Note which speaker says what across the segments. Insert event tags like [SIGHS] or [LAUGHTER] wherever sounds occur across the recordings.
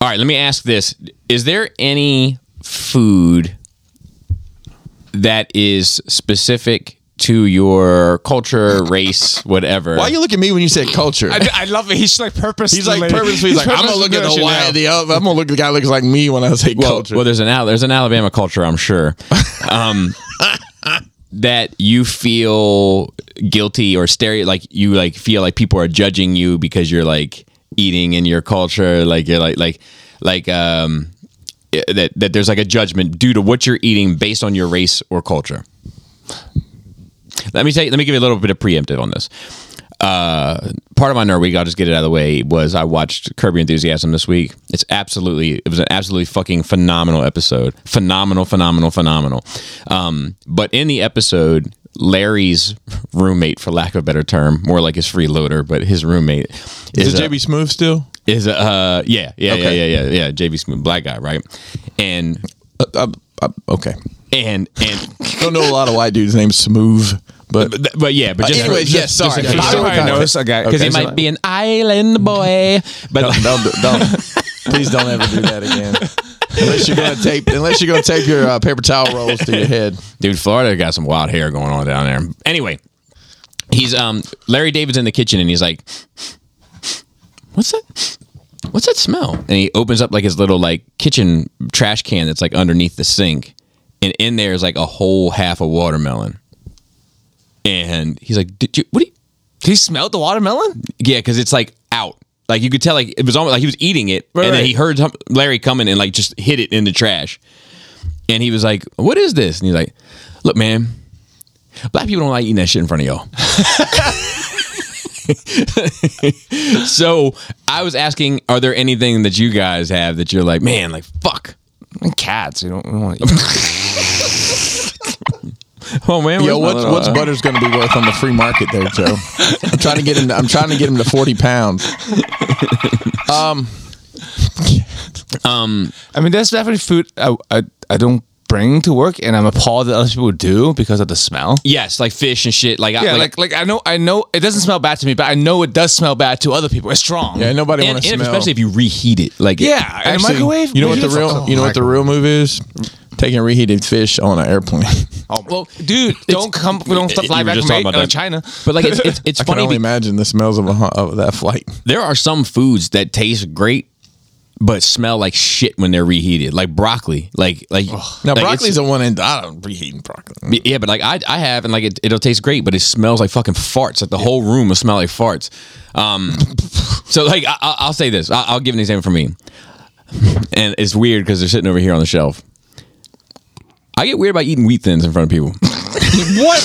Speaker 1: All right, let me ask this: Is there any food that is specific to your culture, race, whatever?
Speaker 2: Why you look at me when you say culture?
Speaker 3: I, I love it. He's like
Speaker 2: [LAUGHS]
Speaker 3: purposely.
Speaker 2: He's like purposely. He's like I'm gonna look at
Speaker 3: nourishing
Speaker 2: Hawaii.
Speaker 3: now.
Speaker 2: The other, I'm gonna look at the guy who looks like me when I say
Speaker 1: well,
Speaker 2: culture.
Speaker 1: well, there's an Al- there's an Alabama culture, I'm sure, um, that you feel guilty or stereo like you like feel like people are judging you because you're like eating in your culture, like you're like like like um i- that that there's like a judgment due to what you're eating based on your race or culture. Let me tell you, let me give you a little bit of preemptive on this. Uh, part of my nerd week, I'll just get it out of the way, was I watched Curb Your Enthusiasm this week. It's absolutely, it was an absolutely fucking phenomenal episode. Phenomenal, phenomenal, phenomenal. Um, but in the episode, Larry's roommate, for lack of a better term, more like his freeloader, but his roommate
Speaker 2: is
Speaker 1: is,
Speaker 2: it
Speaker 1: a-
Speaker 2: JB Smooth still?
Speaker 1: is a, uh, yeah, yeah,
Speaker 2: Okay.
Speaker 1: yeah, yeah, yeah, yeah, JB Smooth, black guy, right? And,
Speaker 2: Uh, uh, uh, okay.
Speaker 1: and, and,
Speaker 2: Don't know a lot of white dudes named Smooth, but
Speaker 1: but, but yeah, but just,
Speaker 2: Uh, Anyways,
Speaker 1: just-
Speaker 2: yes,
Speaker 1: just
Speaker 2: sorry.
Speaker 1: in case-
Speaker 2: Bobby
Speaker 3: Everybody
Speaker 2: Okay.
Speaker 3: knows a guy
Speaker 1: because he might be an island boy. But like,
Speaker 2: [LAUGHS] don't, don't, don't- please don't ever do that again. Unless you're gonna tape, unless you're gonna tape your uh, paper towel rolls to your head.
Speaker 1: dude, Florida got some wild hair going on down there. Anyway, he's um Larry David's in the kitchen and he's like, "What's that? What's that smell?" And he opens up like his little like kitchen trash can that's like underneath the sink, and in there is like a whole half a watermelon. And he's like, "Did you? What? Do you,
Speaker 3: He smelled the watermelon.
Speaker 1: Yeah, because it's like out. Like you could tell, like it was almost like he was eating it,
Speaker 3: Right,
Speaker 1: and then
Speaker 3: right.
Speaker 1: he heard hum- Larry coming and like just hit it in the trash. And he was like, "What is this?" And he's like, "Look, man, black people don't like eating that shit in front of y'all." so I was asking, are there anything that you guys have that you're like, man, like fuck?
Speaker 3: Cats. You don't, we don't want to eat. [LAUGHS]
Speaker 1: Oh man,
Speaker 2: Yo,
Speaker 1: where's my
Speaker 2: what's
Speaker 1: little-
Speaker 2: what's butter's gonna be worth on the free market there, Joe? I'm trying to get him. To, I'm trying to get him to forty pounds. Um,
Speaker 3: I mean, there's definitely food I, I I don't bring to work, and I'm appalled that other people do because of the smell.
Speaker 1: yes, like fish and shit. Like, I-
Speaker 3: Yeah, like, like I know I know it doesn't smell bad to me, but I know it does smell bad to other people. It's strong.
Speaker 2: yeah, nobody
Speaker 1: and,
Speaker 2: wants to
Speaker 1: and if-
Speaker 2: smell.
Speaker 1: especially if you reheat it. Like,
Speaker 3: Yeah, in a
Speaker 2: Actually,
Speaker 3: microwave.
Speaker 2: You know what the real?
Speaker 3: Oh,
Speaker 2: you know what the real move is? Taking reheated fish on an airplane. [LAUGHS]
Speaker 3: Oh, well, dude, don't come. We don't
Speaker 1: you
Speaker 3: fly
Speaker 1: were
Speaker 3: back
Speaker 1: just
Speaker 3: from
Speaker 1: talking about
Speaker 3: uh,
Speaker 1: that.
Speaker 3: China.
Speaker 1: But like, it's it's, it's
Speaker 2: [LAUGHS] I can
Speaker 1: funny.
Speaker 2: only
Speaker 1: be-
Speaker 2: imagine the smells of a, hu- of that flight.
Speaker 1: there are some foods that taste great but smell like shit when they're reheated like broccoli like like
Speaker 2: Now
Speaker 1: like
Speaker 2: broccoli's
Speaker 1: it's-
Speaker 2: the one end. I don't reheating broccoli.
Speaker 1: yeah but like i i have and like it, it'll taste great but it smells like fucking farts like the whole room will smell like farts
Speaker 2: [LAUGHS]
Speaker 1: um so like I, I- i'll say this I, i'll give an example for me and it's weird because they're sitting over here on the shelf i get weird about eating wheat thins in front of people [LAUGHS]
Speaker 3: [LAUGHS] [LAUGHS] what?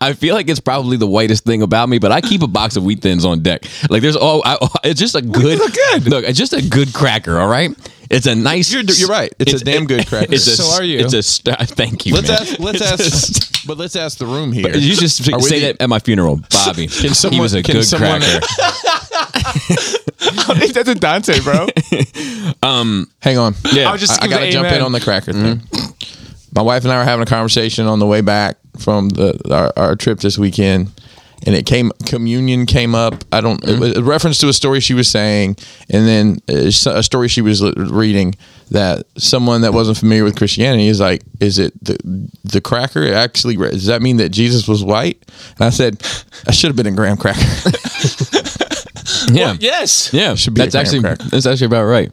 Speaker 1: I feel like it's probably the whitest thing about me, but I keep a box of wheat thins on deck. Like there's oh, I, [LAUGHS] it's just a good,
Speaker 3: look good.
Speaker 1: Look, it's just a good cracker. All right, it's a nice.
Speaker 2: You're- you're right. It's a damn good cracker.
Speaker 1: [LAUGHS] It's a,
Speaker 3: So are you.
Speaker 1: It's a st- [LAUGHS] thank you.
Speaker 2: Let's
Speaker 1: man.
Speaker 2: ask. [LAUGHS] Let's ask. But let's ask the room here.
Speaker 1: You just
Speaker 2: Are we
Speaker 1: say
Speaker 2: the-
Speaker 1: that at my
Speaker 2: [LAUGHS]
Speaker 1: funeral, Bobby. he
Speaker 2: someone-
Speaker 1: was a
Speaker 2: can
Speaker 1: good
Speaker 2: someone- [LAUGHS]
Speaker 1: cracker.
Speaker 3: That's a Dante, [LAUGHS] bro.
Speaker 2: Hang on.
Speaker 1: Yeah,
Speaker 3: I was just
Speaker 2: I, I gotta jump in on the cracker thing. My wife and I were having a conversation on the way back from the our, our trip this weekend, and it came communion came up. I don't it was a reference to a story she was saying, and then uh, s- a story she was l- reading that someone that wasn't familiar with Christianity is like, is it the the cracker actually? re- Does that mean that Jesus was white? And I said, I should have been a graham cracker. [LAUGHS]
Speaker 1: Yeah.
Speaker 3: yes.
Speaker 1: Yeah,
Speaker 2: Should be
Speaker 1: that's
Speaker 2: a graham
Speaker 1: actually
Speaker 2: cracker.
Speaker 1: that's actually about right.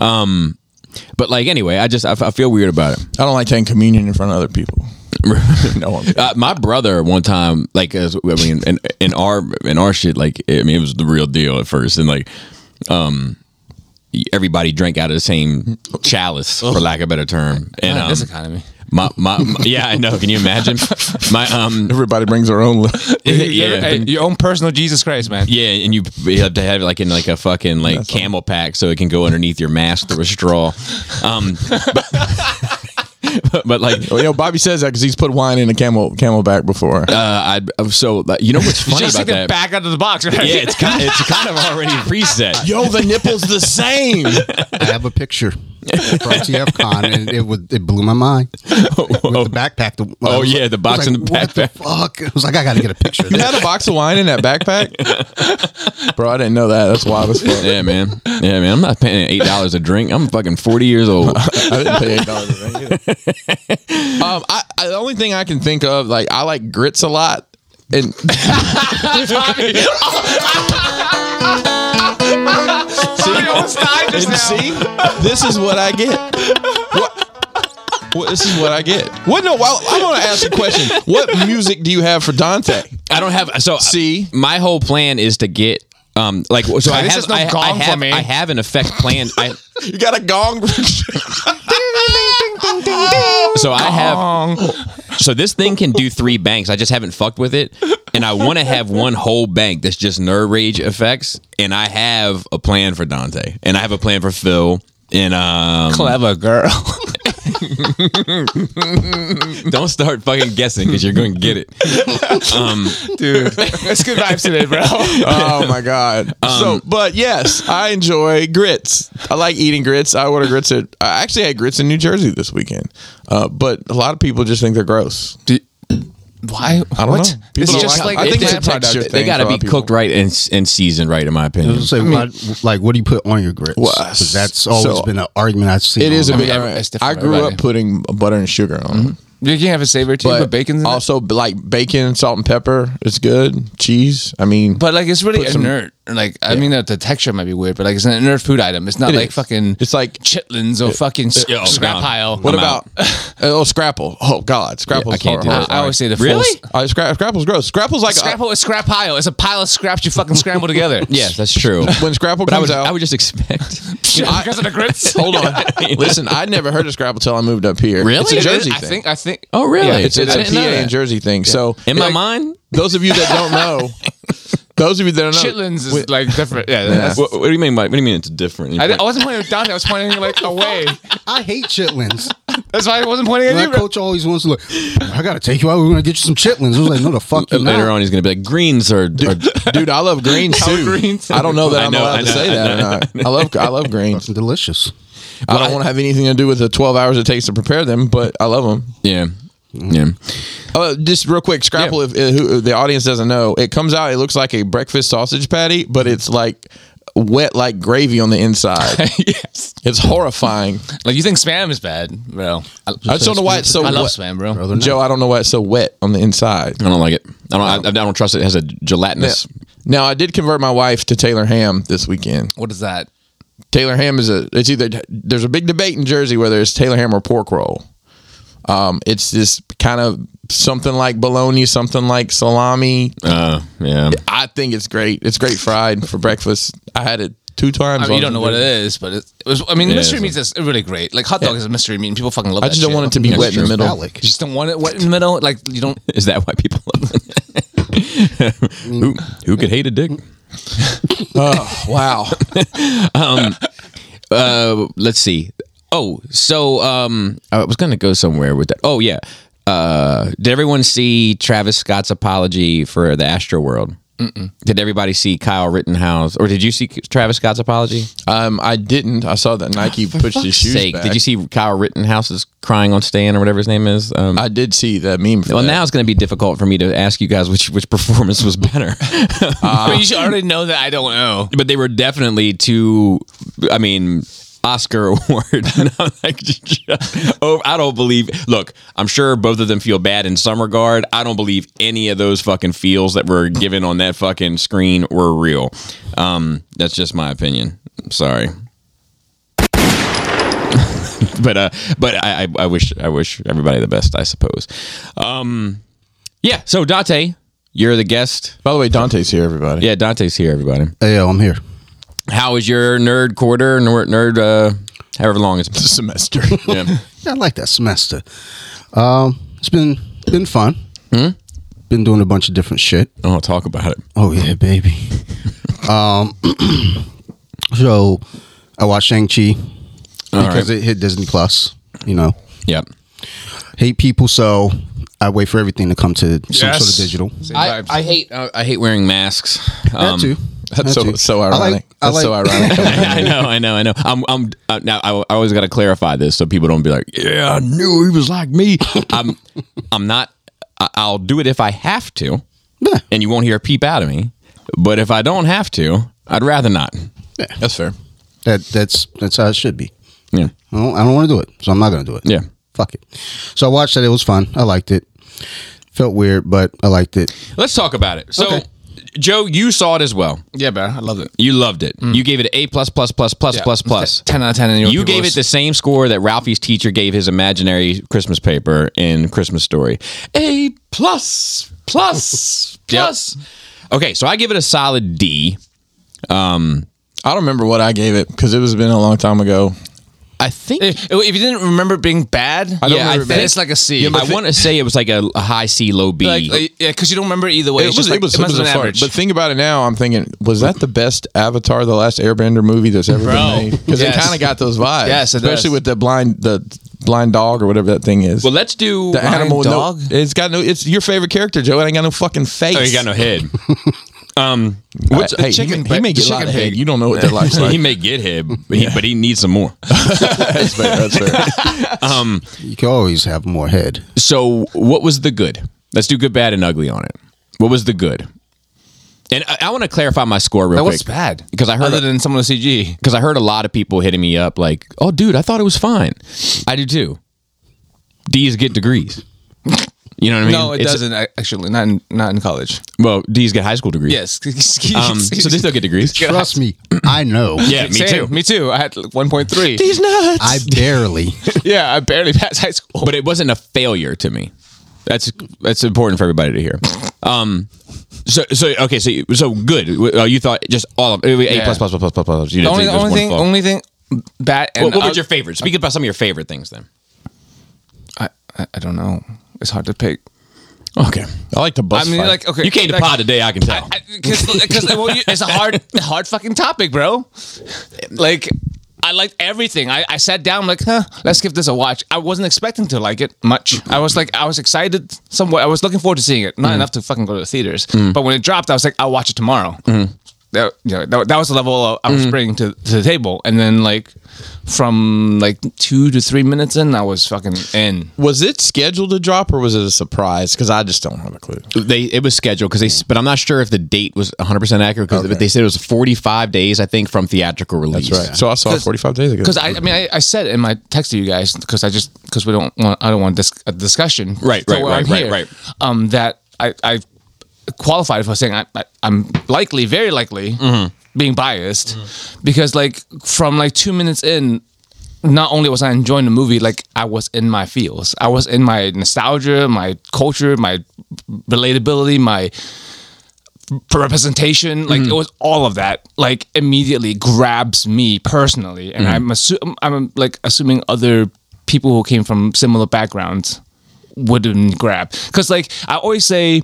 Speaker 1: Um, but like anyway, I just I, f- I feel weird about it.
Speaker 2: I don't like taking communion in front of other people. [LAUGHS] no, I'm
Speaker 1: Uh, my brother one time, like, as, I mean, in, in our in our shit, like, I mean, it was the real deal at first, and like, um, everybody drank out of the same chalice, for lack of a better term. And um,
Speaker 3: this economy.
Speaker 1: my, my, my- yeah, I know. Can you
Speaker 2: [LAUGHS]
Speaker 1: imagine? My um,
Speaker 2: everybody brings their own.
Speaker 3: [LAUGHS]
Speaker 1: yeah,
Speaker 3: Hey, your own personal Jesus Christ, man.
Speaker 1: yeah, and you, you have to have it like in like a fucking like camel pack so it can go underneath your mask through a straw. Um, but, [LAUGHS] but like.
Speaker 2: Well, Oh, yo, Bobby says that because he's put wine in a camel camelback before.
Speaker 1: Uh, I so like, you know what's funny
Speaker 3: Just
Speaker 1: about
Speaker 3: take
Speaker 1: that?
Speaker 3: it back out of the box, right?
Speaker 1: Yeah,
Speaker 3: [LAUGHS]
Speaker 2: Oh,
Speaker 1: it's kind, it's kind of already preset.
Speaker 2: yo, the nipple's the same.
Speaker 4: I have a picture. for TFCon, and it was it blew my mind. With the backpack. The,
Speaker 1: Oh,
Speaker 4: I was
Speaker 1: yeah,
Speaker 4: like-
Speaker 1: the
Speaker 4: I was
Speaker 1: box
Speaker 4: like,
Speaker 1: and the
Speaker 4: what fuck! I was like, I got to get a picture. Of
Speaker 2: You [LAUGHS]
Speaker 4: that.
Speaker 2: had a box of wine in that backpack, [LAUGHS] bro. I didn't know that. That's wild as fuck.
Speaker 1: Yeah, man. Yeah, man. I'm not paying eight dollars a drink. I'm fucking forty years old.
Speaker 2: I didn't pay eight dollars. [LAUGHS] um, I, I the only thing I can think of, like I like grits a lot, and and see, this is what I get. What? Well, this is what I get. What? No, well, I want to ask a question. What music do you have for Dante?
Speaker 1: I don't have so
Speaker 2: See?
Speaker 1: My whole plan is to get um like so I
Speaker 3: this
Speaker 1: have,
Speaker 3: is no
Speaker 1: I,
Speaker 3: gong
Speaker 1: I
Speaker 3: for
Speaker 1: have
Speaker 3: me.
Speaker 1: I have an effect plan. I
Speaker 2: You got a gong?
Speaker 1: so I have so this thing can do three banks. I just haven't fucked with it, and I want to have one whole bank that's just nerve rage effects. And I have a plan for Dante, and I have a plan for Phil. And um,
Speaker 3: Clever girl.
Speaker 1: [LAUGHS] don't start fucking guessing because you're going to get it. Um,
Speaker 3: Dude, that's good vibes today, bro.
Speaker 2: oh my god! so, but yes, I enjoy grits. I like eating grits. I order grits at. I actually had grits in New Jersey this weekend, uh, but a lot of people just think they're gross.
Speaker 3: [LAUGHS] Why?
Speaker 2: I don't know. People
Speaker 3: It's
Speaker 2: don't
Speaker 3: just
Speaker 2: like
Speaker 3: like,
Speaker 2: it. I think
Speaker 3: it's
Speaker 2: it's a
Speaker 3: product.
Speaker 2: texture
Speaker 1: they
Speaker 2: thing
Speaker 1: got to
Speaker 2: for a lot
Speaker 1: be
Speaker 2: of people.
Speaker 1: cooked right and and seasoned right, in my opinion.
Speaker 4: So, what- like, what do you put on your grits?
Speaker 2: Well,
Speaker 4: 'Cause that's always
Speaker 2: so-
Speaker 4: been an argument I've seen.
Speaker 2: It is a
Speaker 4: online.
Speaker 2: bit.
Speaker 3: every- it's
Speaker 2: I
Speaker 3: different for
Speaker 2: grew up
Speaker 3: everybody.
Speaker 2: putting butter and sugar on, them,
Speaker 3: You can have a savory too, but,
Speaker 2: but
Speaker 3: bacon's in it.
Speaker 2: also like bacon, salt and pepper. It's good. Cheese. I mean,
Speaker 3: But like, it's really
Speaker 2: Put some-
Speaker 3: inert. Like, I mean, the, the texture might be weird, but like, it's an inert food item. It's not
Speaker 2: It
Speaker 3: like
Speaker 2: is.
Speaker 3: fucking.
Speaker 2: It's
Speaker 3: [LAUGHS]
Speaker 2: like-
Speaker 3: chitlins or fucking s-
Speaker 1: Yo,
Speaker 3: scrap
Speaker 1: no.
Speaker 3: pile.
Speaker 2: what
Speaker 1: I'm
Speaker 2: about oh scrapple? Oh God, scrapple's
Speaker 1: I can't do
Speaker 2: hor-
Speaker 1: that.
Speaker 3: I, I always say the
Speaker 1: Really?
Speaker 3: full. s-
Speaker 2: hor- uh, scra- scrapple's gross. Scrapple's like uh,
Speaker 3: Scrapple is scrap pile. It's a pile of scraps you fucking scramble [LAUGHS] together.
Speaker 1: Yes, that's true.
Speaker 2: uh, when
Speaker 1: [LAUGHS]
Speaker 2: scrapple
Speaker 1: But I
Speaker 2: comes
Speaker 1: would,
Speaker 2: out.
Speaker 1: I would just expect.
Speaker 3: because of the [LAUGHS] grits.
Speaker 1: [LAUGHS]
Speaker 2: Hold on. Listen, I never heard of Scrapple till I moved up here.
Speaker 1: Really?
Speaker 2: It's a
Speaker 1: It is-
Speaker 2: Jersey
Speaker 3: I
Speaker 2: thing.
Speaker 3: think. I think.
Speaker 1: Oh, really?
Speaker 3: Yeah,
Speaker 2: it's, it's
Speaker 1: I
Speaker 2: a
Speaker 1: didn't know
Speaker 2: PA
Speaker 1: that.
Speaker 2: and Jersey thing. So
Speaker 1: In my
Speaker 2: like,
Speaker 1: mind,
Speaker 2: those of you that
Speaker 1: [LAUGHS]
Speaker 2: don't know, those of you that don't know,
Speaker 3: Chitlins is like different. Yeah. That's,
Speaker 1: what, what do you mean by? What do you mean it's different?
Speaker 3: I, didn't- I wasn't pointing down. I was pointing like away.
Speaker 4: I
Speaker 2: [LAUGHS]
Speaker 4: hate chitlins.
Speaker 3: That's why I wasn't pointing at
Speaker 4: My
Speaker 3: you. bro.
Speaker 4: coach always wants to look. I gotta take you out. We're gonna get you some chitlins. I was like, no, the fuck you
Speaker 1: Oh, Later
Speaker 4: not.
Speaker 1: on, he's gonna be like, "Greens are." are
Speaker 2: dude, I
Speaker 1: [LAUGHS]
Speaker 2: love greens too.
Speaker 3: greens.
Speaker 2: I don't know that
Speaker 1: I
Speaker 2: I'm
Speaker 1: know,
Speaker 2: allowed
Speaker 1: I
Speaker 2: to
Speaker 1: know,
Speaker 2: say
Speaker 1: I
Speaker 2: that. or
Speaker 1: know.
Speaker 2: not. I love I
Speaker 1: [LAUGHS]
Speaker 2: love greens.
Speaker 4: Fucking delicious.
Speaker 2: I don't want to have anything to do with the 12 hours it takes to prepare them, but I love them.
Speaker 1: yeah, yeah.
Speaker 2: Uh, just real quick, Scrapple, if, uh, who, the audience doesn't know, it comes out, it looks like a breakfast sausage patty, but it's like wet like gravy on the
Speaker 1: [LAUGHS]
Speaker 2: inside.
Speaker 3: yes.
Speaker 2: it's horrifying.
Speaker 3: Like you think spam is bad, bro? I,
Speaker 2: I just don't know why it's so
Speaker 3: I love
Speaker 2: wet.
Speaker 3: spam, bro.
Speaker 4: Brother, no.
Speaker 2: Joe, I don't know why it's so wet on the inside.
Speaker 1: I don't like it. I don't. I, I don't trust it. It has a gelatinous.
Speaker 2: Now I did convert my wife to Taylor Ham this weekend.
Speaker 3: What is that?
Speaker 2: Taylor Ham is a it's either there's a big debate in Jersey whether it's Taylor Ham or pork roll. Um, it's this kind of something like bologna, something like salami.
Speaker 1: Uh, yeah.
Speaker 2: I think it's great. It's great fried for breakfast. I had it two times.
Speaker 3: I mean, you don't know what it is, but it, it was. I mean, mystery
Speaker 1: it's
Speaker 3: meat is really great. Like hot dog is a mystery meat, and people fucking love.
Speaker 2: I just don't want it to be wet in the middle.
Speaker 4: Phallic.
Speaker 3: You just don't want it wet in the middle. Like
Speaker 2: [LAUGHS]
Speaker 3: you don't.
Speaker 1: Is that why people love it? [LAUGHS] who who could hate a dick?
Speaker 2: Oh wow!
Speaker 1: Uh, let's see. Oh, so um, I was gonna go somewhere with that. Oh yeah. Uh, did everyone see Travis Scott's apology for the Astro World? Did everybody see Kyle Rittenhouse, or did you see Travis Scott's apology?
Speaker 2: um, I didn't. I saw
Speaker 3: [LAUGHS]
Speaker 2: that Nike pushed his shoes
Speaker 1: sake,
Speaker 2: back.
Speaker 1: did you see Kyle Rittenhouse's crying on stand or whatever his name is? Um,
Speaker 2: I did see that meme. For
Speaker 1: well,
Speaker 2: that.
Speaker 1: now it's going to be difficult for me to ask you guys which which performance was
Speaker 2: [LAUGHS]
Speaker 1: better,
Speaker 2: Ah.
Speaker 3: but you should already know that I don't know.
Speaker 1: but they were definitely two. I mean. Oscar [LAUGHS] award. And I'm like, [LAUGHS] oh, I don't believe. Look, I'm sure both of them feel bad in some regard. I don't believe any of those fucking feels that were given on that fucking screen were real. Um, that's just my opinion. Sorry. [LAUGHS] but uh, but I, I I wish I wish everybody the best, I suppose. Um, yeah. So Dante, you're the guest.
Speaker 2: by the way, Dante's here, everybody.
Speaker 1: Yeah, Dante's here, everybody.
Speaker 4: Hey, yo, I'm here.
Speaker 1: How is your nerd quarter? Nerd, nerd uh, however long it's been.
Speaker 2: [LAUGHS] semester.
Speaker 1: Yeah.
Speaker 4: Yeah, I like that semester. Um, it's been been fun.
Speaker 2: Hmm?
Speaker 4: Been doing a bunch of different shit.
Speaker 1: Oh, talk about it.
Speaker 4: Oh
Speaker 2: [LAUGHS]
Speaker 4: yeah, baby. um, [CLEARS THROAT] so I watched Shang Chi because it hit Disney Plus. You know,
Speaker 1: Yep.
Speaker 4: hate people, so I wait for everything to come to some
Speaker 3: Yes.
Speaker 4: sort of digital.
Speaker 1: I, I hate uh, I hate wearing masks.
Speaker 4: That too.
Speaker 2: Um, That's so
Speaker 4: That's
Speaker 2: so
Speaker 4: I like-
Speaker 2: ironic.
Speaker 4: I
Speaker 2: That's so
Speaker 4: like-
Speaker 2: ironic.
Speaker 1: [LAUGHS] I know, I know, I know. I'm, I'm uh, now. I, I always got to clarify this so people don't be like, "Yeah, I knew he was like [LAUGHS] me." I'm, I'm not. I- I'll do it if I have to,
Speaker 4: Yeah.
Speaker 1: and you won't hear a peep out of me. But if I don't have to, I'd rather not.
Speaker 2: That's fair.
Speaker 4: [LAUGHS] That that's that's how it should be.
Speaker 1: Yeah,
Speaker 4: I don't, I don't want to do it, so I'm not going to do it.
Speaker 1: yeah.
Speaker 4: Fuck it. So I watched that. It was fun. I liked it. Felt weird, but I liked it.
Speaker 1: Let's talk about it. So,
Speaker 4: Okay.
Speaker 1: Joe, you saw it as well.
Speaker 3: Yeah, bro. I love it.
Speaker 1: You loved it. You gave it an A plus plus plus plus plus plus.
Speaker 3: Ten out of ten. and know
Speaker 1: You
Speaker 3: what
Speaker 1: gave
Speaker 3: people
Speaker 1: it the same score that Ralphie's teacher gave his imaginary Christmas paper in Christmas Story. A plus [LAUGHS] plus plus. Okay, so I give it a solid D.
Speaker 2: I don't remember what I gave it because it was been a long time ago.
Speaker 1: I think
Speaker 3: If, if you didn't remember it being bad, I
Speaker 1: don't remember it
Speaker 3: then
Speaker 1: being-
Speaker 3: it's like a C.
Speaker 1: I want to say it was like a, a high C, low B.
Speaker 3: like, like, yeah, because you don't remember either way. It's just like- must have been
Speaker 2: fart.
Speaker 3: average.
Speaker 2: But think about it now. I'm thinking, was that the best Avatar: The Last Airbender movie that's ever
Speaker 3: Bro.
Speaker 2: been made? Because it
Speaker 3: Yes.
Speaker 2: kind of got those vibes.
Speaker 3: Yes, it does.
Speaker 2: especially with the blind the blind dog or whatever that thing is.
Speaker 1: well, let's do.
Speaker 2: the animal with no-
Speaker 3: dog?
Speaker 2: it's got no. It's your favorite character, Joe. It ain't got no fucking face.
Speaker 1: oh, you got no [LAUGHS] head. um,
Speaker 2: What's,
Speaker 1: what's
Speaker 2: hey,
Speaker 3: chicken
Speaker 2: he, may- he
Speaker 3: pig-
Speaker 2: may get a lot
Speaker 3: chicken
Speaker 2: of head.
Speaker 3: pig.
Speaker 2: You don't know what
Speaker 3: [LAUGHS]
Speaker 2: that life's like.
Speaker 1: he may get head, but he, but he needs some more.
Speaker 2: that's fair. That's fair.
Speaker 4: You can always have more head.
Speaker 1: So, what was the good? Let's do good, bad, and ugly on it. What was the good? And I, I want to clarify my score real
Speaker 3: that
Speaker 1: quick.
Speaker 3: was bad
Speaker 1: because I heard
Speaker 3: other than some of the CG.
Speaker 1: because I heard a lot of people hitting me up like, "Oh, dude, I thought it was fine." I do too. D's get degrees. You know what I mean?
Speaker 3: no, it
Speaker 1: It's-
Speaker 3: doesn't a- actually. Not in, not in college.
Speaker 1: Well, D's get high school degrees.
Speaker 3: [LAUGHS] Yes.
Speaker 1: Um, so they still get
Speaker 3: [LAUGHS]
Speaker 1: degrees.
Speaker 4: Trust me,
Speaker 2: [LAUGHS]
Speaker 4: I know.
Speaker 1: Yeah, me too.
Speaker 3: Same. Me too. I had like
Speaker 1: [LAUGHS]
Speaker 3: 1.3.
Speaker 1: He's nuts.
Speaker 4: I barely.
Speaker 3: yeah, I barely passed high school.
Speaker 1: but it wasn't a failure to me. That's that's important for everybody to hear. Um, so so okay, so you- so good. Uh, you thought just all of it, was a
Speaker 3: Yeah.
Speaker 1: plus plus plus plus plus plus. You
Speaker 3: the
Speaker 1: know,
Speaker 3: only,
Speaker 1: just
Speaker 3: only
Speaker 1: one
Speaker 3: thing,
Speaker 1: flaw.
Speaker 3: only thing bad. And
Speaker 1: What, what
Speaker 3: ug-
Speaker 1: was your favorite? Speak about some of your favorite things then.
Speaker 3: I, I, I don't know. It's hard to pick.
Speaker 1: Okay,
Speaker 2: I like to
Speaker 3: I
Speaker 2: bust.
Speaker 3: mean,
Speaker 2: fight.
Speaker 3: like, okay,
Speaker 1: you came to
Speaker 3: like,
Speaker 1: pod today. I can tell.
Speaker 3: because it's a hard, hard fucking topic, bro. Like, I liked everything. I, I sat down, like, huh, let's give this a watch. I wasn't expecting to like it much. I was like, I was excited somewhat. I was looking forward to seeing it. Not enough to fucking go to the theaters. But when it dropped, I was like, I'll watch it tomorrow. That, you know, that, that was the level of, I was bringing to, to the table. And then, like, from like two to three minutes in, I was fucking in.
Speaker 2: was it scheduled to drop or was it a surprise? Because I just don't have a clue.
Speaker 1: they it was scheduled because they s- but i'm not sure if the date was 100% accurate because they said it was 45 days i think from theatrical release
Speaker 2: So I saw it 45 days ago.
Speaker 3: because I, I mean I, I said in my text to you guys because I just because we don't want I don't want dis- a discussion
Speaker 1: Right,
Speaker 3: So
Speaker 1: right,
Speaker 3: while I'm
Speaker 1: right, right,
Speaker 3: here,
Speaker 1: right.
Speaker 3: um that I I qualified for saying I, I I'm likely very likely
Speaker 1: Mm-hmm.
Speaker 3: being biased because like from like two minutes in not only was I enjoying the movie like I was in my feels I was in my nostalgia my culture my relatability my for representation
Speaker 1: Mm-hmm.
Speaker 3: like it was all of that like immediately grabs me personally and
Speaker 1: Mm-hmm.
Speaker 3: i'm assu- i'm like assuming other people who came from similar backgrounds wouldn't grab because like i always say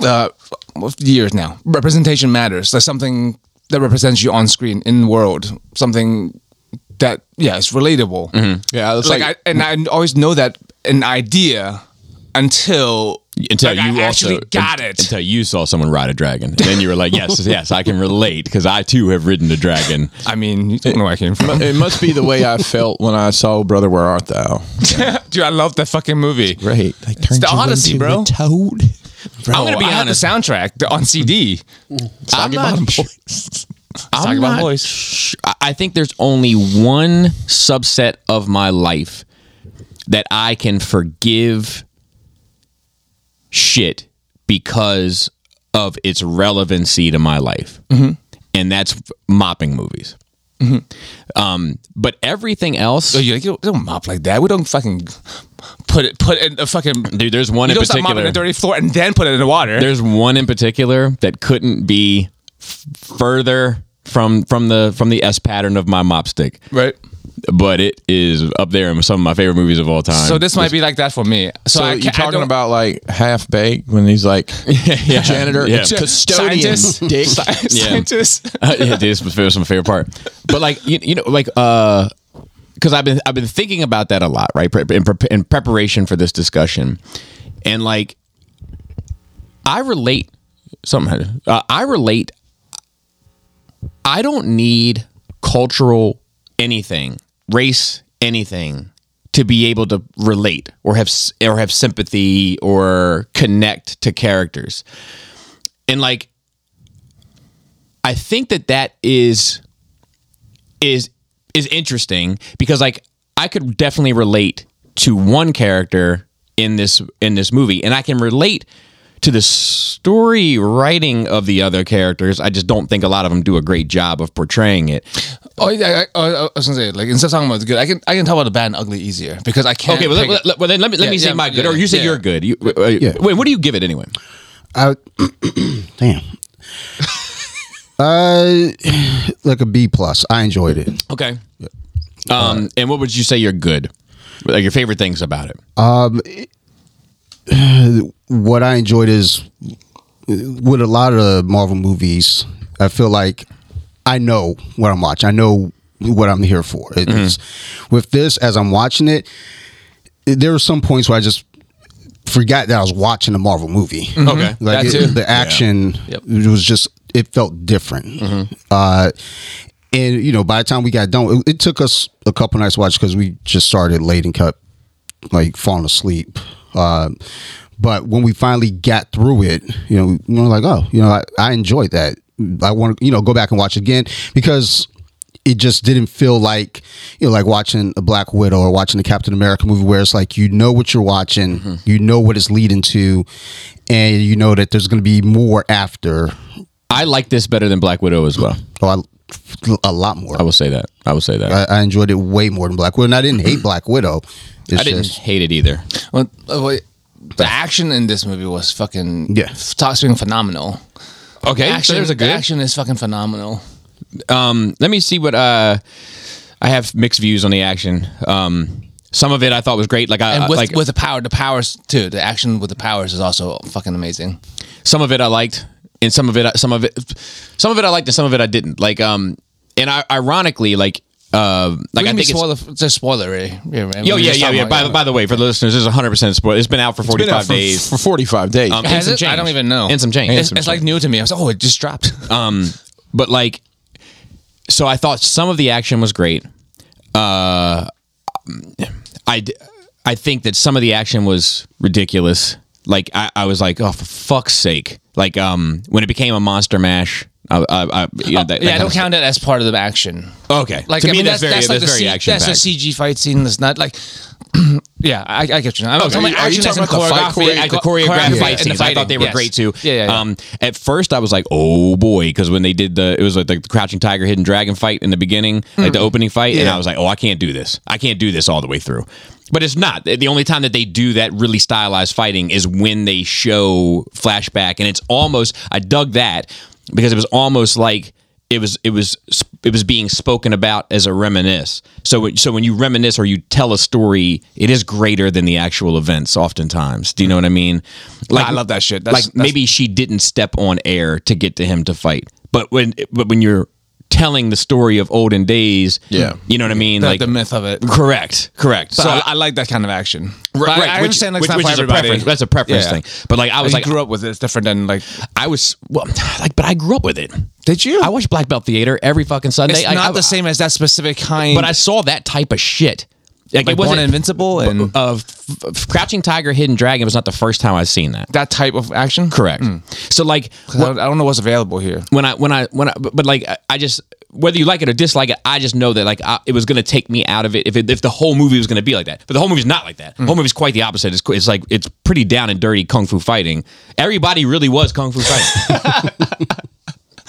Speaker 3: uh [CLEARS THROAT] years now representation matters like something that represents you on screen in the world something that yeah it's relatable
Speaker 1: Mm-hmm.
Speaker 2: yeah, it's
Speaker 3: like,
Speaker 2: like,
Speaker 3: I, and I always know that an idea until
Speaker 1: until
Speaker 3: like,
Speaker 1: you
Speaker 3: I
Speaker 1: also
Speaker 3: actually got it
Speaker 1: until you saw someone ride a dragon and then you were like yes [LAUGHS] yes i can relate because i too have ridden a dragon
Speaker 3: I mean, you don't know where I
Speaker 1: [LAUGHS]
Speaker 3: came from.
Speaker 2: it must be the way I felt when I saw Brother Where Art Thou.
Speaker 3: [LAUGHS] Dude, I love that fucking movie.
Speaker 2: Right. Like,
Speaker 3: the Odyssey, bro.
Speaker 2: toad.
Speaker 3: I'm gonna be
Speaker 1: I had
Speaker 3: honest. The soundtrack on CD.
Speaker 1: i'm
Speaker 2: Bottom
Speaker 3: [LAUGHS]
Speaker 1: not
Speaker 3: Talk
Speaker 1: I'm
Speaker 3: about
Speaker 1: not
Speaker 3: boys.
Speaker 1: sh- I- I think there's only one subset of my life that I can forgive shit because of its relevancy to my life,
Speaker 3: Mm-hmm.
Speaker 1: and that's mopping movies. Um, but everything else,
Speaker 3: Mm-hmm. you like, Oh, you don't mop like that. We don't fucking put it put in a fucking. You
Speaker 1: dude, there's one in
Speaker 3: don't start mopping
Speaker 1: particular.
Speaker 3: the dirty floor and then put it in the water.
Speaker 1: There's one in particular that couldn't be f- further from from the from the S pattern of my mop stick.
Speaker 3: right.
Speaker 1: but it is up there in some of my favorite movies of all time.
Speaker 3: So this might be like that for me. So,
Speaker 2: So
Speaker 3: I
Speaker 2: you're
Speaker 3: can't- I
Speaker 2: talking
Speaker 3: don't- [LAUGHS]
Speaker 2: about like half baked when he's like
Speaker 1: yeah,
Speaker 2: janitor,
Speaker 1: yeah.
Speaker 2: custodian,
Speaker 3: Scientist. [LAUGHS]
Speaker 2: dick.
Speaker 3: scientists.
Speaker 1: [LAUGHS] Uh, yeah, this was my favorite part. But like you, you know, like uh, because I've been I've been thinking about that a lot, right? Pre- In, pre- in preparation for this discussion, and like I relate something. Uh, I relate. I don't need cultural anything, race anything to be able to relate or have s- or have sympathy or connect to characters. And like I think that that is is is interesting because like I could definitely relate to one character in this in this movie and I can relate to the story writing of the other characters. I just don't think a lot of them do a great job of portraying it.
Speaker 3: Oh yeah, I, I, I was gonna say like instead of talking about the good, I can I can talk about the bad and ugly easier because I can't.
Speaker 1: Okay, well, let,
Speaker 3: pick-
Speaker 1: let, let- well, then let me let
Speaker 3: Yeah,
Speaker 1: me say
Speaker 3: yeah,
Speaker 1: my good,
Speaker 3: yeah,
Speaker 1: or you say
Speaker 3: yeah.
Speaker 1: your good. You, uh, yeah. Wait, what do you give it anyway?
Speaker 4: I [CLEARS THROAT] damn. [SIGHS] Uh, like a B plus. I enjoyed it.
Speaker 1: Okay. Um, and what would you say your good, like your favorite things about it?
Speaker 4: What I enjoyed is with a lot of the Marvel movies, I feel like I know what I'm watching. I know what I'm here for. It's
Speaker 1: Mm-hmm.
Speaker 4: with this as I'm watching it. There were some points where I just forgot that I was watching a Marvel movie.
Speaker 1: Mm-hmm. Okay,
Speaker 4: like
Speaker 1: that
Speaker 4: it-
Speaker 1: too.
Speaker 4: the action it was just it felt different
Speaker 1: Mm-hmm.
Speaker 4: uh and you know by the time we got done it, it took us a couple nights to watch because we just started late and kept like falling asleep uh, but when we finally got through it you know we were like oh you know i, I enjoyed that i want to you know go back and watch again because it just didn't feel like you know like watching a black widow or watching a captain america movie where it's like you know what you're watching
Speaker 1: Mm-hmm.
Speaker 4: you know what it's leading to and you know that there's going to be more after
Speaker 1: I like this better than Black Widow as well.
Speaker 4: oh, I, a lot more
Speaker 1: I will say that. I will say that.
Speaker 4: I, I enjoyed it way more than black widow and i didn't hate black widow it's
Speaker 1: I didn't
Speaker 4: just
Speaker 1: hate it either.
Speaker 3: Well, uh, wait, the action in this movie was fucking
Speaker 4: Yeah.
Speaker 3: f- talking phenomenal.
Speaker 1: Okay,
Speaker 3: action,
Speaker 1: so there's a
Speaker 3: the
Speaker 1: good.
Speaker 3: action is fucking phenomenal.
Speaker 1: Um, let me see what uh, I have mixed views on the action. Um, some of it I thought was great. Like I
Speaker 3: And with,
Speaker 1: Uh, like
Speaker 3: with the power, the powers too. The action with the powers is also fucking amazing.
Speaker 1: some of it I liked, and some of it some of it some of it I liked, and some of it I didn't. Like um, and I, ironically like uh, like I
Speaker 3: Like, I
Speaker 1: think it's,
Speaker 3: spoiler, it's a spoiler, right? Yeah, right?
Speaker 1: Yo,
Speaker 3: We
Speaker 1: yeah,
Speaker 3: just
Speaker 1: yeah,
Speaker 3: talking
Speaker 1: yeah.
Speaker 3: about-
Speaker 1: By, the by the way, for the listeners, this is 100% spoiler. It's been out for 45
Speaker 2: Been out for-
Speaker 1: days.
Speaker 2: for 45 days.
Speaker 1: Um,
Speaker 3: Has
Speaker 1: and some
Speaker 3: it? I
Speaker 1: change.
Speaker 3: don't even know.
Speaker 1: And some change.
Speaker 3: It's, it's like new to me. I was like, oh, it just dropped.
Speaker 1: Um, but like, so I thought some of the action was great. Uh, I d- I think that some of the action was ridiculous. Like I, I was like, oh for fuck's sake! Like um, when it became a monster mash, I, I, I you know, that, that
Speaker 3: Oh, yeah,
Speaker 1: kind
Speaker 3: I don't
Speaker 1: of-
Speaker 3: count it as part of the action.
Speaker 1: Okay,
Speaker 3: Like
Speaker 1: to
Speaker 3: I
Speaker 1: me
Speaker 3: mean,
Speaker 1: that's, very that's,
Speaker 3: like the
Speaker 1: very
Speaker 3: C-
Speaker 1: action.
Speaker 3: That's
Speaker 1: packed.
Speaker 3: a CG fight scene. That's not like. yeah, I, I get you. now. I'm talking
Speaker 2: are
Speaker 3: about
Speaker 2: you- are you
Speaker 3: action
Speaker 2: talking
Speaker 3: as in
Speaker 2: about the fight
Speaker 3: choreography,
Speaker 1: choreo- the choreographed
Speaker 3: choreography
Speaker 1: fight
Speaker 3: and the
Speaker 1: scenes. I thought they
Speaker 3: fighting,
Speaker 1: were great
Speaker 3: yes.
Speaker 1: too.
Speaker 3: Yeah, yeah, yeah.
Speaker 1: Um, at first, I was like, "Oh boy," because when they did the, it was like the crouching tiger, hidden dragon fight in the beginning, like
Speaker 3: Mm.
Speaker 1: the opening fight, and I was like, "Oh, I can't do this. I can't do this all the way through." But it's not. The only time that they do that really stylized fighting is when they show flashback, and it's almost. I dug that because it was almost like it was it was it was being spoken about as a reminisce. So when- so when you reminisce or you tell a story, it is greater than the actual events. Oftentimes, do you know what I mean? Like
Speaker 3: I love that shit. That's-
Speaker 1: like
Speaker 3: that's-
Speaker 1: maybe she didn't step on air to get to him to fight, but when but when you're telling the story of olden days,
Speaker 2: Yeah.
Speaker 1: you know what I mean.
Speaker 3: The-
Speaker 1: like
Speaker 3: the myth of it.
Speaker 1: correct, correct.
Speaker 3: So
Speaker 1: so
Speaker 3: I, I like that kind of action. But I, I
Speaker 1: which-
Speaker 3: understand that's
Speaker 1: which-
Speaker 3: not
Speaker 1: which
Speaker 3: for
Speaker 1: is a
Speaker 3: everybody.
Speaker 1: preference. That's a preference
Speaker 3: Yeah.
Speaker 1: thing. But like I was
Speaker 3: I
Speaker 1: like,
Speaker 3: grew up with it. It's different than like.
Speaker 1: I was well, [SIGHS] like, but I grew up with it.
Speaker 3: Did you?
Speaker 1: I watched Black Belt Theater every fucking Sunday.
Speaker 3: It's
Speaker 1: I-
Speaker 3: not
Speaker 1: I-
Speaker 3: the same as that specific kind.
Speaker 1: but I saw that type of shit. Like,
Speaker 3: Like
Speaker 1: it wasn't
Speaker 3: Born Invincible and-
Speaker 1: b- of f- Crouching Tiger, Hidden Dragon was not the first time I've seen that.
Speaker 3: that type of action.
Speaker 1: Correct. So like
Speaker 3: I don't- I don't know what's available here.
Speaker 1: when I when I when I but, but like I- I just whether you like it or dislike it, I just know that like I, it was gonna take me out of it if it, if the whole movie was gonna be like that. But the whole movie's not like that. The whole movie's quite the opposite. It's qu- it's like it's pretty down and dirty kung fu fighting. Everybody really was kung fu fighting.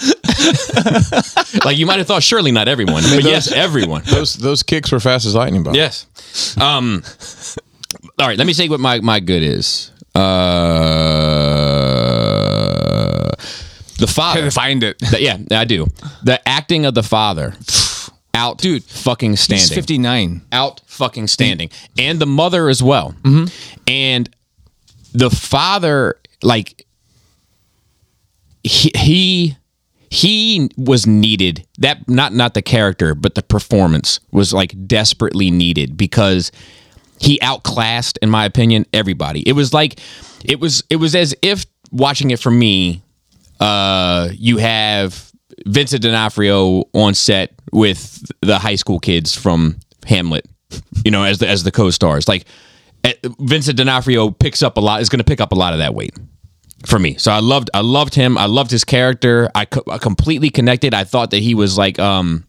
Speaker 1: [LAUGHS] like you might have thought, surely not everyone, but yes, everyone.
Speaker 2: those, those kicks were fast as lightning, by the way.
Speaker 1: Yes. Um. all right. Let me say what my my good is. Uh. The father.
Speaker 3: Couldn't find it.
Speaker 1: The- yeah, I do. The acting of the father. Out, dude. Fucking standing.
Speaker 3: He's 59.
Speaker 1: Out, fucking standing, and the mother as well. And the father, like he, he he was needed that not not the character but the performance was like desperately needed because he outclassed in my opinion everybody it was like it was it was as if watching it for me uh you have Vincent D'Onofrio on set with the high school kids from Hamlet, [LAUGHS] you know, as the as the co-stars. Like eh, Vincent D'Onofrio picks up a lot. Is going to pick up a lot of that weight for me. So I loved I loved him. I loved his character. I, co- I completely connected. I thought that he was like um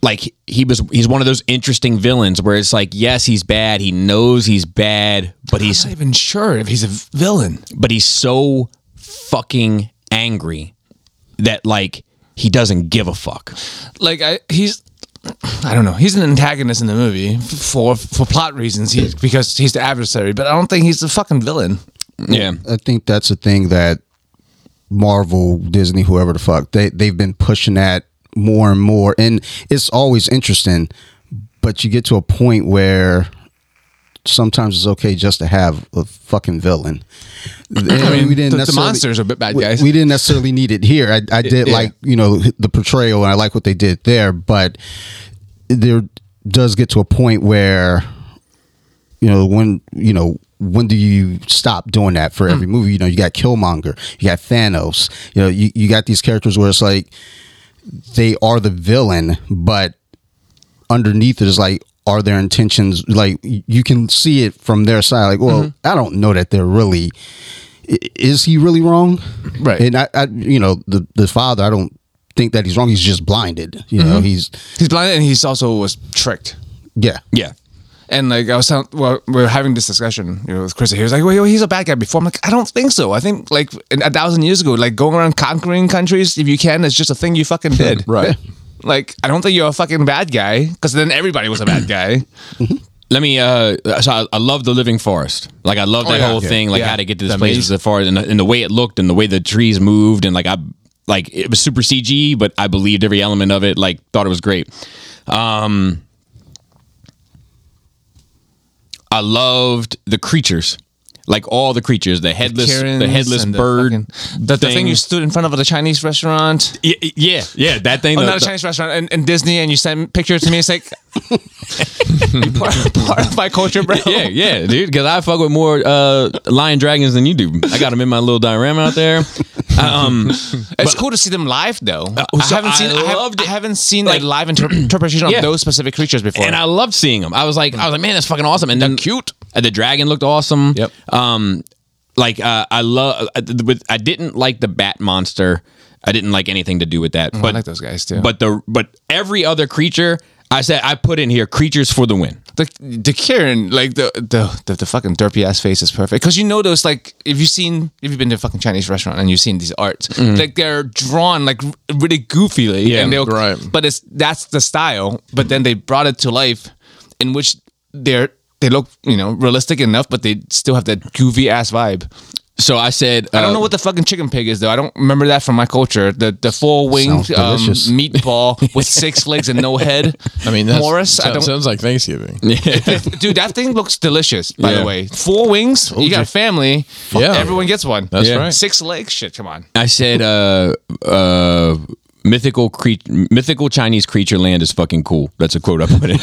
Speaker 1: like he was he's one of those interesting villains where it's like yes he's bad he knows he's bad but he's
Speaker 3: not even sure if he's a villain.
Speaker 1: but he's so fucking angry that like he doesn't give a fuck.
Speaker 3: Like I, he's. I don't know. He's an antagonist in the movie for for plot reasons. He's because he's the adversary, but I don't think he's the fucking villain.
Speaker 1: Yeah.
Speaker 4: I think that's a thing that Marvel, Disney, whoever the fuck, they they've been pushing that more and more, and it's always interesting. But you get to a point where sometimes it's okay just to have a fucking villain. I mean, we
Speaker 3: the- the
Speaker 4: necessarily-
Speaker 3: monsters are bit bad
Speaker 4: we-
Speaker 3: guys.
Speaker 4: We didn't necessarily need it here. I, I did like you know the portrayal, and I like what they did there, but there does get to a point where you know when you know when do you stop doing that for
Speaker 3: Hmm.
Speaker 4: every movie you know you got killmonger you got thanos you know you, you got these characters where it's like they are the villain but underneath it is like are their intentions like y- you can see it from their side like well i don't know that they're really i- is he really wrong
Speaker 3: Right.
Speaker 4: and i, I you know the the father i don't think that he's wrong he's just blinded you know he's
Speaker 3: He's blind and he's also was tricked.
Speaker 4: yeah
Speaker 1: Yeah.
Speaker 3: And like I was, telling, well, we were having this discussion, you know, with Chris. He was like, "Well, he's a bad guy." Before I'm like, "I don't think so. I think like in- a thousand years ago, like going around conquering countries if you can, it's just a thing you fucking
Speaker 1: [LAUGHS]
Speaker 3: did,
Speaker 2: Right.
Speaker 3: [LAUGHS] Like I don't think you're a fucking bad guy because then everybody was a
Speaker 1: [CLEARS THROAT]
Speaker 3: bad guy.
Speaker 1: Let me. Uh, so I, I love the living forest. Like I love that
Speaker 3: Oh, yeah.
Speaker 1: whole
Speaker 3: Yeah.
Speaker 1: thing. Like
Speaker 3: Yeah.
Speaker 1: how to get to this
Speaker 3: The
Speaker 1: place,
Speaker 3: maze.
Speaker 1: the forest, and the, and the way it looked, and the way the trees moved, and like I, like it was super CG, but I believed every element of it. Like thought it was great. Um, I loved the creatures, like all the creatures, the headless,
Speaker 3: Karens
Speaker 1: the headless
Speaker 3: and the
Speaker 1: bird,
Speaker 3: fucking- the, the thing you stood in front of at the Chinese restaurant.
Speaker 1: Yeah, yeah, yeah, that thing.
Speaker 3: Oh,
Speaker 1: the-
Speaker 3: not a
Speaker 1: the-
Speaker 3: Chinese restaurant and, and Disney, and you send pictures to me.
Speaker 1: [LAUGHS]
Speaker 3: It's like [LAUGHS] part, part of my culture, bro.
Speaker 1: yeah, yeah, dude. Because I fuck with more uh, lion dragons than you do. I got them in my little diorama out there.
Speaker 3: [LAUGHS]
Speaker 1: Um,
Speaker 3: It's cool to see them live, though.
Speaker 1: Uh, so
Speaker 3: I haven't seen.
Speaker 1: I
Speaker 3: I, have,
Speaker 1: loved
Speaker 3: I
Speaker 1: it.
Speaker 3: haven't seen
Speaker 1: Like- [CLEARS THROAT]
Speaker 3: a live inter- interpretation of
Speaker 1: Yeah.
Speaker 3: those specific creatures before.
Speaker 1: and I loved seeing them. I was like, I was like, man, that's fucking awesome. And then cute. The dragon looked awesome.
Speaker 3: Yep.
Speaker 1: Um, like uh, I love. I, with- I didn't like the bat monster. I didn't like anything to do with that.
Speaker 3: Oh, I
Speaker 1: But
Speaker 3: like those guys too.
Speaker 1: but the but every other creature, I said I put in here creatures for the win.
Speaker 3: the the Karen, like the the the, the fucking derpy ass face is perfect because you know those like if you've seen if you've been to a fucking Chinese restaurant and you've seen these arts, like they're drawn like r- really goofily.
Speaker 1: Mm-hmm. Yeah,
Speaker 3: and they'll-
Speaker 2: right.
Speaker 3: But it's that's the style. But then they brought it to life, in which they're they look you know realistic enough, but they still have that goofy ass vibe.
Speaker 1: So I said,
Speaker 3: I don't
Speaker 1: uh,
Speaker 3: know what the fucking chicken pig is though. I don't remember that from my culture. The the four
Speaker 4: Sounds
Speaker 3: winged um,
Speaker 2: [LAUGHS]
Speaker 4: delicious.
Speaker 3: meatball with six legs and no head.
Speaker 2: I mean, that's,
Speaker 3: Morris. I
Speaker 2: sounds,
Speaker 3: don't.
Speaker 2: sounds like Thanksgiving.
Speaker 3: [LAUGHS] dude, that thing looks delicious. By
Speaker 1: Yeah.
Speaker 3: the way, four wings. You got a family.
Speaker 2: Yeah.
Speaker 3: everyone gets one.
Speaker 2: That's Yeah. right.
Speaker 3: Six legs. Shit, come on.
Speaker 1: I said, uh, uh, mythical cre- mythical Chinese creature land is fucking cool. That's a quote I put in.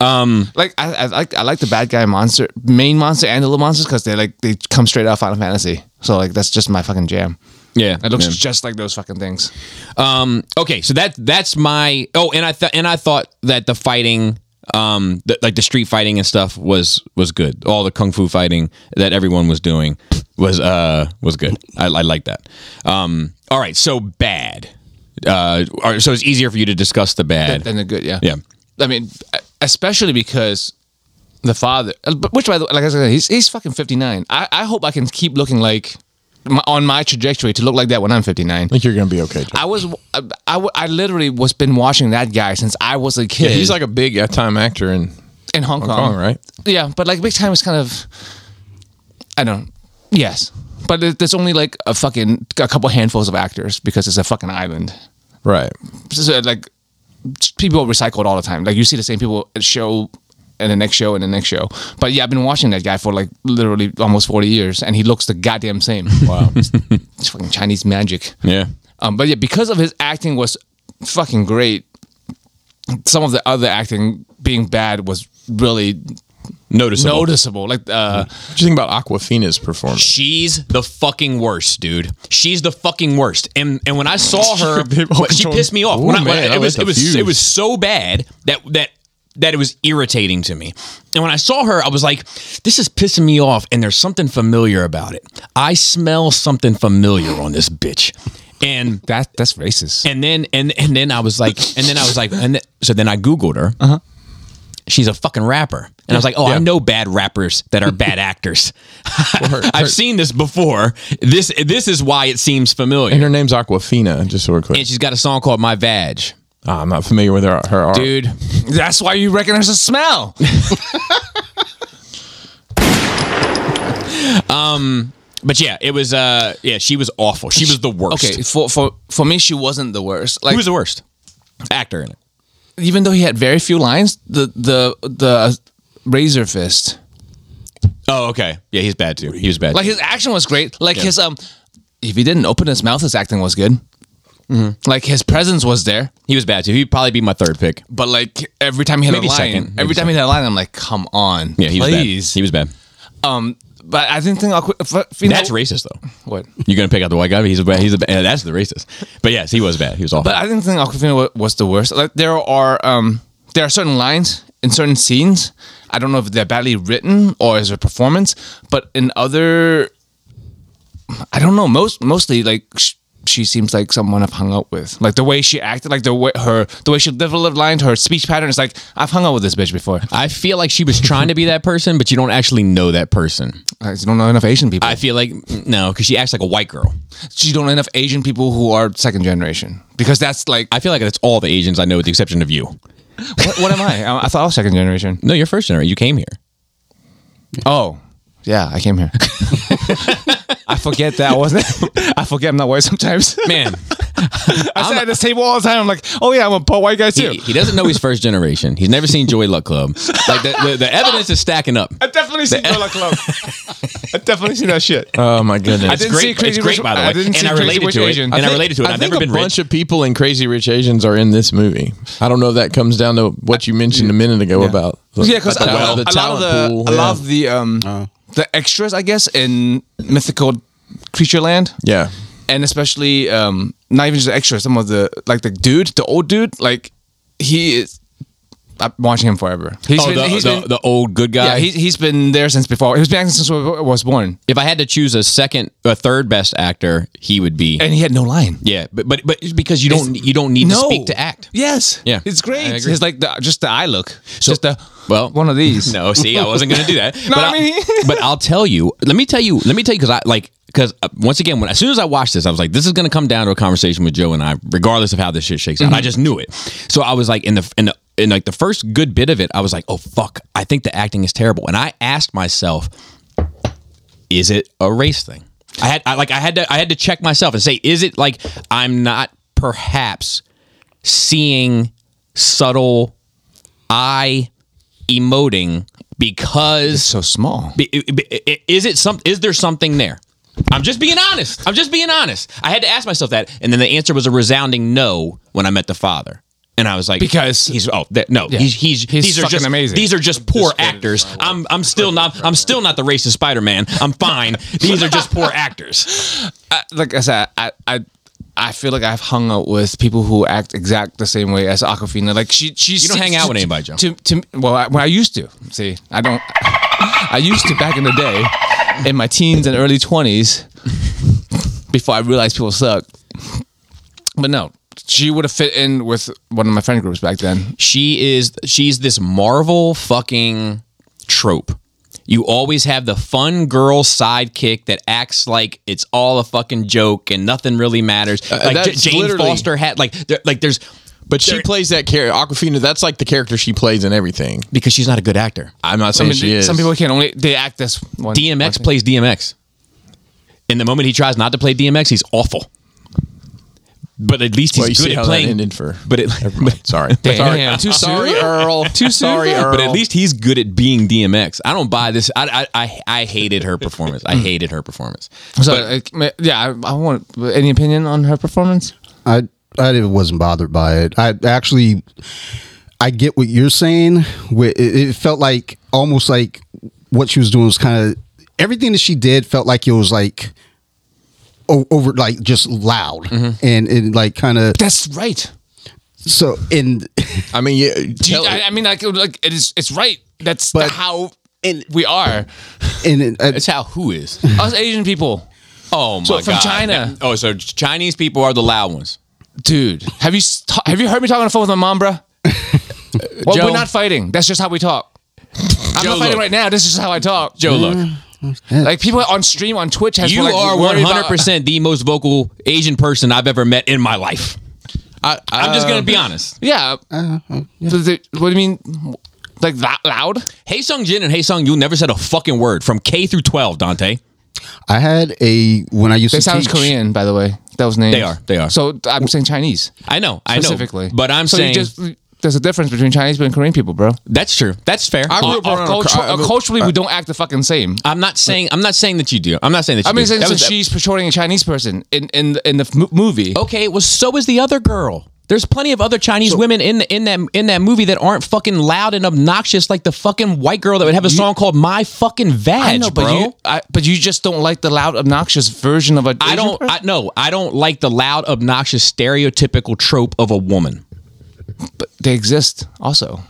Speaker 3: Like I, I like I like the bad guy monster, main monster, and the little monsters because they like they come straight out of Final Fantasy. So like that's just my fucking jam.
Speaker 1: yeah,
Speaker 3: It looks
Speaker 1: yeah.
Speaker 3: just like those fucking things.
Speaker 1: Um, okay, so that that's my oh, and I thought and I thought that the fighting, um, th- like the street fighting and stuff was was good. All the kung fu fighting that everyone was doing was uh was good. I, I like that. Um, all right, so bad. Uh, all right, so it's easier for you to discuss the bad.
Speaker 3: Then they're good. Yeah.
Speaker 1: Yeah.
Speaker 3: I mean, especially because the father, uh, but which by the way, like I said, he's he's fucking fifty nine. I, I hope I can keep looking like my, on my trajectory to look like that when I'm fifty nine.
Speaker 2: I think you're gonna be okay. Joe.
Speaker 3: I was I, I, I literally was been watching that guy since I was a kid.
Speaker 2: Yeah, he's like a big uh, time actor in
Speaker 3: in Hong,
Speaker 2: Hong Kong, right?
Speaker 3: Yeah, but like big time is kind of I don't. Yes, but there- there's only like a fucking a couple handfuls of actors because it's a fucking island.
Speaker 2: Right.
Speaker 3: So, like people recycled all the time. Like you see the same people at show and the next show and the next show. But yeah, I've been watching that guy for like literally almost forty years, and he looks the goddamn same. [LAUGHS] Wow, it's fucking Chinese magic.
Speaker 1: yeah,
Speaker 3: Um, but yeah, because of his acting was fucking great. Some of the other acting being bad was really
Speaker 1: Noticeable.
Speaker 3: noticeable. Like uh,
Speaker 2: What do you think about Aquafina's performance?
Speaker 1: She's the fucking worst, dude. She's the fucking worst. And and when I
Speaker 2: [LAUGHS]
Speaker 1: saw her,
Speaker 2: They all
Speaker 1: she
Speaker 2: control-
Speaker 1: pissed me off.
Speaker 2: Ooh,
Speaker 1: When I- when
Speaker 2: man,
Speaker 1: I-
Speaker 2: I
Speaker 1: it was
Speaker 2: was
Speaker 1: it was it
Speaker 2: confused.
Speaker 1: was so bad that that that it was irritating to me. And when I saw her, I was like, this is pissing me off and there's something familiar about it. I smell something familiar on this bitch. And
Speaker 3: that that's racist.
Speaker 1: and then and and then I was like, and then I was like, and th- so then I googled her.
Speaker 3: Uh-huh.
Speaker 1: She's a fucking rapper, and I was like, oh, I know bad rappers that are
Speaker 3: [LAUGHS]
Speaker 1: bad actors. [LAUGHS] I've seen this before. This this is why it seems familiar.
Speaker 2: And
Speaker 1: And,
Speaker 2: her name's Aquafina, just so we're clear.
Speaker 1: she's got a song called "My Vag."
Speaker 2: Ah, I'm not familiar with her, her art.
Speaker 1: Dude,
Speaker 3: that's why you recognize the smell.
Speaker 1: but yeah, it was uh yeah, she was awful. She was the worst.
Speaker 3: okay, for for for me, she wasn't the worst. Like
Speaker 1: who was the worst actor in it?
Speaker 3: even though he had very few lines, the the the razor fist.
Speaker 1: Oh, okay. Yeah, he's bad too. He was bad.
Speaker 3: Like his action was great. Like his um, if he didn't open his mouth, his acting was good.
Speaker 1: Mm-hmm.
Speaker 3: Like his presence was there,
Speaker 1: he was bad too. He'd probably be my third pick.
Speaker 3: but like every time he had
Speaker 1: Maybe
Speaker 3: a line,
Speaker 1: second, maybe
Speaker 3: every time he had a line, I'm like, come on,
Speaker 1: Yeah, he was
Speaker 3: please.
Speaker 1: bad. He was bad.
Speaker 3: um, but I didn't think Aqu- f- you know-
Speaker 1: That's racist though.
Speaker 3: What?
Speaker 1: You're gonna pick out the white guy, but he's a bad, he's a bad, yeah, that's the racist. But yes, he was bad. He was awful.
Speaker 3: But I didn't think Aquafina wa- was the worst. Like there are um, there are certain lines in certain scenes. I don't know if they're badly written or is a performance, but in other, I don't know. Most mostly like sh- she seems like someone I've hung out with. Like the way she acted, like the way her the way she developed lines, her speech pattern is like I've hung out with this bitch before.
Speaker 1: I feel like she was trying to be that person, but you don't actually know that person.
Speaker 3: I just don't know enough Asian people.
Speaker 1: I feel like no, because she acts like a white girl.
Speaker 3: she don't know enough Asian people who are second generation because that's like
Speaker 1: I feel like that's all the Asians I know, with the exception of you.
Speaker 3: what, what am I?
Speaker 1: [LAUGHS]
Speaker 3: I? I thought I was second generation.
Speaker 1: No, you're first generation. You came here.
Speaker 3: Oh, yeah, I came here. I forget that I wasn't. [LAUGHS] I forget I'm not white sometimes.
Speaker 1: Man,
Speaker 3: I sit at this table all the time. I'm like, oh yeah, I'm a poor white guy
Speaker 1: [LAUGHS]
Speaker 3: too.
Speaker 1: he, he doesn't know he's first generation. He's never seen Joy Luck Club. Like the, the, the evidence is stacking up.
Speaker 3: I definitely seen Gorilla Club. I definitely seen that shit.
Speaker 2: Oh my goodness.
Speaker 3: I didn't
Speaker 1: Great,
Speaker 3: see Crazy
Speaker 1: it's great
Speaker 3: Rich-
Speaker 1: by the way.
Speaker 3: I didn't
Speaker 1: and
Speaker 3: see
Speaker 1: I
Speaker 3: Crazy
Speaker 1: related
Speaker 3: Rich
Speaker 1: to it.
Speaker 3: Asian.
Speaker 1: And I related to it. I've
Speaker 2: think
Speaker 1: never been
Speaker 2: a
Speaker 1: rich.
Speaker 2: bunch of people in Crazy Rich Asians are in this movie. I don't know if that comes down to what you mentioned a minute ago about the,
Speaker 3: Yeah, because a,
Speaker 2: about the, the
Speaker 3: lot- a lot of
Speaker 2: talent
Speaker 3: the
Speaker 2: pool.
Speaker 3: a
Speaker 2: yeah.
Speaker 3: lot of the um the extras, I guess, in mythical creature land.
Speaker 2: yeah.
Speaker 3: and especially um not even just the extra some of the like the dude the old dude like he is i'm watching him forever He's
Speaker 1: oh,
Speaker 3: been,
Speaker 1: the,
Speaker 3: he's
Speaker 1: the,
Speaker 3: been
Speaker 1: the old good guy.
Speaker 3: yeah he, he's been there since before he's been acting since i was born
Speaker 1: if I had to choose a second, a third best actor, he would be.
Speaker 3: and he had no line
Speaker 1: yeah, but but but it's because you don't you don't need to speak to act.
Speaker 3: yes
Speaker 1: Yeah.
Speaker 3: it's
Speaker 1: I
Speaker 3: great
Speaker 1: agree.
Speaker 3: it's like the, just the eye look just the
Speaker 1: well,
Speaker 3: one of
Speaker 1: [LAUGHS]
Speaker 3: these
Speaker 1: No, see, I wasn't gonna do that.
Speaker 3: [LAUGHS] No,
Speaker 1: but
Speaker 3: I mean-
Speaker 1: will but I'll tell you. Let me tell you. Let me tell you because I like because uh, once again, when as soon as I watched this, I was like, this is gonna come down to a conversation with Joe and I, regardless of how this shit shakes out.
Speaker 3: Mm-hmm.
Speaker 1: I just knew it. So I was like, in the in the in like the first good bit of it, I was like, oh fuck, I think the acting is terrible, and I asked myself, is it a race thing? I had I, like I had to I had to check myself and say, is it like I'm not perhaps seeing subtle eye emoting because
Speaker 3: so small
Speaker 1: be- be- i- is it some is there something there i'm just being honest i'm just being honest i had to ask myself that and then the answer was a resounding no when i met the father and i was like
Speaker 3: Because-
Speaker 1: he's oh th- no he's, he's
Speaker 3: He's
Speaker 1: these are
Speaker 3: fucking
Speaker 1: just
Speaker 3: amazing.
Speaker 1: these are just poor actors i'm i'm still not i'm still not the racist spider-man i'm fine these are just poor actors
Speaker 3: I, like i said i i I feel like I've hung out with people who act exact the same way as Aquafina. Like she, she.
Speaker 1: You don't hang out with anybody, Joe.
Speaker 3: To, to, well, I, well, I used to. See, I don't. I used to back in the day, in my teens and early twenties, before I realized people suck. But no, she would have fit in with one of my friend groups back then.
Speaker 1: she is she's this Marvel fucking trope. You always have the fun girl sidekick that acts like it's all a fucking joke and nothing really matters. like J-
Speaker 2: Uh, that's
Speaker 1: Jane
Speaker 2: literally-
Speaker 1: Foster had like there, like there's
Speaker 2: But she
Speaker 1: There-
Speaker 2: plays that character. Aquafina, that's like the character she plays in everything.
Speaker 1: because she's not a good actor.
Speaker 2: I'm not
Speaker 3: I
Speaker 2: saying
Speaker 3: mean,
Speaker 2: she is.
Speaker 3: some people can only they act this one. one
Speaker 1: DMX
Speaker 3: thing.
Speaker 1: plays DMX. And the moment he tries not to play DMX, he's awful. But at least he's
Speaker 2: well, you
Speaker 1: good
Speaker 2: see
Speaker 1: at
Speaker 2: how
Speaker 1: playing.
Speaker 2: that ended for.
Speaker 1: but it, [LAUGHS]
Speaker 2: sorry. sorry.
Speaker 3: Damn, too
Speaker 2: sorry,
Speaker 3: soon?
Speaker 2: Earl.
Speaker 3: Too soon?
Speaker 2: Sorry, Earl.
Speaker 1: But at least he's good at being DMX. I don't buy this. I I I, I hated her performance.
Speaker 3: [LAUGHS] Hmm.
Speaker 1: I hated her performance.
Speaker 3: So like, ma- yeah, I, I want any opinion on her performance.
Speaker 4: I I didn't- wasn't bothered by it. I actually I get what you're saying. Where it, it felt like almost like what she was doing was kind of everything that she did felt like it was like o- over like just loud and, and like kind of
Speaker 3: That's right.
Speaker 4: so and [LAUGHS]
Speaker 2: I mean, yeah,
Speaker 3: Do you-
Speaker 2: tell,
Speaker 3: I, I mean, like, like it is. It's right. That's
Speaker 4: But-
Speaker 3: how
Speaker 4: and
Speaker 3: we are.
Speaker 4: and, and uh,
Speaker 1: That's how who
Speaker 3: [LAUGHS]
Speaker 1: is.
Speaker 3: Us Asian people,
Speaker 1: Oh my
Speaker 3: So
Speaker 1: god.
Speaker 3: from China.
Speaker 1: Oh, so Chinese people are the loud ones.
Speaker 3: dude. Have you s- ta- have you heard me talk on the phone with my
Speaker 1: [LAUGHS]
Speaker 3: mom, bro? well,
Speaker 1: Joe.
Speaker 3: we're not fighting. That's just how
Speaker 1: [LAUGHS]
Speaker 3: we talk. I'm
Speaker 1: Joe,
Speaker 3: not fighting
Speaker 1: look.
Speaker 3: right now. This is how I talk.
Speaker 1: Joe, look,
Speaker 3: Like people on stream on Twitch has
Speaker 1: you
Speaker 3: like,
Speaker 1: are one
Speaker 3: worried about-
Speaker 1: hundred percent the most vocal Asian person I've ever met in my life.
Speaker 2: I, I,
Speaker 1: I'm just gonna
Speaker 3: Um,
Speaker 1: be honest.
Speaker 3: Yeah.
Speaker 1: Uh-huh.
Speaker 3: So they- What do you mean? Like that loud?
Speaker 1: Hey Sung Jin and Hey Sung, you never said a fucking word from K through twelve, Dante.
Speaker 4: I had a when I used
Speaker 3: They
Speaker 4: to
Speaker 3: sound
Speaker 4: teach,
Speaker 3: Korean, by the way. That was named.
Speaker 1: They are, they are.
Speaker 3: So I'm saying Chinese
Speaker 1: I know, I know.
Speaker 3: specifically.
Speaker 1: but I'm
Speaker 3: so you
Speaker 1: saying
Speaker 3: just, there's a difference between Chinese people and Korean people, bro.
Speaker 1: that's true. That's fair.
Speaker 2: I grew
Speaker 1: I
Speaker 2: up around a
Speaker 3: Cultu- uh,
Speaker 2: cr- I grew-
Speaker 3: culturally, we don't act the fucking same.
Speaker 1: am not saying. I'm not saying that you do. I'm not saying that. You
Speaker 3: I mean,
Speaker 1: do.
Speaker 3: saying
Speaker 1: That
Speaker 3: so
Speaker 1: was-
Speaker 3: she's portraying a Oh, Chinese person in in the- in the m- movie.
Speaker 1: okay. Well, so is the other girl. There's plenty of other Chinese women in the, in that in that movie that aren't fucking loud and obnoxious like the fucking white girl that would have a song called "My Fucking Vag,"
Speaker 3: I know, but
Speaker 1: bro.
Speaker 3: you I, but you just don't like the loud, obnoxious version of a.
Speaker 1: I
Speaker 3: Asian
Speaker 1: don't.
Speaker 3: person?
Speaker 1: I no. I don't like the loud, obnoxious, stereotypical trope of a woman.
Speaker 3: but they exist also.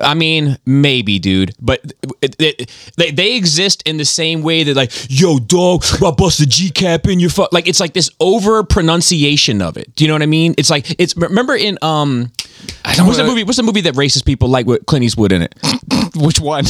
Speaker 1: I mean, maybe, dude, but it, it, they they exist in the same way that like, yo, dog, I bust the G cap in your fuck. Like it's like this over pronunciation of it. Do you know what I mean? It's like it's remember in um, what's the
Speaker 3: wanna-
Speaker 1: movie? What's the movie that racist people like with Clint Eastwood in it?
Speaker 3: [LAUGHS] Which one?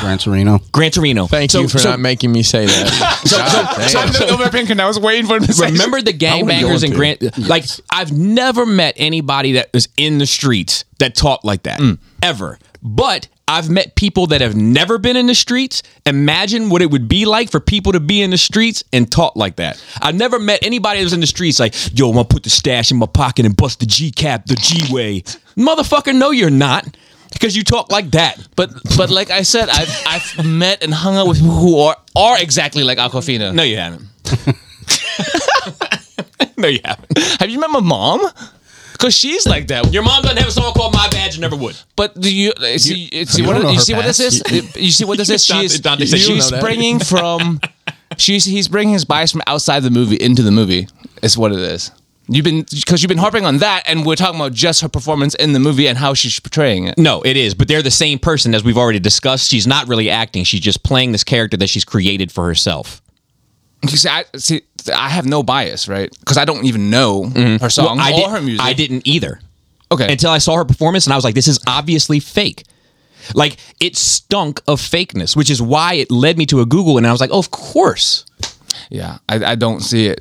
Speaker 4: Gran Torino.
Speaker 1: Gran Torino.
Speaker 2: Thank you for not making me say that. God damn.
Speaker 3: over Pinkerton. I was waiting for him to say.
Speaker 1: Remember the gangbangers and Grant? Like I've never met anybody that was in the streets that talked like that ever. But I've met people that have never been in the streets. Imagine what it would be like for people to be in the streets and talk like that. I've never met anybody that was in the streets like, yo, I'm gonna put the stash in my pocket and bust the G cap the G way. Motherfucker, no, you're not. Because you talk like that.
Speaker 3: But [LAUGHS] but like I said, I've I've met and hung out with people who are are exactly like Aquafina.
Speaker 1: No, you haven't. [LAUGHS] no, you haven't.
Speaker 3: Have you met my mom? Because she's like that.
Speaker 1: Your mom doesn't have a song called My Badge, never would.
Speaker 3: But do you uh, see? You, see
Speaker 4: you
Speaker 3: what
Speaker 4: don't know
Speaker 3: you
Speaker 4: her
Speaker 3: see what this is? You see what this is?
Speaker 1: Dante-
Speaker 3: She's
Speaker 1: Dante said you
Speaker 3: she's
Speaker 2: know that.
Speaker 3: bringing from. She's he's bringing his bias from outside the movie into the movie. Is what it is. You've been because you've been harping on that, and we're talking about just her performance in the movie and how she's portraying it.
Speaker 1: No, it is, but they're the same person as we've already discussed. She's not really acting; she's just playing this character that she's created for herself.
Speaker 3: You see, I see. I have no bias, right? Because I don't even know her songs
Speaker 1: I
Speaker 3: or
Speaker 1: did,
Speaker 3: her music.
Speaker 1: I didn't either
Speaker 3: Okay.
Speaker 1: until I saw her performance, and I was like, "This is obviously fake." Like it stunk of fakeness, which is why it led me to a Google, and I was like, oh, "Of course."
Speaker 3: yeah, I, I don't see it.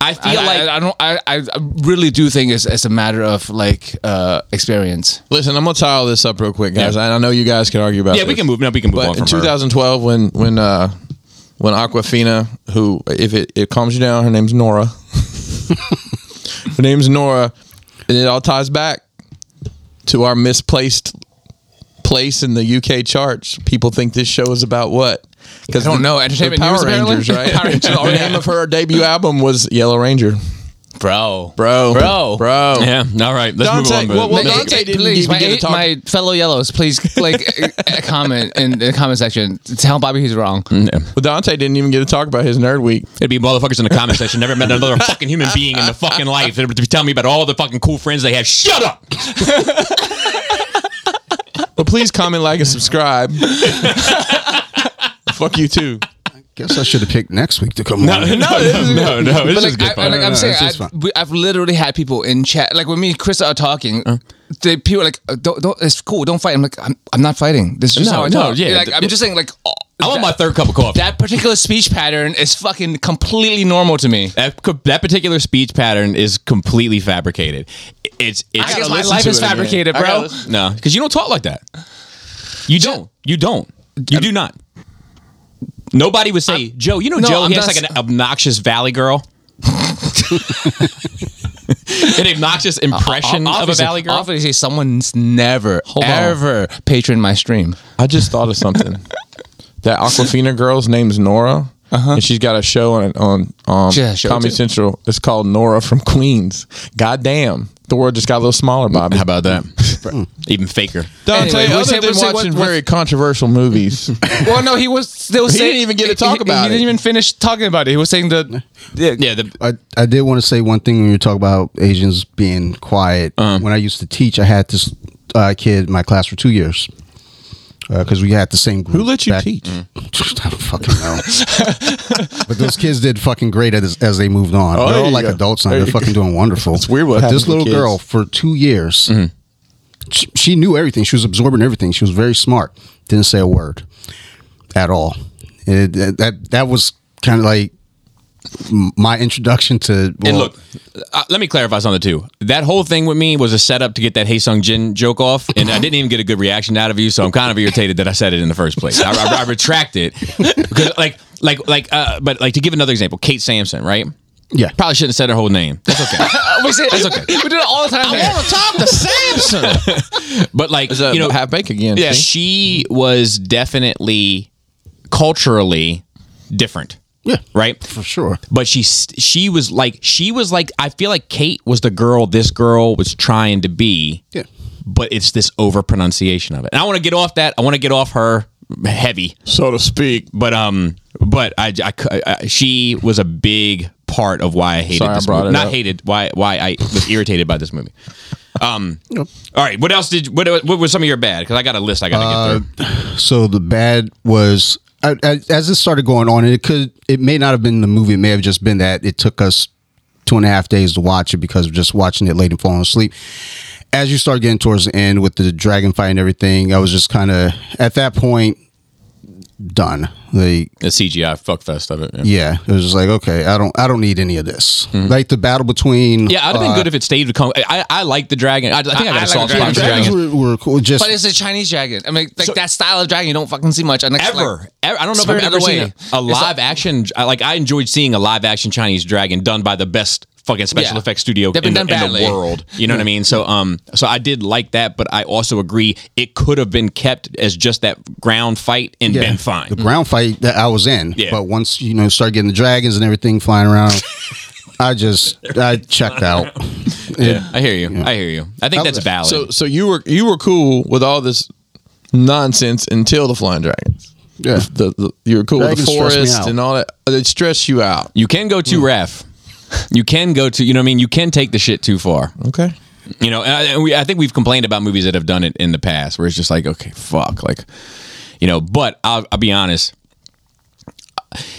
Speaker 1: I
Speaker 3: I,
Speaker 1: feel like
Speaker 3: I, I don't. I, I really do think it's, it's a matter of like uh, experience.
Speaker 2: Listen, I'm gonna tie all this up real quick, guys. I I know you guys can argue about.
Speaker 1: yeah, we
Speaker 2: this.
Speaker 1: can move. No, we can move
Speaker 2: But
Speaker 1: on from
Speaker 2: in
Speaker 1: her.
Speaker 2: 2012, when when uh, when Aquafina, who if it, it calms you down, her name's Nora. [LAUGHS] her name's Nora, and it all ties back to our misplaced place in the UK charts. People think this show is about what? Because
Speaker 3: I don't know. Entertainment
Speaker 2: the [LAUGHS] Power
Speaker 3: News, apparently?
Speaker 2: Rangers, right?
Speaker 3: [LAUGHS] Power Rangers.
Speaker 2: the name of her debut album was Yellow Ranger,
Speaker 1: bro,
Speaker 2: bro,
Speaker 3: Bro.
Speaker 2: bro.
Speaker 1: Yeah, all right, let's move
Speaker 2: Dante,
Speaker 1: on. but-
Speaker 2: well, well,
Speaker 3: Ma-
Speaker 2: Dante
Speaker 3: eh,
Speaker 2: didn't
Speaker 3: please,
Speaker 2: even
Speaker 3: my,
Speaker 2: get to
Speaker 3: eh,
Speaker 2: talk-
Speaker 3: my fellow yellows, please like eh, eh, comment in the comment section. Tell Bobby he's wrong.
Speaker 2: Well, Dante didn't even get to talk about his nerd week.
Speaker 1: It'd be motherfuckers in the comment section. Never met
Speaker 2: [LAUGHS]
Speaker 1: another fucking human being in the fucking life. They'd be telling me about all the fucking cool friends they have. Shut up.
Speaker 2: But please comment, like, and
Speaker 3: [LAUGHS]
Speaker 2: subscribe. Fuck you too.
Speaker 4: Guess I should have picked next week to come
Speaker 1: [LAUGHS]
Speaker 4: on.
Speaker 1: no, no. This
Speaker 3: But
Speaker 1: is
Speaker 3: like,
Speaker 1: good
Speaker 3: I,
Speaker 1: fun.
Speaker 3: like
Speaker 4: No,
Speaker 3: I'm
Speaker 4: no,
Speaker 3: saying,
Speaker 4: this is
Speaker 3: I,
Speaker 4: fun.
Speaker 3: we, I've literally had people in chat, like when me and Chris are talking, they people are like, "Oh, don't, don't, it's cool, don't fight. I'm like, I'm, I'm not fighting. This is just
Speaker 1: No,
Speaker 3: how I
Speaker 1: no,
Speaker 3: talk.
Speaker 1: yeah.
Speaker 3: like I'm just saying, like, oh,
Speaker 1: I want
Speaker 3: that-
Speaker 1: my third cup of coffee. That,
Speaker 3: That particular speech pattern is fucking completely normal to me.
Speaker 1: that, co- that particular speech pattern is completely fabricated. It's it's
Speaker 3: I guess my
Speaker 2: listen
Speaker 3: life
Speaker 2: to
Speaker 3: is
Speaker 2: it again.
Speaker 3: fabricated,
Speaker 2: I gotta
Speaker 3: bro.
Speaker 2: listen-
Speaker 1: no, because you don't talk like that. You don't. You don't. You do not. Nobody would say, Joe. You know,
Speaker 3: No,
Speaker 1: Joe.
Speaker 3: I'm
Speaker 1: he has
Speaker 3: not
Speaker 1: like
Speaker 3: s-
Speaker 1: an obnoxious valley
Speaker 3: [LAUGHS]
Speaker 1: girl. [LAUGHS] an obnoxious impression of a
Speaker 3: Obviously-
Speaker 1: valley girl.
Speaker 3: Obviously, someone's never,
Speaker 2: on.
Speaker 3: ever patroned my stream.
Speaker 2: I just thought of [LAUGHS] something. that Aquafina girl's name's Nora, and she's got a show on on um,
Speaker 3: She has a show,
Speaker 2: Comedy
Speaker 3: too.
Speaker 2: Central. It's called Nora from Queens. Goddamn, the world just got a little smaller, Bobby. [LAUGHS]
Speaker 1: about that? even faker.
Speaker 2: Dante,
Speaker 3: Anyway, we
Speaker 2: other
Speaker 3: say-
Speaker 2: than
Speaker 3: we say what-
Speaker 2: watching
Speaker 3: what-
Speaker 2: very controversial movies, [LAUGHS]
Speaker 3: Well, no, he was still
Speaker 2: He
Speaker 3: saying
Speaker 2: didn't even get to
Speaker 3: he-
Speaker 2: talk
Speaker 3: he-
Speaker 2: about
Speaker 3: He
Speaker 2: it.
Speaker 3: didn't even finish talking about it. He was saying [LAUGHS] the
Speaker 1: Yeah, the,
Speaker 4: I, I did want to say one thing when you talk about Asians being quiet.
Speaker 2: Uh-huh.
Speaker 4: When I used to teach, I had this uh, kid in my class for two years because we had the same group.
Speaker 2: who let you
Speaker 4: back-
Speaker 2: teach?
Speaker 4: [LAUGHS] I don't fucking know. but those kids did fucking great as, as they moved on.
Speaker 2: Oh,
Speaker 4: They're
Speaker 2: there
Speaker 4: all
Speaker 2: you
Speaker 4: like
Speaker 2: go.
Speaker 4: adults now.
Speaker 2: There
Speaker 4: They're
Speaker 2: you go.
Speaker 4: fucking doing wonderful.
Speaker 2: It's weird what
Speaker 4: But
Speaker 2: happens
Speaker 4: this
Speaker 2: to
Speaker 4: little
Speaker 2: kids. Mm-hmm.
Speaker 4: girl for two years, she, she knew everything. She was absorbing everything. She was very smart. Didn't say a word at all. It- that- that that was kind of like m- my introduction to. well,
Speaker 1: and look, uh, let me clarify something too. That whole thing with me was a setup to get that Hey Sung Jin joke off, and I didn't even get a good reaction out of you, so I'm kind of irritated that I said it in the first place. I, I, I retract it because, like, like, like, uh, but like to give another example, Kate Sampson, right?
Speaker 4: Yeah.
Speaker 1: Probably shouldn't have said her whole name. That's
Speaker 2: [LAUGHS]
Speaker 1: okay.
Speaker 3: we say [LAUGHS]
Speaker 1: That's okay.
Speaker 3: We did Oh, it all the time.
Speaker 2: I want to talk to Samson.
Speaker 1: [LAUGHS] But like,
Speaker 2: It's a
Speaker 1: you know,
Speaker 2: half bake again.
Speaker 1: yeah, she was definitely culturally different,
Speaker 4: Yeah.
Speaker 1: right?
Speaker 4: For sure.
Speaker 1: but she st- she was like she was like I feel like Kate was the girl this girl was trying to be.
Speaker 4: Yeah.
Speaker 1: But it's this over pronunciation of it. And I want to get off that. I want to get off her heavy.
Speaker 2: so to speak.
Speaker 1: But um but I, I cou- I- she was a big part of why I hated
Speaker 2: Sorry, I
Speaker 1: this
Speaker 2: brought
Speaker 1: movie.
Speaker 2: it
Speaker 1: Not
Speaker 2: up.
Speaker 1: hated why why I was irritated by this movie. Um all right, what else did what what was some of your bad cuz I got a list I got to get through.
Speaker 4: So the bad was I, I, as this started going on, and it could it may not have been the movie. It may have just been that it took us two and a half days to watch it because of just watching it late and falling asleep. As you start getting towards the end with the dragon fight and everything, I was just kind of at that point done. Like
Speaker 1: The CGI fuckfest of it. Yeah.
Speaker 4: yeah, it was just like okay, I don't I don't need any of this.
Speaker 1: Mm-hmm.
Speaker 4: Like the battle between
Speaker 1: Yeah, I'd have been
Speaker 4: uh,
Speaker 1: good if it stayed with. Kong. I I like the dragon. I, I think I,
Speaker 3: I- I
Speaker 1: got a
Speaker 3: like
Speaker 1: soft
Speaker 3: the
Speaker 1: spot for
Speaker 3: dragon.
Speaker 1: dragons.
Speaker 4: dragons were, were cool. Just
Speaker 3: But it's a Chinese dragon. I mean, like that style of dragon, you don't fucking see much. And it's
Speaker 1: ever.
Speaker 3: like-
Speaker 1: ever. I don't know if I've
Speaker 3: Spirited
Speaker 1: ever
Speaker 3: Away.
Speaker 1: seen a, a
Speaker 3: It's
Speaker 1: live action. I- Like I enjoyed seeing a live action Chinese dragon done by the best fucking special
Speaker 3: Yeah.
Speaker 1: effects studio
Speaker 3: They've
Speaker 1: in
Speaker 3: been
Speaker 1: the,
Speaker 3: done
Speaker 1: in the
Speaker 3: badly.
Speaker 1: world. You know what I mean? So um, so I did like that, but I also agree it could have been kept as just that ground fight and been fine.
Speaker 4: The ground fight that I was in.
Speaker 1: Yeah.
Speaker 4: But once, you know, start getting the dragons and everything flying
Speaker 1: [LAUGHS]
Speaker 4: around, I just I checked out.
Speaker 1: Yeah, I hear you. I hear you. I think that's valid.
Speaker 2: So so you were you were cool with all this nonsense until the flying dragons.
Speaker 4: Yeah.
Speaker 2: The, the, you were cool with
Speaker 4: Dragons
Speaker 2: the
Speaker 4: stress me
Speaker 2: forest
Speaker 4: out.
Speaker 2: and all that. It stressed you out.
Speaker 1: you can go too ref. You can go to. You know what I mean? You can take the shit too far.
Speaker 2: Okay.
Speaker 1: You know, and I, and we, I think we've complained about movies that have done it in the past, where it's just like, okay, fuck, like, you know. But I'll, I'll be honest.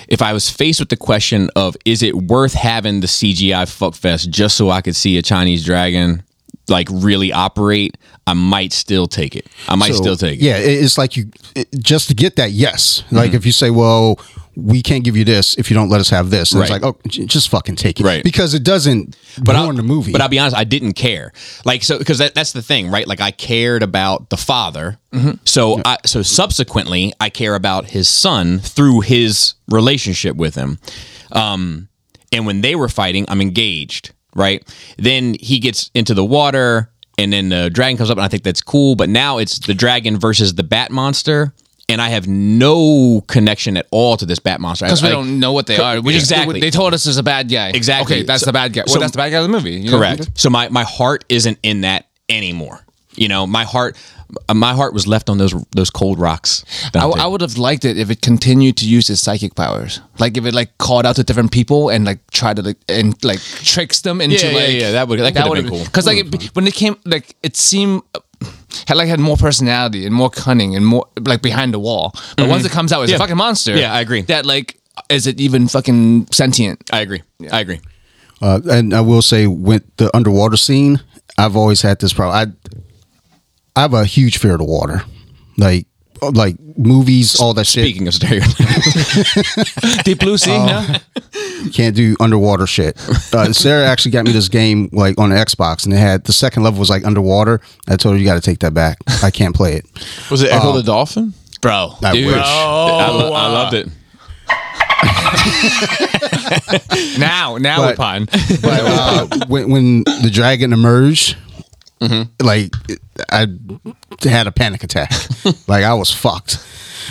Speaker 1: If I was faced with the question of is it worth having the CGI fuckfest just so I could see a Chinese dragon like really operate, I might still take it. I might
Speaker 4: So,
Speaker 1: still take it. Mm-hmm.
Speaker 4: Yeah, it- it's like you it, just to get that yes. Like if you say, "Well, we can't give you this if you don't let us have this," and it's
Speaker 1: Right.
Speaker 4: like, "Oh, j- just fucking take it,"
Speaker 1: Right.
Speaker 4: Because it doesn't
Speaker 1: but I,
Speaker 4: ruin the movie.
Speaker 1: But I'll be honest, I didn't care. Like so, because that, that's the thing, right? Like I cared about the father.
Speaker 3: Mm-hmm.
Speaker 1: So I so subsequently, I care about his son through his relationship with him. Um, and when they were fighting, I'm engaged. Right then, he gets into the water, and then the dragon comes up, and I think that's cool. But now it's the dragon versus the bat monster. And I have no connection at all to this bat monster.
Speaker 3: Because we
Speaker 1: I, I-
Speaker 3: don't know what they are. We
Speaker 1: Exactly.
Speaker 3: Just, they told us there's a bad guy.
Speaker 1: Exactly.
Speaker 3: Okay, that's
Speaker 1: So-
Speaker 3: the bad guy. Well,
Speaker 1: so-
Speaker 3: that's the bad guy of the movie. you know?
Speaker 1: Correct. So my my heart isn't in that anymore. You know, my heart my heart was left on those those cold rocks.
Speaker 3: I,
Speaker 1: Dante.
Speaker 3: I would have liked it if it continued to use its psychic powers. Like if it like called out to different people and like tried to like and like tricks them into
Speaker 1: Yeah, yeah,
Speaker 3: like
Speaker 1: yeah, that would- that could've
Speaker 3: would've
Speaker 1: been cool. Mm-hmm.
Speaker 3: Because like it, when it came like it seemed had like had more personality and more cunning and more like behind the wall. But once it comes out,
Speaker 1: Mm-hmm.
Speaker 3: it's
Speaker 1: Yeah.
Speaker 3: a fucking monster.
Speaker 1: Yeah, I agree.
Speaker 3: That like is it even fucking
Speaker 1: [LAUGHS]
Speaker 3: sentient?
Speaker 1: I agree. I agree.
Speaker 4: Uh, and I will say, with the underwater scene, I've always had this problem. I, I have a huge fear of the water, like like movies, all that shit.
Speaker 1: Speaking of stereotypes,
Speaker 3: Deep Blue Sea. no?
Speaker 4: can't do underwater shit. Uh, Sarah actually got me this game like on the Xbox, and it had the second level was like underwater. I told her you got to take that back. I can't play it.
Speaker 2: Was it Echo the Dolphin?
Speaker 1: [LAUGHS] bro,
Speaker 4: I
Speaker 1: dude,
Speaker 4: wish.
Speaker 1: I, lo- I loved it.
Speaker 3: [LAUGHS] now, now
Speaker 4: But-
Speaker 1: [LAUGHS]
Speaker 3: we're pun.
Speaker 4: But uh, when, when the dragon emerged, like I had a panic attack. like I was fucked.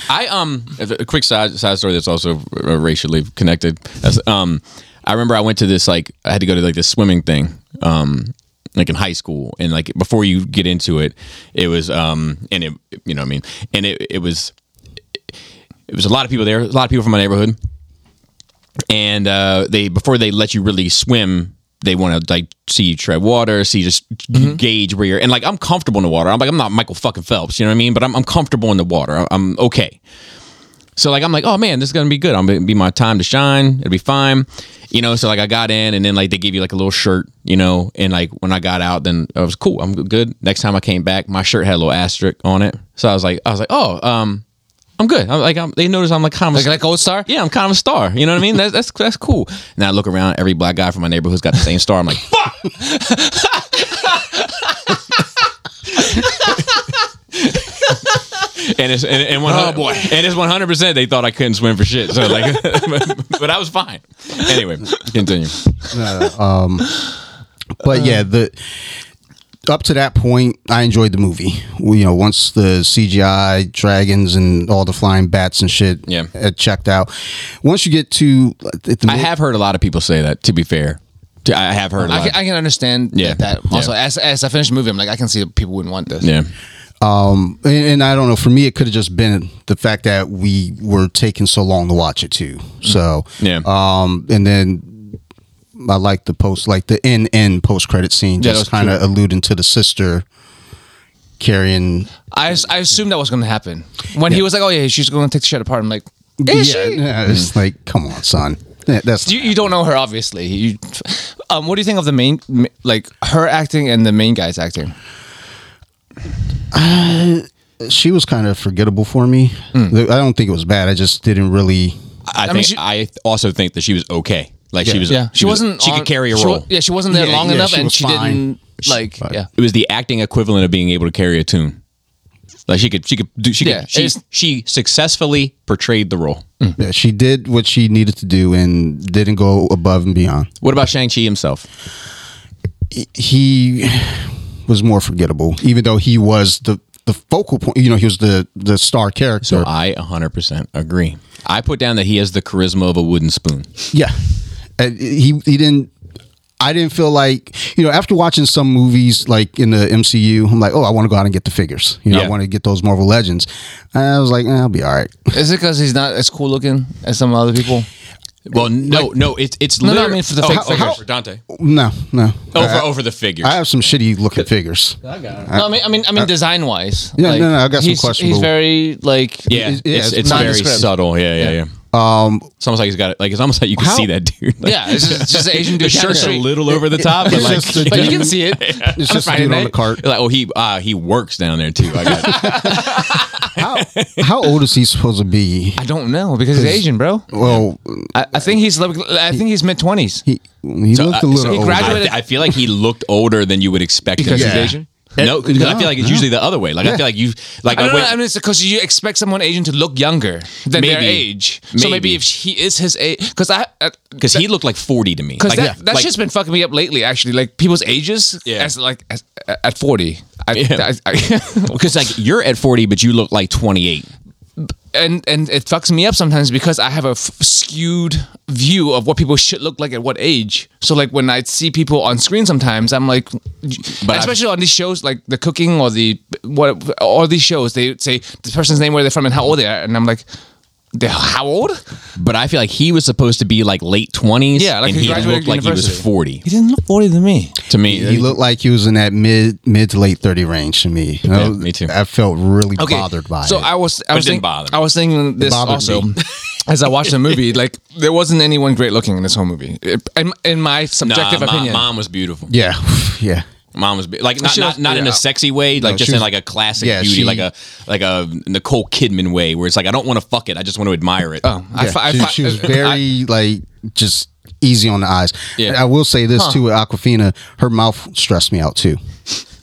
Speaker 1: I um a quick side side story that's also uh, racially connected. That's, um, I remember I went to this like I had to go to like this swimming thing. Um, like in high school and like before you get into it it was um and it you know what i mean and it, it was it was a lot of people there a lot of people from my neighborhood and uh they before they let you really swim they want to like see you tread water, see just
Speaker 3: Mm-hmm.
Speaker 1: gauge where you're, and like I'm comfortable in the water. I'm like I'm not Michael fucking Phelps, you know what I mean? But I'm, I'm comfortable in the water. I'm, I'm okay. So like I'm like, oh man, this is gonna be good. I'm gonna be my time to shine. It'll be fine, you know. So like I got in, and then like they give you like a little shirt, you know. And like when I got out, then I was cool. I'm good. Next time I came back, my shirt had a little asterisk on it. So I was like, I was like, oh, um, I'm good. I'm like, I'm, they noticed I'm like kind of
Speaker 3: Like like Gold Star?
Speaker 1: yeah, I'm kind of a star. You know what I mean? That's that's that's cool. And I look around, every black guy from my neighborhood's got the same star. I'm like, [LAUGHS] fuck. and it's and, and one hundred Oh, boy, and it's one hundred percent. They thought I couldn't swim for shit. So like, [LAUGHS] but I was fine. Anyway, continue.
Speaker 4: but
Speaker 3: Uh-huh.
Speaker 4: yeah, the up to that point, I enjoyed the movie. We, you know, once the CGI dragons and all the flying bats and shit
Speaker 1: Yeah.
Speaker 4: had checked out. Once you get to uh, at the
Speaker 1: I
Speaker 4: mid-
Speaker 1: have heard a lot of people say that. To be fair, To- I have heard a
Speaker 3: I
Speaker 1: lot.
Speaker 3: can, I can understand
Speaker 1: Yeah.
Speaker 3: that.
Speaker 1: Yeah.
Speaker 3: Also, as, as I finish the movie, I'm like, I can see that people wouldn't want this.
Speaker 1: yeah,
Speaker 4: and, and I don't know. For me, it could have just been the fact that we were taking so long to watch it too.
Speaker 3: Mm.
Speaker 4: So
Speaker 1: Yeah.
Speaker 4: um, and then I like the post, like the end end post credit scene,
Speaker 3: Yeah, that
Speaker 4: just
Speaker 3: was
Speaker 4: kind of alluding to the sister carrying.
Speaker 3: I, I assumed that was going to happen. When he was like, oh, yeah, she's going to take the shit apart, I'm like, is
Speaker 4: yeah,
Speaker 3: she? Mm.
Speaker 4: yeah, it's like, come on, son. Yeah, That's
Speaker 3: You, you don't know her, obviously. You, um, what do you think of the main, ma- like her acting and the main guy's acting?
Speaker 4: she was kind of forgettable for me.
Speaker 1: Hmm.
Speaker 4: I don't think it was bad. I just didn't really.
Speaker 1: I, think
Speaker 3: mean, she-
Speaker 1: I also think that she was okay. Like she was.
Speaker 3: Yeah, she,
Speaker 1: was-
Speaker 3: wasn't.
Speaker 1: She
Speaker 3: on-
Speaker 1: could carry a
Speaker 3: she wa-
Speaker 1: role.
Speaker 3: yeah, she wasn't there
Speaker 4: Yeah,
Speaker 3: long
Speaker 4: yeah,
Speaker 3: enough,
Speaker 4: she
Speaker 3: and
Speaker 4: was
Speaker 3: she
Speaker 4: fine.
Speaker 3: didn't like. Yeah,
Speaker 1: it was the acting equivalent of being able to carry a tune. Like she could, she could do, she
Speaker 3: Yeah,
Speaker 1: could, she,
Speaker 3: it's-
Speaker 1: she successfully portrayed the role.
Speaker 4: Yeah, she did what she needed to do and didn't go above and beyond.
Speaker 1: What about Shang Chi himself?
Speaker 4: he was more forgettable, even though he was the the focal point. You know, he was the the star character.
Speaker 1: So uh, I 100% agree. I put down that he has the charisma of a wooden spoon.
Speaker 4: yeah, and he he didn't. I didn't feel like you know after watching some movies like in the MCU, I'm like, oh, I want to go out and get the figures. You know,
Speaker 1: Yeah.
Speaker 4: I want to get those Marvel Legends. And I was like, eh, I'll be all right.
Speaker 3: is it because he's not as cool looking as some other people?
Speaker 1: Well, no, no, it's it's
Speaker 3: No, no, I
Speaker 1: literally-
Speaker 3: mean for the
Speaker 1: oh,
Speaker 3: fake
Speaker 1: how-
Speaker 3: figures.
Speaker 1: how- for Dante.
Speaker 4: No, no.
Speaker 1: Oh,
Speaker 4: I,
Speaker 1: for, oh, for the figures.
Speaker 4: I have some shitty looking figures.
Speaker 3: no, I mean, I mean, I mean, design wise.
Speaker 4: Yeah, no, no, I got some
Speaker 3: he's,
Speaker 4: questionable-
Speaker 3: He's very like.
Speaker 1: yeah,
Speaker 4: it- yeah,
Speaker 1: it's,
Speaker 4: it's
Speaker 1: it's very
Speaker 3: nondescript.
Speaker 1: subtle. Yeah, yeah, yeah. Um, it's almost like he's got it. Like it's almost like you can see that dude. Like,
Speaker 3: yeah. It's just, it's just an Asian
Speaker 1: the
Speaker 3: dude. down the
Speaker 1: shirt's a
Speaker 3: street.
Speaker 1: little over the top, but
Speaker 4: It's
Speaker 1: like,
Speaker 4: just a
Speaker 3: but you
Speaker 4: dude.
Speaker 3: can see it.
Speaker 4: [LAUGHS] It's
Speaker 1: [LAUGHS]
Speaker 3: On
Speaker 4: just a
Speaker 3: Friday
Speaker 4: dude on
Speaker 3: night.
Speaker 4: the cart.
Speaker 1: like oh, he uh, he works down there too. I got it.
Speaker 4: How, how old is he supposed to be?
Speaker 3: I don't know because he's Asian, bro.
Speaker 4: Well,
Speaker 3: I, I think he's like, I think he's mid twenties.
Speaker 4: he he looked a
Speaker 1: Uh,
Speaker 4: little.
Speaker 1: so he
Speaker 4: older.
Speaker 1: graduated. I, I feel like he looked older than you would expect
Speaker 3: Because
Speaker 1: him.
Speaker 3: he's
Speaker 1: to be.
Speaker 3: Asian?
Speaker 1: No, because I
Speaker 4: No,
Speaker 1: feel like it's
Speaker 4: no.
Speaker 1: usually the other way. Like I feel like you like
Speaker 3: I
Speaker 1: I
Speaker 3: don't
Speaker 1: went-
Speaker 3: know. I mean, it's because you expect someone Asian to look younger than their
Speaker 1: Maybe.
Speaker 3: age. So
Speaker 1: Maybe.
Speaker 3: maybe if he is his age, because I,
Speaker 1: because he looked like forty to me.
Speaker 3: because
Speaker 1: like,
Speaker 3: that, that
Speaker 1: like,
Speaker 3: shit's been fucking me up lately. Actually, like people's ages,
Speaker 1: Yeah.
Speaker 3: as like as, at forty, I,
Speaker 1: Yeah.
Speaker 3: I- [LAUGHS] I-
Speaker 1: because like you're at forty, but you look like twenty eight.
Speaker 3: and and it fucks me up sometimes because I have a f- skewed view of what people should look like at what age. So like when I see people on screen, sometimes I'm like,
Speaker 1: But
Speaker 3: especially on these shows like the cooking or the what all these shows, they say the person's name, where they're from, and how old they are, and I'm like, they're how old?
Speaker 1: But I feel like he was supposed to be like late twenties.
Speaker 3: Yeah, like
Speaker 1: and
Speaker 3: he
Speaker 1: he,
Speaker 3: graduated
Speaker 1: looked like he was
Speaker 3: university.
Speaker 1: forty
Speaker 3: He didn't look forty to me.
Speaker 1: to me.
Speaker 4: He looked like he was in that mid mid to late thirty range to me. I was-
Speaker 1: me too.
Speaker 4: I felt really bothered by
Speaker 3: so
Speaker 4: it.
Speaker 3: I was, I
Speaker 1: didn't
Speaker 3: was thinking,
Speaker 1: bother me.
Speaker 3: I was thinking this
Speaker 4: bothered
Speaker 3: also.
Speaker 4: me.
Speaker 3: [LAUGHS] As I watched the movie, like there wasn't anyone great looking in this whole movie, It- in, in my
Speaker 1: Nah,
Speaker 3: subjective
Speaker 1: mom,
Speaker 3: opinion.
Speaker 1: mom was beautiful.
Speaker 4: yeah, [LAUGHS] yeah.
Speaker 1: Mom was be- like not
Speaker 3: She was-
Speaker 1: not, not in
Speaker 3: yeah.
Speaker 1: a sexy way, like just
Speaker 4: she
Speaker 1: in
Speaker 4: was-
Speaker 1: like a classic
Speaker 4: yeah,
Speaker 1: beauty,
Speaker 4: she-
Speaker 1: like a like a Nicole Kidman way, where it's like I don't want to fuck it, I just want to admire it.
Speaker 3: Oh, I,
Speaker 4: yeah.
Speaker 3: fi- I
Speaker 4: she,
Speaker 3: fi-
Speaker 4: she was
Speaker 3: I-
Speaker 4: very like just easy on the eyes.
Speaker 1: Yeah.
Speaker 4: I will say this too with Aquafina, her mouth stressed me out too.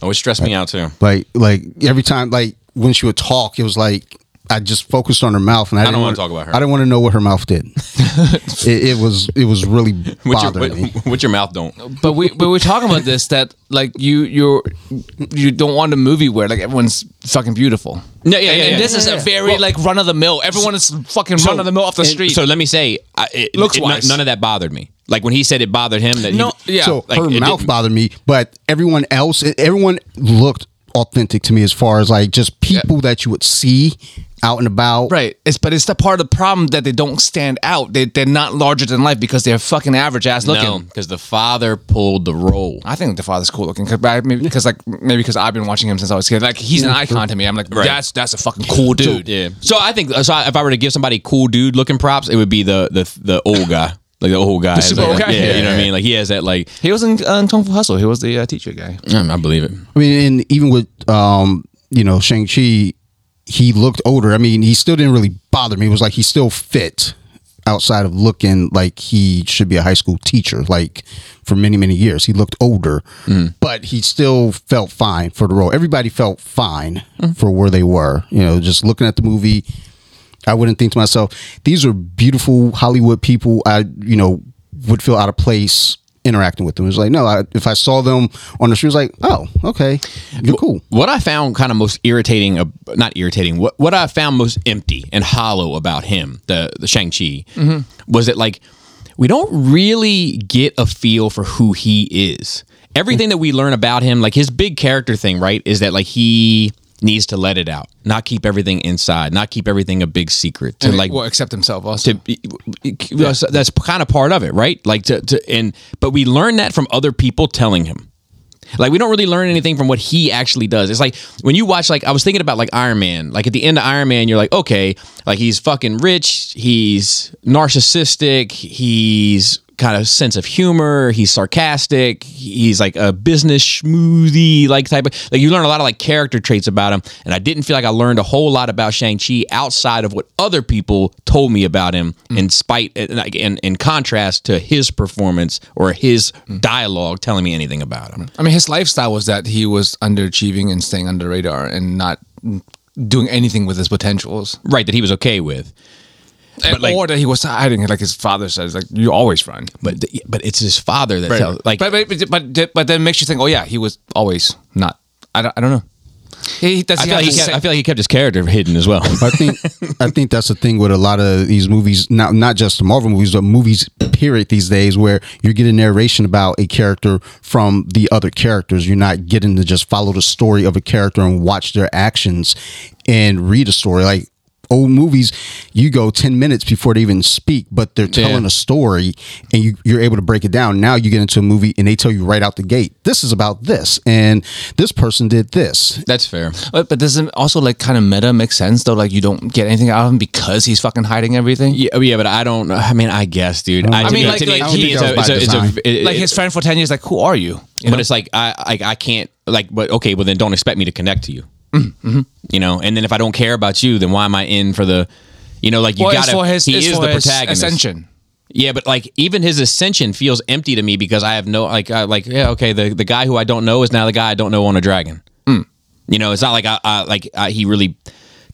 Speaker 1: Always stressed me out too.
Speaker 4: Like like every time like when she would talk, it was like I just focused on her mouth, and I, didn't
Speaker 1: don't wanna
Speaker 4: wanna-
Speaker 1: talk about her.
Speaker 4: I didn't want to know what her
Speaker 1: [LAUGHS]
Speaker 4: mouth did. it, it was it was really
Speaker 1: What's your,
Speaker 4: bothering me.
Speaker 1: what- [LAUGHS] what's your mouth don't?
Speaker 3: but we but we're talking about this that like you you you don't want a movie where like everyone's fucking beautiful.
Speaker 1: No, yeah,
Speaker 3: And-
Speaker 1: yeah,
Speaker 3: and
Speaker 1: yeah.
Speaker 3: this is
Speaker 1: Yeah,
Speaker 3: a
Speaker 1: yeah.
Speaker 3: very like run of the mill. Everyone is fucking run of the mill off the
Speaker 1: and-
Speaker 3: street.
Speaker 1: So let me say, I, it,
Speaker 3: Looks
Speaker 1: it- no-
Speaker 3: wise.
Speaker 1: none of that bothered me. Like when he said it bothered him that
Speaker 3: No,
Speaker 1: he,
Speaker 3: yeah.
Speaker 4: so
Speaker 1: like,
Speaker 4: her
Speaker 1: it
Speaker 4: mouth
Speaker 1: didn't-
Speaker 4: bothered me, but everyone else, e, everyone looked authentic to me as far as like just people that you would see out and about.
Speaker 3: Right. It's but it's the part of the problem that they don't stand out. They they're not larger than life because they're fucking average ass looking.
Speaker 1: no, because the father pulled the role.
Speaker 3: I think the father's cool looking because like maybe because I've been watching him since I was a kid. Like he's an icon to me. I'm like that's that's a fucking cool dude.
Speaker 1: Yeah. So I think so. I- If I were to give somebody cool dude looking props, it would be the the the old guy, like the old guy.
Speaker 3: super
Speaker 1: Like,
Speaker 3: old guy?
Speaker 1: Yeah, you know what I
Speaker 3: Yeah.
Speaker 1: mean. Like he has that. Like
Speaker 3: He was in uh, Kung Fu Hustle. He was the uh, teacher guy.
Speaker 1: Mm, I believe it.
Speaker 4: I mean, and even with um, you know, Shang Chi, he looked older. I mean, he still didn't really bother me. It was like he still fit outside of looking like he should be a high school teacher. Like for many many years, he looked older, but he still felt fine for the role. Everybody felt fine for where they were. You know, just looking at the movie. I wouldn't think to myself, these are beautiful Hollywood people. I, you know, would feel out of place interacting with them. It's like, no, I, if I saw them on the street, it's like, oh, okay, you're cool.
Speaker 1: What I found kind of most irritating, uh, not irritating, what what I found most empty and hollow about him, the the Shang Chi, was that like we don't really get a feel for who he is. Everything that we learn about him, like his big character thing, right, is that like he needs to let it out, not keep everything inside, not keep everything a big secret, to like
Speaker 3: well, except himself also.
Speaker 1: that's, that's kind of part of it, right? Like to, to and but we learn that from other people telling him. Like we don't really learn anything from what he actually does. It's like when you watch like I was thinking about like Iron Man. Like at the end of Iron Man, you're like, okay, like he's fucking rich, he's narcissistic, he's kind of sense of humor, he's sarcastic, he's like a business schmoozy like type of like you learn a lot of like character traits about him. And I didn't feel like I learned a whole lot about Shang-Chi outside of what other people told me about him in spite and like in, in contrast to his performance or his dialogue telling me anything about him.
Speaker 3: I mean, his lifestyle was that he was underachieving and staying under the radar and not doing anything with his potentials,
Speaker 1: right that he was okay with
Speaker 3: And-
Speaker 1: like-
Speaker 3: Eh, or that he was hiding it, like his father says, like you always run.
Speaker 1: but th- but it's his father that tells like
Speaker 3: but, but but but but then makes you think, oh yeah, he was always not. I don't, I don't know. He, does
Speaker 1: I
Speaker 3: he
Speaker 1: feel,
Speaker 3: have
Speaker 1: like he
Speaker 3: the
Speaker 1: kept,
Speaker 3: same-
Speaker 1: I feel like he kept his character hidden as [LAUGHS] well
Speaker 4: I think I think that's the thing with a lot of these movies, not not just the Marvel movies, but movies period these days, where you're getting narration about a character from the other characters. You're not getting to just follow the story of a character and watch their actions and read a story like. Old movies, you go ten minutes before they even speak, but they're telling a story, and you, you're able to break it down. Now you get into a movie, and they tell you right out the gate, this is about this, and this person did this,
Speaker 1: that's fair
Speaker 3: But, but doesn't also like kind of meta make sense though? Like you don't get anything out of him because he's fucking hiding everything.
Speaker 1: yeah, oh, yeah but i don't i mean i guess dude i,
Speaker 3: I
Speaker 1: to
Speaker 3: mean,
Speaker 1: me-
Speaker 3: like-
Speaker 1: to me,
Speaker 3: like,
Speaker 1: to
Speaker 3: he-
Speaker 1: me, it's
Speaker 4: that
Speaker 1: a- it's
Speaker 4: was
Speaker 1: a-
Speaker 4: by
Speaker 1: it's a-
Speaker 4: design.
Speaker 1: it-
Speaker 3: like
Speaker 1: it-
Speaker 3: his friend for ten years, like who are you? you
Speaker 1: but
Speaker 3: know?
Speaker 1: it's like I, I I can't like but okay well then don't expect me to connect to you
Speaker 3: Mm-hmm.
Speaker 1: you know and then if I don't care about you then why am I in for the you know like you
Speaker 3: Well, it's
Speaker 1: gotta
Speaker 3: for his,
Speaker 1: he
Speaker 3: it's
Speaker 1: is
Speaker 3: for
Speaker 1: the
Speaker 3: his
Speaker 1: protagonist
Speaker 3: ascension.
Speaker 1: yeah but like even his ascension feels empty to me because I have no like I, like yeah okay the the guy who I don't know is now the guy I don't know on a dragon Hmm. you know it's not like I, I like I, he really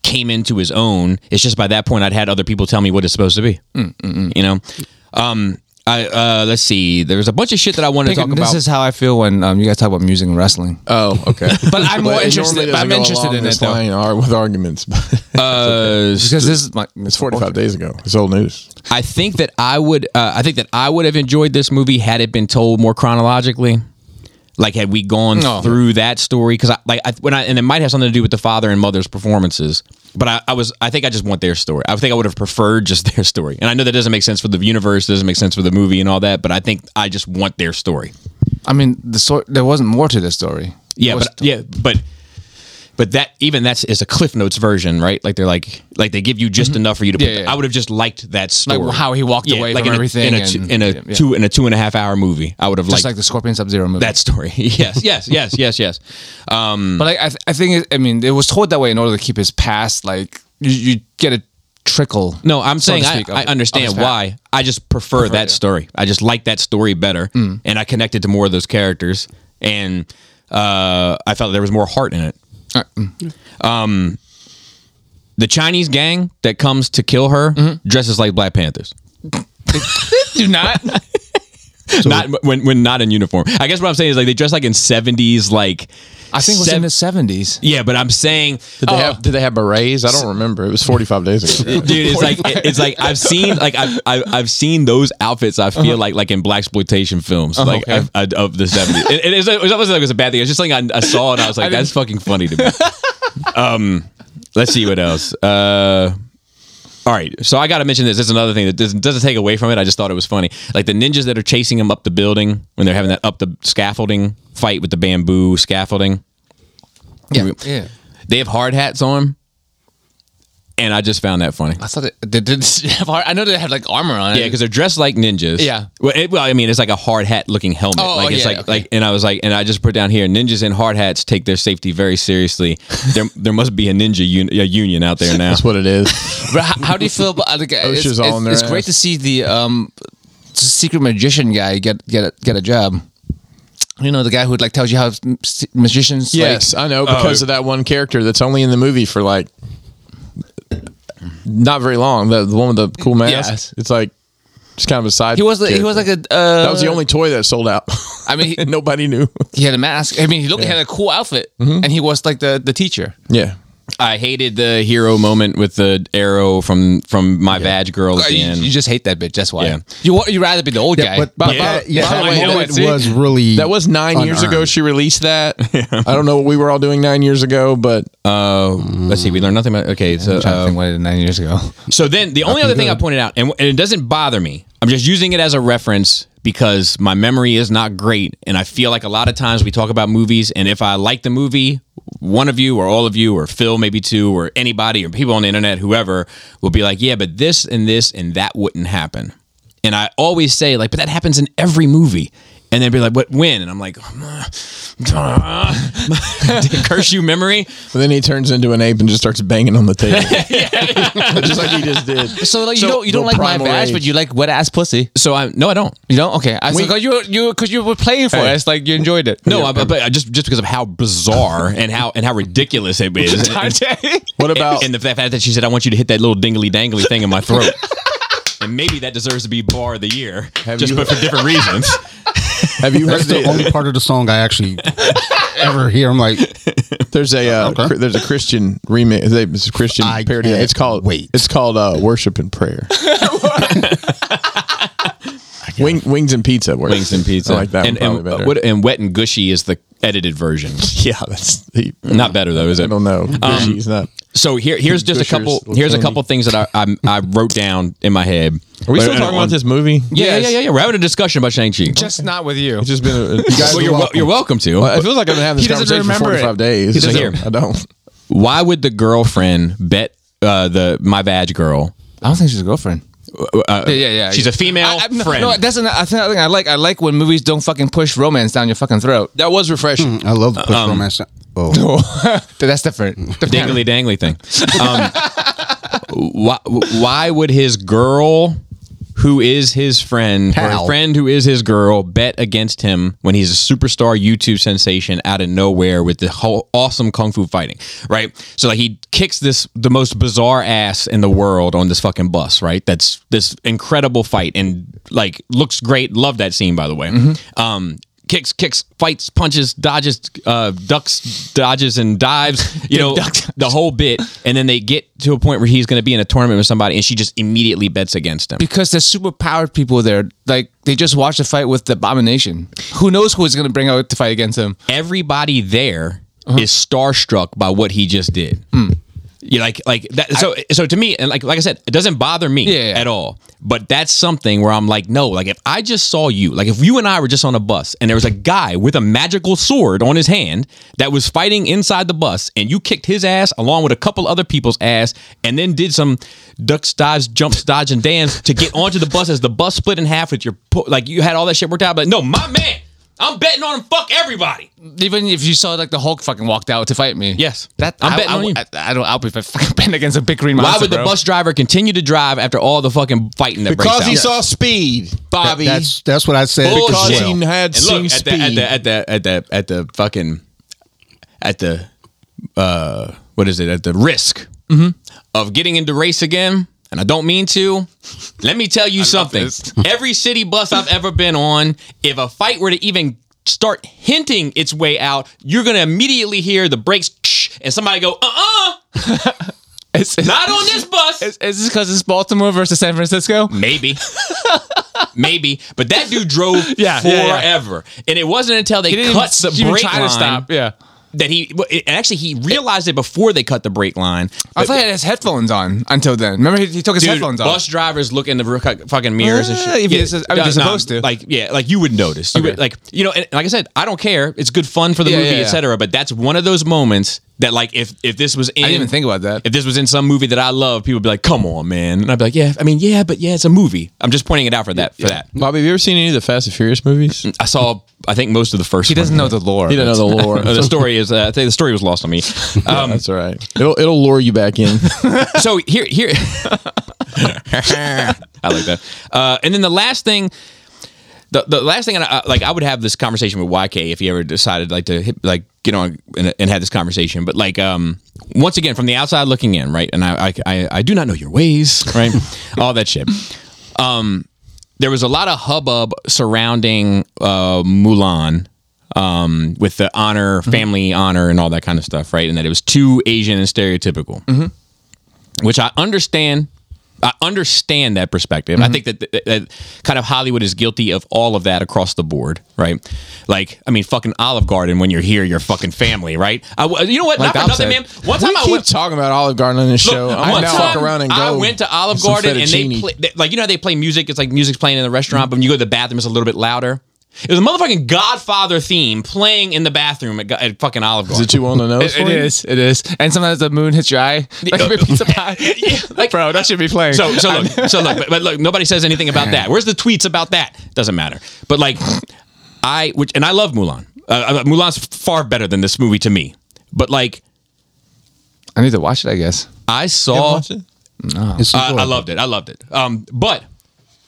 Speaker 1: came into his own it's just by that point I'd had other people tell me what it's supposed to be
Speaker 2: Hmm,
Speaker 1: you know um I uh let's see there's a bunch of shit that I want to
Speaker 3: Think-
Speaker 1: talk
Speaker 3: this
Speaker 1: about
Speaker 3: is how I feel when um, you guys talk about music and wrestling.
Speaker 2: Oh, okay.
Speaker 3: But I'm more
Speaker 2: it
Speaker 3: interested-
Speaker 2: normally
Speaker 3: but I'm
Speaker 2: doesn't go
Speaker 3: interested
Speaker 2: along
Speaker 3: in
Speaker 2: this
Speaker 3: it, though.
Speaker 2: line ar- with arguments. [LAUGHS] But
Speaker 1: uh
Speaker 3: Because this is my
Speaker 2: it's 45 days ago. It's old news.
Speaker 1: I think that I would. Uh, I think that I would have enjoyed this movie had it been told more chronologically. Like had we gone
Speaker 3: No.
Speaker 1: through that story because I like I, when I and it might have something to do with the father and mother's performances. But I, I was I think I just want their story. I think I would have preferred just [LAUGHS] their story. And I know that doesn't make sense for the universe, doesn't make sense for the movie and all that. But I think I just want their story.
Speaker 3: I mean, the sor- there wasn't more to this story.
Speaker 1: Yeah,
Speaker 3: It was-
Speaker 1: but yeah, but but that even that's is a Cliff Notes version, right? Like they're like like they give you just enough for you to. Put,
Speaker 3: Mm-hmm. Yeah, yeah.
Speaker 1: I would have just liked that story,
Speaker 3: how he walked away from
Speaker 1: in a, in
Speaker 3: everything
Speaker 1: a, two-
Speaker 3: and-
Speaker 1: in a
Speaker 3: yeah, yeah.
Speaker 1: two in a two and a half hour movie. I would have
Speaker 3: just
Speaker 1: liked
Speaker 3: like the Scorpion Sub Zero movie.
Speaker 1: that story. [LAUGHS] yes, yes, yes, yes, yes. Um,
Speaker 3: But like, I, th- I think it, I mean it was told that way in order to keep his past like you, you get a trickle.
Speaker 1: no, I'm
Speaker 3: so to
Speaker 1: saying I-
Speaker 3: speak, of-
Speaker 1: I,
Speaker 3: of his
Speaker 1: understand
Speaker 3: past.
Speaker 1: why. I just prefer, that
Speaker 3: it.
Speaker 1: story. I just like that story better,
Speaker 3: Mm.
Speaker 1: and I connected to more of those characters, and
Speaker 3: mm.
Speaker 1: uh, I felt there was more heart in it.
Speaker 3: Uh, mm.
Speaker 1: the Chinese gang that comes to kill her
Speaker 3: Mm-hmm.
Speaker 1: dresses like Black Panthers.
Speaker 3: Do not.
Speaker 1: not when when not in uniform. I guess what I'm saying is like they dress like in 70s like
Speaker 3: [LAUGHS] I think it was in the seventies. Oh.
Speaker 1: yeah, but I'm saying
Speaker 2: Did they have Did they have berets? I don't remember. It was 45 days ago.
Speaker 3: [LAUGHS]
Speaker 1: dude it's like it's like i've seen like i've i've, I've seen those outfits i feel like like in black exploitation films like
Speaker 3: okay.
Speaker 1: I've- I, of the 70s it, it, is- it was almost like it was a bad thing it's just like i, I saw it and i was like that's fucking funny to me [LAUGHS] um let's see what else uh all right, so I got to mention this. This is another thing that doesn't, doesn't take away from it. I just thought it was funny. Like the ninjas that are chasing him up the building when they're having that up the scaffolding fight with the bamboo scaffolding. Yeah,
Speaker 3: Yeah.
Speaker 1: they have hard hats on, and I just found that funny.
Speaker 3: I thought they, they did have hard, I know they had like armor on it.
Speaker 1: Yeah, because they're dressed like ninjas.
Speaker 3: Yeah.
Speaker 1: Well, it, well, I mean, it's like a hard hat looking helmet.
Speaker 3: Oh,
Speaker 1: like
Speaker 3: oh,
Speaker 1: it's
Speaker 3: yeah,
Speaker 1: like
Speaker 3: okay.
Speaker 1: like, and I was like, and I just put down here, ninjas in hard hats take their safety very [LAUGHS] seriously. there, there must be a ninja un- a union out there now.
Speaker 2: That's what it
Speaker 3: [LAUGHS]
Speaker 2: is.
Speaker 3: But how, how do you feel about
Speaker 2: [LAUGHS]
Speaker 3: like, it's,
Speaker 2: OSHA's
Speaker 3: it's,
Speaker 2: Oh, all in their
Speaker 3: it's great
Speaker 2: ass.
Speaker 3: to see the um secret magician guy get get a, get a job. You know the guy who like tells you how s- magicians.
Speaker 2: Yes, I know because
Speaker 3: Oh.
Speaker 2: of that one character that's only in the movie for like not very long. The, the one with the cool mask.
Speaker 3: Yes.
Speaker 2: It's like just kind of a side.
Speaker 3: Like, he was like, he was like
Speaker 2: character.
Speaker 3: a. Uh,
Speaker 2: that was the only toy that sold out. [LAUGHS]
Speaker 3: I mean,
Speaker 2: and
Speaker 3: he,
Speaker 2: nobody knew.
Speaker 3: he had a mask. I mean, he looked. He had a cool outfit,
Speaker 2: Mm-hmm.
Speaker 3: and he was like the the teacher.
Speaker 2: yeah.
Speaker 1: [LAUGHS] I hated the hero moment with the arrow from from my badge girl at the
Speaker 3: You,
Speaker 1: end.
Speaker 3: you just hate that bitch. That's why.
Speaker 1: Yeah.
Speaker 3: You wa- you rather be the old guy.
Speaker 4: But, but
Speaker 2: Yeah.
Speaker 4: that, yeah,
Speaker 2: By
Speaker 4: that
Speaker 2: the way,
Speaker 4: moment
Speaker 2: that- see,
Speaker 4: was really
Speaker 2: That was nine years ago.
Speaker 4: unearned.
Speaker 2: She released
Speaker 3: [LAUGHS]
Speaker 2: that. I don't know what we were all doing nine years ago, but
Speaker 1: Uh, let's see, we learned nothing about. Okay, so
Speaker 3: I'm trying to
Speaker 1: uh,
Speaker 2: um,
Speaker 3: think what I did nine
Speaker 2: [LAUGHS]
Speaker 3: years ago.
Speaker 1: So then the only other thing I pointed out, and, and it doesn't bother me, I'm just using it as a reference because my memory is not great. And I feel like a lot of times we talk about movies, and if I like the movie, one of you or all of you, or Phil, maybe two, or anybody, or people on the internet, whoever, will be like, yeah, but this and this and that wouldn't happen. And I always say, like, but that happens in every movie. And they'd be like, what, when? And I'm like, [LAUGHS] curse you, memory.
Speaker 2: But then he turns into an ape and just starts banging on
Speaker 1: [LAUGHS]
Speaker 2: the table, just like he just did.
Speaker 3: So like you
Speaker 2: So,
Speaker 3: don't you don't
Speaker 2: the
Speaker 3: like my
Speaker 2: primal
Speaker 3: badge, but
Speaker 2: rage.
Speaker 3: you like wet ass pussy.
Speaker 1: So I, no, I don't.
Speaker 3: You don't? Okay. I because you you because you were playing for
Speaker 2: Hey.
Speaker 3: us, like you enjoyed it.
Speaker 1: No, I, but but I just just because of how bizarre and how and how ridiculous it [LAUGHS] is. And,
Speaker 2: What about
Speaker 1: and the fact that she said, "I want you to hit that little dingly dangly thing in my throat," [LAUGHS] and maybe that deserves to be bar of the year,
Speaker 2: Have
Speaker 1: just
Speaker 2: you-
Speaker 1: but for
Speaker 2: [LAUGHS]
Speaker 1: different reasons.
Speaker 2: have you heard
Speaker 4: That's the
Speaker 2: the,
Speaker 4: only part of the song I actually ever hear. I'm like, mm,
Speaker 2: there's a uh,
Speaker 4: Okay.
Speaker 2: cr- there's a Christian remix, they- it's a Christian
Speaker 4: I
Speaker 2: parody.
Speaker 4: can't
Speaker 2: It's called
Speaker 4: wait.
Speaker 2: It's called uh, Worship
Speaker 1: [LAUGHS]
Speaker 2: and Prayer. Wing, wings and pizza. Works.
Speaker 1: Wings and pizza,
Speaker 2: I like that
Speaker 1: and,
Speaker 2: one probably
Speaker 1: and,
Speaker 2: better.
Speaker 1: what- and wet and gushy is the edited version.
Speaker 2: yeah, that's the,
Speaker 1: Not better though, is
Speaker 2: I
Speaker 1: it?
Speaker 2: don't know. She's not.
Speaker 1: So here, here's just a
Speaker 2: Gushers,
Speaker 1: couple.
Speaker 2: little
Speaker 1: Here's a
Speaker 2: candy.
Speaker 1: couple things that I, I I wrote down in my head.
Speaker 2: Are we
Speaker 1: But-
Speaker 2: still
Speaker 1: and-
Speaker 2: talking
Speaker 1: on-
Speaker 2: about this movie?
Speaker 1: Yeah,
Speaker 3: Yes.
Speaker 1: yeah, yeah, yeah. We're having a discussion about Shang Chi.
Speaker 3: Just not with you.
Speaker 2: It's just been.
Speaker 3: [LAUGHS]
Speaker 2: A, you guys
Speaker 1: Well, you're,
Speaker 2: are
Speaker 1: wel-
Speaker 2: welcome.
Speaker 1: you're welcome to.
Speaker 2: It feels like I've been having
Speaker 3: He
Speaker 2: this
Speaker 3: doesn't
Speaker 2: conversation for
Speaker 3: remember it.
Speaker 2: 45 days.
Speaker 1: He doesn't
Speaker 2: So
Speaker 1: hear.
Speaker 2: I don't.
Speaker 1: Why would the girlfriend bet uh, the my badge girl?
Speaker 3: I don't think she's a girlfriend.
Speaker 1: Uh,
Speaker 3: Yeah, yeah.
Speaker 1: She's a female
Speaker 3: I, I, no,
Speaker 1: friend.
Speaker 3: No, that's another thing I like. I like when movies don't fucking push romance down your fucking throat. Mm.
Speaker 2: That was refreshing.
Speaker 4: I love the push romance. Oh,
Speaker 3: That's
Speaker 2: Mm.
Speaker 3: different.
Speaker 1: dangly dangly thing. Um, why, why would his girl, who is his friend, or
Speaker 4: Pal.
Speaker 1: his friend who is his girl, bet against him when he's a superstar YouTube sensation out of nowhere with the whole awesome kung fu fighting, right? So like he kicks this the most bizarre ass in the world on this fucking bus, right? That's this incredible fight and like looks great. Love that scene by the way. Um, kicks, kicks, fights, punches, dodges, uh, ducks, dodges, and dives. You know
Speaker 3: ducks.
Speaker 1: the whole bit, and then they get to a point where he's going to be in a tournament with somebody, and she just immediately bets against him.
Speaker 3: because there's super powered people there. Like they just watched the fight with the Abomination. Who knows who's gonna bring out to fight against him?
Speaker 1: Everybody there is
Speaker 3: Uh-huh.
Speaker 1: starstruck by what he just did.
Speaker 3: Hmm.
Speaker 1: Yeah, like like that. So so to me, and like like I said, it doesn't bother me
Speaker 3: Yeah, yeah.
Speaker 1: at all. But that's something where I'm like, no, like if I just saw you, like if you and I were just on a bus and there was a guy with a magical sword on his hand that was fighting inside the bus, and you kicked his ass along with a couple other people's ass, and then did some ducks, dives, jumps, dodge, and dance to get onto the bus as the bus split in half with your pu- like you had all that shit worked out. But no, my man, I'm betting on him. Fuck everybody.
Speaker 3: Even if you saw like the Hulk fucking walked out to fight me.
Speaker 1: Yes.
Speaker 3: that
Speaker 1: I'm
Speaker 3: I,
Speaker 1: betting
Speaker 3: I,
Speaker 1: on you.
Speaker 3: I, I don't. I'll be fucking [LAUGHS] betting against a big green monster.
Speaker 1: Why would the
Speaker 3: bro.
Speaker 1: bus driver continue to drive after all the fucking fighting that breaks out?
Speaker 2: speed, Bobby.
Speaker 4: that's that's what I said.
Speaker 1: Bullshit.
Speaker 4: as
Speaker 2: because
Speaker 4: well.
Speaker 2: he had
Speaker 1: And
Speaker 2: seen
Speaker 1: look, at the,
Speaker 2: speed.
Speaker 1: at the at the at the at the fucking at the uh what is it at the risk of getting into race again, and I don't mean to, let me
Speaker 2: [LAUGHS]
Speaker 1: tell you something.
Speaker 3: this.
Speaker 1: [LAUGHS] Every city bus I've ever been on, if a fight were to even start hinting its way out, you're going to immediately hear the brakes [LAUGHS] and somebody go, uh uh
Speaker 3: It's, it's,
Speaker 1: not on this bus.
Speaker 2: [LAUGHS]
Speaker 3: is, is this because it's Baltimore versus San Francisco?
Speaker 1: Maybe. [LAUGHS] Maybe. But that dude drove
Speaker 3: [LAUGHS] Yeah, yeah, yeah.
Speaker 1: forever. And it wasn't until they
Speaker 3: He didn't
Speaker 1: cut the
Speaker 3: even- even
Speaker 1: brake
Speaker 3: try
Speaker 1: line
Speaker 3: to stop. Yeah.
Speaker 1: that he well, it- and actually he realized it before they cut the brake line.
Speaker 3: I thought he had his headphones on until then. Remember, he, he took his
Speaker 1: Dude,
Speaker 3: headphones off.
Speaker 1: bus drivers look in the real cu- fucking mirrors and
Speaker 3: Uh,
Speaker 1: shit.
Speaker 3: if it's- I mean, they're supposed to.
Speaker 1: Like, yeah, like you would notice. You
Speaker 3: Okay.
Speaker 1: would, like, you know, and like I said, I don't care. It's good fun for the
Speaker 3: Yeah,
Speaker 1: movie,
Speaker 3: yeah, yeah.
Speaker 1: et cetera. But that's one of those moments that, like, if if this was in,
Speaker 3: I didn't even think about that.
Speaker 1: if this was in some movie that I love, people would be like, "Come on, man," and I'd be like, "Yeah, I mean, yeah, but yeah, it's a movie." I'm just pointing it out for that. For that,
Speaker 2: Bobby, have you ever seen any of the Fast and Furious movies?
Speaker 1: I saw. I think most of the first.
Speaker 3: He doesn't know the lore.
Speaker 2: He doesn't know the lore.
Speaker 1: [LAUGHS] Uh, the story is. Uh, I think the story was lost on me. Um,
Speaker 3: [LAUGHS]
Speaker 2: Yeah, that's all right. It'll it'll lure you
Speaker 1: [LAUGHS]
Speaker 2: back in.
Speaker 1: so here, here. [LAUGHS] I like that. Uh, and then the last thing, the, the last thing, and I, like I would have this conversation with YK if he ever decided like to hit, like get on and, and have this conversation. But like, um, once again, from the outside looking in, right? And I, I, I, I do not know your ways,
Speaker 3: [LAUGHS]
Speaker 1: right? All that shit. Um, there was a lot of hubbub surrounding uh, Mulan um, with the honor, family honor, and all that kind of stuff, right? And that it was too Asian and stereotypical which I understand. I understand that perspective. I think that, that, that kind of Hollywood is guilty of all of that across the board, right? Like, I mean, fucking Olive Garden. When you're here, you're fucking family, right? I, w- you know what?
Speaker 3: Like
Speaker 1: Not for
Speaker 3: Bob
Speaker 1: nothing, man.
Speaker 3: said.
Speaker 1: One
Speaker 2: we
Speaker 1: time I
Speaker 2: keep
Speaker 1: went.
Speaker 2: talking about Olive Garden on
Speaker 1: [LAUGHS]
Speaker 2: this show.
Speaker 1: Look,
Speaker 2: I
Speaker 1: one
Speaker 2: now
Speaker 1: time
Speaker 2: fuck around and go.
Speaker 1: I went to Olive
Speaker 2: some
Speaker 1: Garden and they
Speaker 2: fettuccine.
Speaker 1: play, they- like you know how they play music. It's like music's playing in the restaurant, but when you go to the bathroom, it's a little bit louder. It was a motherfucking Godfather theme playing in the bathroom at, Go- at fucking Olive Garden.
Speaker 2: Is it too on the nose?
Speaker 3: It- it
Speaker 2: for you?
Speaker 3: is. It is. And sometimes the moon hits your eye. Like a [LAUGHS] pizza pie.
Speaker 1: like-
Speaker 3: Bro, that should be playing.
Speaker 1: So so
Speaker 2: [LAUGHS]
Speaker 1: look, so look, but, but look, nobody says anything about that. Where's the tweets about that? Doesn't matter. But like, I which and I love Mulan. Uh, uh, Mulan's far better than this movie to me. But like,
Speaker 3: I need to watch it, I guess.
Speaker 1: I
Speaker 2: You
Speaker 1: saw,
Speaker 2: watch it?
Speaker 4: It's
Speaker 1: I, I
Speaker 4: adorable.
Speaker 1: loved it. I loved it. Um, but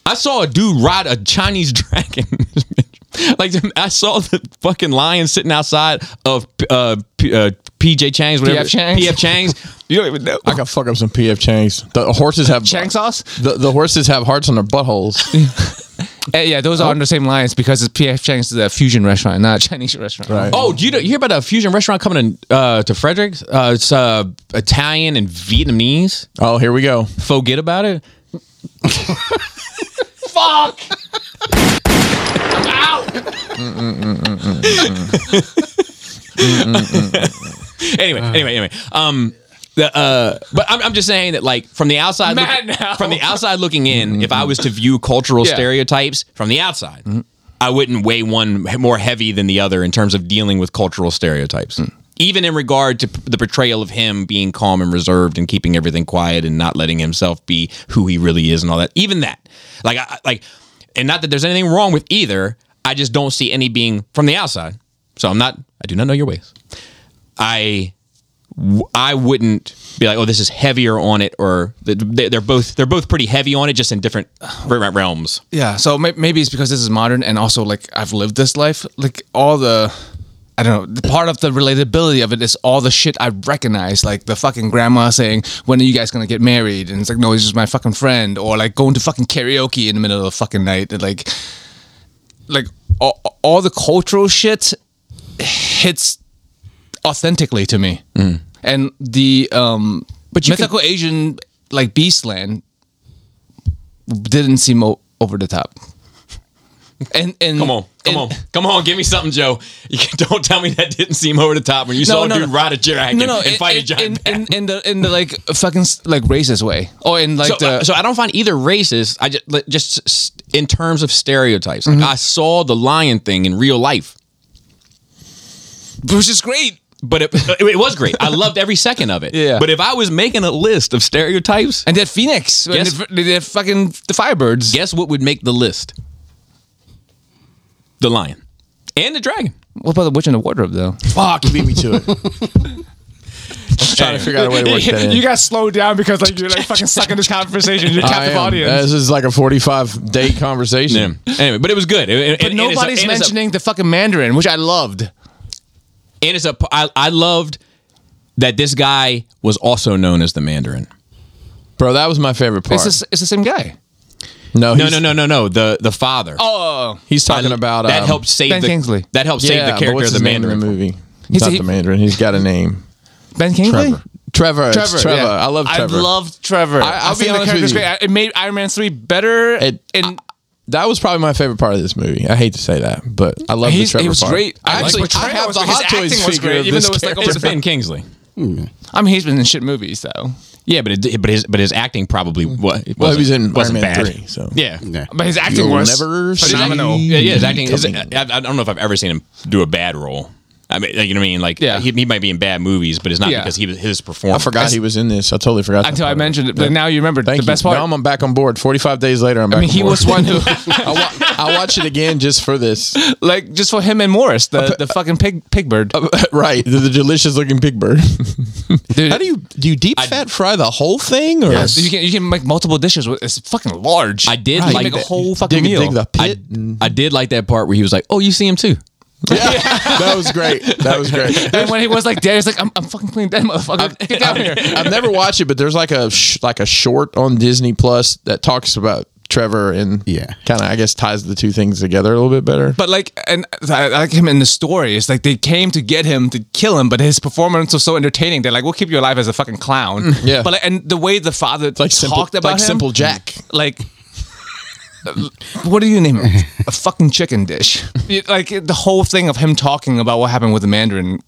Speaker 1: I saw a dude ride a Chinese [LAUGHS] dragon. like I saw the fucking lion sitting outside of uh, P, uh, PJ Chang's, whatever
Speaker 3: P.F. Chang's?
Speaker 1: PF Chang's. [LAUGHS]
Speaker 3: You don't even know.
Speaker 2: I can fuck up some PF Chang's. The horses have
Speaker 3: Chang sauce?
Speaker 2: The, the horses have hearts on
Speaker 1: [LAUGHS]
Speaker 2: their buttholes.
Speaker 3: Eh, yeah, those are under the same lines because it's PF Chang's is a fusion restaurant, not a Chinese restaurant.
Speaker 2: Right.
Speaker 1: Oh, do you, know, you hear about a fusion restaurant coming in, uh, to Frederick's? Uh, it's uh, Italian and Vietnamese.
Speaker 2: Oh, here we go.
Speaker 1: Forget about it.
Speaker 3: Oh, [LAUGHS] Fuck!
Speaker 1: Anyway,
Speaker 3: Uh.
Speaker 1: anyway, anyway. Um, the, uh, but I'm, I'm just saying that, like, from the outside, look-
Speaker 3: Mad now.
Speaker 1: from the outside looking in, if I was to view cultural
Speaker 3: Yeah.
Speaker 1: stereotypes from the outside, I wouldn't weigh one he- more heavy than the other in terms of dealing with cultural stereotypes. Even in regard to p- the portrayal of him being calm and reserved and keeping everything quiet and not letting himself be who he really is and all that, even that, like, I, I- like, and not that there's anything wrong with either. I just don't see any being from the outside. So I'm not. I do not know your ways. I I wouldn't be like, oh, this is heavier on it, or they- they're both they're both pretty heavy on it, just in different different realms.
Speaker 3: Yeah, so may- maybe it's because this is modern and also like I've lived this life. Like all the, I don't know, the part of the relatability of it is all the shit I recognize. Like the fucking grandma saying, "When are you guys gonna get married?" And it's like, "No, he's just my fucking friend," or like going to fucking karaoke in the middle of the fucking night. And like, like all, all the cultural shit hits authentically to me. And the um, but
Speaker 1: Mm. you can-
Speaker 3: mythical Asian like Beastland didn't seem o- over the
Speaker 1: [LAUGHS]
Speaker 3: top. And and
Speaker 1: Come on, come
Speaker 3: and-
Speaker 1: on, come on, give me something, Joe. You can- [LAUGHS] don't tell me that didn't seem over the top when you saw a dude ride a dragon and,
Speaker 3: in-
Speaker 1: fight a
Speaker 3: in-
Speaker 1: giant. bat.
Speaker 3: in, in, in the in the like fucking s- like racist way, or in like
Speaker 1: so,
Speaker 3: the
Speaker 1: uh, so I don't find either racist. I just like, just s- in terms of stereotypes. Like I saw the lion thing in real life,
Speaker 3: which is great.
Speaker 1: but it, [LAUGHS] it was great. I loved every second of it.
Speaker 3: Yeah.
Speaker 1: But if I was making a list of stereotypes,
Speaker 3: And they had Phoenix. and
Speaker 1: Yes.
Speaker 3: they- They had fucking the Firebirds.
Speaker 1: Guess what would make the list? The lion and the dragon.
Speaker 3: What about the Witch in the Wardrobe though?
Speaker 2: Fuck, you beat me to it. [LAUGHS] I'm trying to figure out a way to work that in.
Speaker 3: got slowed down because like you're like fucking stuck in this conversation. You're
Speaker 2: [LAUGHS] I am. This is like a 45 day
Speaker 1: Yeah.
Speaker 2: conversation.
Speaker 1: Anyway, but it was good. It- it-
Speaker 3: But
Speaker 1: and it's a-
Speaker 3: nobody's
Speaker 1: and it's a-
Speaker 3: mentioning the fucking Mandarin, which I loved.
Speaker 1: And it's a. I, I loved that this guy was also known as the Mandarin.
Speaker 2: bro. That was my favorite part.
Speaker 3: It's the, it's the same guy.
Speaker 2: no,
Speaker 1: No,
Speaker 2: he's-
Speaker 1: no, no, no, no. The the father.
Speaker 3: Oh,
Speaker 2: He's talking about
Speaker 1: that
Speaker 2: um,
Speaker 1: helped save
Speaker 3: Ben
Speaker 1: the
Speaker 3: Kingsley.
Speaker 1: that helped
Speaker 2: Yeah,
Speaker 1: save the
Speaker 2: but
Speaker 1: character
Speaker 2: what's
Speaker 1: of the
Speaker 2: his name in
Speaker 1: Mandarin.
Speaker 2: the movie.
Speaker 3: He's
Speaker 2: He's not
Speaker 3: a-
Speaker 2: the Mandarin. He's got a name.
Speaker 3: Ben Kingsley.
Speaker 2: Trevor. Trevor.
Speaker 4: Trevor.
Speaker 3: Trevor,
Speaker 2: Trevor.
Speaker 3: yeah.
Speaker 2: I love Trevor.
Speaker 3: I loved Trevor.
Speaker 2: I- I'll
Speaker 3: I
Speaker 2: be
Speaker 3: feel
Speaker 2: honest
Speaker 3: like
Speaker 2: with
Speaker 3: Trevor's
Speaker 2: you.
Speaker 3: great. It made Iron Man three better.
Speaker 2: It-
Speaker 3: and
Speaker 2: that was probably my favorite part of this movie. I hate to say that, but I love the
Speaker 3: He's-
Speaker 2: Trevor
Speaker 3: he was
Speaker 2: part.
Speaker 3: great. I
Speaker 2: I
Speaker 3: like
Speaker 2: actually,
Speaker 3: the
Speaker 2: I
Speaker 3: Trevor
Speaker 2: have
Speaker 3: was
Speaker 2: the
Speaker 3: great. His
Speaker 2: Hot Toys
Speaker 3: acting was
Speaker 2: figure
Speaker 3: great,
Speaker 2: of
Speaker 3: even
Speaker 2: this
Speaker 3: though it's like
Speaker 2: character.
Speaker 1: It's Ben Kingsley.
Speaker 3: I mean, he's been in shit movies though.
Speaker 1: Yeah, but it, but his but his acting probably what
Speaker 2: Well, he was in Iron
Speaker 1: wasn't
Speaker 2: Man
Speaker 1: bad.
Speaker 2: 3, so.
Speaker 1: Yeah.
Speaker 4: Yeah.
Speaker 3: But his acting
Speaker 2: You'll
Speaker 3: was
Speaker 2: never see
Speaker 3: phenomenal.
Speaker 1: Yeah, yeah, his acting. Is,
Speaker 2: Coming.
Speaker 1: I, I don't know if I've ever seen him do a bad role. I mean, like, you know what I mean? Like,
Speaker 3: Yeah.
Speaker 1: he, he might be in bad movies, but it's not
Speaker 3: Yeah.
Speaker 1: because he was his performance.
Speaker 2: I forgot he was in this. I totally forgot. that
Speaker 3: Until I
Speaker 2: part.
Speaker 3: mentioned it, but now you remember
Speaker 2: Thank
Speaker 3: the best
Speaker 2: you.
Speaker 3: part.
Speaker 2: Now I'm back on board. 45 days later, I'm back
Speaker 3: I mean,
Speaker 2: on
Speaker 3: he
Speaker 2: board.
Speaker 3: was one who,
Speaker 2: [LAUGHS] I, wa- I watch it again just for this.
Speaker 3: like, just for him and Morris, the, the fucking pig pig bird.
Speaker 2: [LAUGHS] right. The, the delicious looking pig bird.
Speaker 3: Dude,
Speaker 2: How do you do you deep fat fry the whole thing? Or
Speaker 4: Yes.
Speaker 3: You can you can make multiple dishes. with It's fucking large.
Speaker 1: I did
Speaker 3: You can
Speaker 1: like
Speaker 3: make a
Speaker 1: that.
Speaker 3: whole fucking
Speaker 2: dig,
Speaker 3: meal.
Speaker 2: dig the
Speaker 1: I,
Speaker 2: pit?
Speaker 1: I did like that part where he was like, "Oh, you see him too."
Speaker 2: [LAUGHS] that was great. That was great.
Speaker 3: and when he was like dead, he's like, I'm, I'm fucking clean dead, motherfucker.
Speaker 1: [LAUGHS]
Speaker 3: Get down here.
Speaker 2: I've never watched it, but there's like a sh- like a short on Disney Plus that talks about Trevor and
Speaker 4: Yeah.
Speaker 2: kind of I guess ties the two things together a little bit better.
Speaker 3: But like, and I I like him in the story. It's like they came to get him to kill him, but his performance was so entertaining. They're like, we'll keep you alive as a fucking clown.
Speaker 2: [LAUGHS] Yeah.
Speaker 3: But like, and the way the father
Speaker 2: like
Speaker 3: like
Speaker 2: simple,
Speaker 3: talked about
Speaker 2: like
Speaker 3: him,
Speaker 2: Simple Jack.
Speaker 3: like. What do you name it? A fucking chicken dish. You- Like the whole thing of him talking about what happened with the Mandarin.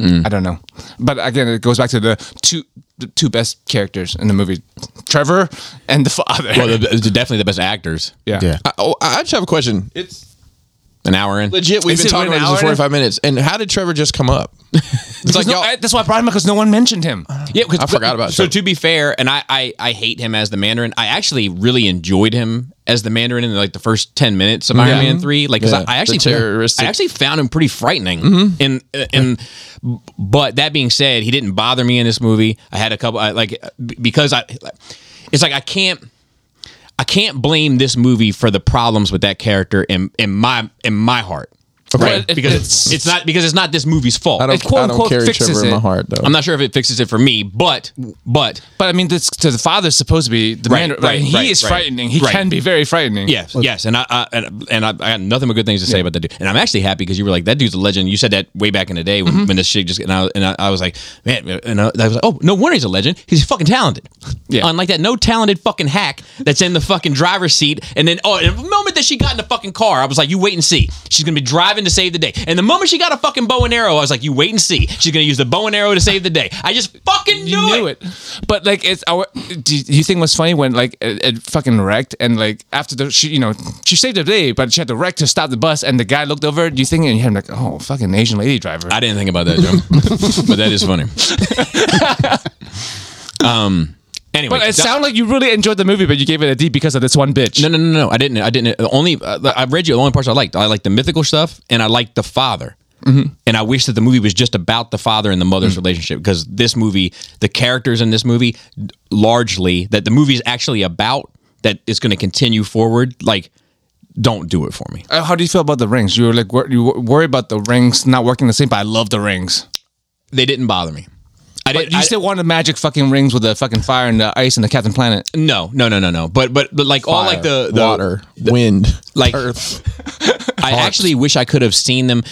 Speaker 3: I don't know, but again, it goes back to the two the two best characters in the movie, Trevor and the father.
Speaker 1: Well, the, the- definitely the best actors.
Speaker 3: [LAUGHS] yeah.
Speaker 4: Yeah.
Speaker 2: I, oh, I just have a question.
Speaker 3: It's
Speaker 1: An hour in.
Speaker 2: Legit, we've
Speaker 3: Is
Speaker 2: been
Speaker 3: it
Speaker 2: talking
Speaker 3: an
Speaker 2: about this
Speaker 3: hour?
Speaker 2: for 45 minutes. And how did Trevor just come up? It's like,
Speaker 3: like, no,
Speaker 2: y'all,
Speaker 3: I- that's why I brought him up because no one mentioned him.
Speaker 1: Yeah, because
Speaker 2: I forgot about
Speaker 1: So
Speaker 2: Trevor.
Speaker 1: to be fair, and I, I I hate him as the Mandarin. I actually really enjoyed him as the Mandarin in like the first ten minutes of Iron Man three. Like, 'cause
Speaker 2: Yeah.
Speaker 1: I, I actually
Speaker 2: The Mm-hmm. terroristic-
Speaker 1: I actually found him pretty frightening. And and but that being said, he didn't bother me in this movie. I had a couple I, like b- because I, it's like I can't. I can't blame this movie for the problems with that character in in my in my heart, right?
Speaker 3: But it-
Speaker 1: because it's,
Speaker 3: it's-
Speaker 1: it's not because it's not this movie's fault.
Speaker 2: I don't,
Speaker 3: it quote
Speaker 2: I don't
Speaker 3: unquote
Speaker 2: carry
Speaker 3: fixes
Speaker 2: Trevor in my
Speaker 3: it.
Speaker 2: heart, though.
Speaker 1: I'm not sure if it fixes it for me, but but
Speaker 3: But I mean, this, to the father's supposed to be the
Speaker 1: Right,
Speaker 3: man.
Speaker 1: right,
Speaker 3: Right, he
Speaker 1: right,
Speaker 3: is
Speaker 1: right,
Speaker 3: frightening. He
Speaker 1: right.
Speaker 3: can be very frightening.
Speaker 1: Yes, yes, and I, I and, and I, I got nothing but good things to say about that dude. And I'm actually happy because you were like, that dude's a legend. You said that way back in the day
Speaker 3: Mm-hmm.
Speaker 1: when, when this shit just and I and I, I was like, man, and I, I was like, oh, no wonder he's a legend. He's fucking talented.
Speaker 3: [LAUGHS] Yeah.
Speaker 1: Unlike that no talented fucking hack that's in the fucking driver's seat, and then oh, and the moment that she got in the fucking car, I was like, you wait and see. She's gonna be driving to save the day. And the moment she got a fucking bow and arrow, I was like, you wait and see. She's gonna use the bow and arrow to save the day. I just fucking
Speaker 3: You knew it. But like, it's our. Do you think what's funny when like it, it fucking wrecked and like after the she you know she saved the day, but she had to wreck to stop the bus, and the guy looked over. Do you think and you had like, oh, fucking Asian lady driver.
Speaker 1: I didn't think about that, Joe. [LAUGHS] but that is funny. um. Anyway,
Speaker 3: but it
Speaker 1: so-
Speaker 3: sounded like you really enjoyed the movie, but you gave it a D because of this one bitch.
Speaker 1: no, no, no, no. I didn't. I didn't. The Only uh, I read you the only parts I liked. I liked the mythical stuff, and I liked the father.
Speaker 3: Mm-hmm.
Speaker 1: And I wish that the movie was just about the father and the mother's
Speaker 3: Mm.
Speaker 1: relationship because this movie, the characters in this movie, largely that the movie is actually about that it's going to continue forward. Like, don't do it for me.
Speaker 3: Uh, How do you feel about the rings? You were like, wor- you wor- worry about the rings not working the same, but I love the rings.
Speaker 1: They didn't bother me. I
Speaker 3: But
Speaker 1: didn't.
Speaker 3: you
Speaker 1: I-
Speaker 3: still want the magic fucking rings with the fucking fire and the ice and the Captain Planet.
Speaker 1: no, no, no, no, no. But but but like all like the, the
Speaker 2: water, wind,
Speaker 1: like-
Speaker 2: earth.
Speaker 1: I actually wish I could have seen them.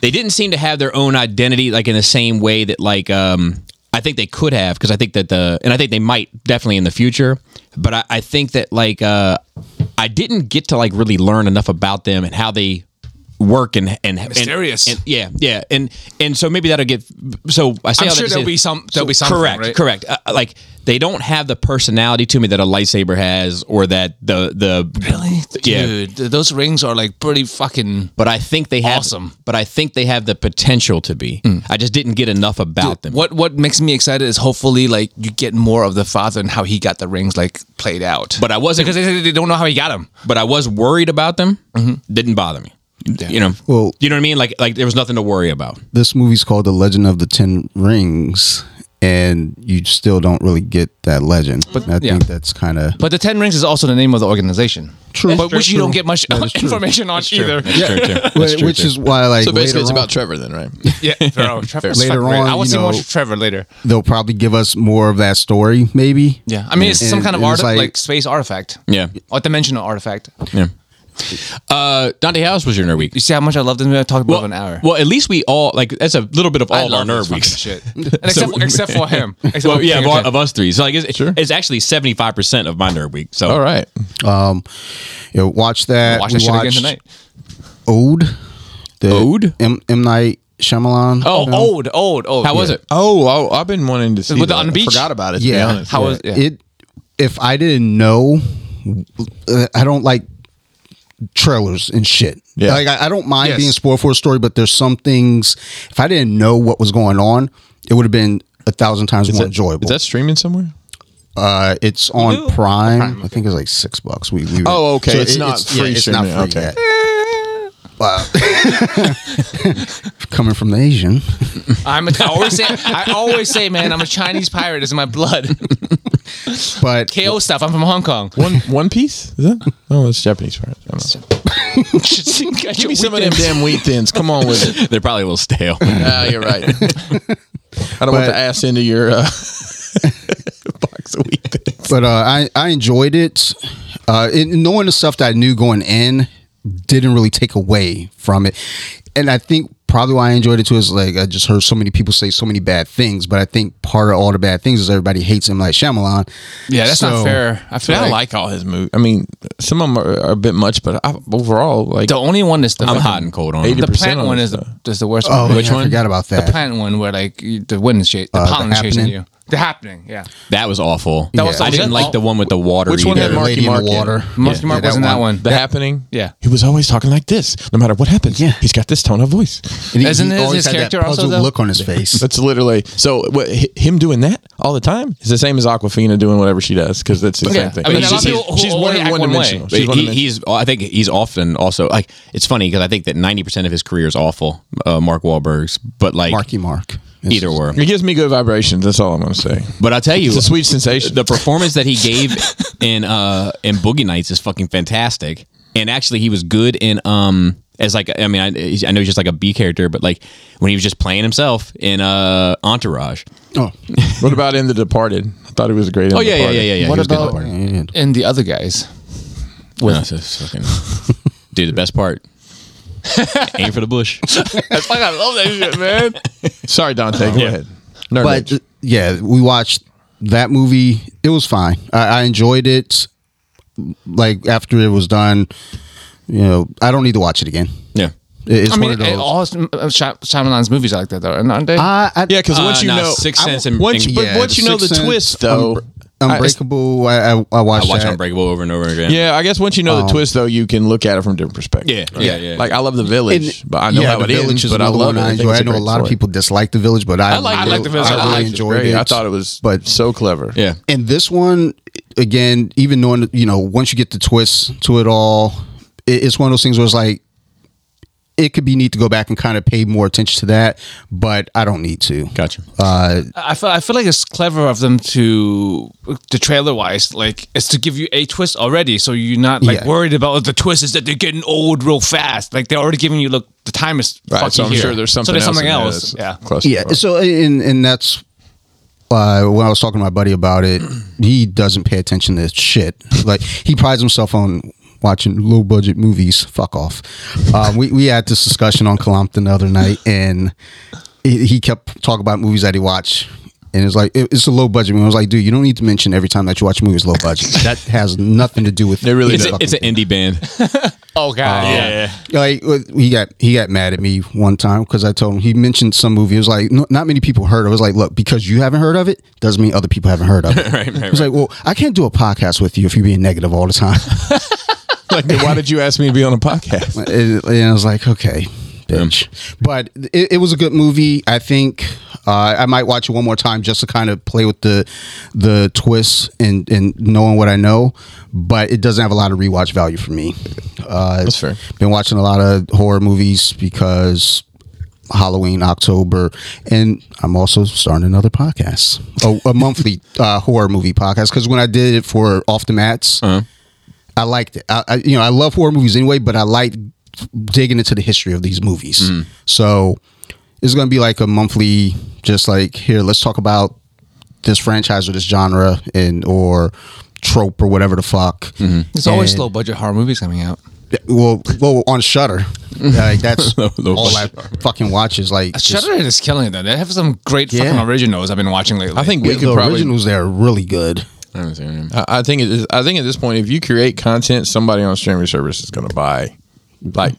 Speaker 1: They didn't seem to have their own identity, like in the same way that like um, I think they could have, because I think that the and I think they might definitely in the future. But I, I think that like uh, I didn't get to like really learn enough about them and how they work and and and-
Speaker 3: Mysterious.
Speaker 1: and- yeah, yeah, and and so maybe that'll get. So I say
Speaker 3: I'm
Speaker 1: all that
Speaker 3: sure
Speaker 1: to say-
Speaker 3: there'll be some- there'll be something,
Speaker 1: Correct,
Speaker 3: right?
Speaker 1: correct. Uh, like they don't have the personality to me that a lightsaber has, or that the the
Speaker 3: Really?
Speaker 1: Yeah.
Speaker 3: Dude, th- those rings are like pretty fucking.
Speaker 1: but I think they have.
Speaker 3: Awesome. Hmm.
Speaker 1: But I think they have the potential to be. I just didn't get enough about them.
Speaker 3: What what makes me excited is hopefully like you get more of the father and how he got the rings like played out.
Speaker 1: But I wasn't.
Speaker 3: because they, they don't know how he got them.
Speaker 1: but I was worried about them.
Speaker 3: Mm-hmm.
Speaker 1: Didn't bother me. You know.
Speaker 4: Well-
Speaker 3: [LAUGHS]
Speaker 1: you know what I mean. Like like there was nothing to worry about.
Speaker 4: This movie's called The Legend of the Ten Rings. and you still don't really get that legend. But I
Speaker 3: yeah.
Speaker 4: think that's kind of
Speaker 3: But the Ten Rings is also the name of the organization.
Speaker 4: True.
Speaker 3: But
Speaker 4: That's
Speaker 3: which
Speaker 4: true.
Speaker 3: you don't get much [LAUGHS]
Speaker 4: That is true.
Speaker 3: information on either.
Speaker 1: That's true, too. That's true,
Speaker 4: which
Speaker 1: too.
Speaker 4: is why like
Speaker 2: So basically,
Speaker 4: later
Speaker 2: it's
Speaker 4: on,
Speaker 2: about Trevor then, right?
Speaker 3: [LAUGHS] Yeah, Trevor. Trevor's
Speaker 4: Later
Speaker 3: fucking great.
Speaker 4: on,
Speaker 3: I want to
Speaker 4: you
Speaker 3: see more
Speaker 4: know-
Speaker 3: Trevor later.
Speaker 4: they'll probably give us more of that story, maybe.
Speaker 3: Yeah, I mean it's some
Speaker 4: And
Speaker 3: kind of
Speaker 4: it was
Speaker 3: art, like,
Speaker 4: like-
Speaker 3: space artifact.
Speaker 1: Yeah.
Speaker 3: or dimensional artifact.
Speaker 1: Yeah. Uh, Dante, House was your nerd week?
Speaker 3: You see how much I love this? We talked about it for an hour.
Speaker 1: Well, at least we all like that's a little bit of
Speaker 3: I
Speaker 1: all of our nerd
Speaker 3: love this fucking
Speaker 1: weeks.
Speaker 3: shit. And except, for, except for him.
Speaker 1: [LAUGHS]
Speaker 3: Except
Speaker 1: Well, uh,
Speaker 3: for
Speaker 1: yeah,
Speaker 3: King
Speaker 1: of, all-
Speaker 3: Ted.
Speaker 1: of us three. So like it's, it's actually seventy five percent of my nerd week. So
Speaker 2: [LAUGHS] All right.
Speaker 4: Um, you know, watch that.
Speaker 3: watch
Speaker 4: We
Speaker 3: that shit again
Speaker 4: watched
Speaker 3: tonight.
Speaker 4: Ode. The
Speaker 1: Ode?
Speaker 4: M. M. Night Shyamalan.
Speaker 3: Oh, old, old, old.
Speaker 1: how was
Speaker 3: Yeah.
Speaker 1: it?
Speaker 2: Oh, oh, I've been wanting to see
Speaker 3: With the-
Speaker 2: that.
Speaker 3: on the
Speaker 2: I
Speaker 3: beach?
Speaker 2: forgot about it. to be
Speaker 4: yeah.
Speaker 2: honest.
Speaker 3: How was- yeah.
Speaker 4: it? If I didn't know, uh, I don't like trailers and shit.
Speaker 2: Yeah.
Speaker 4: Like I, I don't mind
Speaker 3: Yes.
Speaker 4: being spoiled for a story, but there's some things. If I didn't know what was going on, it would have been a thousand times more enjoyable.
Speaker 2: Is that streaming somewhere?
Speaker 4: uh, it's on
Speaker 3: Hulu?
Speaker 4: Prime. I think it's like six bucks. We, we
Speaker 2: Oh, okay. It's
Speaker 4: it-
Speaker 2: not
Speaker 4: yeah,
Speaker 2: free
Speaker 4: it's not
Speaker 2: streaming. Okay.
Speaker 4: free yet. Wow. [LAUGHS] Coming from
Speaker 2: [LAUGHS]
Speaker 4: the Asian.
Speaker 3: I'm a, I always say, I always say, man, I'm a Chinese pirate. It's in my blood.
Speaker 4: But
Speaker 3: KO stuff. I'm from Hong Kong. [LAUGHS]
Speaker 2: One One Piece? Is that? Oh, it's Japanese part. I don't know.
Speaker 3: Give
Speaker 2: Give me some of them damn wheat thins. Come on with it.
Speaker 1: [LAUGHS] They're probably a little stale.
Speaker 2: [LAUGHS] Ah, you're [LAUGHS] right. I don't want
Speaker 4: But-
Speaker 2: the ass into your uh, box of wheat thins.
Speaker 4: but uh, I I enjoyed it. Uh, and knowing the stuff that I knew going in didn't really take away from it, and I think probably why I enjoyed it too is like I just heard so many people say so many bad things, but I think part of all the bad things is everybody hates him like Shyamalan.
Speaker 3: Yeah, that's not
Speaker 4: So-
Speaker 3: fair. I feel
Speaker 2: I
Speaker 3: like,
Speaker 2: like all his movies. I mean, some of them are, are a bit much, but I, overall, like
Speaker 3: the only one that's the
Speaker 1: I'm
Speaker 3: fucking-
Speaker 1: hot and cold on
Speaker 2: 80
Speaker 1: them.
Speaker 3: The plant
Speaker 2: 100% on
Speaker 3: one is
Speaker 2: this
Speaker 3: the is the worst.
Speaker 4: Oh,
Speaker 3: one.
Speaker 4: yeah, I forgot about
Speaker 3: The
Speaker 4: that. Uh,
Speaker 3: plant one where like you- the wind is chasing, the
Speaker 4: The
Speaker 3: pollen is chasing
Speaker 4: Happening?
Speaker 3: you. The happening, yeah.
Speaker 1: That was awful. That
Speaker 4: was
Speaker 1: I
Speaker 4: awful.
Speaker 1: didn't like the one with the water.
Speaker 2: Which one
Speaker 1: either.
Speaker 2: had Marky
Speaker 4: Lady in
Speaker 2: Mark
Speaker 4: the
Speaker 2: in it.
Speaker 4: water.
Speaker 3: Marky Mark
Speaker 4: Yeah,
Speaker 3: was in that one.
Speaker 2: the happening.
Speaker 3: Yeah.
Speaker 2: he was always talking like this, no matter what happens.
Speaker 4: Yeah.
Speaker 2: he's got this tone of voice.
Speaker 4: And
Speaker 3: Isn't his-
Speaker 4: always
Speaker 3: his
Speaker 4: had
Speaker 3: character
Speaker 4: that
Speaker 3: also,
Speaker 4: puzzled
Speaker 3: though?
Speaker 4: look on
Speaker 2: [LAUGHS]
Speaker 4: his face?
Speaker 2: That's literally so. What, hi- him doing that all the time is the same as Aquafina doing whatever she does because that's the
Speaker 3: Yeah.
Speaker 2: same thing.
Speaker 3: I mean,
Speaker 2: But
Speaker 3: a lot of
Speaker 2: she's-
Speaker 3: people who
Speaker 2: she's
Speaker 3: only
Speaker 2: one
Speaker 3: act
Speaker 2: one
Speaker 3: one way.
Speaker 2: dimensional.
Speaker 1: But
Speaker 2: She's one
Speaker 1: he,
Speaker 2: dimensional.
Speaker 1: he's. I think he's often also like. It's funny because I think that ninety percent of his career is awful. Uh, Mark Wahlberg's, but like
Speaker 4: Marky Mark. It's-
Speaker 1: either or.
Speaker 2: It gives me good vibrations. That's all I'm gonna say.
Speaker 1: But I tell you,
Speaker 2: It's a sweet sensation.
Speaker 1: the performance that he gave in uh in Boogie Nights is fucking fantastic. And actually, he was good in um as like I mean I, I know he's just like a B character, but like when he was just playing himself in uh Entourage.
Speaker 4: Oh,
Speaker 2: what about in The Departed? I thought he was great. In
Speaker 1: Oh
Speaker 2: the
Speaker 1: yeah, yeah,
Speaker 2: Departed.
Speaker 1: yeah, yeah, yeah.
Speaker 3: What
Speaker 1: he was
Speaker 3: about-
Speaker 1: good in Departed.
Speaker 3: And the other guys.
Speaker 1: No, it's just fucking, dude? The best part. [LAUGHS] Aim for the bush.
Speaker 3: That's why [LAUGHS] I love that shit, man.
Speaker 2: Sorry, Dante. Go
Speaker 1: Yeah.
Speaker 2: ahead. Nerd
Speaker 4: but
Speaker 2: rage.
Speaker 4: uh, yeah, we watched that movie. It was fine. I, I enjoyed it. Like after it was done, you know, I don't need to watch it again.
Speaker 1: Yeah.
Speaker 4: It- It's
Speaker 3: I
Speaker 4: one
Speaker 3: mean,
Speaker 4: of those.
Speaker 3: it- all Shy- Shyamalan's movies are like that, though, aren't they?
Speaker 4: I, I,
Speaker 2: yeah, because once
Speaker 1: Uh,
Speaker 2: you
Speaker 1: nah,
Speaker 2: know
Speaker 1: Sixth Sense and-
Speaker 2: once, you- but
Speaker 1: Yeah,
Speaker 2: once you know the
Speaker 4: Sixth Sense,
Speaker 2: twist, though,
Speaker 4: Um,
Speaker 2: I-
Speaker 4: Unbreakable. I, I, I watched
Speaker 1: I watch
Speaker 4: that.
Speaker 1: Unbreakable over and over again.
Speaker 2: Yeah, I guess once you know
Speaker 4: Oh.
Speaker 2: the twist, though, you can look at it from different perspective.
Speaker 1: Yeah, yeah, yeah.
Speaker 2: Like I love the village,
Speaker 4: And-
Speaker 2: but I know
Speaker 4: yeah,
Speaker 2: how
Speaker 4: The
Speaker 2: it ends.
Speaker 4: Village is
Speaker 2: But I
Speaker 4: another
Speaker 2: love
Speaker 4: one
Speaker 2: it.
Speaker 4: I
Speaker 2: think
Speaker 4: enjoy.
Speaker 2: it's
Speaker 4: I know a
Speaker 2: great
Speaker 4: lot of
Speaker 2: story.
Speaker 4: people dislike The Village, but I,
Speaker 1: like- I
Speaker 4: really-
Speaker 1: like The Village.
Speaker 4: I
Speaker 1: I
Speaker 4: really
Speaker 1: liked it.
Speaker 4: enjoyed
Speaker 2: Great.
Speaker 4: it.
Speaker 2: I thought it was
Speaker 4: but-
Speaker 2: so clever.
Speaker 1: Yeah.
Speaker 4: And this one, again, even knowing you know, once you get the twist to it all, it, it's one of those things where it's like it could be neat to go back and kind of pay more attention to that, but I don't need to.
Speaker 1: Gotcha.
Speaker 4: Uh,
Speaker 3: I feel I feel like it's clever of them to the trailer wise, like it's to give you a twist already, so you're not like
Speaker 4: Yeah.
Speaker 3: worried about the twist is that they're getting old real fast. Like they're already giving you look the time is
Speaker 2: Right,
Speaker 3: fucking
Speaker 2: so I'm
Speaker 3: here.
Speaker 2: sure there's something.
Speaker 3: so there's something
Speaker 2: else.
Speaker 3: else.
Speaker 2: in there
Speaker 3: Yeah.
Speaker 2: that's close to
Speaker 4: yeah.
Speaker 2: it.
Speaker 4: So and and that's uh, when I was talking to my buddy about it. He doesn't pay attention to shit. Like he prides himself on watching low budget movies. Fuck off. Um, we we had this discussion on Compton the other night, and he, he kept talking about movies that he watched. And it's like it- it's a low budget movie. I was like, dude, you don't need to mention every time that you watch a movie is low
Speaker 1: [LAUGHS]
Speaker 4: budget. That has nothing to do with it.
Speaker 2: really
Speaker 1: It's,
Speaker 2: does.
Speaker 1: a, it's an indie band.
Speaker 3: Oh god. yeah.
Speaker 4: Like uh, he got he got mad at me one time because I told him he mentioned some movie. It was like no, not many people heard. of it. I was like, look, because you haven't heard of it doesn't mean other people haven't heard of it.
Speaker 1: [LAUGHS] Right, right,
Speaker 4: I was like, well, I can't do a podcast with you if you're being negative all the time.
Speaker 2: like, then
Speaker 4: [LAUGHS]
Speaker 2: why did you ask me to be on a podcast?
Speaker 4: and, and I was like, okay, bitch. But it, it was a good movie. I think uh, I might watch it one more time just to kind of play with the the twists and and knowing what I know. But it doesn't have a lot of rewatch value for me. Uh,
Speaker 2: That's fair.
Speaker 4: Been watching a lot of horror movies because Halloween, October, and I'm also starting another podcast, oh, a monthly uh, horror movie podcast. Because when I did it for Off the Mats,
Speaker 2: Uh-huh.
Speaker 4: I liked it. I, I, you know, I love horror movies anyway, but I like digging into the history of these movies.
Speaker 1: Mm-hmm.
Speaker 4: So it's going to be like a monthly, just like here, let's talk about this franchise or this genre and or trope or whatever the fuck.
Speaker 1: Mm-hmm.
Speaker 3: There's always
Speaker 4: And-
Speaker 3: low budget horror movies coming out.
Speaker 4: well, well, on Shutter, like
Speaker 1: [LAUGHS]
Speaker 4: that's
Speaker 1: no
Speaker 4: all I fucking watch is like just-
Speaker 3: Uh, Shutter is killing it. Though. They have some great
Speaker 4: Yeah.
Speaker 3: fucking originals I've been watching lately.
Speaker 2: I think we
Speaker 4: the
Speaker 2: could probably
Speaker 4: originals there are really good.
Speaker 1: I haven't seen him.
Speaker 2: I I think it is, I think at this point, if you create content, somebody on streaming service is going to buy. Like,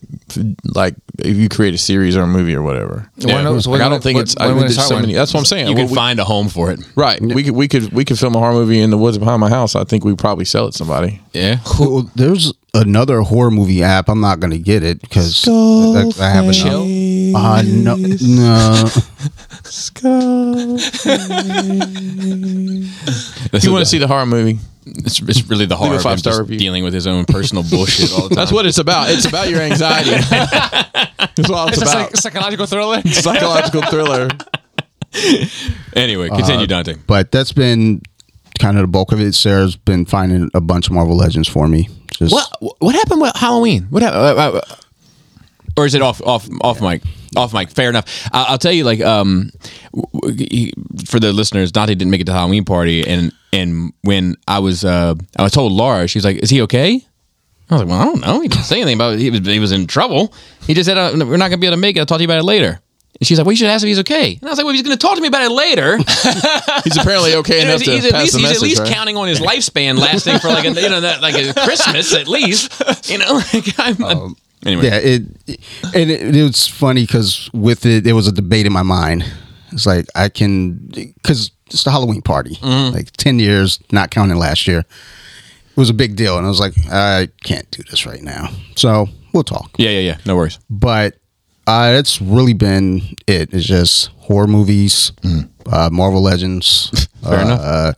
Speaker 2: like if you create a series or a movie or whatever.
Speaker 3: When it was-
Speaker 2: Like, I don't think
Speaker 3: when-
Speaker 2: it's. I
Speaker 3: when- when
Speaker 2: mean,
Speaker 3: it's
Speaker 2: there's
Speaker 3: hard
Speaker 2: so
Speaker 3: one.
Speaker 2: many. That's what I'm saying.
Speaker 1: You
Speaker 2: Well,
Speaker 1: can
Speaker 2: we-
Speaker 1: find a home for it.
Speaker 2: right. We could we could we could film a horror movie in the woods behind my house. I think we'd probably sell it to somebody.
Speaker 1: Yeah.
Speaker 4: Well, there's another horror movie app. I'm not gonna get it because I, I have a
Speaker 3: Skull
Speaker 4: Uh, no, no.
Speaker 1: This
Speaker 2: You
Speaker 1: is the-
Speaker 2: want to see the horror movie?
Speaker 1: It's, it's really the horror of him
Speaker 2: five-star
Speaker 1: just
Speaker 2: review.
Speaker 1: dealing with his own personal bullshit [LAUGHS] all the time.
Speaker 2: That's what it's about. It's about your anxiety. That's all it's,
Speaker 3: it's a
Speaker 2: about.
Speaker 3: psych-
Speaker 2: [LAUGHS]
Speaker 3: psychological thriller.
Speaker 2: Psychological thriller.
Speaker 1: Anyway, continue, Dante.
Speaker 4: but that's been kind of the bulk of it. Sarah's been finding a bunch of Marvel Legends for me. Just
Speaker 1: What what happened with Halloween? What happened? Uh, uh, or is it off off off mic? Off mic. Fair enough. I, I'll tell you. Like um, w- w- he- for the listeners, Dante didn't make it to the Halloween party, and and when I was uh, I was told Laura, she was like, "Is he okay?" I was like, "Well, I don't know. He didn't say anything about it. He was he was in trouble. He just said uh, we're not gonna be able to make it. I'll talk to you about it later." And she's like, "Well, you should ask if he's okay." And I was like, "Well, if he's gonna talk to me about it later."
Speaker 2: He's apparently okay enough
Speaker 1: he's,
Speaker 2: to
Speaker 1: he's
Speaker 2: pass
Speaker 1: at least,
Speaker 2: the
Speaker 1: he's
Speaker 2: message.
Speaker 1: at least
Speaker 2: right?
Speaker 1: counting on his lifespan lasting for like a, you know that- like a Christmas at least. You know, [LAUGHS] like I'm,
Speaker 2: Um,
Speaker 1: anyway.
Speaker 4: yeah, it and it, it was funny because with it, there was a debate in my mind. It's like I can because it's the Halloween party, like ten years, not counting last year. It was a big deal, and I was like, I can't do this right now. So we'll talk.
Speaker 1: yeah, yeah, yeah. No worries.
Speaker 4: But uh, that's really been it. It's just horror movies, uh, Marvel Legends, [LAUGHS]
Speaker 1: Fair
Speaker 4: uh,
Speaker 1: enough.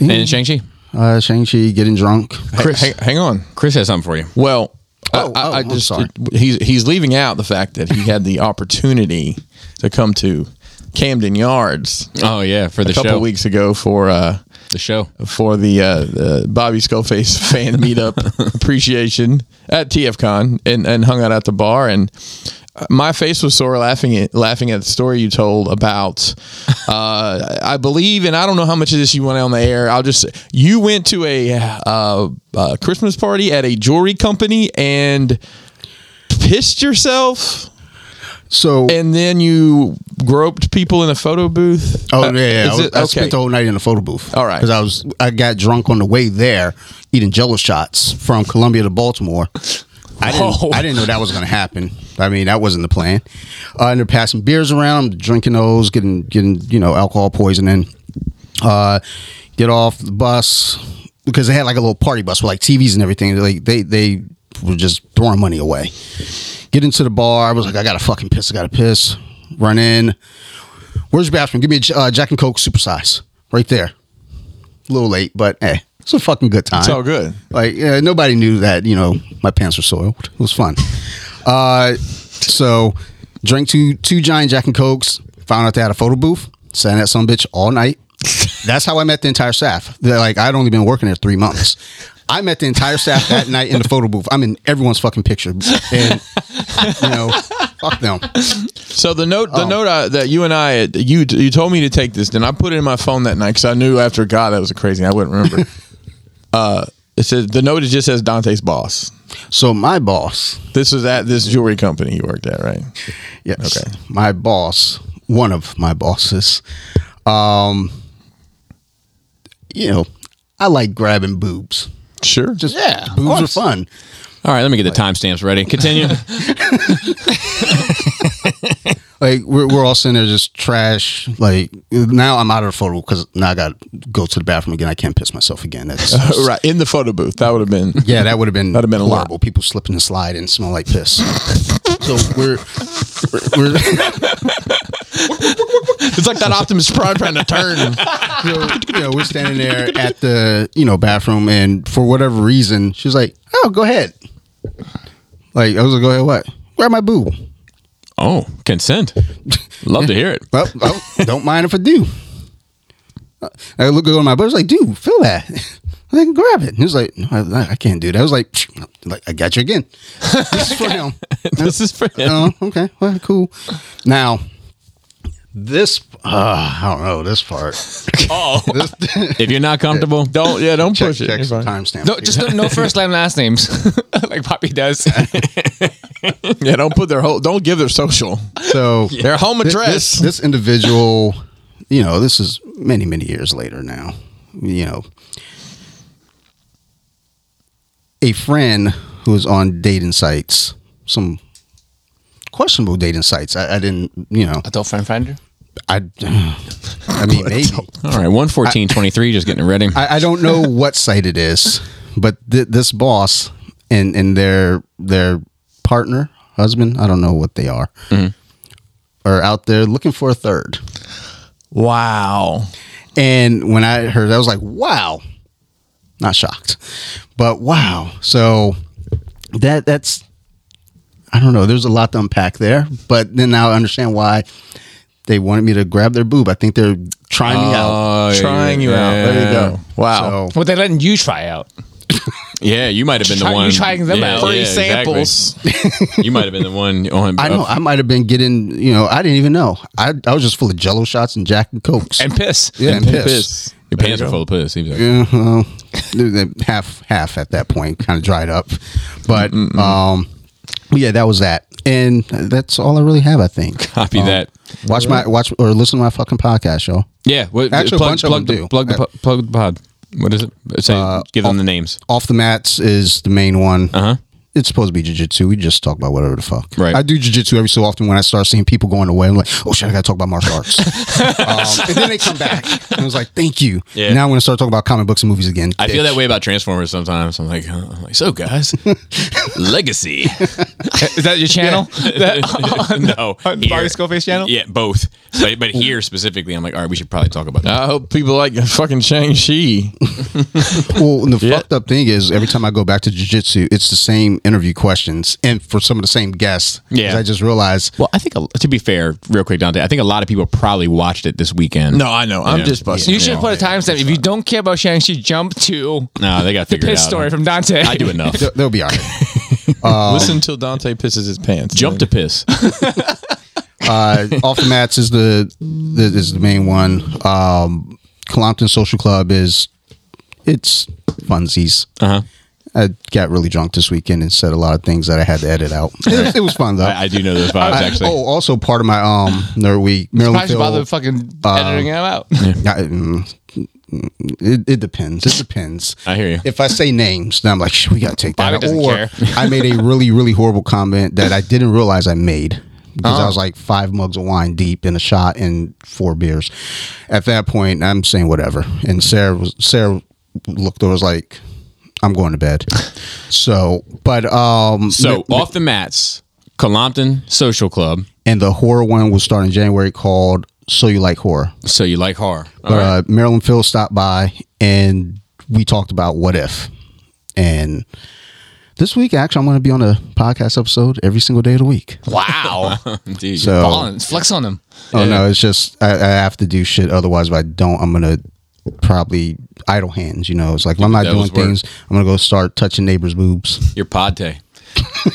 Speaker 1: and Shang Chi,
Speaker 4: uh, Shang Chi, getting drunk.
Speaker 2: Chris, hang, hang on.
Speaker 1: Chris has something for you.
Speaker 2: Well,
Speaker 4: Oh,
Speaker 2: I, I,
Speaker 4: oh,
Speaker 2: I
Speaker 4: I'm
Speaker 2: just
Speaker 4: sorry.
Speaker 2: he's he's leaving out the fact that he had the opportunity to come to Camden
Speaker 4: [LAUGHS]
Speaker 2: Yards
Speaker 1: Oh yeah, for the
Speaker 2: a couple
Speaker 1: show.
Speaker 2: weeks ago for uh,
Speaker 1: The show.
Speaker 2: for the, uh, the Bobby Skullface [LAUGHS] fan meetup appreciation at TFCon and, and hung out at the bar and uh, my face was sore laughing at laughing at the story you told about uh, I believe and I don't know how much of this you went on the air I'll just you went to a uh, uh, Christmas party at a jewelry company and pissed yourself
Speaker 4: So
Speaker 2: and then you groped people in a photo booth
Speaker 4: Oh
Speaker 2: Uh,
Speaker 4: yeah, yeah. I,
Speaker 2: is
Speaker 4: was-
Speaker 2: it-
Speaker 4: I spent the whole night in the photo booth.
Speaker 2: All right.
Speaker 4: because I was I got drunk on the way there, eating Jello shots from Columbia to Baltimore. I
Speaker 2: [LAUGHS]
Speaker 4: didn't,
Speaker 2: Oh.
Speaker 4: I didn't know that was going to happen. I mean, that wasn't the plan. Uh, and they're passing beers around, drinking those, getting getting you know alcohol poisoning. Uh, get off the bus because they had like a little party bus with like TVs and everything. Like they they were just throwing money away. Get into the bar. I was like, I gotta fucking piss. I gotta piss. Run in. Where's your bathroom? Give me a J- uh, Jack and Coke supersize right there. A little late, but hey, it's a fucking good time.
Speaker 2: it's all good
Speaker 4: Like yeah, nobody knew that you know my pants were soiled. It was fun. Uh, so drank two two giant Jack and Cokes. Found out they had a photo booth. Sat at some bitch all night. That's how I met the entire staff. They're like I'd only been working there three months. I met the entire staff that night in the photo booth. I'm in everyone's fucking picture, and you know, fuck them.
Speaker 2: So the note, the note I, that you and I, you you told me to take this, and I put it in my phone that night because I knew after God that was a crazy. I wouldn't remember. uh, it says the note. It just says Dante's boss.
Speaker 4: So my boss,
Speaker 2: This was at this jewelry company you worked at, right?
Speaker 4: Yes.
Speaker 2: Okay.
Speaker 4: My boss, one of my bosses, um, you know, I like grabbing boobs.
Speaker 2: Sure.
Speaker 4: Just
Speaker 3: Yeah, of
Speaker 4: boobs are
Speaker 3: course.
Speaker 4: fun.
Speaker 1: All right, let me get the timestamps ready. Continue.
Speaker 4: Like we're, we're all sitting there just trash. Like now I'm out of the photo because now I got to go to the bathroom again. I can't piss myself
Speaker 2: [LAUGHS]
Speaker 4: again. That's
Speaker 2: right in the photo booth. That would have been.
Speaker 4: Yeah, that would have been
Speaker 2: That'd have been a lot.
Speaker 4: horrible. People slipping and slide and smell like piss.
Speaker 2: [LAUGHS]
Speaker 4: so we're we're, we're
Speaker 2: [LAUGHS] It's like that Optimus Prime trying to turn.
Speaker 4: so, you know, we're standing there at the, you know, bathroom, and for whatever reason, she's like, "Oh, go ahead." Like I was like, "Go ahead, what? Grab my boob."
Speaker 1: Oh, consent. Love to hear
Speaker 2: [LAUGHS]
Speaker 1: it.
Speaker 4: Well, well, don't mind if I do. I look over my brother's like, dude, feel that. [LAUGHS] I can grab it. And he was like, no, I, I can't do that. I was like, "Psh, like I got you again. [LAUGHS] This is for him.
Speaker 2: [LAUGHS]
Speaker 1: This is for him.
Speaker 4: Oh, okay. Well, cool. Now, this, uh, I don't know,
Speaker 2: [LAUGHS]
Speaker 4: this part.
Speaker 1: Oh, if you're not comfortable,
Speaker 2: Don't yeah, don't
Speaker 4: Check,
Speaker 2: push it.
Speaker 4: check
Speaker 2: It's fine.
Speaker 4: timestamp.
Speaker 3: No, just no, no first name, last names, [LAUGHS] like Poppy does.
Speaker 2: Yeah, don't put their whole. Don't give their social. [LAUGHS]
Speaker 4: so
Speaker 2: Their home
Speaker 4: Th-
Speaker 2: address.
Speaker 4: This, this individual, you know, this is many, many years later now. You know, a friend who was on dating sites, some questionable dating sites. I, I didn't, you know,
Speaker 3: Adult friend finder.
Speaker 4: I,
Speaker 3: [LAUGHS]
Speaker 4: I mean, maybe.
Speaker 1: all right. One fourteen twenty three. Just getting ready.
Speaker 4: I, I don't know what site it is, but th- this boss and and their their partner, husband, I don't know what they are,
Speaker 3: Mm-hmm.
Speaker 4: are out there looking for a third.
Speaker 2: wow.
Speaker 4: And when I heard, that, I was like, wow, not shocked, but wow. So that that's I don't know. There's a lot to unpack there, but then now I understand why they wanted me to grab their boob. I think they're trying me out.
Speaker 1: Oh,
Speaker 2: Trying you out. There you go. Wow.
Speaker 4: So-
Speaker 3: Well, they're letting you try out.
Speaker 1: Yeah, you might have been
Speaker 3: Try-
Speaker 1: the
Speaker 3: you
Speaker 1: one
Speaker 3: trying them
Speaker 1: yeah,
Speaker 3: out.
Speaker 2: Free
Speaker 1: yeah, exactly.
Speaker 2: samples.
Speaker 1: You might have been the
Speaker 2: [LAUGHS]
Speaker 1: one on.
Speaker 4: I know. I might have been getting, you know, I didn't even know. I, I was just full of jello shots and Jack and Cokes.
Speaker 3: And piss.
Speaker 4: yeah, and piss.
Speaker 2: Piss.
Speaker 1: Your pants were full of piss. He was like,
Speaker 4: Yeah, well, Uh-huh. half, half at that point, kind of dried up. But um, yeah, that was that. And that's all I really have, I think.
Speaker 1: Copy
Speaker 4: Um,
Speaker 1: that.
Speaker 4: Watch my, watch or listen to my fucking podcast, y'all.
Speaker 1: Yeah, what,
Speaker 4: Actually, a
Speaker 1: plug,
Speaker 4: bunch of
Speaker 1: plug
Speaker 4: them
Speaker 1: the,
Speaker 4: do.
Speaker 1: Plug the po- plug the pod. What is it? Say, give them the names.
Speaker 4: Off the mats is the main one.
Speaker 1: Uh huh.
Speaker 4: It's supposed to be jujitsu. We just talk about whatever the fuck.
Speaker 1: Right.
Speaker 4: I do jujitsu every so often when I start seeing people going away. I'm like, oh shit, I gotta talk about martial
Speaker 1: [LAUGHS]
Speaker 4: arts. um, and then they come back. And I was like, thank you.
Speaker 1: Yeah.
Speaker 4: Now I'm gonna start talking about comic books and movies again.
Speaker 1: I feel
Speaker 4: bitch.
Speaker 1: that way about Transformers sometimes. I'm like, huh? I'm like, so guys, legacy.
Speaker 3: Is
Speaker 2: [LAUGHS]
Speaker 3: that your channel?
Speaker 1: [LAUGHS] no,
Speaker 3: Bobby Skullface channel?
Speaker 1: Yeah, both. But, but here specifically, I'm like, all right, we should probably talk about that.
Speaker 2: I hope people like fucking Shang Chi.
Speaker 4: Well, and the fucked up thing is, every time I go back to jujitsu, it's the same interview questions and for some of the same guests. 'Cause
Speaker 1: Yeah.
Speaker 4: I just realized
Speaker 1: Well, I think a- to be fair, real quick, Dante, I think a lot of people probably watched it this weekend.
Speaker 2: No, I know. I'm
Speaker 1: Yeah.
Speaker 2: just busting.
Speaker 3: You should put a timestamp. If you don't care about Shang-Chi, jump to
Speaker 1: no, they got
Speaker 3: the
Speaker 1: figured
Speaker 3: piss
Speaker 1: out.
Speaker 3: story from Dante.
Speaker 1: I
Speaker 3: [LAUGHS]
Speaker 1: do enough.
Speaker 4: [LAUGHS] they'll, they'll be all right.
Speaker 2: Listen till Dante pisses his pants.
Speaker 1: Jump to piss.
Speaker 4: Uh, off the mats is the, the is the main one. Um, Compton Social Club is it's funsies.
Speaker 1: Uh huh.
Speaker 4: I got really drunk this weekend and said a lot of things that I had to edit
Speaker 1: [LAUGHS]
Speaker 4: out. It, it was fun though.
Speaker 1: I, I do know those vibes
Speaker 4: I-
Speaker 1: actually.
Speaker 4: oh, also part of my um nerd week, Maryland
Speaker 3: Why should bother
Speaker 4: Phil.
Speaker 3: fucking editing them out?
Speaker 4: I- mm, it, it depends. It depends.
Speaker 1: I hear you.
Speaker 4: If I say names, then I'm like, "Shit, we gotta take that.
Speaker 3: Bobby
Speaker 4: out."
Speaker 3: doesn't
Speaker 4: or
Speaker 3: care.
Speaker 4: [LAUGHS] I made a really, really horrible comment that I didn't realize I made because
Speaker 3: Oh.
Speaker 4: I was like five mugs of wine deep in a shot and four beers. At that point, I'm saying whatever. And Sarah was Sarah looked over was like, "I'm going to bed." So, but um,
Speaker 1: so off the mats, Colompton Social Club.
Speaker 4: and the horror one will start in January called "So You Like Horror."
Speaker 1: So you like horror? All
Speaker 4: But
Speaker 1: right.
Speaker 4: uh, Marilyn Phil stopped by and we talked about what if. And this week, actually, I'm going to be on a podcast episode every single day of the week.
Speaker 1: [LAUGHS]
Speaker 3: Wow.
Speaker 1: Dude,
Speaker 4: So,
Speaker 3: Ballin', flex on them.
Speaker 4: oh no, it's just I, I have to do shit. Otherwise, if I don't, I'm going to probably idle hands. You know, it's like if I'm not
Speaker 1: That
Speaker 4: doing
Speaker 1: was work.
Speaker 4: things, I'm going to go start touching neighbors' boobs.
Speaker 1: Your pod day.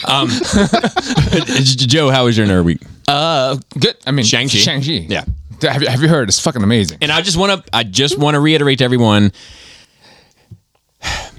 Speaker 1: Um, [LAUGHS] Joe, how was your nerd week?
Speaker 3: Uh, good. I mean,
Speaker 1: Shang-Chi.
Speaker 3: Shang-Chi.
Speaker 1: Yeah.
Speaker 3: Have you, have you heard? It's fucking amazing.
Speaker 1: And I just want to, I just want to reiterate to everyone: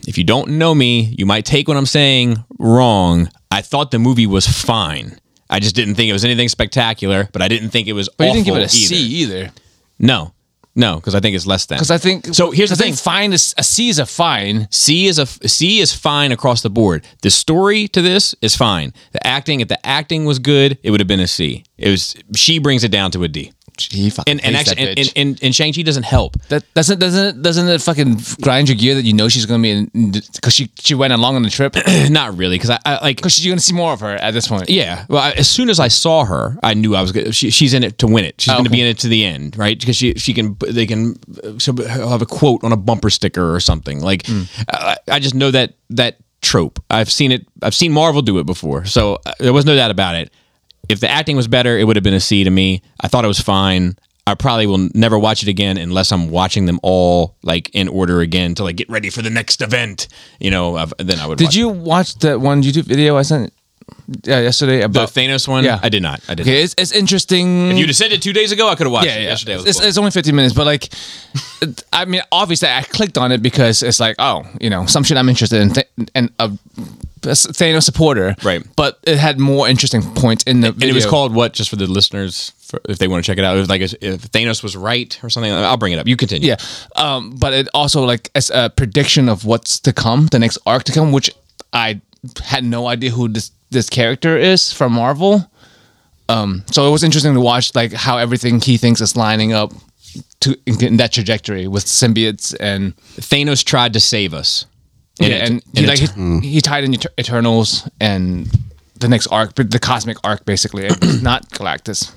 Speaker 1: if you don't know me, you might take what I'm saying wrong. I thought the movie was fine. I just didn't think it was anything spectacular, but I didn't think it was.
Speaker 3: But you
Speaker 1: awful
Speaker 3: didn't give it a
Speaker 1: either.
Speaker 3: C either.
Speaker 1: No, no, because I think it's less than.
Speaker 3: Because I think.
Speaker 1: So here's the
Speaker 3: I think
Speaker 1: thing.
Speaker 3: Fine is, a C is a fine.
Speaker 1: C is a C is fine across the board. The story to this is fine. The acting, if the acting was good, it would have been a C. It was she brings it down to a D.
Speaker 3: He fucking
Speaker 1: And and
Speaker 3: hates
Speaker 1: actually
Speaker 3: that
Speaker 1: and,
Speaker 3: bitch.
Speaker 1: and, and, and Shang Chi doesn't help. [LAUGHS]
Speaker 3: That doesn't doesn't doesn't it fucking grind your gear that you know she's gonna be in because she she went along on the trip [CLEARS THROAT] because
Speaker 1: Not really, because I, I like
Speaker 3: you're gonna see more of her at this point.
Speaker 1: yeah. Well, I, as soon as I saw her, I knew I was. Gonna, she, she's in it to win it. She's going to be in it to the end, right? Because she she can they can uh, she'll have a quote on a bumper sticker or something. Like
Speaker 3: Hmm.
Speaker 1: I, I just know that that trope. I've seen it. I've seen Marvel do it before, so uh, there was no doubt about it. if the acting was better, it would have been a C to me. I thought it was fine. I probably will never watch it again unless I'm watching them all like in order again to like get ready for the next event. You know, I've, then I would.
Speaker 3: Did
Speaker 1: watch
Speaker 3: you watch that one YouTube video I sent? Yeah, yesterday
Speaker 1: the
Speaker 3: about.
Speaker 1: Thanos one?
Speaker 3: Yeah.
Speaker 1: I did not. I did.
Speaker 3: okay, it's, it's interesting.
Speaker 1: Not. You'd have said it two days ago. I could have watched
Speaker 3: yeah,
Speaker 1: it
Speaker 3: yeah.
Speaker 1: yesterday. was
Speaker 3: It's,
Speaker 1: cool.
Speaker 3: it's only 15 minutes, but like, I mean, obviously, I clicked on it because it's like, oh, you know, some shit I'm interested in, th- and a Thanos supporter,
Speaker 1: Right.
Speaker 3: But it had more interesting points in the
Speaker 1: and
Speaker 3: video.
Speaker 1: it was called what? Just for the listeners, for, if they want to check it out, it was like if Thanos was right or something. I'll bring it up. You continue.
Speaker 3: yeah. Um, but it also like as a prediction of what's to come, the next arc to come, which I had no idea who this this character is from Marvel. Um, so it was interesting to watch like how everything he thinks is lining up to in that trajectory with symbiotes and
Speaker 1: Thanos tried to save us.
Speaker 3: yeah,
Speaker 1: it-
Speaker 3: and, he,
Speaker 1: it
Speaker 3: like he, he tied in Eter- Eternals and the next arc, but the cosmic arc basically, and it's not Galactus.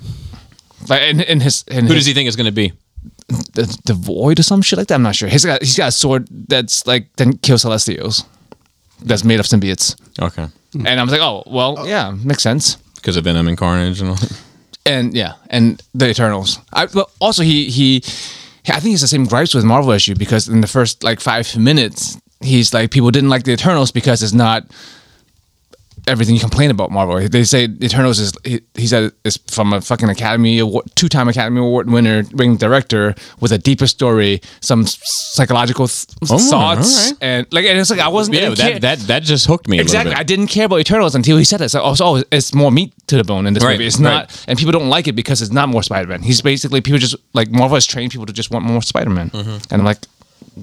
Speaker 3: Like in, in his in
Speaker 1: Who
Speaker 3: his,
Speaker 1: does he think is going to be?
Speaker 3: the, the void or some shit like that. I'm not sure. He's got he's got a sword that's like then kill Celestials, that's made of symbiotes.
Speaker 1: Okay.
Speaker 3: And I was like, oh well, yeah, makes sense.
Speaker 1: Because of Venom and Carnage and all.
Speaker 3: And yeah, and the Eternals. I but also he he, I think he's the same gripes with Marvel issue because in the first like five minutes he's like people didn't like the Eternals because it's not everything you complain about Marvel. They say Eternals is he, he said is from a fucking Academy Award, two-time Academy Award winner, wing director with a deeper story, some s- psychological th- thoughts,
Speaker 1: all right.
Speaker 3: and like and it's like I wasn't I
Speaker 1: Oh, Yeah,
Speaker 3: didn't care-
Speaker 1: that, that that just hooked me.
Speaker 3: Exactly.
Speaker 1: A
Speaker 3: I
Speaker 1: little bit.
Speaker 3: didn't care about Eternals until he said this. I was oh, it's more meat to the bone in this
Speaker 1: Right,
Speaker 3: movie. It's
Speaker 1: right.
Speaker 3: not, and people don't like it because it's not more Spider Man. He's basically people just like Marvel has trained people to just want more Spider Man, and I'm like,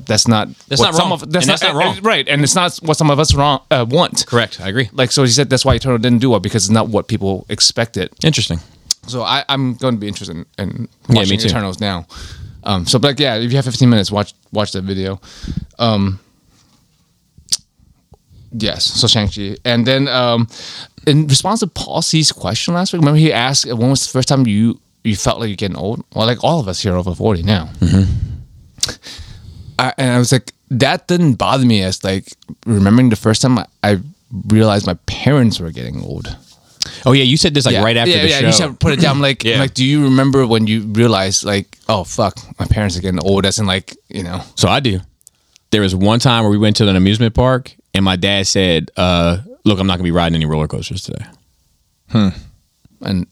Speaker 3: that's not
Speaker 1: Mm-hmm. That's
Speaker 3: what
Speaker 1: not
Speaker 3: some
Speaker 1: wrong.
Speaker 3: Of,
Speaker 1: And
Speaker 3: that's, not, uh,
Speaker 1: that's not wrong.
Speaker 3: right? And it's not what some of us wrong uh, want.
Speaker 1: Correct. I agree.
Speaker 3: Like so, he said that's why Eternal didn't do well because it's not what people expected.
Speaker 1: Interesting.
Speaker 3: So I, I'm going to be interested in, in watching
Speaker 1: too.
Speaker 3: Eternals now. Um, so, but like, yeah, if you have 15 minutes, watch watch that video. Um, yes, so Shang Chi, and then um, in response to Paul C's question last week, remember he asked when was the first time you you felt like you're getting old? Well, like all of us here are over 40 now. I, and I was like, that didn't bother me as like remembering the first time I, I realized my parents were getting old
Speaker 1: Oh yeah, you said this like right after
Speaker 3: yeah,
Speaker 1: the
Speaker 3: yeah,
Speaker 1: show.
Speaker 3: You should put it down. I'm Like,
Speaker 1: Yeah.
Speaker 3: I'm like, do you remember when you realized, like, oh fuck, my parents are getting old? As in, like, you know,
Speaker 1: So I do. There was one time where we went to an amusement park, and my dad said, uh, "Look, I'm not going to be riding any roller coasters today."
Speaker 3: and,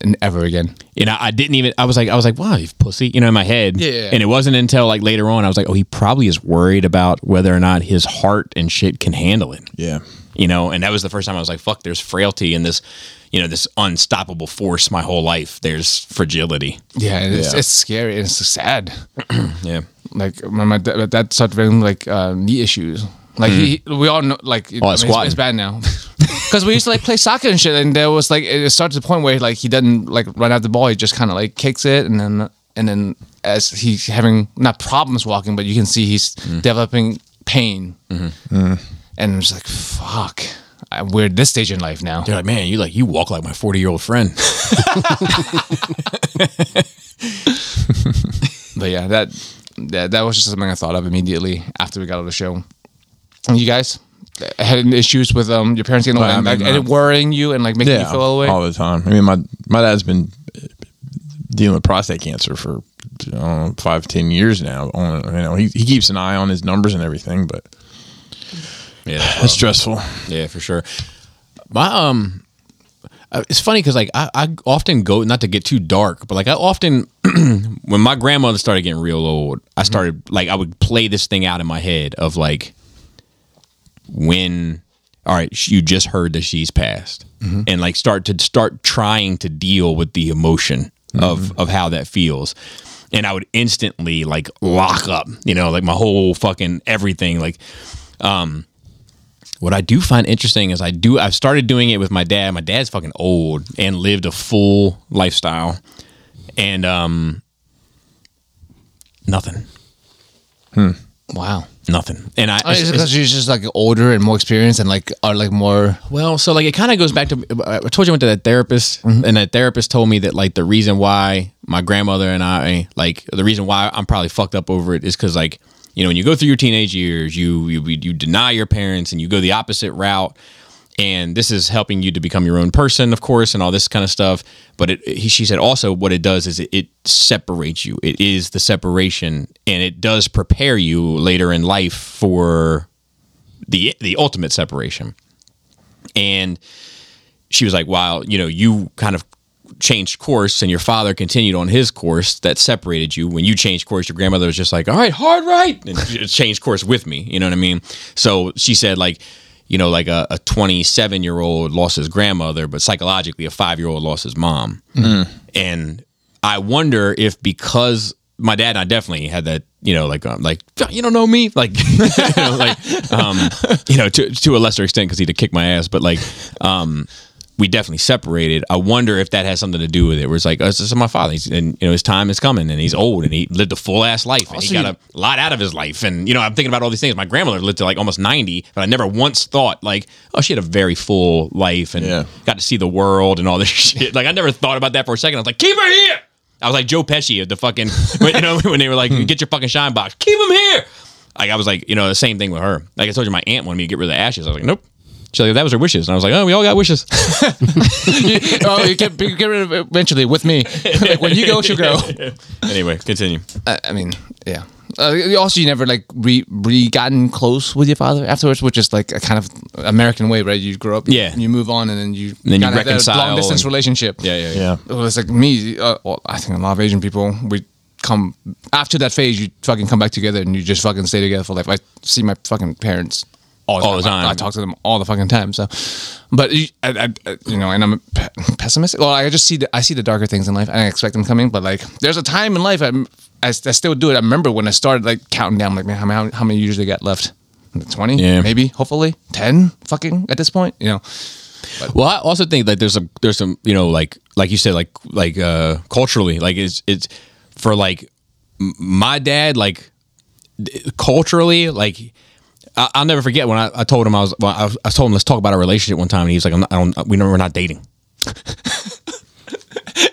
Speaker 3: and ever again.
Speaker 1: And I, I didn't even. I was like, I was like, "Wow, you pussy!" You know, in my head.
Speaker 3: Yeah, yeah.
Speaker 1: And it wasn't until like later on, I was like, "Oh, he probably is worried about whether or not his heart and shit can handle it."
Speaker 2: Yeah.
Speaker 1: You know, and that was the first time I was like, "Fuck, there's frailty in this, you know, this unstoppable force. My whole life, there's fragility."
Speaker 3: Yeah, and it's,
Speaker 2: Yeah.
Speaker 3: it's scary and it's sad.
Speaker 1: Yeah.
Speaker 3: Like when my dad, my dad started having like uh, knee issues. Like he, we all know, like
Speaker 1: Oh,
Speaker 3: it's,
Speaker 1: squatting.
Speaker 3: it's bad now. [LAUGHS] Because we used to like play soccer and shit, and there was like it started to the point where like he doesn't like run out the ball. He just kind of like kicks it, and then and then as he's having not problems walking, but you can see he's
Speaker 1: Hmm.
Speaker 3: developing pain.
Speaker 1: Mm-hmm.
Speaker 3: And I'm just like, fuck, I, we're at this stage in life now.
Speaker 1: They're like, man, you like you walk like my forty year old friend.
Speaker 3: But yeah, that, that that was just something I thought of immediately after we got out of the show. And you guys had any issues with um your parents getting old
Speaker 2: Well, I
Speaker 3: and, like,
Speaker 2: mean,
Speaker 3: and it
Speaker 2: uh,
Speaker 3: worrying you and like making you
Speaker 2: yeah,
Speaker 3: feel all the way?
Speaker 2: all the time. I mean, my my dad's been dealing with prostate cancer for I don't know, five, ten years now. On you know, he, he keeps an eye on his numbers and everything, but
Speaker 1: [LAUGHS] yeah. that's
Speaker 2: it's stressful.
Speaker 1: Yeah, for sure. My um, uh, it's funny because like I, I often go not to get too dark, but like I often [CLEARS THROAT] when my grandmother started getting real old, I started like I would play this thing out in my head of like when all right, sh- you just heard that she's passed, and like start to start trying to deal with the emotion of of how that feels. And I would instantly like lock up, you know, like my whole fucking everything, like what I do find interesting is I do I've started doing it with my dad. My dad's fucking old and lived a full lifestyle. And um nothing.
Speaker 3: Wow.
Speaker 1: Nothing. And I it's- it's-
Speaker 3: because you're just like older and more experienced and like are like more.
Speaker 1: well, so like it kind of goes back to uh, I told you I went to that therapist and that therapist told me that like the reason why my grandmother and I like the reason why I'm probably fucked up over it is cuz like you know when you go through your teenage years, you you you deny your parents and you go the opposite route and this is helping you to become your own person, of course, and all this kind of stuff. But it, he, she said also what it does is it, it separates you. It is the separation, and it does prepare you later in life for the the ultimate separation. And she was like, "Wow, you know, you kind of changed course, and your father continued on his course that separated you. When you changed course, your grandmother was just like, all right, hard right, and she [LAUGHS] changed course with me. You know what I mean? So she said, like." You know, like a 27 year old lost his grandmother, but psychologically, a five year old lost his mom. And I wonder if because my dad and I definitely had that, you know, like um, like you don't know me, like [LAUGHS] you know, like um, you know, to to a lesser extent because he'd have kicked my ass, but like um, we definitely separated. I wonder if that has something to do with it. Where it's like, oh, this is my father, he's, and you know, his time is coming, and he's old, and he lived a full ass life, and he got a lot out of his life, and you know, I'm thinking about all these things. My grandmother lived to like almost 90, but I never once thought like, oh, she had a very full life, and
Speaker 2: Yeah.
Speaker 1: got to see the world and all this [LAUGHS] shit. Like I never thought about that for a second. I was like, keep her here. I was like Joe Pesci at the fucking [LAUGHS] when, you know when they were like, get your fucking shine box, keep him here. Like I was like, you know, the same thing with her. Like I told you, my aunt wanted me to get rid of the ashes. I was like, nope. She's like, that was her wishes, and I was like, oh, we all got wishes.
Speaker 3: [LAUGHS] oh, you get, you get rid of it eventually with me. [LAUGHS] like when you
Speaker 1: [LAUGHS]
Speaker 3: go, she'll go.
Speaker 1: anyway, continue.
Speaker 3: I, I mean, yeah. Uh, also, you never like re re gotten close with your father afterwards, which is like a kind of American way, right? You grow up, you-
Speaker 1: Yeah.
Speaker 3: you move on, and then you
Speaker 1: then you
Speaker 3: kinda have that
Speaker 1: reconcile
Speaker 3: long distance
Speaker 1: and-
Speaker 3: relationship.
Speaker 1: Yeah, yeah, yeah.
Speaker 2: Yeah.
Speaker 3: Well, it's like me. Uh, well, I think a lot of Asian people we come after that phase. You fucking come back together and you just fucking stay together for life. I see my fucking parents all the
Speaker 1: All the
Speaker 3: time. I,
Speaker 1: time.
Speaker 3: I talk to them all the fucking time. So, but you- I, I, I- you know, and I'm a pe- pessimistic. Well, I just see the I see the darker things in life. and I expect them coming. But like, there's a time in life I'm, I I still do it. I remember when I started like counting down. Like, man, how many, how many years they got left? Twenty,
Speaker 1: Yeah.
Speaker 3: maybe, hopefully, ten, fucking at this point, you know.
Speaker 1: Well, I also think that there's some there's some you know like like you said like like uh culturally like it's it's for like m- my dad like d- culturally like I, I'll never forget when I, I told him I was, well, I was I told him let's talk about our relationship one time and he was like I'm not, I don't we know we're not dating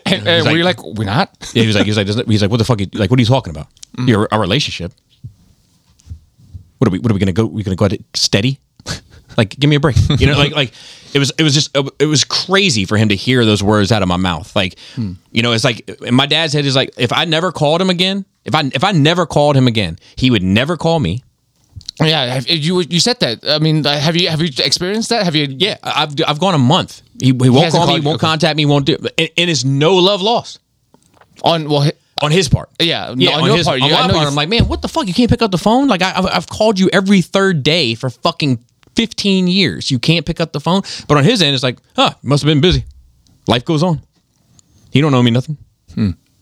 Speaker 3: And, and we're like, we're not.
Speaker 1: Yeah, he was like, he was like, doesn't- he's like, what the fuck? Is, like, what are you talking about?
Speaker 3: Mm.
Speaker 1: Your our relationship. What are we? What are we gonna go? We gonna go at it steady? [LAUGHS] like, give me a break. You know, like, like it was, it was just, it was crazy for him to hear those words out of my mouth. Like,
Speaker 3: Hmm.
Speaker 1: you know, it's like in my dad's head is like, if I never called him again, if I if I never called him again, he would never call me.
Speaker 3: Yeah, have, you you said that. I mean, like, have you have you experienced that? Have you?
Speaker 1: Yeah, I- I've I've gone a month. He, he won't
Speaker 3: hasn't
Speaker 1: call me.
Speaker 3: called
Speaker 1: He
Speaker 3: you,
Speaker 1: won't
Speaker 3: okay.
Speaker 1: contact me. He Won't do. And, and it's no love lost
Speaker 3: On well, h-
Speaker 1: on his part.
Speaker 3: yeah, no,
Speaker 1: Yeah,
Speaker 3: on,
Speaker 1: on,
Speaker 3: your
Speaker 1: his,
Speaker 3: part,
Speaker 1: on
Speaker 3: you, I
Speaker 1: my
Speaker 3: know
Speaker 1: part,
Speaker 3: you-
Speaker 1: I'm like, man, what the fuck? You can't pick up the phone. Like, I, I've, I've called you every third day for fucking 15 years. You can't pick up the phone. But on his end, it's like, huh, must have been busy. Life goes on. He don't owe me nothing.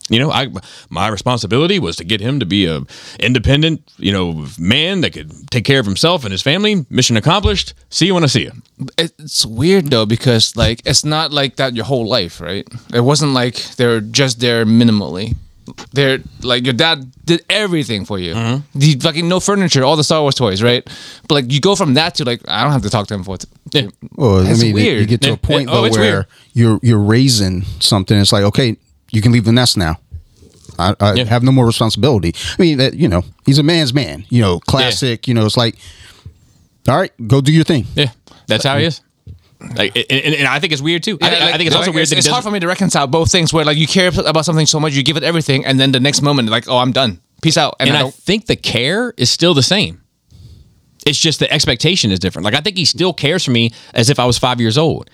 Speaker 1: You know, I my responsibility was to get him to be a independent, you know, man that could take care of himself and his family. Mission accomplished. See you when I see you.
Speaker 3: it's weird though because like it's not like that your whole life, right? It wasn't like they're just there minimally. They're like your dad did everything for you.
Speaker 1: Mm-hmm.
Speaker 3: The fucking no furniture, all the Star Wars toys, right? But like you go from that to like I don't have to talk to him for. T-
Speaker 1: Yeah.
Speaker 4: Well,
Speaker 3: That's
Speaker 4: I mean,
Speaker 3: weird.
Speaker 4: you get to
Speaker 1: Yeah,
Speaker 4: a point
Speaker 1: yeah. Oh,
Speaker 4: though
Speaker 1: it's
Speaker 4: where
Speaker 1: weird.
Speaker 4: you're you're raising something. It's like, okay, you can leave the nest now. I, I
Speaker 1: Yeah.
Speaker 4: have no more responsibility. I mean, that you know, he's a man's man. You know, classic. You know, it's like, all right, go do your thing.
Speaker 1: Yeah, that's how he is. Like, and, and- and I think it's weird too. I, think, I think it's also weird. that he
Speaker 3: It's, hard
Speaker 1: doesn't-
Speaker 3: for me to reconcile both things where like you care about something so much, you give it everything, and then the next moment, like oh, I'm done, peace out, and,
Speaker 1: and
Speaker 3: I
Speaker 1: I,
Speaker 3: don't-
Speaker 1: think the care is still the same. It's just the expectation is different. Like I think he still cares for me as if I was five years old.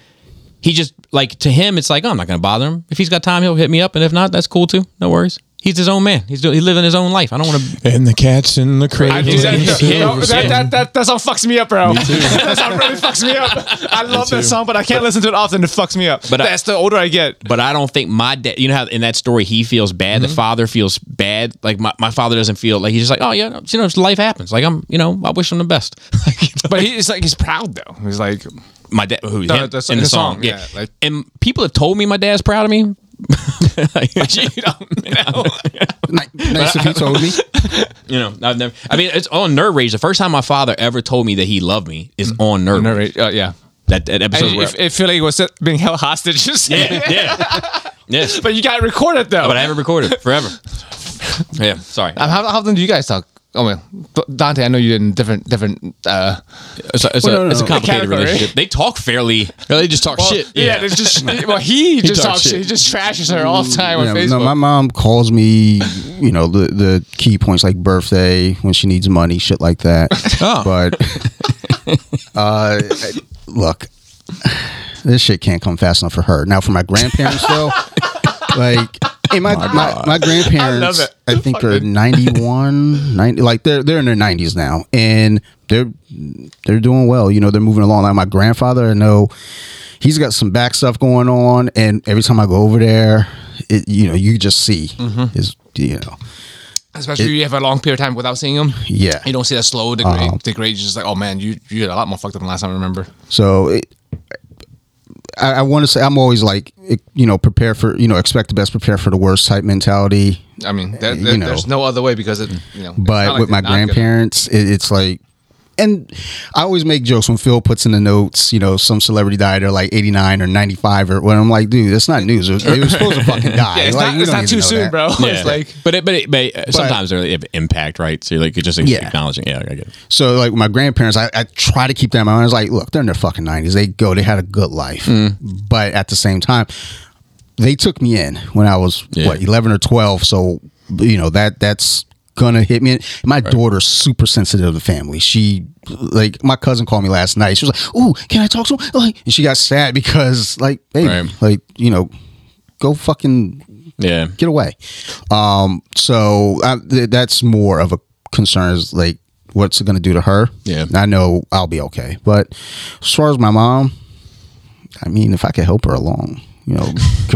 Speaker 1: He just like to him, it's like oh, I'm not going to bother him. If he's got time, he'll hit me up, and if not, that's cool too. No worries. He's his own man. He's doing, he's living his own life. I don't want to.
Speaker 2: And the cats in the cradle.
Speaker 3: I do that,
Speaker 2: and
Speaker 1: Yeah.
Speaker 3: no,
Speaker 2: silver
Speaker 3: that,
Speaker 2: spoon.
Speaker 3: that, that, that song fucks me up, bro. [LAUGHS] that song really fucks me up. I love that song, but I can't listen to it often. It fucks me up. But
Speaker 1: But I-
Speaker 3: that's the older I get.
Speaker 1: [LAUGHS] But I don't think my dad. You know how in that story he feels bad. The father feels bad. Like my, my father doesn't feel like he's just like oh yeah you know it's life happens. Like I'm you know I wish him the best. [LAUGHS]
Speaker 3: But he's like, he's proud though. He's like,
Speaker 1: my dad who
Speaker 3: No,
Speaker 1: him,
Speaker 3: that's-
Speaker 1: in the, song, yeah,
Speaker 3: like-
Speaker 1: and people have told me my dad's proud [LAUGHS] of me. you don't know.
Speaker 4: Ni- Nice if you
Speaker 1: [LAUGHS]
Speaker 4: told me.
Speaker 1: You know, I've never. I mean, it's on Nerd Rage. The first time my father ever told me that he loved me is on Nerd. Rage.
Speaker 3: uh, yeah.
Speaker 1: That, that episode.
Speaker 3: And
Speaker 1: where-
Speaker 3: if, if Philly was being held hostage, [LAUGHS] just
Speaker 1: yeah, [LAUGHS] yeah, yes.
Speaker 3: but you got it recorded though.
Speaker 1: But I haven't recorded forever. Yeah, sorry.
Speaker 3: Um, how, how often do you guys talk? Oh well, Dante, I know you're in different different. Uh,
Speaker 2: It's a, it's
Speaker 4: Well,
Speaker 2: a-
Speaker 4: no, no,
Speaker 1: It's a
Speaker 4: no.
Speaker 1: complicated
Speaker 3: Category.
Speaker 1: relationship. They talk fairly.
Speaker 2: no, they just talk shit.
Speaker 3: yeah, there's [LAUGHS] just well, he, just
Speaker 2: talks
Speaker 3: talks shit.
Speaker 2: shit.
Speaker 3: He just trashes her all the time on
Speaker 4: Yeah,
Speaker 3: Facebook.
Speaker 4: no, my mom calls me, you know, the the key points like birthday when she needs money, shit
Speaker 3: [LAUGHS]
Speaker 4: like that.
Speaker 2: Oh.
Speaker 4: But uh, look, this shit can't come fast enough for her. Now for my grandparents
Speaker 3: [LAUGHS]
Speaker 4: though, like and my, my, my grandparents
Speaker 3: it.
Speaker 4: I, think are 91, 90 like they're they're in their 90s now and they're they're doing well. You know, they're moving along. Like my grandfather, I know he's got some back stuff going on, and every time I go over there, it, you know, you just see
Speaker 3: Mm-hmm.
Speaker 4: is you know,
Speaker 3: Especially if you have a long period of time without seeing him.
Speaker 4: yeah.
Speaker 3: You don't see that slow degrade.
Speaker 4: Uh-huh.
Speaker 3: degrade. You're just like, oh man, you you're a lot more fucked up than last time I remember.
Speaker 4: So it, I, I want to say I'm always like it- you know prepare for you know expect the best, prepare for the worst type mentality.
Speaker 3: I mean, there,
Speaker 4: you
Speaker 3: there-
Speaker 4: know.
Speaker 3: there's no other way because it, you know. it's
Speaker 4: But
Speaker 3: not like
Speaker 4: with
Speaker 3: they're
Speaker 4: my
Speaker 3: not gonna-
Speaker 4: grandparents, it, it's like. And I always make jokes when Phil puts in the notes, you know, some celebrity died at like 89 or 95 or when I'm like, dude, that's not news. They were supposed
Speaker 3: [LAUGHS]
Speaker 4: to fucking die.
Speaker 3: Yeah, it's
Speaker 4: Like,
Speaker 3: not,
Speaker 4: we
Speaker 3: it's
Speaker 4: don't
Speaker 3: not
Speaker 4: need to
Speaker 3: too
Speaker 4: know
Speaker 3: soon,
Speaker 4: that.
Speaker 3: bro. [LAUGHS]
Speaker 1: Yeah.
Speaker 3: it's like
Speaker 1: but it, but, it, but uh, sometimes they have impact, right? So you're like you're just
Speaker 4: Yeah.
Speaker 1: acknowledging. Yeah, I get it.
Speaker 4: So like my grandparents, I, I try to keep that in mind. I was like, look, they're in their fucking nineties. They go, they had a good life,
Speaker 1: Mm.
Speaker 4: but at the same time, they took me in when I was
Speaker 1: Yeah.
Speaker 4: what eleven or twelve. So you know that that's gonna hit me. My daughter's super sensitive to family. She like my cousin called me last night. She was like, "Ooh, can I talk to him?" Like, and she got sad because like, baby,
Speaker 1: Right.
Speaker 4: like you know, go fucking
Speaker 1: Yeah.
Speaker 4: get away. Um, so I, th- that's more of a concern is like what's it going to do to her.
Speaker 1: Yeah.
Speaker 4: And I know I'll be okay, but as far as my mom, I mean, if I could help her along, you [LAUGHS] know,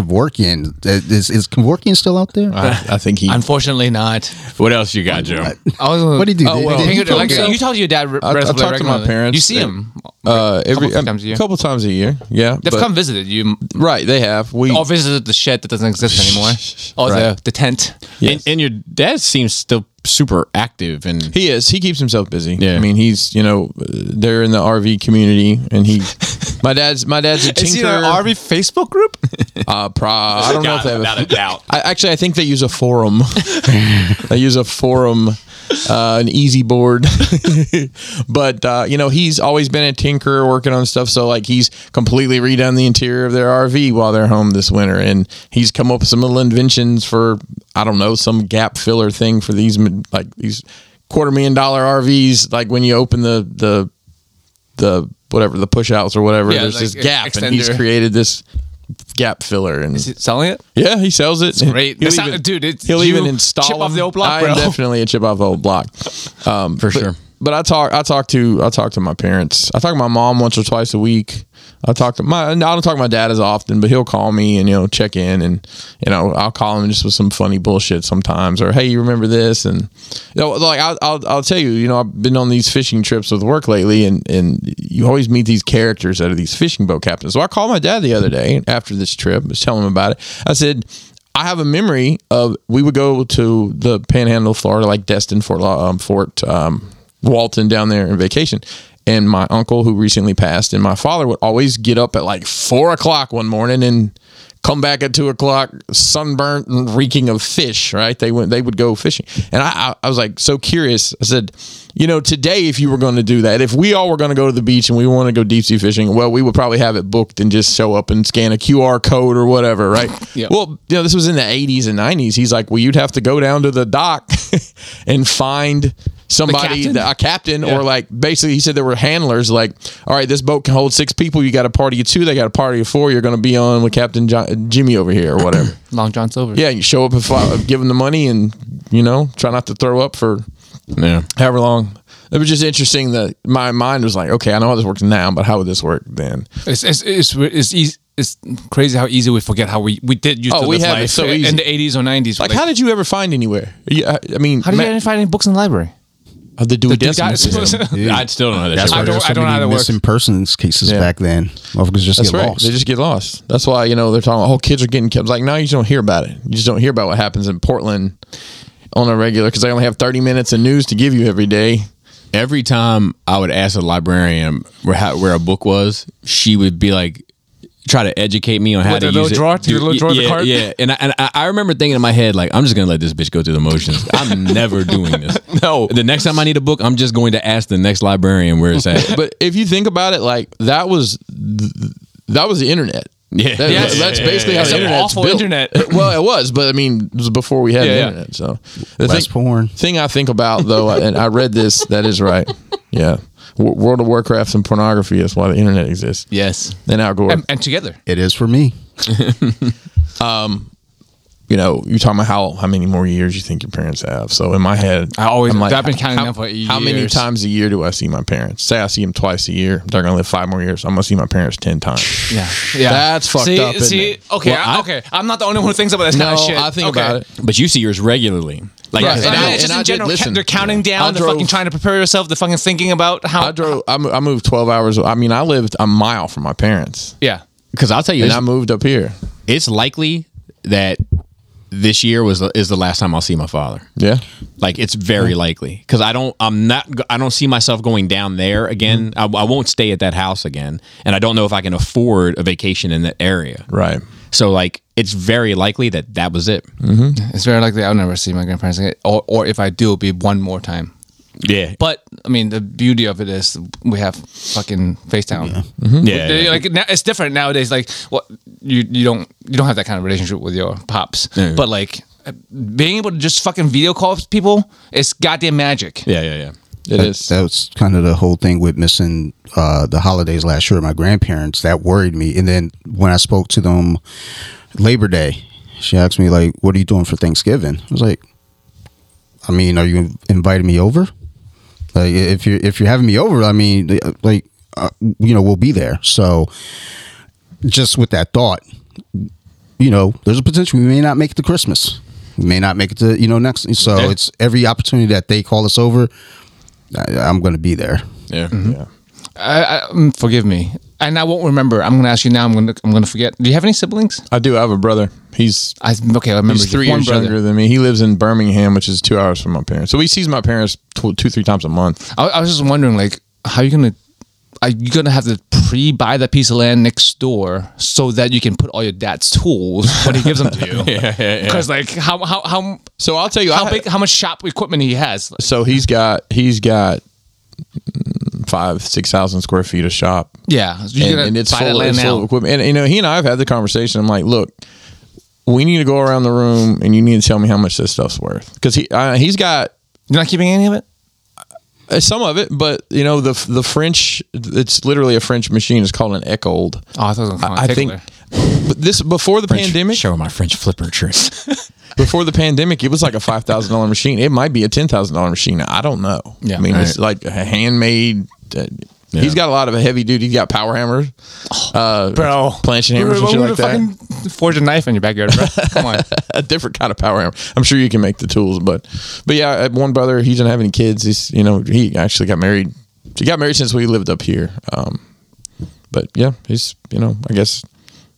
Speaker 4: Kevorkian th- is is Kevorkian still out there?
Speaker 2: I, I think he.
Speaker 3: unfortunately not.
Speaker 1: What else you got, Joe?
Speaker 3: I was gonna-
Speaker 4: What did he do?
Speaker 3: Oh,
Speaker 4: Did-
Speaker 3: well,
Speaker 4: did he
Speaker 3: you,
Speaker 4: film
Speaker 3: like,
Speaker 4: himself?
Speaker 3: you told your dad. re-
Speaker 4: uh,
Speaker 2: I, I've
Speaker 3: relatively
Speaker 2: talked to my
Speaker 3: regularly.
Speaker 2: parents.
Speaker 3: You see
Speaker 2: They-
Speaker 3: him
Speaker 2: uh, every
Speaker 3: few times a year.
Speaker 2: couple times a year. Yeah,
Speaker 3: They've
Speaker 2: but-
Speaker 3: come visited you,
Speaker 4: Mm.
Speaker 2: Right, they have. We
Speaker 3: or visited the shed that doesn't
Speaker 4: [LAUGHS]
Speaker 3: exist anymore, or the, the tent.
Speaker 1: And, and your dad seems still super active and
Speaker 2: He is. He keeps himself busy.
Speaker 1: Yeah.
Speaker 2: I mean, he's you know, uh, they're in the RV community, and [LAUGHS] he, my dad's my dad's a tinker.
Speaker 3: uh, Facebook group?
Speaker 2: Uh, pro, I don't know if they have.
Speaker 1: Without
Speaker 2: A,
Speaker 1: a doubt.
Speaker 2: I, actually, I think they use a forum. [LAUGHS] they use a forum, uh, an easy board. [LAUGHS] but uh, you know, he's always been a tinkerer, working on stuff. So like, he's completely redone the interior of their RV while they're home this winter, and he's come up with some little inventions for I don't know some gap filler thing for these m- like these quarter million dollar RVs. Like when you open the the the whatever the push outs or whatever,
Speaker 3: Yeah,
Speaker 2: there's
Speaker 3: like e
Speaker 2: this gap, and he's
Speaker 3: extender.
Speaker 2: created this gap filler and
Speaker 3: Selling it?
Speaker 2: yeah, he sells it. It's
Speaker 3: great.
Speaker 2: He'll
Speaker 3: That's
Speaker 2: even,
Speaker 3: how- dude, it's-
Speaker 2: he'll
Speaker 3: you
Speaker 2: even install
Speaker 3: chip off
Speaker 2: them.
Speaker 3: the old block,
Speaker 2: I am
Speaker 3: bro.
Speaker 2: definitely a chip off the old block. Um,
Speaker 1: for
Speaker 2: but,
Speaker 1: sure.
Speaker 2: But I talk. I talk to. I talk to my parents. I talk to my mom once or twice a week. I talk to my. I don't talk to my dad as often, but he'll call me and you know check in and you know I'll call him just with some funny bullshit sometimes or hey you remember this and you know, like I'll, I'll I'll tell you you know I've been on these fishing trips with work lately and and you always meet these characters that are these fishing boat captains. So I called my dad the other day after this trip. I was telling him about it. I said. I have a memory of we would go to the Panhandle, of Florida, like Destin, Fort La- um, Fort um, Walton, down there on vacation. And my uncle, who recently passed, and my father would always get up at like four o'clock one morning and come back at two o'clock, sunburnt and reeking of fish. Right? They went. They would go fishing, and I, I, I was like so curious. I said, you know, today if you were going to do that, if we all were going to go to the beach and we want to go deep sea fishing, well, we would probably have it booked and just show up and scan a QR code or whatever, right?
Speaker 3: [LAUGHS] Yeah.
Speaker 2: Well, well, you know, this was in the 80s and 90s. He's like, well, you'd have to go down to the dock [LAUGHS] and find somebody,
Speaker 3: captain?
Speaker 2: the- a captain, or like basically, he said there were handlers. Like, all right, this boat can hold six people. You got a party of two. They got a party of four. You're going to be on with Captain John, Jimmy over here or
Speaker 3: [CLEARS THROAT]
Speaker 2: whatever.
Speaker 3: Long John Silver.
Speaker 2: yeah, you show up and fly, give them the money, and you know, try not to throw up for
Speaker 1: Yeah.
Speaker 2: however long. It was just interesting that my mind was like, okay, I know how this works now, but how would this work then?
Speaker 3: It's it's it's it's, eas- it's crazy how easy we forget how we we did used
Speaker 2: Oh,
Speaker 3: to
Speaker 2: we
Speaker 3: live
Speaker 2: have it
Speaker 3: life
Speaker 2: so
Speaker 3: in
Speaker 2: easy.
Speaker 3: the 80s or 90s.
Speaker 2: Like, how did you ever find anywhere? You- I, I mean,
Speaker 3: how did
Speaker 2: ma-
Speaker 3: you even find any books in the library?
Speaker 2: oh, the Dewey
Speaker 3: Dewey
Speaker 2: Decimal
Speaker 3: Decimal
Speaker 2: System.
Speaker 3: System.
Speaker 4: Yeah.
Speaker 1: I still don't know how that.
Speaker 4: That's
Speaker 1: shit
Speaker 4: why
Speaker 3: I
Speaker 1: works.
Speaker 3: don't-
Speaker 4: there's so
Speaker 3: I don't know
Speaker 4: many
Speaker 3: how that works.
Speaker 4: missing persons cases
Speaker 2: Yeah.
Speaker 4: back then. Motherfuckers just
Speaker 2: That's
Speaker 4: get
Speaker 2: right.
Speaker 4: lost.
Speaker 2: They just get lost. That's why you know they're talking. Oh, kids are getting killed. It's like no, you just don't hear about it. You just don't hear about what happens in Portland on a regular because they only have thirty minutes of news to give you every day.
Speaker 1: Every time I would ask a librarian where how, where a book was, she would be like, try to educate me on how
Speaker 3: What,
Speaker 1: to
Speaker 3: the little
Speaker 1: use
Speaker 3: drawer?
Speaker 1: it.
Speaker 3: Do the little drawer with
Speaker 1: yeah,
Speaker 3: the card?
Speaker 1: yeah. And I, and I I remember thinking in my head like, I'm just gonna let this bitch go through the motions. I'm never doing this.
Speaker 2: No.
Speaker 1: The next time I need a book, I'm just going to ask the next librarian where it's
Speaker 2: [LAUGHS]
Speaker 1: at.
Speaker 2: But if you think about it, like that was th- that was the internet.
Speaker 1: Yeah.
Speaker 2: That-
Speaker 1: Yes.
Speaker 2: that's
Speaker 1: Yeah,
Speaker 2: basically
Speaker 1: yeah,
Speaker 2: how
Speaker 1: yeah.
Speaker 2: the
Speaker 3: It's an
Speaker 2: internet's
Speaker 3: awful
Speaker 2: built. [LAUGHS]
Speaker 3: internet.
Speaker 2: well, it was, but I mean, it was before we had
Speaker 3: Yeah,
Speaker 2: the
Speaker 3: yeah.
Speaker 2: internet. So the
Speaker 4: Less porn.
Speaker 2: thing I think about though, and I read this, that is right. Yeah, w- World of Warcraft and pornography. That's why the internet exists.
Speaker 1: Yes.
Speaker 2: And Al Gore.
Speaker 3: and, and together.
Speaker 4: It is for me.
Speaker 2: you know, you're talking about how how many more years you think your parents have. So in my head,
Speaker 3: I always-
Speaker 2: I'm
Speaker 3: I've been counting
Speaker 2: how,
Speaker 3: them for
Speaker 2: how many
Speaker 3: years.
Speaker 2: times a year do I see my parents? Say I see them twice a year. They're gonna live five more years. I'm gonna see my parents ten times.
Speaker 3: [SIGHS] Yeah, yeah.
Speaker 2: That's fucked
Speaker 3: see,
Speaker 2: up, isn't
Speaker 3: See,
Speaker 2: it?
Speaker 3: okay,
Speaker 1: Well,
Speaker 3: I,
Speaker 1: I-
Speaker 3: okay. I'm not the only one who thinks about this
Speaker 2: No,
Speaker 3: kind of shit.
Speaker 2: I think
Speaker 3: okay.
Speaker 2: about it.
Speaker 1: But you see yours regularly. Like
Speaker 2: Right.
Speaker 3: No,
Speaker 2: And
Speaker 3: no,
Speaker 2: I-
Speaker 3: it's just
Speaker 2: and I
Speaker 3: in
Speaker 2: did
Speaker 3: general, ca-
Speaker 2: listen.
Speaker 3: they're counting
Speaker 2: Yeah. I
Speaker 3: down, they're fucking
Speaker 2: drove-
Speaker 3: trying to prepare yourself, they're fucking thinking about how.
Speaker 2: I drove. I, mo- I moved twelve hours. I mean, I lived a mile from my parents,
Speaker 3: yeah,
Speaker 1: Because I'll tell you,
Speaker 2: and
Speaker 1: it's,
Speaker 2: I moved up here.
Speaker 1: it's likely that this year was is the last time I'll see my father.
Speaker 2: Yeah,
Speaker 1: Like it's very likely because I don't, I'm not, go- I don't see myself going down there again. I, I won't stay at that house again, and I don't know if I can afford a vacation in that area.
Speaker 2: right.
Speaker 1: So like, it's very likely that that was it.
Speaker 3: it's very likely I'll never see my grandparents again, or or if I do, it'll be one more time.
Speaker 1: Yeah, but
Speaker 3: But I mean, the beauty of it is we have fucking FaceTime.
Speaker 1: yeah,
Speaker 3: They- like now, it's different nowadays. Like what you you don't you don't have that kind of relationship with your pops,
Speaker 1: Yeah.
Speaker 3: but like being able to just fucking video call people, it's goddamn magic.
Speaker 1: yeah, yeah, yeah.
Speaker 2: It
Speaker 4: That-
Speaker 2: is.
Speaker 4: That was kind of the whole thing with missing uh, the holidays last year. My grandparents that worried me, and then when I spoke to them Labor Day, she asked me like, "What are you doing for Thanksgiving?" I was like, "I mean, are you inviting me over? Like, if you are if you're having me over, I mean, like, uh, you know, we'll be there." So, just with that thought, you know, there's a potential we may not make it to Christmas. We may not make it to you know next. So
Speaker 1: Yeah.
Speaker 4: it's every opportunity that they call us over. I, I'm going to be there.
Speaker 1: Yeah.
Speaker 3: Mm-hmm.
Speaker 2: Yeah.
Speaker 3: I, I, mm, forgive me, and I won't remember. I'm gonna ask you now. I'm gonna I'm gonna forget. Do you have any siblings?
Speaker 2: I do. I have a brother. He's
Speaker 3: I okay. I remember
Speaker 2: he's three
Speaker 3: one
Speaker 2: years
Speaker 3: brother.
Speaker 2: younger than me. He lives in Birmingham, which is two hours from my parents. So he sees my parents tw- two, three times a month.
Speaker 3: I, I was just wondering, like, how you gonna are you gonna have to pre-buy that piece of land next door so that you can put all your dad's tools when he gives them to you? [LAUGHS] yeah, Because like, how how how
Speaker 2: So I'll tell you
Speaker 3: how
Speaker 2: I-
Speaker 3: big how much shop equipment he has?
Speaker 2: So he's got he's got mm, five six thousand square feet of shop,
Speaker 3: Yeah, you're
Speaker 2: and,
Speaker 3: gonna
Speaker 2: and it's
Speaker 3: buy that
Speaker 2: full,
Speaker 3: land
Speaker 2: it's full
Speaker 3: now.
Speaker 2: of equipment. And you know, he and I have had the conversation. I'm like, look, we need to go around the room, and you need to tell me how much this stuff's worth because he uh, he's got
Speaker 3: You're not keeping any of it.
Speaker 2: uh, some of it, but you know the the French. It's literally a French machine. It's called an Ecold.
Speaker 3: Oh, I thought it was gonna
Speaker 2: I think. But this before the pandemic,
Speaker 1: Show my French flipper trick.
Speaker 2: before the pandemic, it was like a five thousand dollar machine. It might be a ten thousand dollar machine. I don't know.
Speaker 3: Yeah.
Speaker 2: I mean, it's like a handmade. Uh,
Speaker 1: Yeah.
Speaker 2: He's got a lot of heavy duty. He's got power hammers, uh,
Speaker 3: Oh, Bro.
Speaker 2: planching hammers, and shit like that.
Speaker 3: fucking forge a knife in your backyard, bro. Come on.
Speaker 2: [LAUGHS] a different kind of power hammer. I'm sure you can make the tools, but but yeah, I had one brother. He doesn't have any kids. He's you know he actually got married. He got married since we lived up here. Um, but yeah, he's you know I guess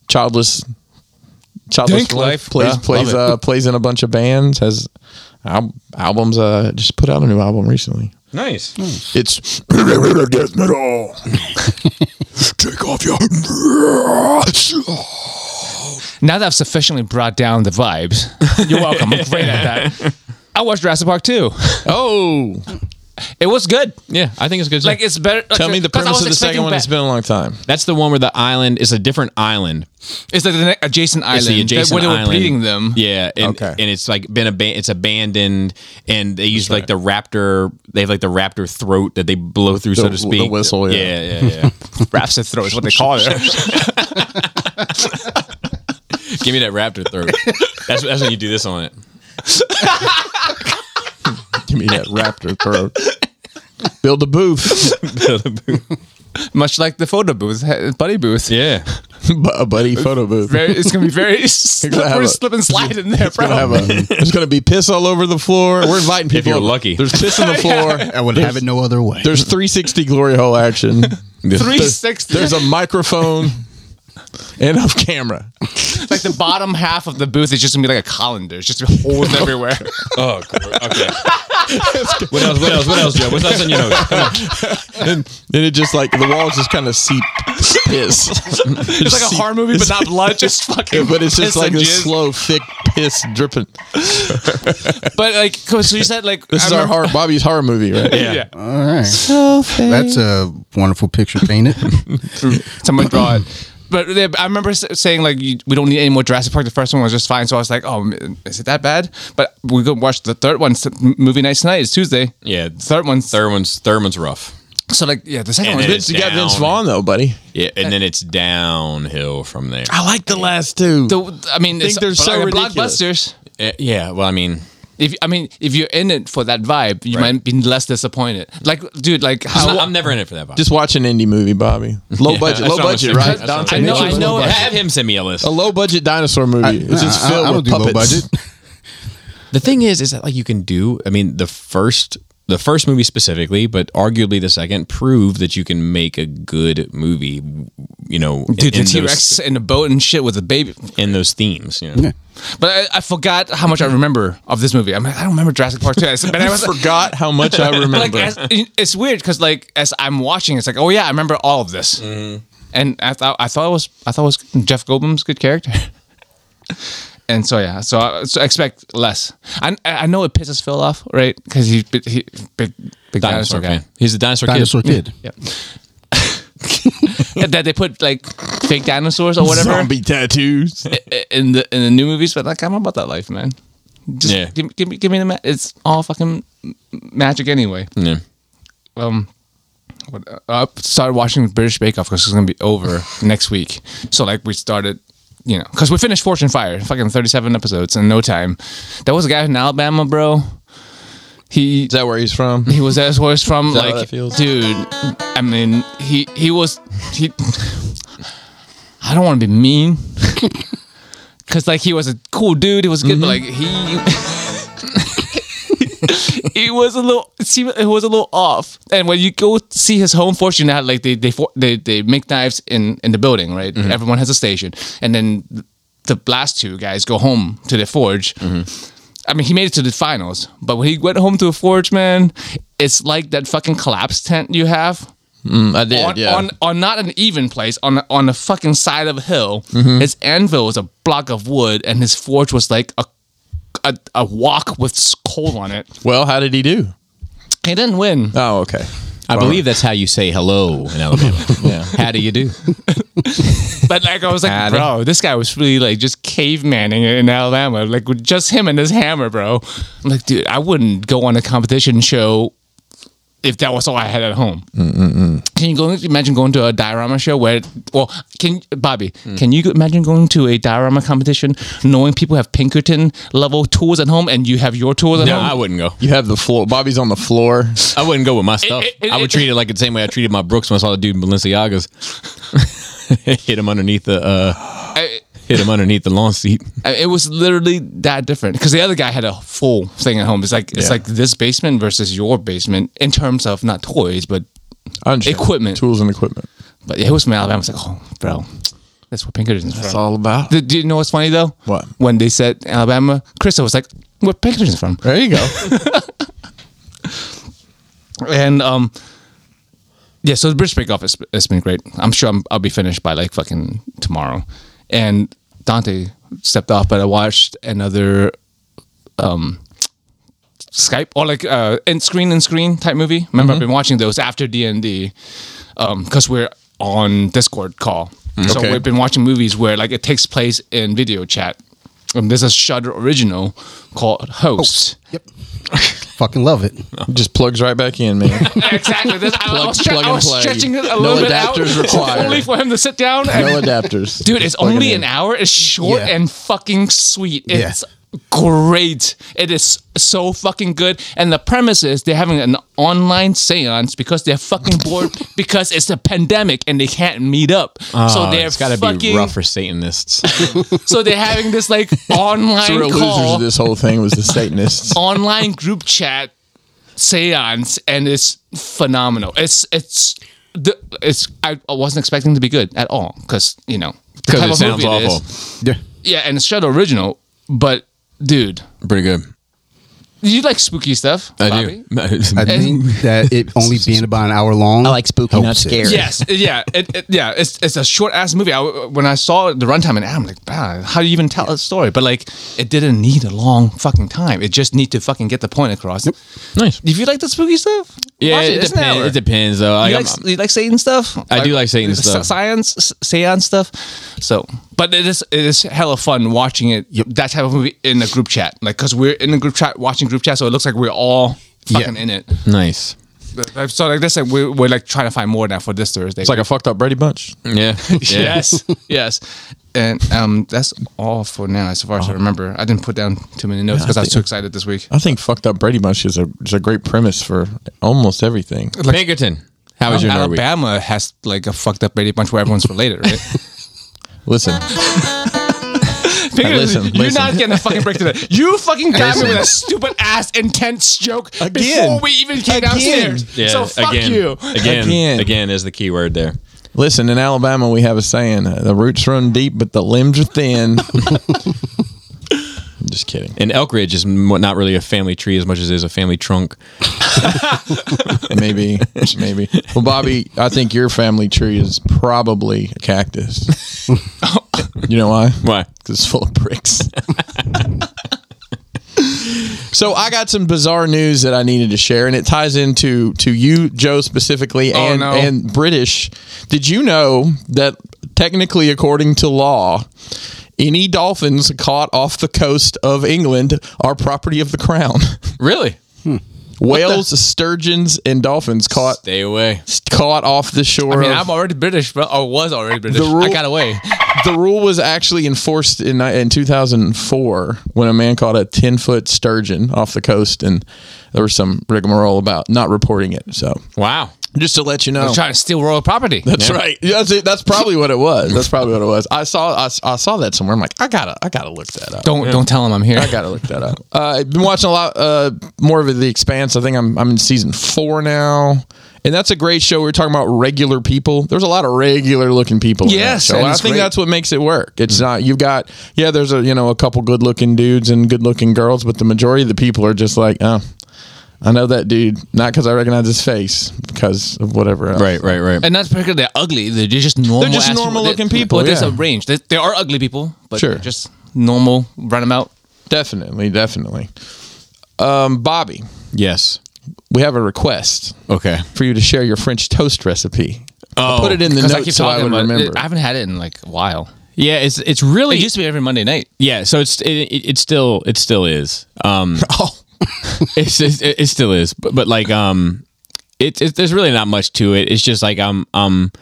Speaker 2: childless. Childless
Speaker 3: Dink
Speaker 2: for life
Speaker 3: life.
Speaker 2: plays
Speaker 3: Yeah,
Speaker 2: plays
Speaker 3: love
Speaker 2: uh, plays in a bunch of bands. Has al- albums. Uh, just put out a new album recently.
Speaker 1: nice.
Speaker 2: Hmm. It's death metal. Take off [LAUGHS] your.
Speaker 3: Now that I've sufficiently brought down the vibes, you're welcome. I'm great at that. I watched Jurassic Park too.
Speaker 2: Oh,
Speaker 3: It was good.
Speaker 1: Yeah, I think it's good.
Speaker 3: Like it's better.
Speaker 2: tell me the premise of the second one. It's been a long time.
Speaker 1: That's the one where the island is a different island.
Speaker 3: It's like the ne- adjacent island.
Speaker 1: It's the adjacent
Speaker 3: where they
Speaker 1: island.
Speaker 3: were bleeding them. [LAUGHS]
Speaker 1: Yeah, and,
Speaker 2: Okay.
Speaker 1: and it's like been aban- it's abandoned, and they use like the raptor. They have like the raptor throat that they blow through, so
Speaker 2: The-
Speaker 1: to
Speaker 2: the
Speaker 1: speak.
Speaker 2: whistle, yeah.
Speaker 1: yeah, yeah. yeah.
Speaker 3: Raps it throat is what they call it.
Speaker 1: [LAUGHS] Give me that raptor throat. That's that's when you do this on it.
Speaker 2: Give me that raptor throat. Build a booth,
Speaker 3: Much like the photo booth, he- buddy
Speaker 1: [LAUGHS] [LAUGHS]
Speaker 3: booth.
Speaker 1: Yeah,
Speaker 2: [LAUGHS] Bu- a buddy photo booth.
Speaker 3: Very, it's gonna be very
Speaker 2: gonna have
Speaker 3: slippery,
Speaker 2: a-
Speaker 3: slip and slide in there,
Speaker 2: It's gonna have
Speaker 3: bro.
Speaker 2: a- there's gonna be piss all over the floor. We're inviting people.
Speaker 1: you're lucky.
Speaker 2: there's piss
Speaker 3: [LAUGHS]
Speaker 2: on the floor.
Speaker 4: I would have it no other way.
Speaker 2: There's 360 glory hole action.
Speaker 3: Three
Speaker 2: There's,
Speaker 3: sixty,
Speaker 2: there's a microphone and a camera.
Speaker 3: like the
Speaker 1: [LAUGHS]
Speaker 3: bottom half of the booth is just gonna be like a colander. It's just holes everywhere.
Speaker 1: Oh, okay. What else? What else? What else, Joe? What's else on your nose? [LAUGHS] Come on.
Speaker 2: and, and it just like the walls just kind of seep piss.
Speaker 3: It's like a horror movie, but not blood. [LAUGHS] Just fucking.
Speaker 2: but it's
Speaker 3: piss
Speaker 2: just like
Speaker 3: and
Speaker 2: a
Speaker 3: jizz.
Speaker 2: slow, thick piss dripping.
Speaker 3: But like, so you said like
Speaker 2: This
Speaker 3: I
Speaker 2: is our
Speaker 3: remember-
Speaker 2: horror, Bobby's horror movie, right?
Speaker 3: Yeah.
Speaker 4: All right. That's a wonderful picture
Speaker 2: [LAUGHS]
Speaker 4: painted.
Speaker 3: Someone draw it. But they- I remember s- saying like you, we don't need any more Jurassic Park. The first one was just fine, so I was like, oh, m- is it that bad? But we could watch the third one. s- m- Movie night tonight is Tuesday.
Speaker 1: Yeah.
Speaker 3: third one's
Speaker 1: Third one's third one's rough.
Speaker 3: So like, yeah, the second
Speaker 1: And
Speaker 3: one.
Speaker 1: then
Speaker 3: Vince-
Speaker 2: Vince, you got
Speaker 1: Down.
Speaker 2: Vince Vaughn though, buddy.
Speaker 1: Yeah, and then it's downhill from there.
Speaker 2: I like the last two.
Speaker 3: the, I mean, it's,
Speaker 2: they're
Speaker 3: but,
Speaker 2: so
Speaker 3: like,
Speaker 2: ridiculous.
Speaker 3: blockbusters.
Speaker 1: Eh, Yeah, well, I mean,
Speaker 3: If I mean, if you're in it for that vibe, you
Speaker 1: Right.
Speaker 3: might be less disappointed. Like, dude, like
Speaker 1: I'm,
Speaker 3: how,
Speaker 1: not- I'm never in it for that. Bob.
Speaker 2: just watch an indie movie, Bobby. Low budget,
Speaker 1: that's
Speaker 2: low
Speaker 1: what I'm
Speaker 2: budget,
Speaker 1: saying.
Speaker 2: right?
Speaker 1: That's what I'm
Speaker 2: Dante
Speaker 1: saying.
Speaker 3: I know-
Speaker 2: Mitchell's
Speaker 3: I
Speaker 2: low
Speaker 3: know-
Speaker 2: budget.
Speaker 1: have him send me a list.
Speaker 2: a low budget dinosaur movie. it's just
Speaker 4: Nah, I-
Speaker 2: filled
Speaker 4: I, don't
Speaker 2: with
Speaker 4: do
Speaker 2: puppets.
Speaker 4: low budget.
Speaker 1: the thing is, is that like you can do. I mean, the first, the first movie specifically, but arguably the second, prove that you can make a good movie. You know,
Speaker 3: dude, the
Speaker 1: in,
Speaker 3: T
Speaker 1: those,
Speaker 3: Rex in the boat and shit with a baby.
Speaker 1: in those themes. You know?
Speaker 3: But I, I forgot how much I remember of this movie. I'm like, I don't remember Jurassic Park 2. I said- But I
Speaker 2: I
Speaker 3: was
Speaker 2: [LAUGHS] forgot how much [LAUGHS] I
Speaker 3: like,
Speaker 2: remember.
Speaker 3: as, it's weird because like as I'm watching, it's like, oh yeah, I remember all of this. And I thought I thought it was I thought it was Jeff Goldblum's good character. [LAUGHS] and so yeah, so, I, so expect less. I I know it pisses Phil off, right? Because he, he big big
Speaker 1: Dinosaur,
Speaker 3: dinosaur, guy.
Speaker 1: man. He's a dinosaur,
Speaker 4: Dinosaur
Speaker 1: kid.
Speaker 4: kid.
Speaker 3: Yeah, that they put like fake dinosaurs or
Speaker 2: [LAUGHS]
Speaker 3: whatever
Speaker 2: Zombie tattoos.
Speaker 3: i- in the in the new movies, but like I'm about that life, man. Just
Speaker 1: Yeah.
Speaker 3: give, give me give me the ma- it's all fucking magic anyway.
Speaker 1: Yeah.
Speaker 3: um what, I started watching British Bake Off because it's gonna be
Speaker 1: [LAUGHS]
Speaker 3: over next week. So like we started, you know, because we finished Fortune Fire, fucking thirty-seven episodes in no time. There was a guy in Alabama, bro. He
Speaker 2: Is that where he's from?
Speaker 3: [LAUGHS] he was as was from
Speaker 2: that how
Speaker 3: like
Speaker 2: that feels?
Speaker 3: dude. I mean, he he was he. I don't want to be mean, [LAUGHS] cause like he was a cool dude. He was good, but like
Speaker 2: Mm-hmm.
Speaker 3: he. he was a little. It seemed it was a little off. And when you go see his home fortune, now like they they for- they they make knives in in the building, right?
Speaker 2: Mm-hmm.
Speaker 3: Everyone has a station, and then the last two guys go home to the forge.
Speaker 2: Mm-hmm.
Speaker 3: I mean, he made it to the finals, but when he went home to a forge, man, it's like that fucking collapse tent you have
Speaker 2: Mm, I did.
Speaker 3: on,
Speaker 2: yeah.
Speaker 3: on on not an even place on on the fucking side of a hill.
Speaker 2: Mm-hmm.
Speaker 3: His anvil was a block of wood, and his forge was like a a, a walk with s- coal on it.
Speaker 2: well, how did he do?
Speaker 3: He didn't win.
Speaker 2: Oh, okay.
Speaker 1: I believe that's how you say hello in Alabama. yeah. [LAUGHS] How do you do?
Speaker 3: But like I was like,
Speaker 1: Adam.
Speaker 3: bro, this guy was really like just cavemaning it in Alabama, like with just him and his hammer, bro. I'm like, dude, I wouldn't go on a competition show if that was all I had at home. Can you go imagine going to a diorama show where? Well, can Bobby? Can you imagine going to a diorama competition knowing people have Pinkerton level tools at home and you have your tools at
Speaker 1: No,
Speaker 3: home?
Speaker 1: I wouldn't go.
Speaker 2: You have the floor. Bobby's on the floor.
Speaker 1: I wouldn't go with my stuff.
Speaker 3: it- it-
Speaker 1: I would
Speaker 3: it-
Speaker 1: treat it like the same way I treated my Brooks when I saw the dude in Balenciagas. [LAUGHS] hit him underneath the uh,
Speaker 3: I-
Speaker 1: hit him underneath the lawn seat.
Speaker 3: I- it was literally that different because the other guy had a full thing at home. It's like it's
Speaker 2: Yeah.
Speaker 3: like this basement versus your basement in terms of not toys, but
Speaker 2: I understand.
Speaker 3: Equipment.
Speaker 2: Tools and equipment.
Speaker 3: but it was from Alabama. I was like, oh, bro, that's what Pinkerton's from.
Speaker 2: all about.
Speaker 3: Did- do you know what's funny though?
Speaker 2: What?
Speaker 3: When they said Alabama, Krista was like, where Pinkerton's from?
Speaker 2: There you go.
Speaker 3: And um, yeah. So the British Bake Off has, has been great. I'm sure I'm, I'll be finished by like fucking tomorrow. And Dante stepped off, but I watched another um Skype or like uh in screen in screen type movie. Remember, I've been watching those after D and D because we're on Discord call. So
Speaker 2: Okay.
Speaker 3: we've been watching movies where like it takes place in video chat. And there's a Shutter original called Host.
Speaker 4: Yep. [LAUGHS] Fucking
Speaker 5: [LAUGHS]
Speaker 4: love it.
Speaker 2: Just plugs right back in, man.
Speaker 3: Exactly. This, I, was,
Speaker 2: plug
Speaker 3: I
Speaker 2: and
Speaker 3: was
Speaker 2: play.
Speaker 3: stretching it a
Speaker 2: No
Speaker 3: little bit out,
Speaker 2: adapters required.
Speaker 3: only for him to sit down.
Speaker 2: [LAUGHS]
Speaker 3: And,
Speaker 2: No adapters.
Speaker 3: dude, it's
Speaker 2: Plug it
Speaker 3: only
Speaker 2: in.
Speaker 3: an hour. It's short
Speaker 4: Yeah.
Speaker 3: and fucking sweet.
Speaker 4: Yeah.
Speaker 3: It's great. It is so fucking good. And the premise is they're having an online seance because they're fucking
Speaker 2: [LAUGHS]
Speaker 3: bored because it's a pandemic and they can't meet up.
Speaker 2: Oh,
Speaker 3: so they're
Speaker 1: Uh, it's gotta
Speaker 3: fucking.
Speaker 1: be rough for Satanists.
Speaker 3: [LAUGHS]
Speaker 1: [LAUGHS]
Speaker 3: So they're having this
Speaker 2: [LAUGHS]
Speaker 3: like
Speaker 2: The
Speaker 3: online
Speaker 2: real losers
Speaker 3: call
Speaker 2: of this whole thing was the [LAUGHS] Satanists.
Speaker 3: online group chat seance and it's phenomenal it's it's the it's i I wasn't expecting to be good at all because you know the type
Speaker 1: Because it
Speaker 3: of
Speaker 1: sounds
Speaker 3: movie it
Speaker 1: awful.
Speaker 3: is.
Speaker 4: Yeah.
Speaker 3: yeah and it's shadow original but dude
Speaker 1: Pretty good.
Speaker 3: You like spooky stuff? Bobby?
Speaker 1: [LAUGHS] do.
Speaker 4: I think that it
Speaker 2: [LAUGHS]
Speaker 4: only being about an hour long.
Speaker 5: I like spooky, not
Speaker 4: helps it.
Speaker 5: scary.
Speaker 3: Yes, yeah, it, it, yeah. It's it's a short ass movie. I, when I saw the runtime, and I'm like, wow, how do you even tell a story? But like, it didn't need a long fucking time. It just need to fucking get the point across.
Speaker 1: Nice.
Speaker 3: If you like the spooky stuff,
Speaker 1: Yeah,
Speaker 3: watch
Speaker 1: it,
Speaker 3: It's an
Speaker 1: depends.
Speaker 3: hour.
Speaker 1: It depends though. Like,
Speaker 3: you,
Speaker 1: I'm-
Speaker 3: like, you like Satan stuff?
Speaker 1: I do like Satan
Speaker 3: s-
Speaker 1: stuff.
Speaker 3: Science, s- seance stuff. So, but it is it is hella fun watching it. That type of movie in a group chat, like because we're in a group chat watching group chat, so it looks like we're all fucking in it.
Speaker 1: nice.
Speaker 3: But- So like this, like we're, we're like trying to find more now for this Thursday.
Speaker 2: It's like a fucked up Brady Bunch.
Speaker 1: [LAUGHS] Yeah.
Speaker 3: yes, yes. And um, that's all for now, as far as I
Speaker 1: Oh.
Speaker 3: remember. I didn't put down too many notes because I was too excited this week.
Speaker 2: I think fucked up Brady Bunch is a is a great premise for almost everything.
Speaker 1: Pinkerton. How was your Norway?
Speaker 3: Alabama has like a fucked up Brady Bunch where everyone's related,
Speaker 1: [LAUGHS]
Speaker 3: right?
Speaker 2: Listen, listen,
Speaker 3: you're
Speaker 2: listen.
Speaker 3: not getting a fucking break today. You fucking got me with a stupid ass intense joke before
Speaker 2: Again.
Speaker 3: we even came
Speaker 2: Again.
Speaker 3: downstairs.
Speaker 1: Yeah,
Speaker 3: so fuck
Speaker 1: again,
Speaker 3: you.
Speaker 1: Again, again,
Speaker 2: Again.
Speaker 1: is the key word there.
Speaker 2: listen. In Alabama, we have a saying: uh, "The roots run deep, but the limbs are thin." I'm just kidding.
Speaker 1: And Elk Ridge is m- not really a family tree as much as it is a family trunk.
Speaker 2: Maybe, maybe. Well, Bobby, I think your family tree is probably a cactus. you know why?
Speaker 1: Why?
Speaker 2: Because it's full of bricks. so I got some bizarre news that I needed to share, and it ties into to you, Joe, specifically, and
Speaker 3: Oh, no.
Speaker 2: and British. Did you know that technically, according to law? Any dolphins caught off the coast of England are property of the crown.
Speaker 1: Really?
Speaker 2: Whales, sturgeons, and dolphins caught
Speaker 1: Stay away.
Speaker 2: caught off the shore.
Speaker 3: I mean,
Speaker 2: of-
Speaker 3: I'm already British, bro. Or was already British.
Speaker 2: The rule-
Speaker 3: I got away.
Speaker 2: the rule was actually enforced in ni- in 2004 when a man caught a 10 foot sturgeon off the coast, and there was some rigmarole about not reporting it. So
Speaker 1: Wow.
Speaker 2: just to let you know.
Speaker 3: Trying to steal royal property.
Speaker 2: Oh. That's right. Yeah, That's, it. that's probably what it was. That's probably what it was. I saw I, s- I saw that somewhere. I'm like, I gotta I gotta look that up.
Speaker 3: Don't don't tell him I'm here.
Speaker 2: I gotta look that up. Uh, I've been watching a lot uh, more of The Expanse. I think I'm I'm in season four now, and that's a great show. We We're talking about regular people. There's a lot of regular looking people. in that
Speaker 3: Yes,
Speaker 2: show.
Speaker 3: and
Speaker 2: And I
Speaker 3: it's
Speaker 2: think
Speaker 3: great.
Speaker 2: that's what makes it work. It's not you've got yeah. There's a you know a couple good looking dudes and good looking girls, but the majority of the people are just like oh. I know that dude, not because I recognize his face, because of whatever else.
Speaker 1: Right, right, right.
Speaker 3: And not because they're ugly. They're just normal.
Speaker 2: just
Speaker 3: ass
Speaker 2: normal-looking
Speaker 3: They-
Speaker 2: people,
Speaker 3: Well, there's
Speaker 2: yeah.
Speaker 3: a range. There, there are ugly people, but
Speaker 2: Sure.
Speaker 3: they're just normal, run them out.
Speaker 2: Definitely, definitely. Um, Bobby,
Speaker 1: Yes.
Speaker 2: we have a request
Speaker 1: Okay.
Speaker 2: for you to share your French toast recipe.
Speaker 1: Oh,
Speaker 2: I put it in the
Speaker 3: Because I keep
Speaker 2: notes so I
Speaker 3: talking
Speaker 2: would
Speaker 3: about it.
Speaker 2: remember.
Speaker 3: I haven't had it in like a while.
Speaker 1: Yeah, it's it's really
Speaker 3: It used to be every Monday night.
Speaker 1: yeah. So it's it, it, it still it still is. Um,
Speaker 2: Oh,
Speaker 1: [LAUGHS] it's it, it still is. But but like um, it's it's there's really not much to it. It's just like um um,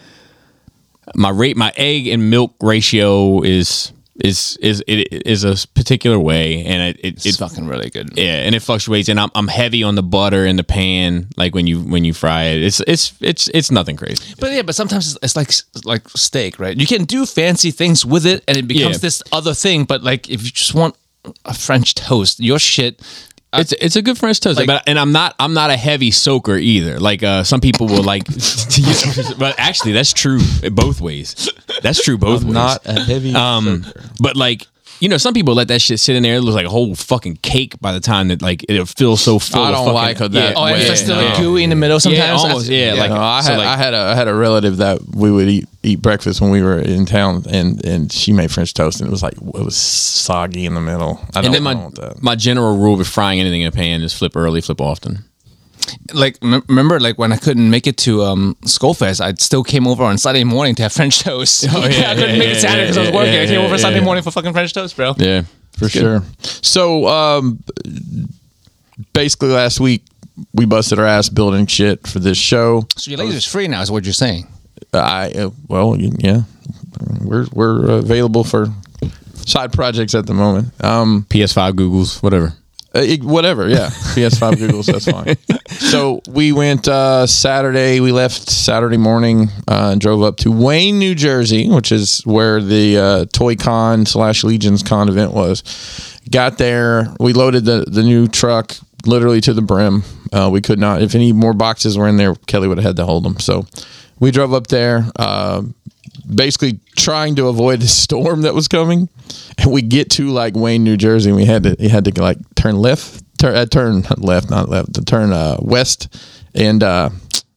Speaker 1: my rate my egg and milk ratio is is is it it is a particular way, and it it,
Speaker 3: It's
Speaker 1: it
Speaker 3: fucking really good.
Speaker 1: Yeah, and it fluctuates, and I'm, I'm heavy on the butter in the pan. Like when you when you fry it, it's it's it's it's nothing crazy.
Speaker 3: But yeah, but sometimes it's, it's like like steak, right? You can do fancy things with it, and it becomes
Speaker 1: Yeah.
Speaker 3: this other thing. But like, if you just want a French toast, your shit. uh, I-
Speaker 1: It's it's a good French toast,
Speaker 3: Like-
Speaker 1: but and I'm not I'm not a heavy soaker either. Like uh, some people will like, [LAUGHS] but actually that's true both ways. That's true both ways.
Speaker 2: not a heavy.
Speaker 1: Um, but like you know, some people let that shit sit in there. It looks like a whole fucking cake by the time that like it'll feel so full.
Speaker 2: I
Speaker 1: of
Speaker 2: don't
Speaker 1: fucking-
Speaker 2: like it that
Speaker 1: Yeah,
Speaker 3: oh, and
Speaker 2: way.
Speaker 3: if
Speaker 1: yeah,
Speaker 3: it's still
Speaker 1: no.
Speaker 3: like gooey in the middle sometimes.
Speaker 1: Yeah, almost.
Speaker 3: that's-
Speaker 1: Yeah,
Speaker 2: Yeah,
Speaker 1: like
Speaker 2: no, I
Speaker 1: so,
Speaker 2: had
Speaker 1: like-
Speaker 2: I had a I had a relative that we would eat eat breakfast when we were in town, and and she made French toast, and it was like it was soggy in the middle. I don't,
Speaker 1: and then
Speaker 2: I don't
Speaker 1: my
Speaker 2: want that.
Speaker 1: my general rule with frying anything in a pan is flip early, flip often.
Speaker 3: like m- remember like when I couldn't make it to um Skullfest, I still came over on Sunday morning to have French [LAUGHS] toast. Oh
Speaker 1: yeah,
Speaker 3: I couldn't
Speaker 1: yeah,
Speaker 3: make it
Speaker 1: yeah,
Speaker 3: Saturday because I
Speaker 1: yeah,
Speaker 3: was working.
Speaker 1: yeah,
Speaker 3: I came
Speaker 1: yeah,
Speaker 3: over Sunday
Speaker 1: yeah.
Speaker 3: morning for fucking French toast, bro.
Speaker 1: Yeah,
Speaker 2: for sure. So um, basically, last week we busted our ass building shit for this show.
Speaker 3: So your laser's free now, is what you're saying.
Speaker 2: I uh, well, yeah, we're we're available for side projects at the moment. Um,
Speaker 1: PS5, Google's, whatever.
Speaker 2: Uh, it- whatever, yeah. PS5 Google's, that's fine. So we went uh, Saturday. We left Saturday morning uh, and drove up to Wayne, New Jersey, which is where the uh, Toy Con slash Legions Con event was. Got there. We loaded the, the new truck literally to the brim. Uh, we could not, if any more boxes were in there, Kelly would have had to hold them. So we drove up there. Uh, basically trying to avoid the [LAUGHS] storm that was coming. And we get to like Wayne, New Jersey, and we had to you had to like turn left, turn, uh, turn left, not left, to turn uh, west, and uh,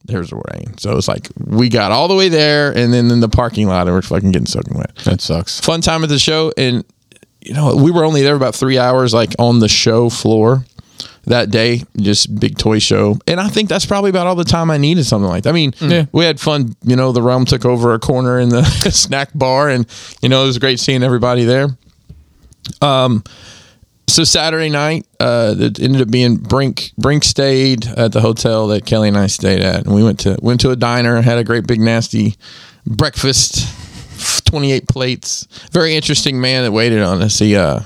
Speaker 2: there's the rain. So it's like we got all the way there, and then in the parking lot, and we're fucking getting soaking wet.
Speaker 1: That sucks.
Speaker 2: Fun time at the show, and you know we were only there about three hours, like on the show floor that day, just big toy show, and I think that's probably about all the time I needed something like that. I mean, we had fun. You know, the realm took over a corner in the [LAUGHS] snack bar, and you know it was great seeing everybody there so Saturday night, uh, it ended up being Brink. Brink stayed at the hotel that Kelly and I stayed at, and we went to went to a diner, had a great big nasty breakfast, twenty eight plates. Very interesting man that waited on us. He uh,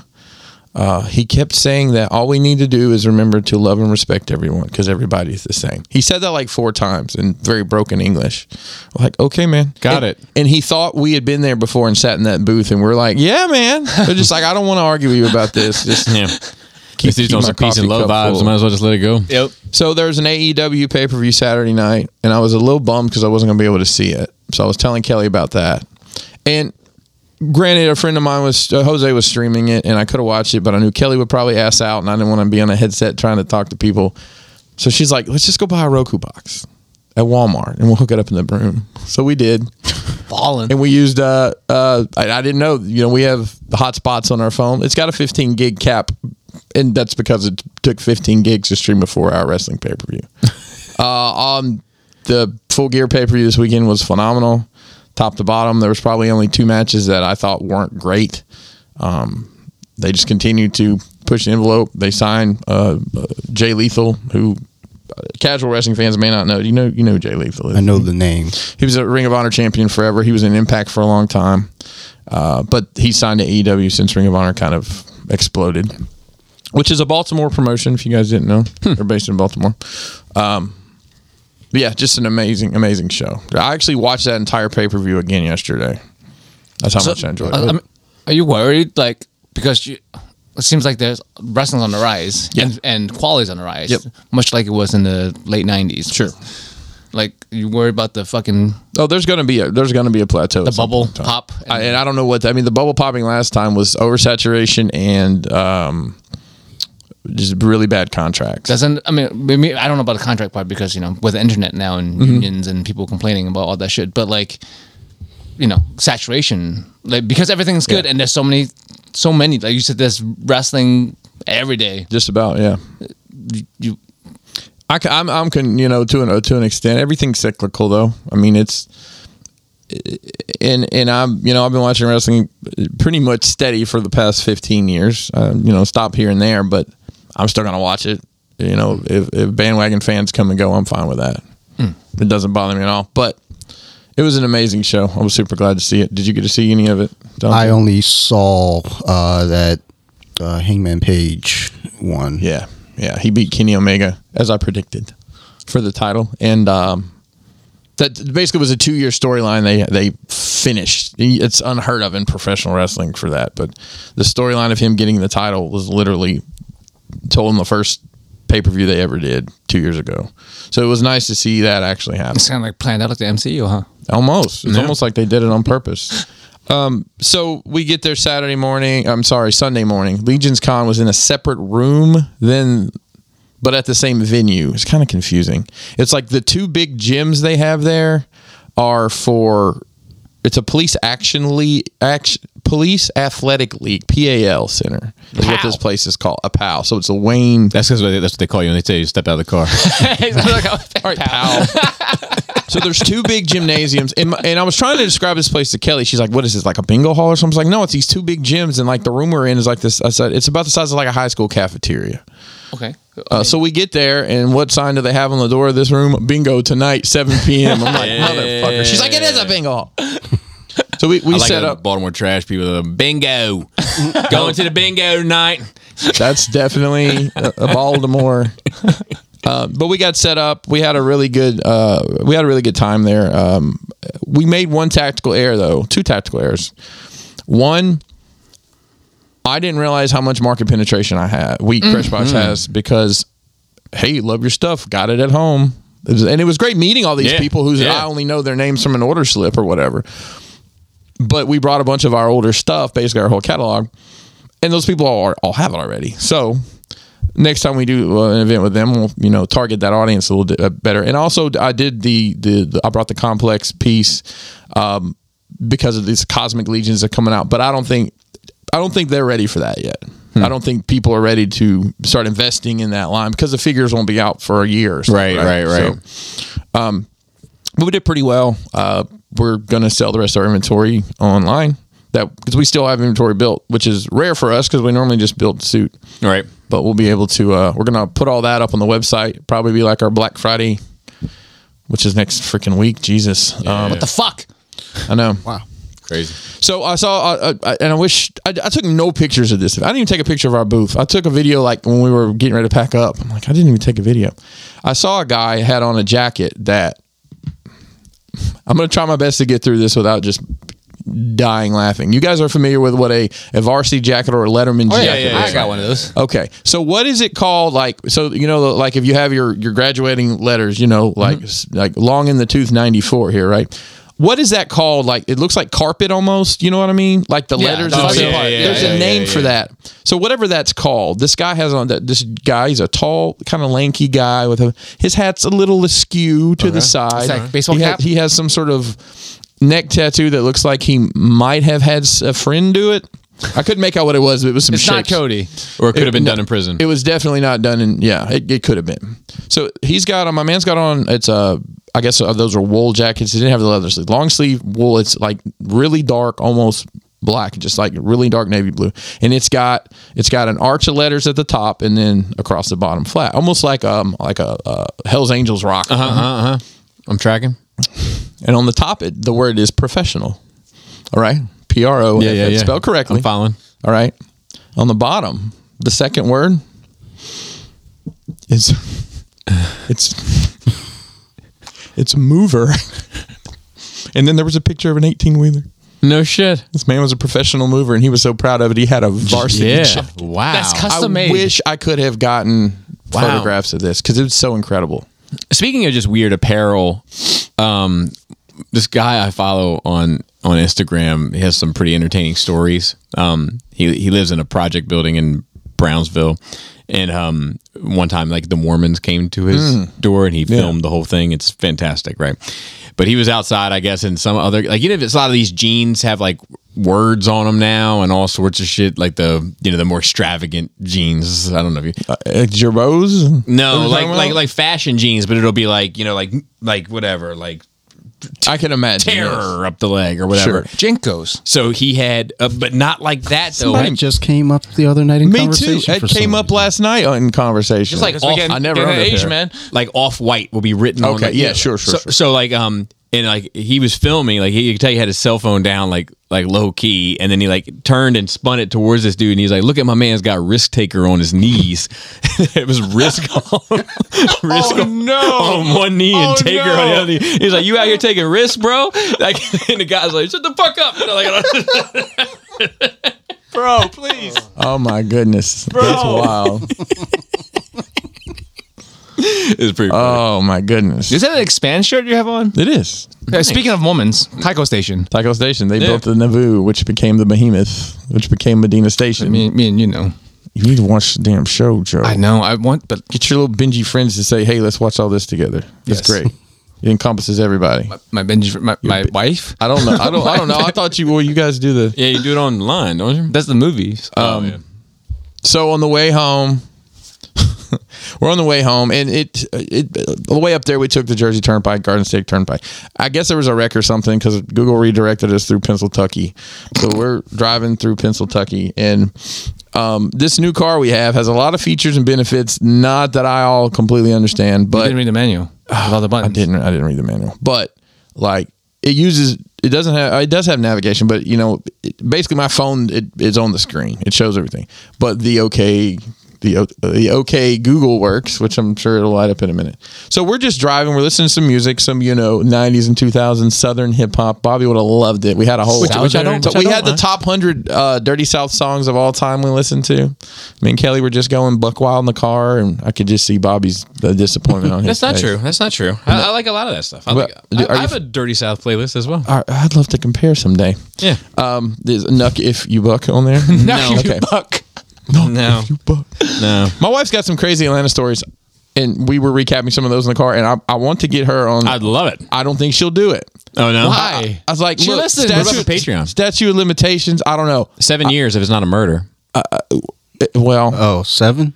Speaker 2: uh, he kept saying that all we need to do is remember to love and respect everyone because everybody's the same. He said that like four times in very broken English. Like, okay, man,
Speaker 1: Got
Speaker 2: And-
Speaker 1: it.
Speaker 2: and he thought we had been there before and sat in that booth, and we're like, "Yeah, [LAUGHS] man." They're just like, "I don't want to argue with you about this." Just [LAUGHS]
Speaker 1: Yeah. Keep,
Speaker 2: keep
Speaker 1: these on
Speaker 2: my
Speaker 1: some peace and
Speaker 2: coffee
Speaker 1: love
Speaker 2: cup
Speaker 1: vibes.
Speaker 2: full.
Speaker 1: Might as well just let it go.
Speaker 3: Yep.
Speaker 2: So there was an AEW pay per view Saturday night, and I was a little bummed because I wasn't going to be able to see it. So I was telling Kelly about that, and granted, a friend of mine was uh, Jose was streaming it, and I could have watched it, but I knew Kelly would probably ass out, and I didn't want to be on a headset trying to talk to people. So she's like, "Let's just go buy a Roku box at Walmart, and we'll hook it up in the room." So we did.
Speaker 3: Fallen.
Speaker 2: And we used uh uh I, I didn't know, you know, we have hotspots on our phone. It's got a 15 gig cap and that's because it took 15 gigs to stream a 4-hour wrestling pay-per-view. uh um the full gear pay-per-view this weekend was phenomenal. Top to bottom, there was probably only two matches that I thought weren't great. Um they just continued to push the envelope. They signed uh, uh Jay Lethal who uh, casual wrestling fans may not know. You know you know who Jay Lethal is.
Speaker 4: I know the name.
Speaker 2: He was a Ring of Honor champion forever. He was in Impact for a long time, uh, but he signed to AEW since Ring of Honor kind of exploded, which is a Baltimore promotion. If you guys didn't know,
Speaker 3: Hmm.
Speaker 2: they're based in Baltimore. Um, but yeah, just an amazing, amazing show. I actually watched that entire pay per view again yesterday. That's how much I enjoyed it.
Speaker 3: uh, I- I mean, are you worried? Like because you, it seems like there's wrestling's on the rise and and quality's on the rise.
Speaker 2: Yep.
Speaker 3: Much like it was in the late '90s.
Speaker 2: Sure.
Speaker 3: Like you worry about the fucking
Speaker 2: oh, there's gonna be a there's gonna be a plateau.
Speaker 3: the bubble pop.
Speaker 2: I, and I don't know what I mean. The bubble popping last time was oversaturation and um, just really bad contracts.
Speaker 3: doesn't I mean maybe- I don't know about the contract part because you know with the internet now and unions and people complaining about all that shit, but like you know saturation like because everything's good and there's so many so many like you said there's wrestling every day.
Speaker 2: just about yeah.
Speaker 3: You
Speaker 2: I, am I'm, con, you know, to an to an extent, everything's cyclical though. I mean, it's and and I'm, you know, I've been watching wrestling pretty much steady for the past 15 years. Uh, you know, stop here and there, but I'm still gonna watch it. You know, if, if bandwagon fans come and go, I'm fine with that. It doesn't bother me at all. But it was an amazing show. I was super glad to see it. Did you get to see any of it? Don?
Speaker 4: I only saw uh, that uh, Hangman Page one.
Speaker 2: Yeah, yeah. He beat Kenny Omega as I predicted for the title, and um, that basically was a two-year storyline. They they finished. It's unheard of in professional wrestling for that, but the storyline of him getting the title was literally told in the first pay-per-view they ever did two years ago. So it was nice to see that actually happen.
Speaker 3: it's kind of like planned out like the MCU, huh? [LAUGHS]
Speaker 2: Almost. It's almost like they did it on purpose. Um, so we get there Saturday morning. I'm sorry, Sunday morning. Legion's Con was in a separate room then but at the same venue. It's kind of confusing. It's like the two big gyms they have there are for it's a police action league action, police athletic league PAL center is what this place is called a PAL so it's a Wayne
Speaker 1: That's because that's what they call you when they tell you to step out of the car. [LAUGHS]
Speaker 2: [LAUGHS]
Speaker 3: All right,
Speaker 2: pal. [LAUGHS] so there's two big gymnasiums, and, my- and I was trying to describe this place to Kelly. She's like, "What is this? Like a bingo hall or something?" I was like, "No, it's these two big gyms, and like the room we're in is like this." I said, "It's about the size of like a high school cafeteria."
Speaker 3: Okay.
Speaker 2: Uh, so we get there, and what sign do they have on the door of this room? Bingo tonight, 7 p.m. I'm like, motherfucker. She's like, it is a bingo
Speaker 1: [LAUGHS]
Speaker 2: hall. So we, we
Speaker 1: I like
Speaker 2: set
Speaker 1: the
Speaker 2: up.
Speaker 1: Baltimore trash people. that are, [LAUGHS] bingo, going to the bingo tonight.
Speaker 2: That's definitely a, a Baltimore. Uh, but we got set up. We had a really good. Uh, we had a really good time there. Um, we made one tactical error though, two tactical errors. One, I didn't realize how much market penetration I had. We
Speaker 1: Mm-hmm.
Speaker 2: Crash Box has because, hey, love your stuff. Got it at home, It was- and it was great meeting all these
Speaker 1: Yeah,
Speaker 2: people who's
Speaker 1: yeah.
Speaker 2: I only know their names from an order slip or whatever. But we brought a bunch of our older stuff, basically our whole catalog, and those people all are, all have it already. So next time we do uh, an event with them, we'll you know target that audience a little bit uh, better. And also, I did the the, the I brought the complex piece um, because of these cosmic legions that are coming out, but I don't think I don't think they're ready for that yet.
Speaker 1: Hmm.
Speaker 2: I don't think people are ready to start investing in that line because the figures won't be out for a year. Or so,
Speaker 1: Right, right, right.
Speaker 2: So, um, but we did pretty well. Uh, we're gonna sell the rest of our inventory online. That because we still have inventory built, which is rare for us because we normally just build suit
Speaker 1: All right.
Speaker 2: but we'll be able to uh, we're gonna put all that up on the website probably be like our black friday which is next freaking week jesus um,
Speaker 3: What the fuck?
Speaker 2: i know
Speaker 4: Wow.
Speaker 1: Crazy.
Speaker 2: so i saw uh, uh, and i wish I, I took no pictures of this i didn't even take a picture of our booth i took a video like when we were getting ready to pack up i'm like i didn't even take a video i saw a guy had on a jacket that i'm gonna try my best to get through this without just dying laughing you guys are familiar with what a, a varsity jacket or a letterman jacket
Speaker 1: Oh, yeah, yeah,
Speaker 2: is,
Speaker 1: yeah.
Speaker 3: I got one of those.
Speaker 2: Okay. So what is it called? Like, so you know, like if you have your your graduating letters, you know, like
Speaker 3: Mm-hmm.
Speaker 2: s like long in the tooth ninety four here, right? What is that called? Like it looks like carpet almost. You know what I mean? Like the
Speaker 3: Yeah,
Speaker 2: letters.
Speaker 3: the
Speaker 2: themselves.
Speaker 1: fuzzy part. Yeah,
Speaker 2: There's
Speaker 1: yeah,
Speaker 2: a name
Speaker 1: yeah,
Speaker 2: for
Speaker 1: yeah.
Speaker 2: that. So whatever that's called, this guy has on that. This guy, he's a tall, kind of lanky guy with a his hat's a little askew to the side. Uh-huh.
Speaker 3: It's like baseball
Speaker 2: he ha-
Speaker 3: cap?
Speaker 2: he has some sort of neck tattoo that looks like he might have had s- a friend do it. I couldn't make out what it was. But it was some.
Speaker 3: It's not
Speaker 2: shapes.
Speaker 3: Cody.
Speaker 1: Or it could have been
Speaker 2: no,
Speaker 1: done in prison.
Speaker 2: It was definitely not done in yeah, it, it could have been. So he's got on my man's got on it's uh I guess uh, those are wool jackets. He didn't have the leather sleeve. Long sleeve wool, it's like really dark, almost black, just like really dark navy blue. And it's got it's got an arch of letters at the top and then across the bottom flat. Almost like um like a uh, Hell's Angels rock.
Speaker 1: I'm tracking.
Speaker 2: And on the top it the word is professional. All right? P R O F F, spelled correctly.
Speaker 1: I'm following.
Speaker 2: All right. On the bottom, the second word is [LAUGHS] it's it's mover. [LAUGHS] And then there was a picture of an 18 wheeler.
Speaker 1: No shit.
Speaker 2: This man was a professional mover and he was so proud of it. He had a varsity
Speaker 1: Yeah.
Speaker 2: jacket.
Speaker 1: Wow.
Speaker 3: That's custom-
Speaker 2: I
Speaker 3: Amazing.
Speaker 2: wish I could have gotten
Speaker 1: Wow.
Speaker 2: photographs of this because it was so incredible.
Speaker 1: Speaking of just weird apparel, um, this guy I follow on on Instagram he has some pretty entertaining stories. Um, he he lives in a project building in Brownsville, and um, one time like the Mormons came to his door and he filmed the whole thing. It's fantastic, right? But he was outside, I guess, in some other like you know, it's a lot of these jeans have like words on them now and all sorts of shit like the you know the more extravagant jeans i don't know if you
Speaker 2: Uh, Gerbo's?
Speaker 1: no,
Speaker 2: What are we
Speaker 1: like
Speaker 2: talking
Speaker 1: like
Speaker 2: about?
Speaker 1: like fashion jeans, but it'll be like you know like like whatever like
Speaker 2: I can imagine. this.
Speaker 1: terror up the leg or whatever.
Speaker 2: Sure.
Speaker 3: Jinkos.
Speaker 1: So he had, uh, but not like that though.
Speaker 4: That just came up the other night in
Speaker 2: Me too.
Speaker 4: conversation.
Speaker 2: It
Speaker 4: for
Speaker 2: came
Speaker 4: some
Speaker 2: up
Speaker 4: reason.
Speaker 2: last night in conversation.
Speaker 3: It's like
Speaker 1: off-
Speaker 3: getting,
Speaker 2: I never
Speaker 3: getting
Speaker 2: owned a
Speaker 3: Asian
Speaker 2: pair.
Speaker 3: man.
Speaker 1: like off white will be written. on
Speaker 2: Okay,
Speaker 1: like,
Speaker 2: yeah, sure, sure,
Speaker 1: so,
Speaker 2: sure.
Speaker 1: So like um and like he was filming like he you could tell he had his cell phone down like like low key and then he like turned and spun it towards this dude and he's like look at my man's got risk taker on his knees [LAUGHS] it was risk on [LAUGHS]
Speaker 2: Oh,
Speaker 1: risk on,
Speaker 3: no.
Speaker 1: on one knee and
Speaker 3: Oh,
Speaker 1: taker on the
Speaker 3: no.
Speaker 1: other knee he's like you out here taking risks bro like [LAUGHS] and the guy's like shut the fuck up [LAUGHS] You know, like,
Speaker 3: Bro, please.
Speaker 2: Oh my goodness. That's wild.
Speaker 1: it was pretty funny.
Speaker 2: Oh my goodness.
Speaker 3: [LAUGHS] Is that an expand shirt you have on?
Speaker 2: It is.
Speaker 3: Uh, Speaking of Mormons, Taiko Station.
Speaker 2: Taco Station. They built the Nauvoo, which became the Behemoth, which became Medina Station.
Speaker 3: Me, me and you know.
Speaker 2: you need to watch the damn show, Joe.
Speaker 3: I know. I want, but
Speaker 2: Get your little Benji friends to say, hey, let's watch all this together. That's
Speaker 3: Yes.
Speaker 2: great. It encompasses everybody.
Speaker 3: my Benji, my, my wife.
Speaker 2: I
Speaker 3: [LAUGHS]
Speaker 2: don't know. I don't. I don't know. I thought you. Well, you guys do the.
Speaker 1: yeah you do it online don't you
Speaker 3: That's the movies.
Speaker 1: um,
Speaker 2: So on the way home, [LAUGHS] we're on the way home, and it it the way up there we took the Jersey Turnpike, Garden State Turnpike. I guess there was a wreck or something because Google redirected us through Pennsylvania. So we're driving through Pennsylvania, and um, this new car we have has a lot of features and benefits. Not that I all completely understand,
Speaker 3: I
Speaker 2: but
Speaker 3: didn't read the [SIGHS] manual. with all the buttons.
Speaker 2: I didn't. I didn't read the manual, but like it uses. It doesn't have. It does have navigation, but you know, it, basically my phone it is on the screen. It shows everything. But the okay, the O- the okay Google works, which I'm sure it'll light up in a minute. So we're just driving. We're listening to some music, some you know, 90s and 2000s southern hip hop. Bobby would have loved it. We had a whole.
Speaker 1: Which- which I don't- which I
Speaker 2: we
Speaker 1: don't
Speaker 2: had the
Speaker 1: mind.
Speaker 2: top hundred uh, Dirty South songs of all time. We listened to. Me and Kelly were just going buck wild in the car, and I could just see Bobby's the disappointment on his.
Speaker 1: That's not
Speaker 2: face.
Speaker 1: true. That's not true. I, I like a lot of that stuff. I, like,
Speaker 2: Well,
Speaker 1: I,
Speaker 2: are
Speaker 1: I
Speaker 2: you-
Speaker 1: have a Dirty South playlist as well.
Speaker 2: I- I'd love to compare someday.
Speaker 3: Uh,
Speaker 1: Yeah. [LAUGHS]
Speaker 2: Um, there's Nuck If You Buck on there.
Speaker 3: [LAUGHS]
Speaker 1: No.
Speaker 2: okay.
Speaker 3: Buck.
Speaker 2: No,
Speaker 1: No.
Speaker 2: you buck.
Speaker 1: No.
Speaker 2: My wife's got some crazy Atlanta stories, and we were recapping some of those in the car. And I, I want to get her on.
Speaker 1: I'd love it.
Speaker 2: I don't think she'll do it.
Speaker 1: Oh no.
Speaker 2: I, I was like,
Speaker 3: She
Speaker 2: look,
Speaker 3: listens.
Speaker 1: What
Speaker 2: statute,
Speaker 1: about the Patreon?
Speaker 2: statute of limitations. I don't know.
Speaker 1: Seven years if it's not a murder.
Speaker 2: It- well,
Speaker 4: Oh, seven?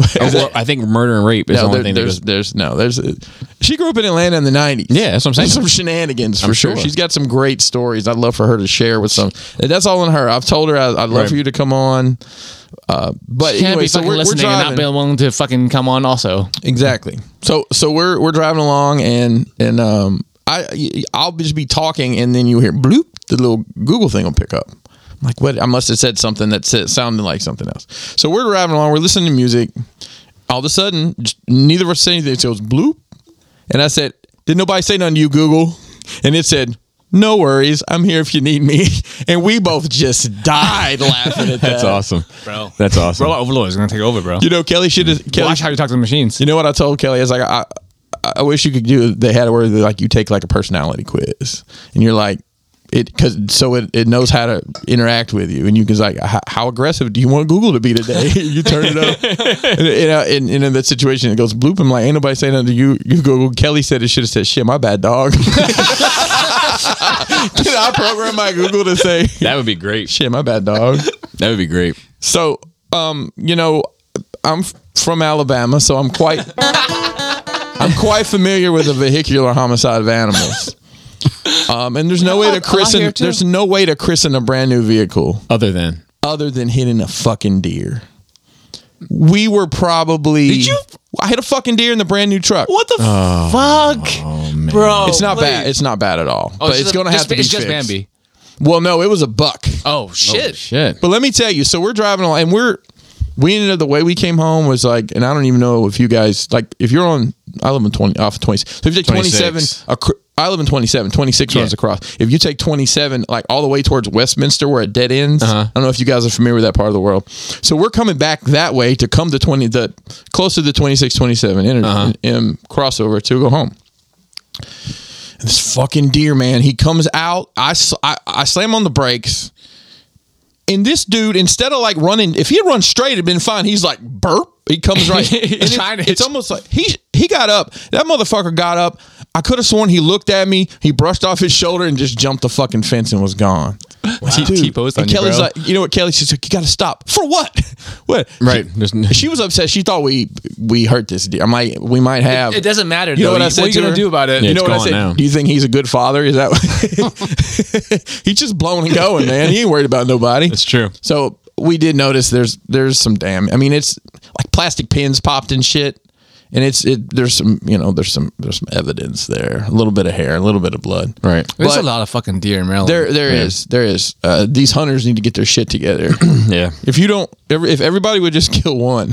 Speaker 1: Oh, well, I think murder and rape is the
Speaker 2: no,
Speaker 1: only
Speaker 2: there-
Speaker 1: thing that
Speaker 2: there's,
Speaker 1: goes.
Speaker 2: there's, no, there's. uh, She grew up in Atlanta in the '90s.
Speaker 1: Yeah, that's what I'm saying.
Speaker 2: There's some shenanigans for
Speaker 1: I'm
Speaker 2: sure.
Speaker 1: sure.
Speaker 2: She's got some great stories. I'd love for her to share with some. That's all on her. I've told her I, I'd love
Speaker 1: Right.
Speaker 2: for you to come on. Uh, but
Speaker 3: Can't
Speaker 2: anyway,
Speaker 3: be
Speaker 2: so
Speaker 3: fucking
Speaker 2: we're, we're
Speaker 3: listening and not
Speaker 2: driving.
Speaker 3: being willing to fucking come on. Also,
Speaker 2: Exactly. So so we're we're driving along and and um I I'll just be talking and then you hear bloop the little Google thing will pick up. I'm like what I must have said something that said, sounded like something else. So we're driving along, we're listening to music. All of a sudden, just, neither of us said anything. It goes bloop, and I said, "Did nobody say nothing to you, Google?" And it said. No worries, I'm here if you need me. [LAUGHS] And we both just died laughing at that.
Speaker 1: [LAUGHS] That's awesome, bro. That's awesome.
Speaker 3: robot overlord is gonna take over, bro.
Speaker 2: [LAUGHS] You know, Kelly should have. Kelly
Speaker 3: Watch how you talk to the machines.
Speaker 2: you know what I told Kelly? I was like, I, I, I wish you could do. They had a word that, like you take like a personality quiz, and you're like, it because so it, it knows how to interact with you, and you can like, how, how aggressive do you want Google to be today? [LAUGHS] you turn it up, and, and, I- and, and in that situation, it goes bloop. I'm like, ain't nobody saying nothing to you. You Google. Kelly said it should have said, shit, my bad, dog. [LAUGHS] can I program my Google to say,
Speaker 1: [LAUGHS] that would be great.
Speaker 2: shit, my bad, dog?
Speaker 1: That would be great.
Speaker 2: So, um, you know, I'm f- from Alabama, so I'm
Speaker 3: [LAUGHS]
Speaker 2: quite I'm quite familiar with the vehicular homicide of animals. Um, and there's no way to
Speaker 3: here
Speaker 2: christen
Speaker 3: too.
Speaker 2: there's no way to christen a brand new vehicle
Speaker 1: Other than
Speaker 2: other than hitting a fucking deer. We were probably Did
Speaker 3: you-
Speaker 2: I hit a fucking deer in the brand new truck.
Speaker 3: What the fuck, bro?
Speaker 2: It's not bad. It's not bad at all. but it's going to have to be
Speaker 3: Oh, It's just
Speaker 2: fixed.
Speaker 3: Bambi.
Speaker 2: Well, no, it was a buck.
Speaker 3: Oh shit!
Speaker 1: shit.
Speaker 2: But let me tell you, so we're driving along, and we're we ended up the way we came home was like, and I don't even know if you guys like if you're on I live in twenty off of twenty, so if you take twenty seven,
Speaker 1: 26.
Speaker 2: I live in twenty seven, twenty six runs across. If you take twenty seven, like all the way towards Westminster where it dead ends, I don't know if you guys are familiar with that part of the world. So we're coming back that way to come to twenty the close to the 26, 27 inter- um, crossover to go home this fucking deer man he comes out I, s- I- I slam on the brakes and this dude instead of like running if he had run straight it'd been fine he's like burp he
Speaker 3: [LAUGHS]
Speaker 2: comes right and it's,
Speaker 3: Trying to-
Speaker 2: it's almost like he he got up that motherfucker got up i could have sworn he looked at me he brushed off his shoulder and just jumped the fucking fence and was gone
Speaker 3: T- T-posed on
Speaker 2: and
Speaker 3: you,
Speaker 2: kelly's
Speaker 3: bro.
Speaker 2: like you know what kelly she's like you gotta stop for what [LAUGHS] what
Speaker 1: Right. There's n-
Speaker 2: she, she was upset she thought we we hurt this deer i'm like we might have
Speaker 3: It doesn't matter.
Speaker 2: you know
Speaker 3: though.
Speaker 2: what I
Speaker 3: You-
Speaker 2: said
Speaker 3: What are you
Speaker 2: to
Speaker 3: gonna
Speaker 2: her?
Speaker 3: do about it?
Speaker 1: Yeah,
Speaker 2: you know
Speaker 1: it's
Speaker 2: what I
Speaker 1: gone
Speaker 2: said?
Speaker 1: now.
Speaker 2: Do you think he's a good father? Is that what- [LAUGHS] he's just blowing
Speaker 1: [LAUGHS]
Speaker 2: and going, man? He ain't worried about nobody.
Speaker 1: It's true.
Speaker 2: So we did notice there's there's some damn. I mean, it's like plastic pins popped and shit, and it's it. There's some you know there's some there's some evidence there. A little bit of hair, a little bit of blood.
Speaker 1: Right.
Speaker 3: There's
Speaker 2: But-
Speaker 3: a lot of fucking deer in Maryland.
Speaker 2: There there is there is. Uh, these hunters need to get their shit together.
Speaker 1: [CLEARS THROAT] Yeah.
Speaker 2: if you don't, every, if everybody would just [LAUGHS] kill one,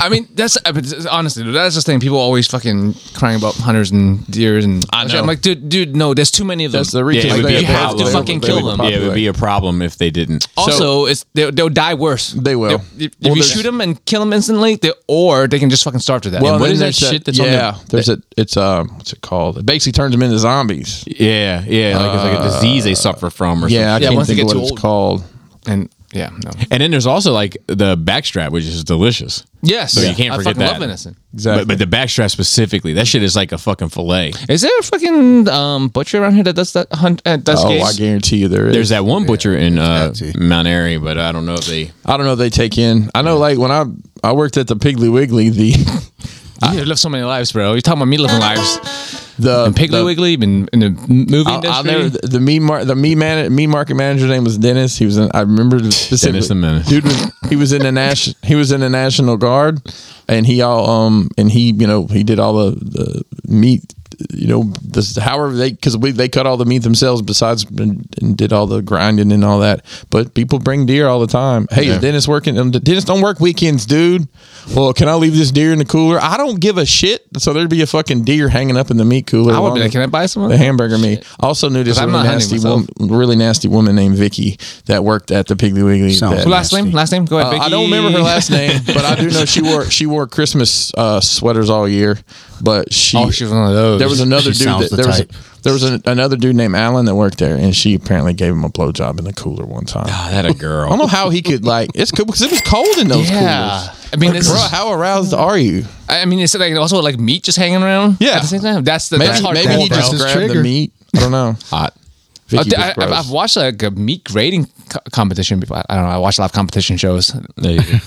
Speaker 3: I mean, that's I mean, it's- honestly, dude, that's the thing. People always fucking crying about hunters and deers and I
Speaker 1: know.
Speaker 3: am like, dude, dude, no, there's too many of them.
Speaker 2: that's the
Speaker 1: Yeah,
Speaker 2: reason.
Speaker 1: it would
Speaker 3: Like,
Speaker 1: be a
Speaker 3: you have to
Speaker 1: problem. Oh.
Speaker 3: fucking
Speaker 1: They would-
Speaker 3: kill them.
Speaker 1: Yeah, it would be a problem if they didn't.
Speaker 3: also, it's they, they'll die worse.
Speaker 2: They will.
Speaker 3: They'll- If, if
Speaker 2: Well,
Speaker 3: you
Speaker 2: there's-
Speaker 3: shoot them and kill them instantly, they, or they can just fucking starve to death.
Speaker 2: Well,
Speaker 1: what
Speaker 2: then
Speaker 1: is that
Speaker 2: there's
Speaker 1: shit that's on
Speaker 2: yeah,
Speaker 1: the-
Speaker 2: there's a it's um what's it called? It basically turns them into zombies.
Speaker 1: Yeah, yeah, like it's like a disease they suffer from, or
Speaker 2: Yeah, I
Speaker 1: something.
Speaker 2: can't
Speaker 3: once they
Speaker 2: think of
Speaker 3: get
Speaker 2: what it's
Speaker 3: too old.
Speaker 2: called.
Speaker 3: and yeah, no.
Speaker 1: And then there's also like the backstrap, which is delicious.
Speaker 3: Yes,
Speaker 1: So you can't
Speaker 3: I
Speaker 1: forget
Speaker 3: fucking
Speaker 1: that.
Speaker 3: Love venison.
Speaker 2: Exactly.
Speaker 1: But, but the backstrap specifically, that shit is like a fucking fillet.
Speaker 3: Is there a fucking um, butcher around here that does that hunt? Uh, does
Speaker 2: Oh,
Speaker 3: gays?
Speaker 2: I guarantee you there is.
Speaker 1: There's that one butcher in uh,
Speaker 4: there's that too.
Speaker 1: Mount Airy, but I don't know if they.
Speaker 2: I don't know. if They take in. I know. Like when I I worked at the Piggly Wiggly, the [LAUGHS]
Speaker 3: You live so many lives, bro. You're talking about me living lives.
Speaker 2: [LAUGHS] the
Speaker 3: And Piggly
Speaker 2: the,
Speaker 3: Wiggly, you've been in the movie
Speaker 2: I'll,
Speaker 3: industry.
Speaker 2: I'll never, the meat mar- the meat man meat market manager's name was Dennis. He was in, I remember specifically.
Speaker 1: Dennis the Menace.
Speaker 2: Dude, was, he was in the national he was in the National Guard, and he all um and he you know he did all the the meat you know this however they because we they cut all the meat themselves besides and, and did all the grinding and all that. But people bring deer all the time. Hey, is Dennis working? Um, Dennis don't work weekends, dude. Well, can I leave this deer in the cooler? I don't give a shit. So there'd be a fucking deer hanging up in the meat cooler.
Speaker 3: I would
Speaker 2: along
Speaker 3: be like,
Speaker 2: with-
Speaker 3: can I buy some? of
Speaker 2: the
Speaker 3: that?"
Speaker 2: hamburger meat. I also knew this
Speaker 3: I'm
Speaker 2: really
Speaker 3: not hunting
Speaker 2: nasty,
Speaker 3: myself.
Speaker 2: woman, really nasty woman named Vicky that worked at the Piggly Wiggly.
Speaker 4: Sounds
Speaker 2: that-
Speaker 4: like-
Speaker 3: Last name? Last name? Go ahead.
Speaker 2: Uh, I
Speaker 3: Vicky.
Speaker 2: don't remember her last name, but I do know she wore she wore Christmas uh, sweaters all year. But she,
Speaker 3: Oh, she was one of those.
Speaker 2: There was another
Speaker 4: She
Speaker 2: dude.
Speaker 4: sounds
Speaker 2: That,
Speaker 4: the
Speaker 2: there was,
Speaker 4: type.
Speaker 2: there was an, another dude named Alan that worked there, and she apparently gave him a blowjob in the cooler one time. I
Speaker 1: I had ah, a
Speaker 2: [LAUGHS]
Speaker 1: girl.
Speaker 2: don't know how he could like. It's cool because it was cold in those
Speaker 3: Yeah.
Speaker 2: coolers.
Speaker 3: I mean, this
Speaker 2: Bro,
Speaker 3: is-
Speaker 2: how aroused are you?
Speaker 3: I mean, it's like also like meat just hanging around.
Speaker 2: Yeah.
Speaker 3: at the same time. That's the
Speaker 2: Maybe
Speaker 3: that's
Speaker 2: maybe
Speaker 3: hardcore,
Speaker 2: he
Speaker 3: bro.
Speaker 2: just
Speaker 4: That's his
Speaker 2: grabbed the
Speaker 4: trigger.
Speaker 2: meat. I don't
Speaker 3: [LAUGHS]
Speaker 2: know.
Speaker 1: Hot.
Speaker 3: Uh,
Speaker 2: Vicky
Speaker 3: th-
Speaker 2: was
Speaker 3: I,
Speaker 2: gross.
Speaker 3: have I've watched like a meat grading co- competition before. I- I don't know. I watched a lot of competition shows
Speaker 1: There you go.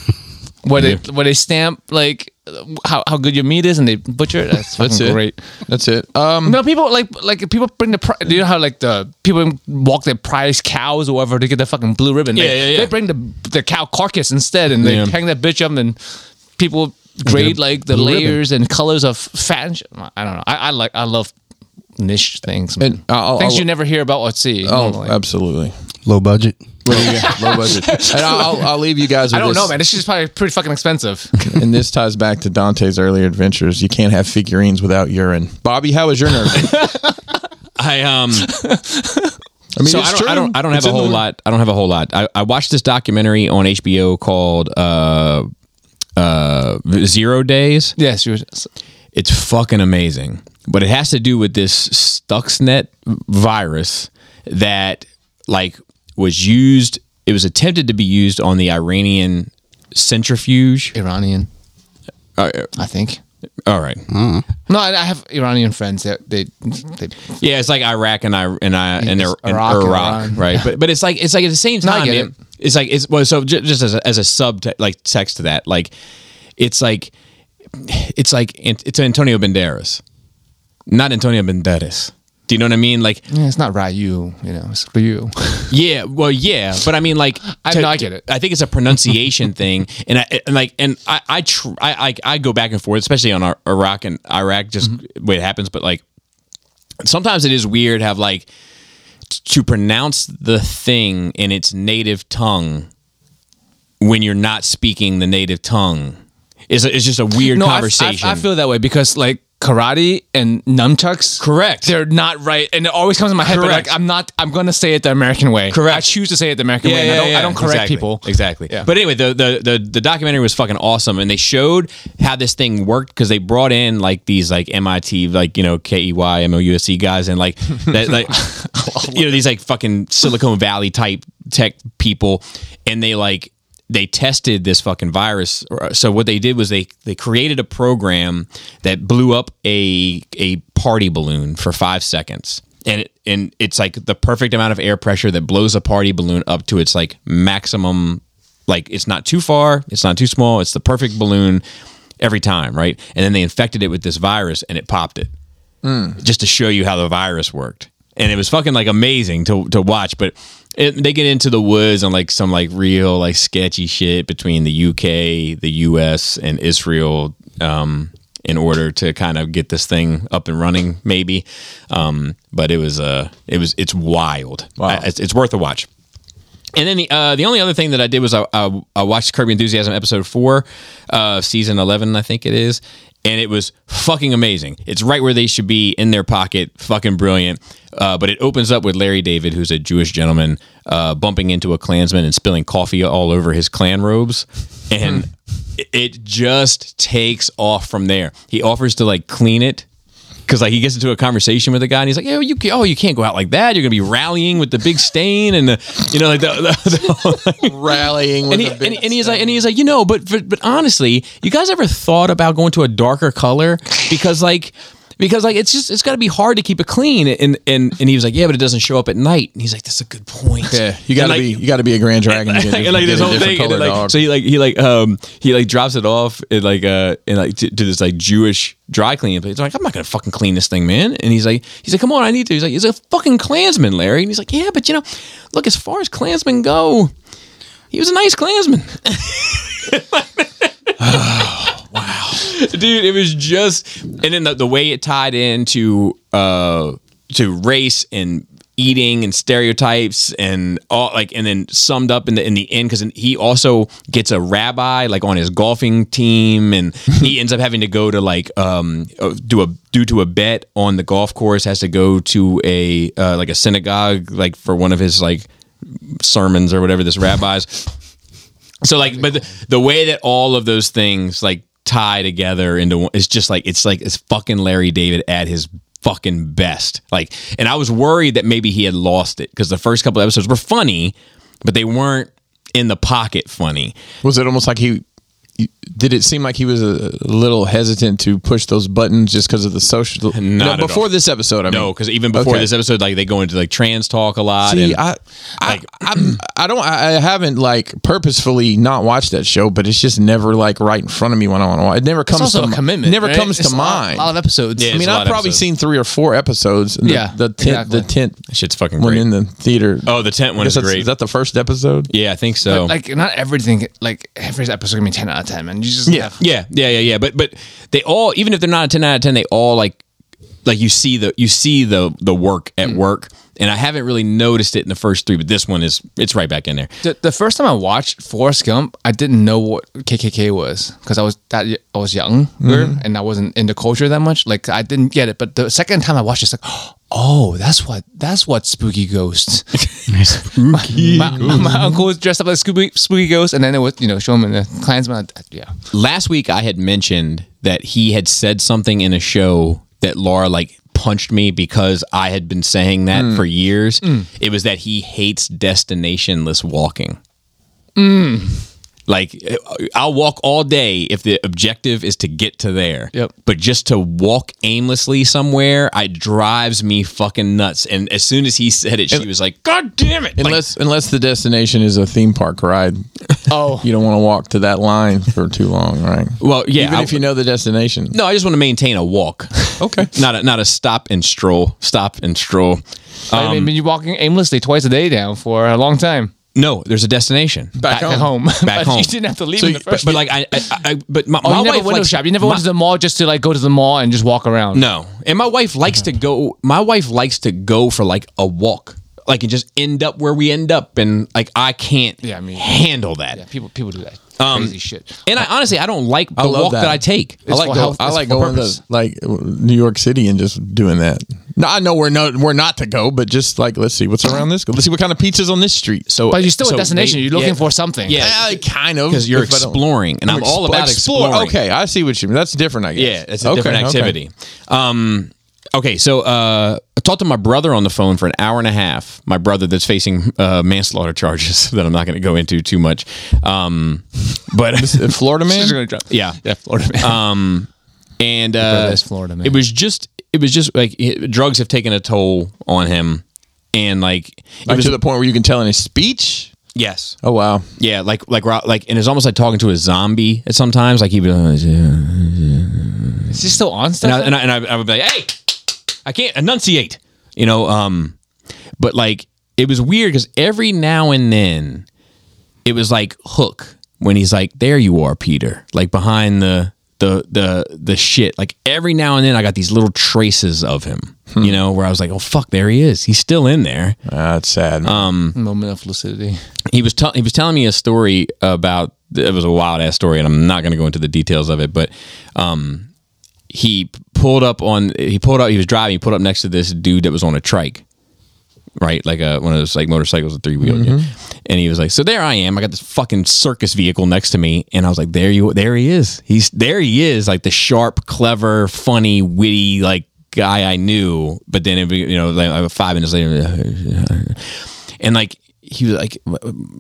Speaker 3: where they where they stamp like uh, how, how good your meat is and they butcher it. That's,
Speaker 2: That's
Speaker 3: fucking
Speaker 2: it.
Speaker 3: great.
Speaker 2: That's it. Um,
Speaker 3: No, people like like people bring the pri- you know how like the people walk their prize cows or whatever to get the fucking blue ribbon.
Speaker 1: Yeah,
Speaker 3: they,
Speaker 1: yeah, yeah.
Speaker 3: they bring the the cow carcass instead and they
Speaker 1: Yeah.
Speaker 3: hang that bitch up and people grade like the layers and colors of fat. And sh- I don't know. I, I like I love niche things, man.
Speaker 2: And
Speaker 1: uh,
Speaker 2: I'll-
Speaker 1: oh,
Speaker 3: things
Speaker 2: I'll-
Speaker 3: you never hear about or see.
Speaker 2: oh,
Speaker 3: normally.
Speaker 2: absolutely.
Speaker 4: Low budget.
Speaker 2: Low budget. [LAUGHS] And I'll, I'll, I'll leave you guys. With
Speaker 3: I don't
Speaker 2: this.
Speaker 3: know, man. This shit's probably pretty
Speaker 1: [LAUGHS]
Speaker 3: fucking expensive.
Speaker 2: And this ties back to Dante's earlier adventures. You can't have figurines without urine. Bobby, how is your nerve?
Speaker 1: I
Speaker 2: [LAUGHS]
Speaker 1: um.
Speaker 2: I mean,
Speaker 1: so
Speaker 2: it's
Speaker 1: I don't,
Speaker 2: true.
Speaker 1: I don't. I don't have
Speaker 2: It's
Speaker 1: a
Speaker 2: in the
Speaker 1: whole
Speaker 2: word.
Speaker 1: lot. I don't have a whole lot. I, I watched this documentary on HBO called uh, uh, Zero Days.
Speaker 3: yes, you.
Speaker 1: It's fucking amazing, but it has to do with this Stuxnet virus that like was used. It was attempted to be used on the Iranian centrifuge.
Speaker 3: Iranian.
Speaker 1: Uh,
Speaker 3: I think.
Speaker 1: All right.
Speaker 3: No, I, I have Iranian friends that they, they
Speaker 1: Yeah, it's like Iraq and I and I and, Ir-
Speaker 3: it's
Speaker 1: and
Speaker 3: Iraq
Speaker 1: Iraq,
Speaker 3: and Iran.
Speaker 1: right? But but it's like it's like at the same
Speaker 3: No, I
Speaker 1: time,
Speaker 3: get
Speaker 1: man,
Speaker 3: it.
Speaker 1: it's like it's well. So ju- just as a, as a sub te- like text to that, like it's like it's like it's Antonio Banderas, not Antonio Banderas. Do you know what I mean? Like
Speaker 3: Yeah, it's not Ryu, you know, it's Ryu.
Speaker 1: yeah, well, yeah, but I mean, like,
Speaker 3: I- no, I get it.
Speaker 1: I think it's a pronunciation
Speaker 3: [LAUGHS]
Speaker 1: thing, and I and like, and I I tr- I, I, I go back and forth, especially on our, Iraq and Iraq, just
Speaker 3: Mm-hmm.
Speaker 1: the way it happens. But like, sometimes it is weird have like t- to pronounce the thing in its native tongue when you're not speaking the native tongue. It's, a, it's just a weird
Speaker 3: I- I-
Speaker 1: conversation.
Speaker 3: I, feel that way because like karate and nunchucks.
Speaker 1: Correct.
Speaker 3: They're not right. And it always comes in my head, but
Speaker 1: Correct.
Speaker 3: like I'm not I'm gonna say it the American way.
Speaker 1: Correct.
Speaker 3: I choose to say it the American way. and I don't I don't correct
Speaker 1: Exactly.
Speaker 3: people.
Speaker 1: Exactly.
Speaker 3: Yeah.
Speaker 1: But anyway, the, the the the documentary was fucking awesome, and they showed how this thing worked because they brought in like these like MIT like you know K E Y M O U S E guys and
Speaker 3: [LAUGHS]
Speaker 1: like that like you know these like fucking Silicon Valley type tech people, and they like they tested this fucking virus. So what they did was they they created a program that blew up a a party balloon for five seconds, and it, and it's like the perfect amount of air pressure that blows a party balloon up to its like maximum. Like it's not too far, it's not too small, it's the perfect balloon every time, right? And then they infected it with this virus and it popped it just to show you how the virus worked. And it was fucking like amazing to, to watch. But it, they get into the woods on like some like real like sketchy shit between the UK, the US, and Israel um, in order to kind of get this thing up and running, maybe. Um, but it was uh, it was it's wild. I- it's, it's worth a watch. And then the uh, the only other thing that I did was I, I, I watched Kirby Enthusiasm episode four, uh, season eleven, I think it is, and it was fucking amazing. It's right where they should be in their pocket, fucking brilliant. Uh, but it opens up with Larry David, who's a Jewish gentleman, uh, bumping into a Klansman and spilling coffee all over his Klan robes, and it just takes off from there. He offers to like clean it because like he gets into a conversation with a guy and he's like, "Yeah, you ca- oh you can't go out like that. You're gonna be rallying with the big stain and the you know like the, the, [LAUGHS] the
Speaker 2: [LAUGHS] rallying with
Speaker 1: and he
Speaker 2: a big
Speaker 1: and, and he's like and he's like you know but, but but honestly, you guys ever thought about going to a darker color because like because like it's just it's got to be hard to keep it clean and and and he was like yeah but it doesn't show up at night and he's like that's a good point
Speaker 2: yeah, you gotta
Speaker 1: And, like,
Speaker 2: be you gotta be a grand dragon to get,
Speaker 1: like, [LAUGHS] like
Speaker 2: get
Speaker 1: this
Speaker 2: a
Speaker 1: whole
Speaker 2: different
Speaker 1: thing. And then,
Speaker 2: color
Speaker 1: like,
Speaker 2: dog.
Speaker 1: so he like he like um he like drops it off and like uh and like to, to this like Jewish dry cleaning place. They're like, I'm not gonna fucking clean this thing, man. And he's like, he's like, come on, I need to. He's like, he's a fucking Klansman, Larry. And he's like, yeah, but you know, look, as far as Klansmen go, he was a nice Klansman. [LAUGHS] dude it was just and then the, the way it tied into uh to race and eating and stereotypes and all like and then summed up in the in the end because he also gets a rabbi like on his golfing team and he ends up having to go to like um uh, do a due to a bet on the golf course has to go to a uh, like a synagogue like for one of his like sermons or whatever this rabbi's so like, but the, the way that all of those things like tie together into one. It's just like it's like it's fucking Larry David at his fucking best. Like, and I was worried that maybe he had lost it because the first couple episodes were funny, but they weren't in the pocket funny.
Speaker 2: Was it almost like he? Did it seem like he was a little hesitant to push those buttons just because of the social? no,
Speaker 1: at
Speaker 2: before
Speaker 1: all.
Speaker 2: this episode. I mean,
Speaker 1: No, because even before
Speaker 2: Okay.
Speaker 1: this episode, like they go into like trans talk a lot. and,
Speaker 2: See, I, I, I'm, I don't, I I haven't like purposefully not watched that show, but it's just never like right in front of me when I want to watch. It never comes
Speaker 3: It's also
Speaker 2: to
Speaker 3: a commitment.
Speaker 2: Never
Speaker 3: right?
Speaker 2: comes
Speaker 3: It's
Speaker 2: to
Speaker 3: a lot-
Speaker 2: mind.
Speaker 3: A lot of episodes.
Speaker 1: Yeah.
Speaker 2: I
Speaker 1: It's
Speaker 2: mean,
Speaker 1: a lot
Speaker 2: I've
Speaker 1: of
Speaker 2: probably
Speaker 1: episodes.
Speaker 2: seen three or four episodes. and The,
Speaker 3: Yeah,
Speaker 2: the tenth,
Speaker 3: exactly.
Speaker 2: the tenth
Speaker 1: that shit's fucking
Speaker 2: one
Speaker 1: great.
Speaker 2: in the theater.
Speaker 1: oh, the tent
Speaker 2: I
Speaker 1: one
Speaker 2: guess
Speaker 1: is
Speaker 2: that's-
Speaker 1: great.
Speaker 2: is that the first episode?
Speaker 1: yeah, I think so.
Speaker 3: Like not everything. Like every episode can be ten out of ten, and you just
Speaker 2: Yeah.
Speaker 3: have-
Speaker 1: Yeah, yeah, yeah, yeah. But but they all, even if they're not a ten out of ten, they all like like you see the you see the the work at work. And I haven't really noticed it in the first three, but this one is it's right back in there.
Speaker 3: The, the first time I watched Forrest Gump, I didn't know what KKK was because I was that y- I was younger and I wasn't in the culture that much. Like I didn't get it. But the second time I watched, it, it's like, oh, that's what that's what spooky [LAUGHS] ghosts. spooky. My, my, my uncle was dressed up like spooky, spooky ghost, and then it was you know show him in the Klansman. Yeah,
Speaker 1: Last week I had mentioned that he had said something in a show that Laura like punched me because I had been saying that for years. It was that he hates destinationless walking. Mm. Like I'll walk all day if the objective is to get to there.
Speaker 3: Yep.
Speaker 1: But just to walk aimlessly somewhere, I drives me fucking nuts. And as soon as he said it, she was like, "God damn it!" Like,
Speaker 2: Unless, unless the destination is a theme park ride.
Speaker 3: [LAUGHS] Oh.
Speaker 2: you don't want to walk to that line for too long, right?
Speaker 1: well, yeah.
Speaker 2: Even
Speaker 1: I-
Speaker 2: if you know the destination.
Speaker 1: No, I just want to maintain a walk.
Speaker 2: Okay.
Speaker 1: [LAUGHS] not a, not a stop and stroll. Stop and stroll.
Speaker 3: I mean, you're walking aimlessly twice a day now for a long time
Speaker 1: No, there's a destination.
Speaker 3: back, at home.
Speaker 1: Back
Speaker 3: [LAUGHS] But
Speaker 1: home.
Speaker 3: you didn't have to leave
Speaker 1: So
Speaker 3: in
Speaker 1: you-
Speaker 3: the first.
Speaker 1: but, but like I, I, I but my,
Speaker 3: Oh,
Speaker 1: my
Speaker 3: you never
Speaker 1: wife
Speaker 3: window
Speaker 1: likes,
Speaker 3: shop. You never
Speaker 1: my,
Speaker 3: went to the mall just to like go to the mall and just walk around.
Speaker 1: No, and my wife likes to go. My wife likes to go for like a walk, like and just end up where we end up, and like I can't
Speaker 3: Yeah, I mean-
Speaker 1: handle that.
Speaker 3: Yeah, people people do that crazy shit.
Speaker 1: And I honestly, I don't like the
Speaker 2: love
Speaker 1: walk that.
Speaker 2: that.
Speaker 1: I take.
Speaker 2: I like
Speaker 3: for
Speaker 2: go,
Speaker 3: health-
Speaker 2: I
Speaker 3: it's
Speaker 2: like
Speaker 3: for
Speaker 2: going
Speaker 3: purpose.
Speaker 2: to like New York City and just doing that. No, I know we're not we're not to go, but just like let's see what's around this. Let's see what kind of pizzas on this street. So,
Speaker 3: But you're still
Speaker 1: So
Speaker 3: a destination.
Speaker 1: they-
Speaker 3: you're looking
Speaker 1: yeah.
Speaker 3: for something.
Speaker 1: Yeah.
Speaker 2: Uh, kind of
Speaker 1: because you're
Speaker 2: if I don't-
Speaker 1: exploring, and I'm all
Speaker 2: Explore-
Speaker 1: about
Speaker 2: explore.
Speaker 1: exploring.
Speaker 2: Okay, I see what you mean. That's different. I guess.
Speaker 1: Yeah, it's a
Speaker 2: Okay,
Speaker 1: different
Speaker 2: okay.
Speaker 1: activity. Um, okay, so uh, I talked to my brother on the phone for an hour and a half. My brother that's facing uh, manslaughter charges [LAUGHS] that I'm not going to go into too much. Um,
Speaker 2: [LAUGHS]
Speaker 1: but
Speaker 2: Uh, Florida man.
Speaker 3: Just gonna drop-
Speaker 1: [LAUGHS] yeah,
Speaker 3: Yeah, Florida man.
Speaker 1: and uh,
Speaker 3: brother's Florida man.
Speaker 1: it was just it was just like it- drugs have taken a toll on him, and like it
Speaker 2: Like
Speaker 1: was-
Speaker 2: to the point where you can tell in his speech.
Speaker 1: yes,
Speaker 2: Oh wow,
Speaker 1: yeah, like like Ro- like, and it's almost like talking to a zombie at sometimes. Like he uh, would.
Speaker 3: Is he still on
Speaker 1: and I,
Speaker 3: stuff?
Speaker 1: and I, and I, I would be like, hey, I can't enunciate, you know. Um, but like it was weird because every now and then, it was like Hook when he's like, "There you are, Peter," like behind the the the the shit. Like every now and then, I got these little traces of him, you know, where I was like, "Oh fuck, there he is. He's still in there."
Speaker 2: that's sad. Um,
Speaker 3: Moment of lucidity.
Speaker 1: he was tell he was telling me a story about it was a wild ass story, and I'm not going to go into the details of it, but um, he pulled up on he pulled up he was driving he pulled up next to this dude that was on a trike, right like a one of those like motorcycles with three wheels, and he was like, so there I am, I got this fucking circus vehicle next to me, and I was like, there you there he is, he's there he is, like the sharp, clever, funny, witty like guy I knew, but then it, you know like, like five minutes later, [LAUGHS] and like he was like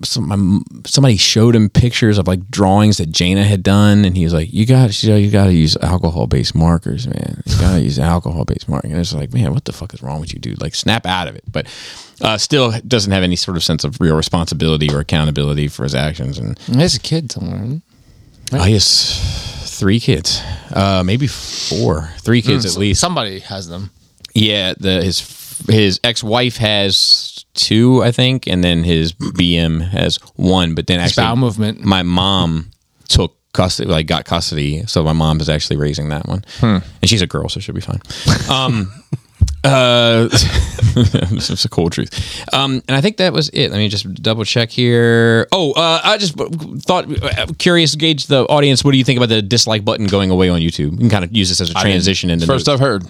Speaker 1: some, somebody showed him pictures of like drawings that Jana had done and he was like you got you, know, you got to use alcohol based markers man you got to use alcohol based markers and it's like man what the fuck is wrong with you dude like snap out of it but uh, still doesn't have any sort of sense of real responsibility or accountability for his actions and
Speaker 3: There's a kid somewhere.
Speaker 1: oh, he has three kids uh, maybe four three kids
Speaker 3: Hmm.
Speaker 1: at least
Speaker 3: Somebody has them.
Speaker 1: yeah, the his his ex wife has two, I think, and then his BM has one. But then actually,
Speaker 3: bowel movement.
Speaker 1: My mom took custody, like got custody, so my mom is actually raising that one,
Speaker 3: Hmm.
Speaker 1: and she's a girl, so she'll be fine.
Speaker 3: [LAUGHS]
Speaker 1: Um, uh, [LAUGHS] this is the cold truth. Um, and I think that was it. Let me just double check here. Oh, uh, I just thought I'm curious, gauge the audience. What do you think about the dislike button going away on YouTube? You can kind of use this as a transition into
Speaker 2: First
Speaker 1: the-
Speaker 2: I've heard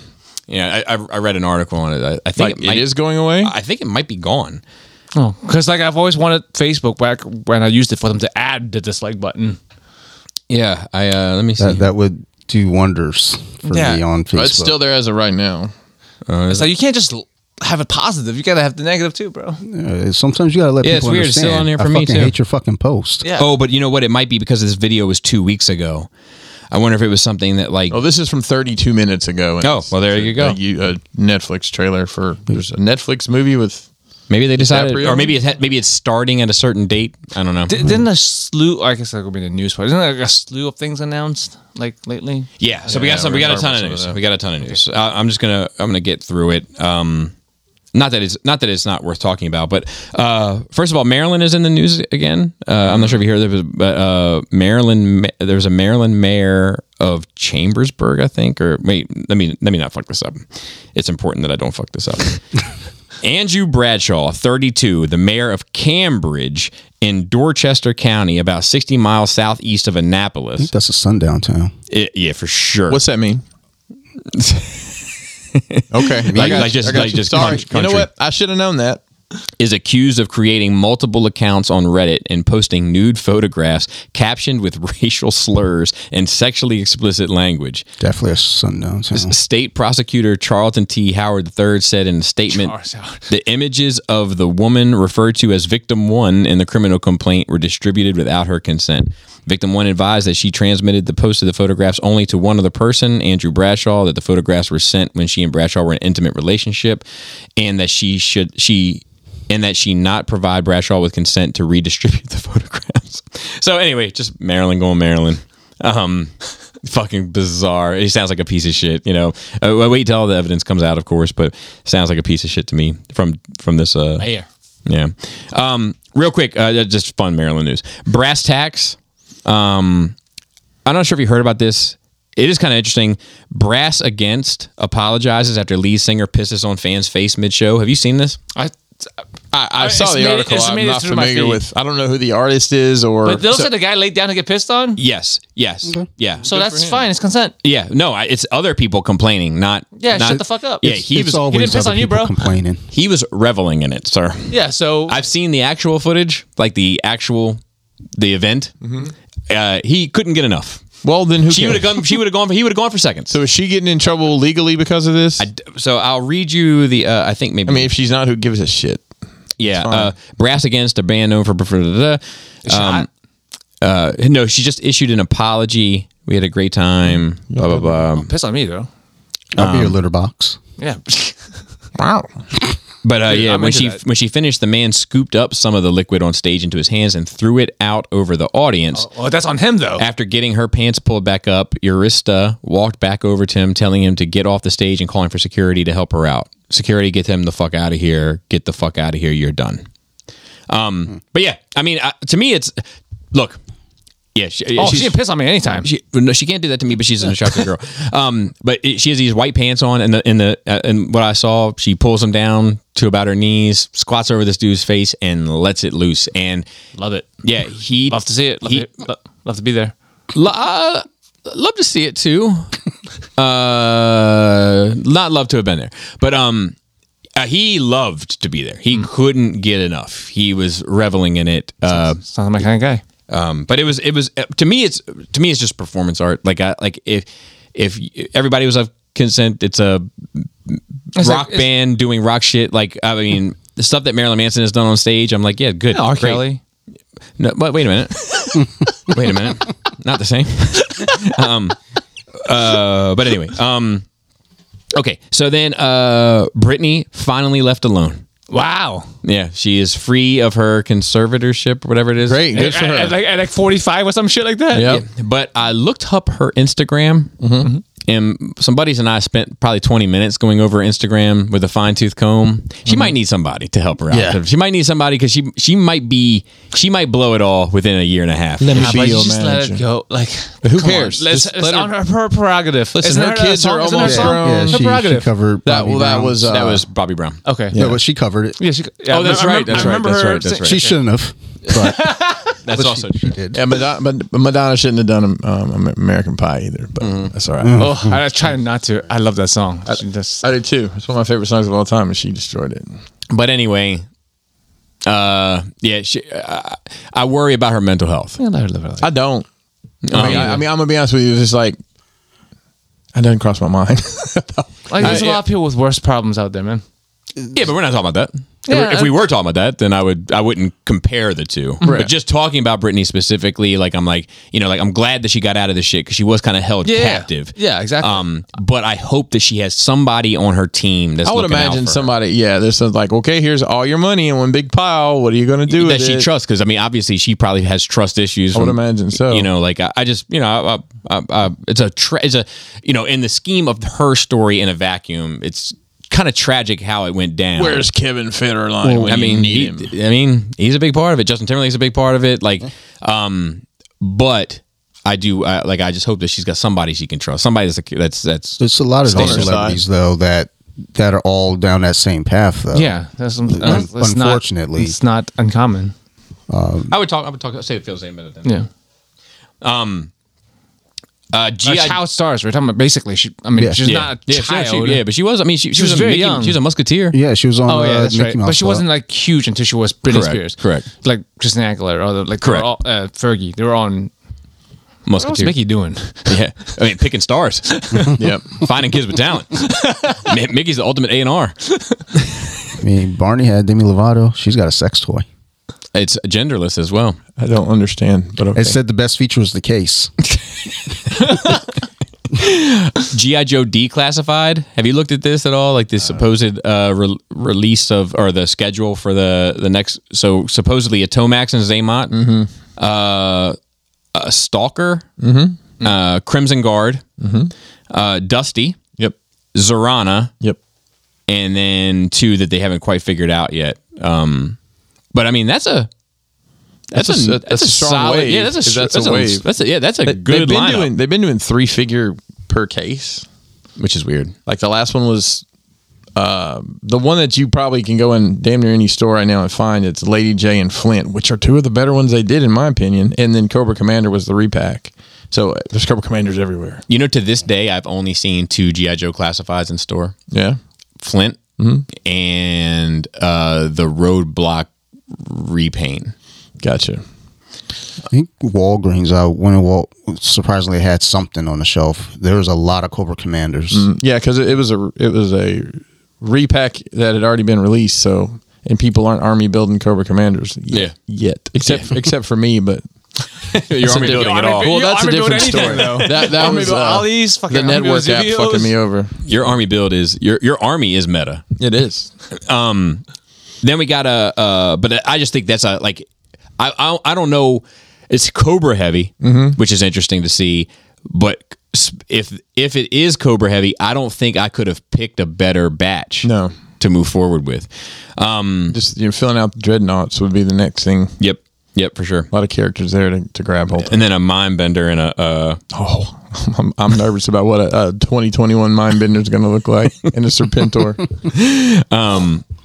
Speaker 1: yeah, I, I, I read an article on it. I, I think
Speaker 2: like
Speaker 1: it, might,
Speaker 2: it is going away.
Speaker 1: I think it might be gone.
Speaker 3: Oh, because like I've always wanted Facebook back when I used it for them to add the dislike button.
Speaker 1: Yeah, I uh, let me see.
Speaker 4: That, that would do wonders for
Speaker 3: Yeah.
Speaker 4: me on Facebook.
Speaker 2: It's still there as of right now.
Speaker 3: It's like you can't just l- have it positive. You gotta have the negative too, bro.
Speaker 4: Uh, Sometimes you gotta let
Speaker 1: Yeah, it's
Speaker 4: people
Speaker 1: weird. It's
Speaker 4: understand.
Speaker 1: still on there for
Speaker 4: I
Speaker 1: me,
Speaker 4: fucking
Speaker 1: too.
Speaker 4: hate your fucking post.
Speaker 3: Yeah.
Speaker 1: Oh, but you know what? It might be because this video was two weeks ago. I wonder if it was something that like.
Speaker 2: Oh, this is from 32 minutes ago. and
Speaker 1: Oh,
Speaker 2: it's-
Speaker 1: well, there you go.
Speaker 2: A, you- a Netflix trailer for there's a Netflix movie with
Speaker 1: Maybe they decided,
Speaker 2: DiCaprio?
Speaker 1: or maybe it had, maybe it's starting at a certain date. I don't know.
Speaker 3: Di- Didn't a slew? I guess that would be the news part. Isn't there like a slew of things announced like lately?
Speaker 1: yeah, so we got
Speaker 2: Yeah,
Speaker 1: some. We got a
Speaker 2: regardless
Speaker 1: ton of
Speaker 2: of
Speaker 1: news.
Speaker 2: that.
Speaker 1: We got a ton of news. Uh, I'm just gonna I'm gonna get through it. Um, not that it's not that it's not worth talking about, but uh, first of all, Maryland is in the news again. Uh, I'm not sure if you heard of it, but uh, Maryland ma- there was a Maryland mayor of Chambersburg, I think. Or wait, let me let me not fuck this up. It's important that I don't fuck this
Speaker 2: [LAUGHS]
Speaker 1: up. Andrew Bradshaw, 32, the mayor of Cambridge in Dorchester County, about 60 miles southeast of Annapolis.
Speaker 4: That's a sundown town.
Speaker 1: I- yeah, for sure.
Speaker 2: what's that mean? [LAUGHS] okay, I
Speaker 1: Like-
Speaker 2: got
Speaker 1: like
Speaker 2: you,
Speaker 1: just-
Speaker 2: I got
Speaker 1: like
Speaker 2: you.
Speaker 1: just
Speaker 2: sorry.
Speaker 1: country-
Speaker 2: You know
Speaker 1: country.
Speaker 2: what? I should have known that.
Speaker 1: is accused of creating multiple accounts on Reddit and posting nude photographs captioned with [LAUGHS] racial slurs and sexually explicit language.
Speaker 4: Definitely a sundown
Speaker 3: Mm-hmm.
Speaker 4: town.
Speaker 1: State prosecutor Charlton T. Howard III said in a statement
Speaker 3: Charles Howard.
Speaker 1: the images of the woman referred to as victim one in the criminal complaint were distributed without her consent. Victim one advised that she transmitted the post of the photographs only to one other person, Andrew Bradshaw, that the photographs were sent when she and Bradshaw were in an intimate relationship, and that she should she and that she not provide Bradshaw with consent to redistribute the [LAUGHS] photographs. So anyway, just Maryland going Maryland. Um, fucking bizarre. He sounds like a piece of shit. You know, uh, well, wait till all the evidence comes out, of course, but sounds like a piece of shit to me from from this. Uh,
Speaker 3: Mayor.
Speaker 1: yeah. Um, real quick, uh, just fun Maryland news. Brass tacks. Um, I'm not sure if you heard about this. It is kind of interesting. Brass Against apologizes after lead singer pisses on fans' face mid-show. Have you seen this?
Speaker 3: I
Speaker 2: I, I
Speaker 3: It's
Speaker 2: saw the
Speaker 3: made it-
Speaker 2: article.
Speaker 3: it's made
Speaker 2: I'm
Speaker 3: it
Speaker 2: not
Speaker 3: through my
Speaker 2: familiar
Speaker 3: feed.
Speaker 2: with. I don't know who the artist is or.
Speaker 3: But those
Speaker 2: so-
Speaker 3: are the guy laid down to get pissed on.
Speaker 1: Yes. Yes. Yeah.
Speaker 3: So
Speaker 1: So
Speaker 3: that's fine. It's consent.
Speaker 1: yeah. No, I, it's other people complaining, not
Speaker 3: Yeah,
Speaker 1: not-
Speaker 3: shut the fuck up.
Speaker 1: Yeah,
Speaker 3: It's-
Speaker 1: he
Speaker 4: it's
Speaker 1: was
Speaker 4: always
Speaker 3: he didn't piss
Speaker 4: other
Speaker 3: on you,
Speaker 4: people
Speaker 3: bro.
Speaker 4: complaining.
Speaker 1: he was reveling in it, sir.
Speaker 3: Yeah. So
Speaker 1: I've seen the actual footage, like the actual the event. Uh, he couldn't get enough.
Speaker 2: well, then who?
Speaker 1: She would
Speaker 2: cares?
Speaker 1: have gone. She would have gone. For, he would have gone for seconds.
Speaker 2: So is she getting in trouble legally because of this? I,
Speaker 1: So I'll read you the. Uh, I think maybe.
Speaker 2: mean, if she's not, who gives a shit?
Speaker 1: yeah. Uh, Brass Against a band known for. for- for- da- da- da. Um, uh, no, she just issued an apology. We had a great time. Blah blah blah.
Speaker 3: piss on me though.
Speaker 4: I'll be your litter box.
Speaker 3: Yeah. [LAUGHS]
Speaker 2: Wow.
Speaker 1: But uh, yeah,
Speaker 3: I'm
Speaker 1: when
Speaker 3: into
Speaker 1: she
Speaker 3: that.
Speaker 1: when she finished, the man scooped up some of the liquid on stage into his hands and threw it out over the audience.
Speaker 3: well, Oh, that's on him though.
Speaker 1: After getting her pants pulled back up, Eurista walked back over to him, telling him to get off the stage and calling for security to help her out. Security, get him the fuck out of here. Get the fuck out of here. You're done. Um, but yeah, I mean, uh, to me, it's look. Yeah, she,
Speaker 3: oh,
Speaker 1: she's-
Speaker 3: she didn't piss on me anytime.
Speaker 1: she no, she can't do that to me, but she's an attractive
Speaker 3: [LAUGHS]
Speaker 1: girl. Um, but it, she has these white pants on, and the in the uh, and what I saw, she pulls them down to about her knees, squats over this dude's face, and lets it loose. And
Speaker 3: Love it.
Speaker 1: yeah, he
Speaker 3: Love to see it. Love,
Speaker 1: he-
Speaker 3: to, lo- love to be there.
Speaker 1: Lo- uh, love to see it
Speaker 3: [LAUGHS]
Speaker 1: too. Uh, not love to have been there, but um, uh, he loved to be there.
Speaker 3: Hmm.
Speaker 1: He couldn't get enough. He was reveling in it. Uh,
Speaker 3: Sounds like my kind of guy.
Speaker 1: um, but it was it was to me it's to me it's just performance art. Like I like if if everybody was of consent, it's a
Speaker 3: like-
Speaker 1: rock
Speaker 3: it's-
Speaker 1: band doing rock shit. Like I mean, the stuff that Marilyn Manson has done on stage, I'm like, yeah, good.
Speaker 3: R.
Speaker 1: great.
Speaker 3: Kelly.
Speaker 1: No, but wait a minute. wait a minute. Not the same. [LAUGHS] um, uh, but anyway, um, okay. So then, uh, Brittany finally left alone.
Speaker 3: Wow.
Speaker 1: Yeah, she is free of her conservatorship, whatever it is.
Speaker 2: Great. Good for
Speaker 3: At, at
Speaker 2: her.
Speaker 3: like, at like 45 or some shit like that.
Speaker 2: Yep. Mm-hmm.
Speaker 1: But I looked up her Instagram, and some buddies and I spent probably 20 minutes going over Instagram with a fine tooth comb. She might need somebody to help her out.
Speaker 2: Mm-hmm. Yeah.
Speaker 1: She might need somebody because she she might be she might blow it all within a year and a half.
Speaker 2: Let me
Speaker 3: Ah,
Speaker 2: be
Speaker 3: but
Speaker 2: your
Speaker 3: just let
Speaker 2: manager.
Speaker 3: it go. Like,
Speaker 2: who
Speaker 3: come on.
Speaker 2: cares?
Speaker 3: Let's,
Speaker 2: Just
Speaker 3: it's
Speaker 2: let her-
Speaker 3: on her, her prerogative.
Speaker 2: Listen,
Speaker 3: Isn't
Speaker 2: her
Speaker 3: there a
Speaker 2: kids
Speaker 3: song?
Speaker 2: are
Speaker 3: Isn't there a
Speaker 2: almost
Speaker 3: song?
Speaker 2: grown.
Speaker 4: Yeah,
Speaker 2: Um,
Speaker 3: Her
Speaker 4: she, she
Speaker 3: prerogative.
Speaker 4: covered
Speaker 2: That
Speaker 4: Bobby
Speaker 2: well, that
Speaker 4: Brown.
Speaker 2: was uh,
Speaker 1: that was Bobby Brown.
Speaker 3: okay.
Speaker 4: yeah, but she covered it.
Speaker 3: Yeah, she, yeah,
Speaker 1: Oh, that's
Speaker 3: I remember-
Speaker 1: right, that's
Speaker 3: I
Speaker 1: right,
Speaker 3: remember
Speaker 1: that's
Speaker 3: her
Speaker 1: right, that's
Speaker 3: sa-
Speaker 1: right.
Speaker 4: She shouldn't have, but
Speaker 1: That's also
Speaker 4: she, she did.
Speaker 2: Yeah, Madonna, but Madonna shouldn't have done um, American Pie either, but
Speaker 1: Mm-hmm.
Speaker 2: that's all right.
Speaker 3: Oh, [LAUGHS] I was trying not to. I love that song. She just-
Speaker 2: I did too. It's one of my favorite songs of all time, and she destroyed it.
Speaker 1: But anyway, uh, yeah, she, uh, I worry about her mental health.
Speaker 3: Yeah, let her live her life.
Speaker 2: I don't. I, mean, I, I mean, I'm gonna be honest with you. It's just like that doesn't cross my mind. [LAUGHS]
Speaker 3: Like, there's
Speaker 1: I-
Speaker 3: a lot of people with worse problems out there, man.
Speaker 1: Yeah, but we're not talking about that. If we-
Speaker 3: Yeah,
Speaker 1: if we were talking about that, then I would I wouldn't compare the two. But just talking about Britney specifically, like I'm like you know like I'm glad that she got out of this shit because she was kind of held
Speaker 3: Yeah.
Speaker 1: captive.
Speaker 3: Yeah, exactly.
Speaker 1: Um, but I hope that she has somebody on her team that's.
Speaker 2: I would
Speaker 1: looking out
Speaker 2: imagine
Speaker 1: for her.
Speaker 2: somebody. Yeah, there's some, like, okay, here's all your money in one big pile. What are you gonna do
Speaker 1: that
Speaker 2: with
Speaker 1: she
Speaker 2: it?
Speaker 1: trusts because I mean obviously she probably has trust issues. I
Speaker 2: would imagine
Speaker 3: Oh.
Speaker 2: so.
Speaker 1: You know, like I, I just you know I, I, I, I, it's a tra- it's a you know in the scheme of her story in a vacuum, it's kind of tragic how it went down.
Speaker 2: Where's Kevin Federline? when
Speaker 1: I
Speaker 2: you
Speaker 1: mean,
Speaker 2: need
Speaker 1: he,
Speaker 2: him?
Speaker 1: I mean, he's a big part of it. Justin Timberlake's a big part of it. Like, um, but I do I, like I just hope that she's got somebody she can trust, somebody that's that's that's
Speaker 4: There's a lot of those
Speaker 2: on her
Speaker 4: celebrities though that that are all down that same path though.
Speaker 3: yeah, that's, that's, that's not-
Speaker 4: unfortunately.
Speaker 3: it's not uncommon.
Speaker 1: I would talk. I would talk. Say it feels same minute then.
Speaker 3: Yeah,
Speaker 1: Uh,
Speaker 3: a
Speaker 1: G.I.
Speaker 3: child stars. We're talking about basically. She, I mean,
Speaker 4: Yeah.
Speaker 3: she's
Speaker 1: yeah.
Speaker 3: not a
Speaker 1: yeah, she-
Speaker 3: child.
Speaker 1: she- yeah, but she was. I mean, she, she, was,
Speaker 3: was
Speaker 1: a
Speaker 3: very
Speaker 1: Mickey,
Speaker 3: young.
Speaker 1: She was a musketeer.
Speaker 4: Yeah, she was on
Speaker 3: Oh yeah,
Speaker 4: uh,
Speaker 3: that's
Speaker 4: Mickey
Speaker 3: right.
Speaker 4: Mouse.
Speaker 3: But she
Speaker 4: Club.
Speaker 3: wasn't like huge until she was Britney
Speaker 1: Correct,
Speaker 3: Spears.
Speaker 1: correct.
Speaker 3: Like Christina Aguilera or the, like
Speaker 1: Correct.
Speaker 3: correct. All, uh, Fergie. They were on. What was
Speaker 1: Musketeer.
Speaker 3: Mickey doing?
Speaker 1: [LAUGHS] Yeah, I mean, picking stars,
Speaker 2: [LAUGHS] yep.
Speaker 1: finding kids with
Speaker 2: [LAUGHS]
Speaker 1: talent. Mi- Mickey's the ultimate A and R.
Speaker 4: I mean, Barney had Demi Lovato. She's got a sex toy.
Speaker 1: It's genderless as well.
Speaker 2: I don't understand, but okay.
Speaker 4: It said the best feature was the case.
Speaker 1: GI Joe declassified. Have you looked at this at all? Like this supposed uh, re- release of or the schedule for the the next. So supposedly a Tomax and Zaymot,
Speaker 2: Mm-hmm.
Speaker 1: uh, a Stalker,
Speaker 2: Mm-hmm.
Speaker 1: uh, Crimson Guard, uh, Dusty,
Speaker 2: yep.
Speaker 1: Zorana,
Speaker 2: Yep.
Speaker 1: and then two that they haven't quite figured out yet. Um, but I mean that's a. That's,
Speaker 2: That's
Speaker 1: a,
Speaker 2: a-
Speaker 1: that's
Speaker 2: that's
Speaker 1: a
Speaker 2: a strong
Speaker 1: solid
Speaker 2: wave,
Speaker 1: yeah that's a
Speaker 2: if that's
Speaker 1: that's
Speaker 2: a
Speaker 1: a,
Speaker 2: wave.
Speaker 1: that's a yeah that's a
Speaker 2: they've
Speaker 1: good
Speaker 2: been
Speaker 1: lineup
Speaker 2: doing. They've been doing three figure per case.
Speaker 1: which is weird
Speaker 2: Like the last one was uh, the one that you probably can go in damn near any store right now and find. It's Lady J and Flint, which are two of the better ones they did, in my opinion. And then Cobra Commander was the repack. So uh, there's Cobra Commanders everywhere.
Speaker 1: You know, to this day, I've only seen two GI Joe classifieds in store:
Speaker 2: Yeah.
Speaker 1: Flint Mm-hmm. and uh, the Roadblock repaint.
Speaker 2: Gotcha.
Speaker 4: I think Walgreens. I went and Wal- surprisingly had something on the shelf. There was a lot of Cobra Commanders.
Speaker 2: Yeah, because it, it was a it was a repack that had already been released. So and people aren't army building Cobra Commanders.
Speaker 1: Yeah.
Speaker 2: Yet, yet except except for me, but.
Speaker 1: You're already building it all.
Speaker 2: Well, that's a
Speaker 3: Army build
Speaker 2: different
Speaker 3: anything,
Speaker 2: story.
Speaker 3: though.
Speaker 2: That, that
Speaker 3: Army
Speaker 2: was
Speaker 3: build
Speaker 2: uh,
Speaker 3: all these fucking
Speaker 2: the
Speaker 3: army
Speaker 2: network
Speaker 3: builds
Speaker 2: app
Speaker 3: videos.
Speaker 2: fucking me over.
Speaker 1: Your army build is your your army is meta.
Speaker 2: It is.
Speaker 1: Then we got a, uh, but I just think that's a like, I I, I don't know, it's Cobra heavy, which is interesting to see, but sp- if if it is Cobra heavy, I don't think I could have picked a better batch.
Speaker 2: No.
Speaker 1: To move forward with, um,
Speaker 2: Just you're filling out the dreadnoughts would be the next thing.
Speaker 1: yep, yep, for sure.
Speaker 2: A lot of characters there to, to grab hold. of.
Speaker 1: and then a mind bender and a uh,
Speaker 2: Oh, [LAUGHS] I'm, I'm nervous about what a, a 2021 mindbender is going to look like [LAUGHS] and a serpentor. um,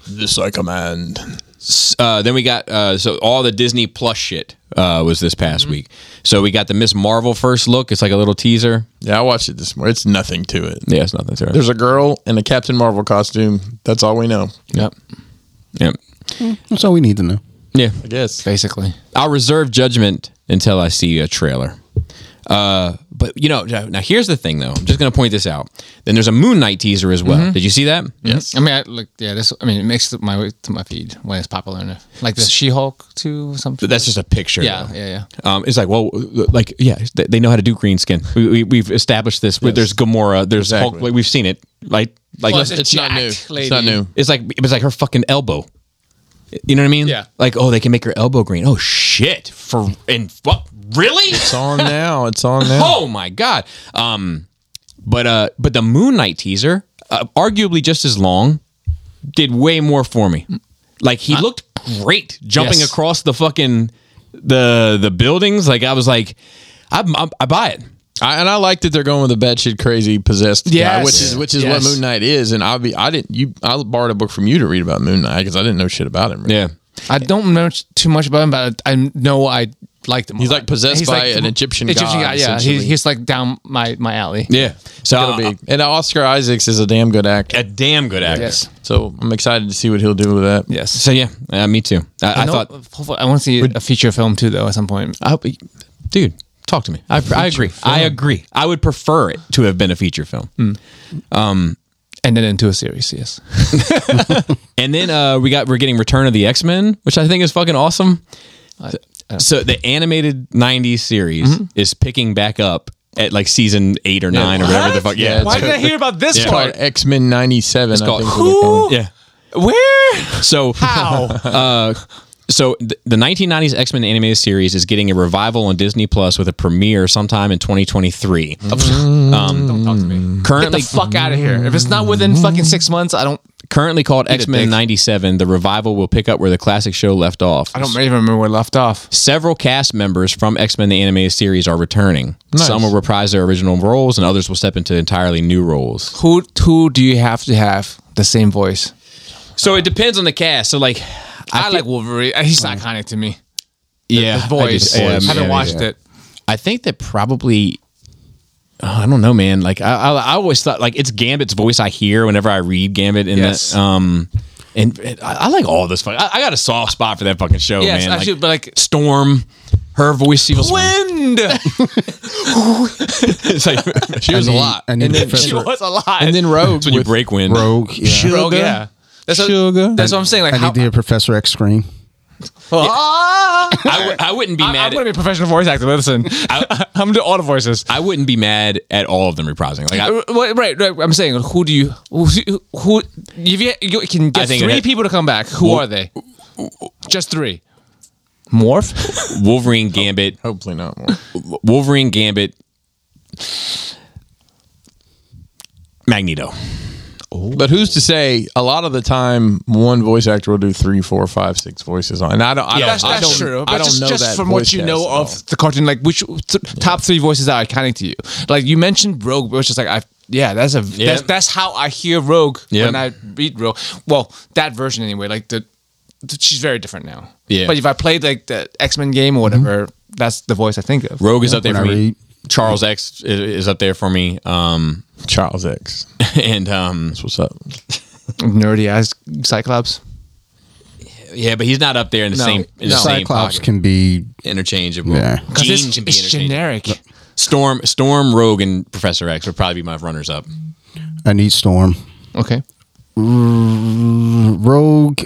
Speaker 2: this I command.
Speaker 1: s- uh, then we got uh, so all the Disney Plus shit uh, was this past week. So we got the Miss Marvel first look. It's like a little teaser.
Speaker 2: Yeah, I watched it this morning. It's nothing to it.
Speaker 1: Yeah, it's nothing serious.
Speaker 2: There's a girl in a Captain Marvel costume. That's all we know.
Speaker 3: Yep.
Speaker 1: Yeah.
Speaker 4: That's all we need to know.
Speaker 1: yeah,
Speaker 2: I guess.
Speaker 3: Basically.
Speaker 1: I'll reserve judgment until I see a trailer. Uh, but you know, now now here's the thing though. I'm just gonna point this out. Then there's a Moon Knight teaser as well. Did you see that?
Speaker 3: Hmm? I mean, I, like, yeah, this. I mean, it makes it my way to my feed when it's popular enough. Like the She-Hulk too, or something.
Speaker 1: That's just a picture.
Speaker 3: yeah,
Speaker 1: though.
Speaker 3: yeah, yeah.
Speaker 1: Um, it's like, well, like, yeah, they they know how to do green skin. We, we, we've established this. There's Gamora. There's Hulk.
Speaker 2: Exactly.
Speaker 1: Like, we've seen it. Like, like
Speaker 3: Plus
Speaker 2: It's not new.
Speaker 3: Jacked
Speaker 2: It's not
Speaker 3: lady.
Speaker 2: new.
Speaker 1: It's like it was like her fucking elbow. You know what I mean?
Speaker 3: Yeah.
Speaker 1: Like, oh, they can make her elbow green. Oh shit! For and what? Really?
Speaker 2: It's on now. It's on [LAUGHS] now.
Speaker 1: oh my god. Um, but uh, but the Moon Knight teaser, uh, arguably just as long, did way more for me. Like he looked great jumping
Speaker 3: Yes.
Speaker 1: across the fucking the the buildings. Like I was like, I I, I buy it.
Speaker 2: I, and I like that they're going with a batshit crazy possessed guy,
Speaker 3: Yes.
Speaker 2: which is which is
Speaker 3: Yes.
Speaker 2: what Moon Knight is. And I be I didn't you I borrowed a book from you to read about Moon Knight because I didn't know shit about him. really.
Speaker 1: Yeah.
Speaker 3: I don't know t- too much about him, but I I know I liked him. a
Speaker 2: He's,
Speaker 3: lot.
Speaker 2: like, possessed by an Egyptian god,
Speaker 3: yeah, he,
Speaker 2: essentially.
Speaker 3: he's like down my my alley.
Speaker 1: Yeah. So
Speaker 2: Gotta
Speaker 1: I-
Speaker 2: be. And Oscar Isaacs is a damn good actor,
Speaker 1: a damn good actor.
Speaker 3: Yes.
Speaker 2: so I'm excited to see what he'll do with that.
Speaker 3: Yes.
Speaker 1: So yeah, uh, me too. I, I
Speaker 3: know-
Speaker 1: thought
Speaker 3: hopefully, I want to see a feature film too, though. At some point,
Speaker 1: I hope, dude. Talk to me. I, I agree. I agree. I would prefer it to have been a feature film.
Speaker 3: and then into a series. Yes,
Speaker 1: And then uh, we got we're getting Return of the X Men, which I think is fucking awesome.
Speaker 3: Uh,
Speaker 1: So the animated '90s series
Speaker 3: Mm-hmm.
Speaker 1: is picking back up at like season eight or nine or whatever the fuck. Yeah,
Speaker 3: Why
Speaker 1: it's-
Speaker 3: did I hear about this
Speaker 1: Yeah.
Speaker 3: part?
Speaker 2: called X Men '97. It's
Speaker 1: called- [LAUGHS] yeah.
Speaker 3: Where?
Speaker 1: So [LAUGHS] uh,
Speaker 3: How?
Speaker 1: so th- the 1990s X-Men animated series is getting a revival on Disney Plus with a premiere sometime in 2023.
Speaker 3: don't talk to me. Mm-hmm. Get
Speaker 1: Currently
Speaker 3: the fuck out of here. If it's not within fucking six months, I don't.
Speaker 1: currently called X-Men
Speaker 3: dick.
Speaker 1: 97, the revival will pick up where the classic show left off.
Speaker 3: I don't even remember where it left off.
Speaker 1: Several cast members from X-Men the animated series are returning. Some will reprise their original roles and others will step into entirely new roles.
Speaker 3: Who? Who do you have to have the same voice?
Speaker 1: So it depends on the cast. So like
Speaker 3: I, like Wolverine. He's iconic to me.
Speaker 1: yeah,
Speaker 3: His voice.
Speaker 1: I, just- yeah,
Speaker 3: haven't
Speaker 1: yeah,
Speaker 3: watched it.
Speaker 1: I think that probably. oh, I don't know, man. Like I, I, I always thought, like it's Gambit's voice I hear whenever I read Gambit. In
Speaker 3: Yes.
Speaker 1: that, um, and, and I, I like all this. Fuck, I, I got a soft spot for that fucking show,
Speaker 3: Yes,
Speaker 1: man.
Speaker 3: I
Speaker 1: Like,
Speaker 3: do, but, Oh, like-
Speaker 1: Storm, her voice feels.
Speaker 3: [LAUGHS] Wind.
Speaker 1: it's like
Speaker 4: [LAUGHS]
Speaker 2: She was a lot.
Speaker 4: And, then
Speaker 3: she
Speaker 4: Professor
Speaker 3: was alive.
Speaker 2: And then Rogue
Speaker 1: that's when you
Speaker 2: with-
Speaker 1: break wind.
Speaker 4: Rogue. Yeah.
Speaker 3: Rogue, yeah. That's what,
Speaker 2: Sugar.
Speaker 3: That's what I'm saying. Like,
Speaker 4: I
Speaker 3: how,
Speaker 4: need to hear Professor X scream.
Speaker 3: Ah!
Speaker 1: I, w- I wouldn't be
Speaker 3: I, am
Speaker 1: mad.
Speaker 3: gonna
Speaker 1: at,
Speaker 3: be a professional voice actor. Listen, I, am doing all the voices.
Speaker 1: I wouldn't be mad at all of them reprising. Like I,
Speaker 3: Right, right, right. I'm saying, who do you who? who if you, you can
Speaker 1: I
Speaker 3: get
Speaker 1: think
Speaker 3: three
Speaker 1: it-
Speaker 3: people to come back, who are they? Just three. Morph.
Speaker 1: Wolverine, Gambit,
Speaker 2: Hopefully not more.
Speaker 1: Wolverine, Gambit, Magneto.
Speaker 2: But who's to say? A lot of the time, one voice actor will do three, four, five, six voices on. And I don't. I
Speaker 1: Yeah,
Speaker 2: don't,
Speaker 3: That's,
Speaker 2: I
Speaker 3: that's
Speaker 2: don't,
Speaker 3: true.
Speaker 2: I
Speaker 3: but
Speaker 2: don't
Speaker 3: just,
Speaker 2: know
Speaker 3: just
Speaker 2: that
Speaker 3: from what
Speaker 2: voice
Speaker 3: you
Speaker 2: cast
Speaker 3: know
Speaker 2: at all.
Speaker 3: of the cartoon, like which th- top three voices are iconic to you? Like you mentioned Rogue, which is like I yeah, that's a that's, that's how I hear Rogue
Speaker 1: Yeah.
Speaker 3: when I read Rogue. Well, that version anyway. Like the, th- she's very different now.
Speaker 1: Yeah.
Speaker 3: But if I played like the X Men game or whatever,
Speaker 2: Mm-hmm.
Speaker 3: that's the voice I think of.
Speaker 1: Rogue is up there
Speaker 4: when
Speaker 1: for
Speaker 4: I
Speaker 1: me.
Speaker 4: read.
Speaker 1: Charles X i- is up there for me. Um, [LAUGHS]
Speaker 2: Charles X.
Speaker 1: and um,
Speaker 2: That's what's up.
Speaker 3: Nerdy ass Cyclops.
Speaker 1: yeah, but he's not up there in the
Speaker 3: No,
Speaker 1: same in the
Speaker 3: no.
Speaker 1: same
Speaker 4: Cyclops
Speaker 1: pocket.
Speaker 4: can be.
Speaker 1: interchangeable.
Speaker 4: Yeah.
Speaker 3: Because
Speaker 1: Jean
Speaker 3: it's,
Speaker 1: can be
Speaker 3: it's
Speaker 1: interchangeable.
Speaker 3: generic.
Speaker 1: Storm, Storm, Rogue, and Professor X would probably be my runners up.
Speaker 4: I need Storm.
Speaker 3: Okay.
Speaker 4: Rogue.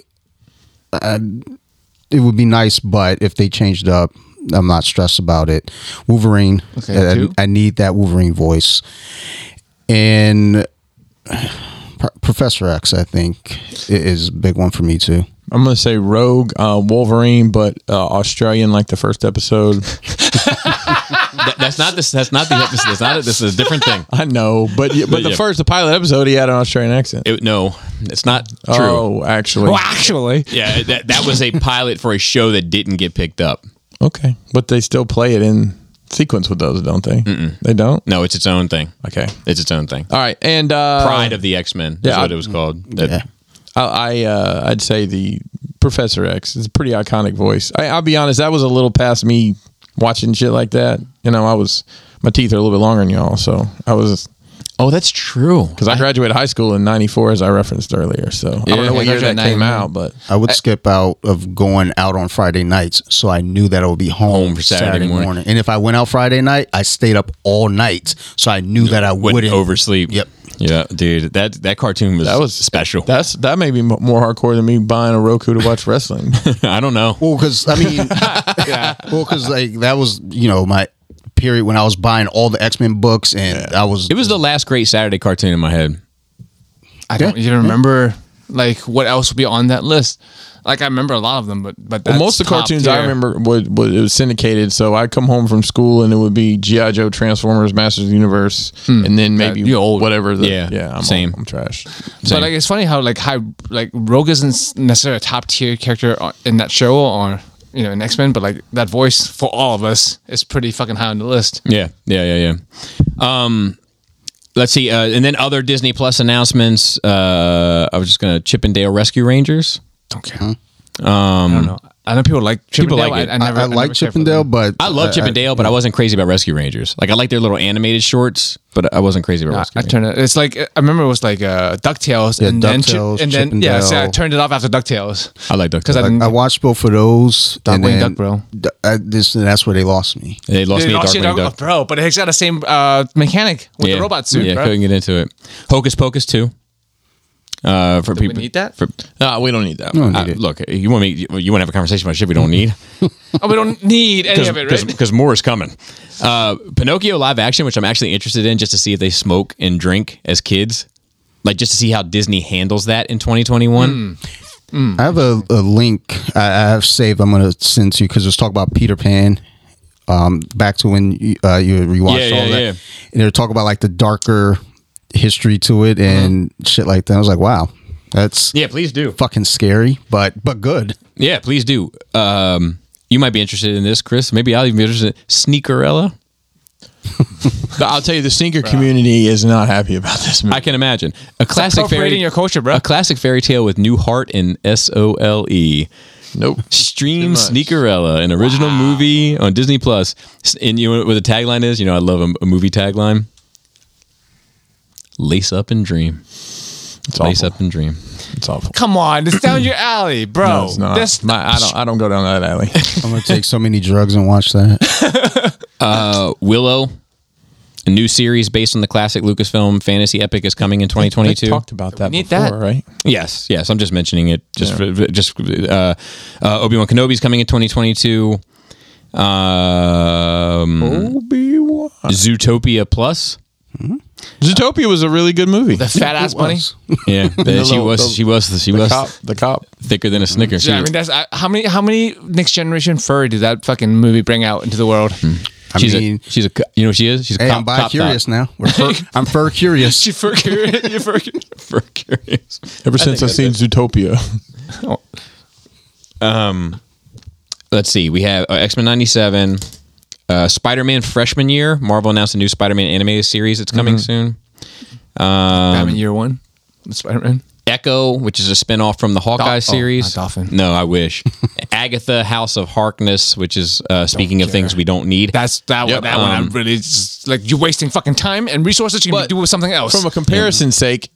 Speaker 4: Uh, it would be nice, but if they changed up, I'm not stressed about it. Wolverine.
Speaker 3: Okay,
Speaker 4: I-
Speaker 3: two.
Speaker 4: I, need that Wolverine voice. And [SIGHS] Pro- Professor X, I think, i- is a big one for me too.
Speaker 2: I'm gonna say Rogue, uh, Wolverine, but uh, Australian, like the first episode.
Speaker 1: That, that's not this. That's not the. This, that's not. it. This is a different thing.
Speaker 2: [LAUGHS] I know, but yeah, but the
Speaker 1: Yeah.
Speaker 2: first, the pilot episode, he had an Australian accent.
Speaker 1: It, no, it's not true.
Speaker 2: Oh, actually,
Speaker 3: Well, actually,
Speaker 1: Yeah, that, that was a pilot for a show that didn't get picked up.
Speaker 2: okay, but they still play it in sequence with those, don't they? They don't.
Speaker 1: No, it's its own thing.
Speaker 2: Okay.
Speaker 1: It's its own thing.
Speaker 2: All right, and uh,
Speaker 1: Pride of the X Men is
Speaker 2: yeah,
Speaker 1: what
Speaker 2: I-
Speaker 1: it was called. That-
Speaker 4: Yeah.
Speaker 2: I, I uh, I'd say the Professor X is a pretty iconic voice. I, I'll be honest, that was a little past me watching shit like that. You know, I was my teeth are a little bit longer than y'all, so I was
Speaker 1: Oh, that's true.
Speaker 2: because I graduated high school in '94, as I referenced earlier. So I don't
Speaker 3: Yeah,
Speaker 2: know what year that
Speaker 3: graduated
Speaker 2: came
Speaker 3: 99.
Speaker 2: out, but
Speaker 4: I would skip out of going out on Friday nights, so I knew that I would be home,
Speaker 1: Home for Saturday morning.
Speaker 4: And if I went out Friday night, I stayed up all night, so I knew that I
Speaker 1: Wouldn't,
Speaker 4: wouldn't
Speaker 1: oversleep.
Speaker 4: Yep.
Speaker 1: Yeah, dude. That that cartoon was
Speaker 2: That was-
Speaker 1: special.
Speaker 2: that's that may be m- more hardcore than me buying a Roku to watch
Speaker 3: [LAUGHS]
Speaker 2: wrestling.
Speaker 1: [LAUGHS] I don't know.
Speaker 4: Well, because I mean, well, because like that was you know my period when I was buying all the X Men books and I was
Speaker 1: It was the last great Saturday cartoon in my head.
Speaker 3: I don't even remember like what else would be on that list. Like I remember a lot of them, but but that's
Speaker 2: Well, most of the
Speaker 3: top
Speaker 2: cartoons I
Speaker 3: tier.
Speaker 2: remember would, would it was syndicated. So I'd come home from school and it would be GI Joe, Transformers, Masters of the Universe, and then maybe
Speaker 3: you're Hmm. old.
Speaker 2: whatever. The,
Speaker 1: Yeah,
Speaker 2: yeah, I'm
Speaker 1: same.
Speaker 2: old. I'm trash.
Speaker 1: Same.
Speaker 3: But like it's funny how like how like Rogue isn't necessarily a top tier character on- in that show or you know in X Men, but like that voice for all of us is pretty fucking high on the list.
Speaker 1: Yeah, yeah, yeah, yeah. Um, let's see, uh, and then other Disney Plus announcements. Uh, I was just gonna Chippendale Rescue Rangers.
Speaker 3: Don't care. I don't know. I know people like Chip
Speaker 1: People
Speaker 3: and Dale.
Speaker 1: like it.
Speaker 3: I, I
Speaker 1: I-
Speaker 3: never
Speaker 4: I,
Speaker 3: I
Speaker 4: like
Speaker 3: never cared
Speaker 4: Chip
Speaker 3: for
Speaker 4: and
Speaker 3: them.
Speaker 4: Dale, but uh,
Speaker 1: I love Chip and Dale, but I wasn't crazy about Rescue Rangers. Like I like their little animated shorts, but I wasn't crazy about
Speaker 3: I,
Speaker 1: Rescue
Speaker 3: I
Speaker 1: Rangers.
Speaker 3: turned it. It's like I remember it was like uh, Ducktales,
Speaker 4: Yeah,
Speaker 3: and then Chip-
Speaker 4: DuckTales,
Speaker 3: and
Speaker 4: Chip
Speaker 3: then
Speaker 4: and
Speaker 3: yeah, see,
Speaker 4: Dale.
Speaker 3: I turned it off after Ducktales.
Speaker 1: I like Duck.
Speaker 3: because I didn't.
Speaker 4: I watched both of those.
Speaker 3: Duckwing,
Speaker 4: and then
Speaker 3: Duck, bro.
Speaker 4: d- I- this, and that's where they lost me.
Speaker 1: They lost
Speaker 3: Dude,
Speaker 1: me at
Speaker 3: Lost
Speaker 1: Darkwing
Speaker 3: in
Speaker 1: Duck.
Speaker 3: Dark- bro. But it's got the same uh, mechanic with the robot suit,
Speaker 1: Yeah,
Speaker 3: bro.
Speaker 1: couldn't get into it. Hocus Pocus two. Uh, for
Speaker 3: we
Speaker 1: people
Speaker 3: need that?
Speaker 1: For,
Speaker 2: No, we don't need that.
Speaker 4: don't
Speaker 1: uh,
Speaker 4: need it.
Speaker 1: look, you want me? You want to have a conversation about shit we don't need?
Speaker 3: Oh, we don't need [LAUGHS] any of it, right?
Speaker 1: because more is coming. Uh, Pinocchio live action, which I'm actually interested in, just to see if they smoke and drink as kids, like just to see how Disney handles that in 2021.
Speaker 3: Hmm.
Speaker 4: I have a, a link I, I have saved. I'm going to send to you because let's talk about Peter Pan. Um, back to when you, uh, you rewatched
Speaker 1: Yeah,
Speaker 4: all
Speaker 1: yeah,
Speaker 4: that,
Speaker 1: yeah.
Speaker 4: and they're talking about like the darker history to it and shit like that. I was like, wow, that's
Speaker 1: Uh-huh. Yeah, please do.
Speaker 4: fucking scary, but but good.
Speaker 1: Yeah, please do. Um, you might be interested in this, Chris. Maybe I'll even be interested. in Sneakerella.
Speaker 2: I'll tell you, the sneaker community is not happy about this movie.
Speaker 1: I can imagine a classic
Speaker 3: appropriating
Speaker 1: fairy
Speaker 3: your culture, bro.
Speaker 1: A classic fairy tale with new heart and S O L E.
Speaker 2: nope.
Speaker 1: Stream
Speaker 2: much.
Speaker 1: Sneakerella, an original movie on Disney Plus. S- And you know what the tagline is? You know, I love a, a movie tagline. Lace up and dream.
Speaker 2: It's
Speaker 1: Lace
Speaker 2: awful.
Speaker 1: up and dream.
Speaker 2: It's awful.
Speaker 3: Come on, it's down your alley, bro.
Speaker 2: No, it's not.
Speaker 3: That's
Speaker 2: My- I don't. I don't go down that
Speaker 3: [LAUGHS]
Speaker 2: alley.
Speaker 4: I'm gonna take so many drugs and
Speaker 1: [LAUGHS]
Speaker 4: watch that.
Speaker 1: Uh, Willow, a new series based on the classic Lucasfilm fantasy epic, is coming in 2022.
Speaker 2: They talked about that
Speaker 3: Need
Speaker 2: before,
Speaker 3: that.
Speaker 2: right?
Speaker 1: Yes, yes. I'm just mentioning it. Just, for, just uh, uh, Obi Wan Kenobi's coming in 2022. Um,
Speaker 3: Hmm.
Speaker 2: Obi Wan.
Speaker 4: Oh,
Speaker 1: Zootopia
Speaker 4: [LAUGHS]
Speaker 1: Plus.
Speaker 2: Zootopia was a really good movie.
Speaker 3: the fat ass bunny.
Speaker 1: Yeah,
Speaker 2: the
Speaker 1: she
Speaker 2: little-
Speaker 1: was.
Speaker 2: the-
Speaker 1: she was. She
Speaker 2: the
Speaker 1: was
Speaker 2: cop. The
Speaker 3: [LAUGHS]
Speaker 2: cop.
Speaker 1: thicker than a Snicker.
Speaker 3: Yeah, I mean, that's I, how many how many next generation furry did that fucking movie bring out into the world?
Speaker 2: Hmm.
Speaker 4: I
Speaker 1: she's
Speaker 4: mean,
Speaker 1: a. She's a. co- You know, who she is. She's a
Speaker 4: hey,
Speaker 1: cop.
Speaker 4: I'm bi curious now. We're fur, I'm fur curious.
Speaker 3: She fur curious. [LAUGHS] you
Speaker 2: [LAUGHS]
Speaker 3: fur curious.
Speaker 1: [LAUGHS] For curious.
Speaker 2: Ever since I've seen Zootopia, Um,
Speaker 1: Let's see. We have uh, X Men '97, uh, Spider Man freshman year. Marvel announced a new Spider Man animated series that's
Speaker 4: Mm-hmm.
Speaker 1: coming soon.
Speaker 3: Batman Year One, Spider Man.
Speaker 1: Echo, which is a spinoff from the Hawkeye
Speaker 3: oh,
Speaker 1: series.
Speaker 3: not Dolphin.
Speaker 1: No, I wish. [LAUGHS] Agatha, House of Harkness, which is uh, speaking of things we don't need.
Speaker 3: That's that
Speaker 2: Yep. um,
Speaker 3: one. That one. I'm really just, like you're wasting fucking time and resources. You can
Speaker 2: But
Speaker 3: do with something else.
Speaker 2: from a comparison sake,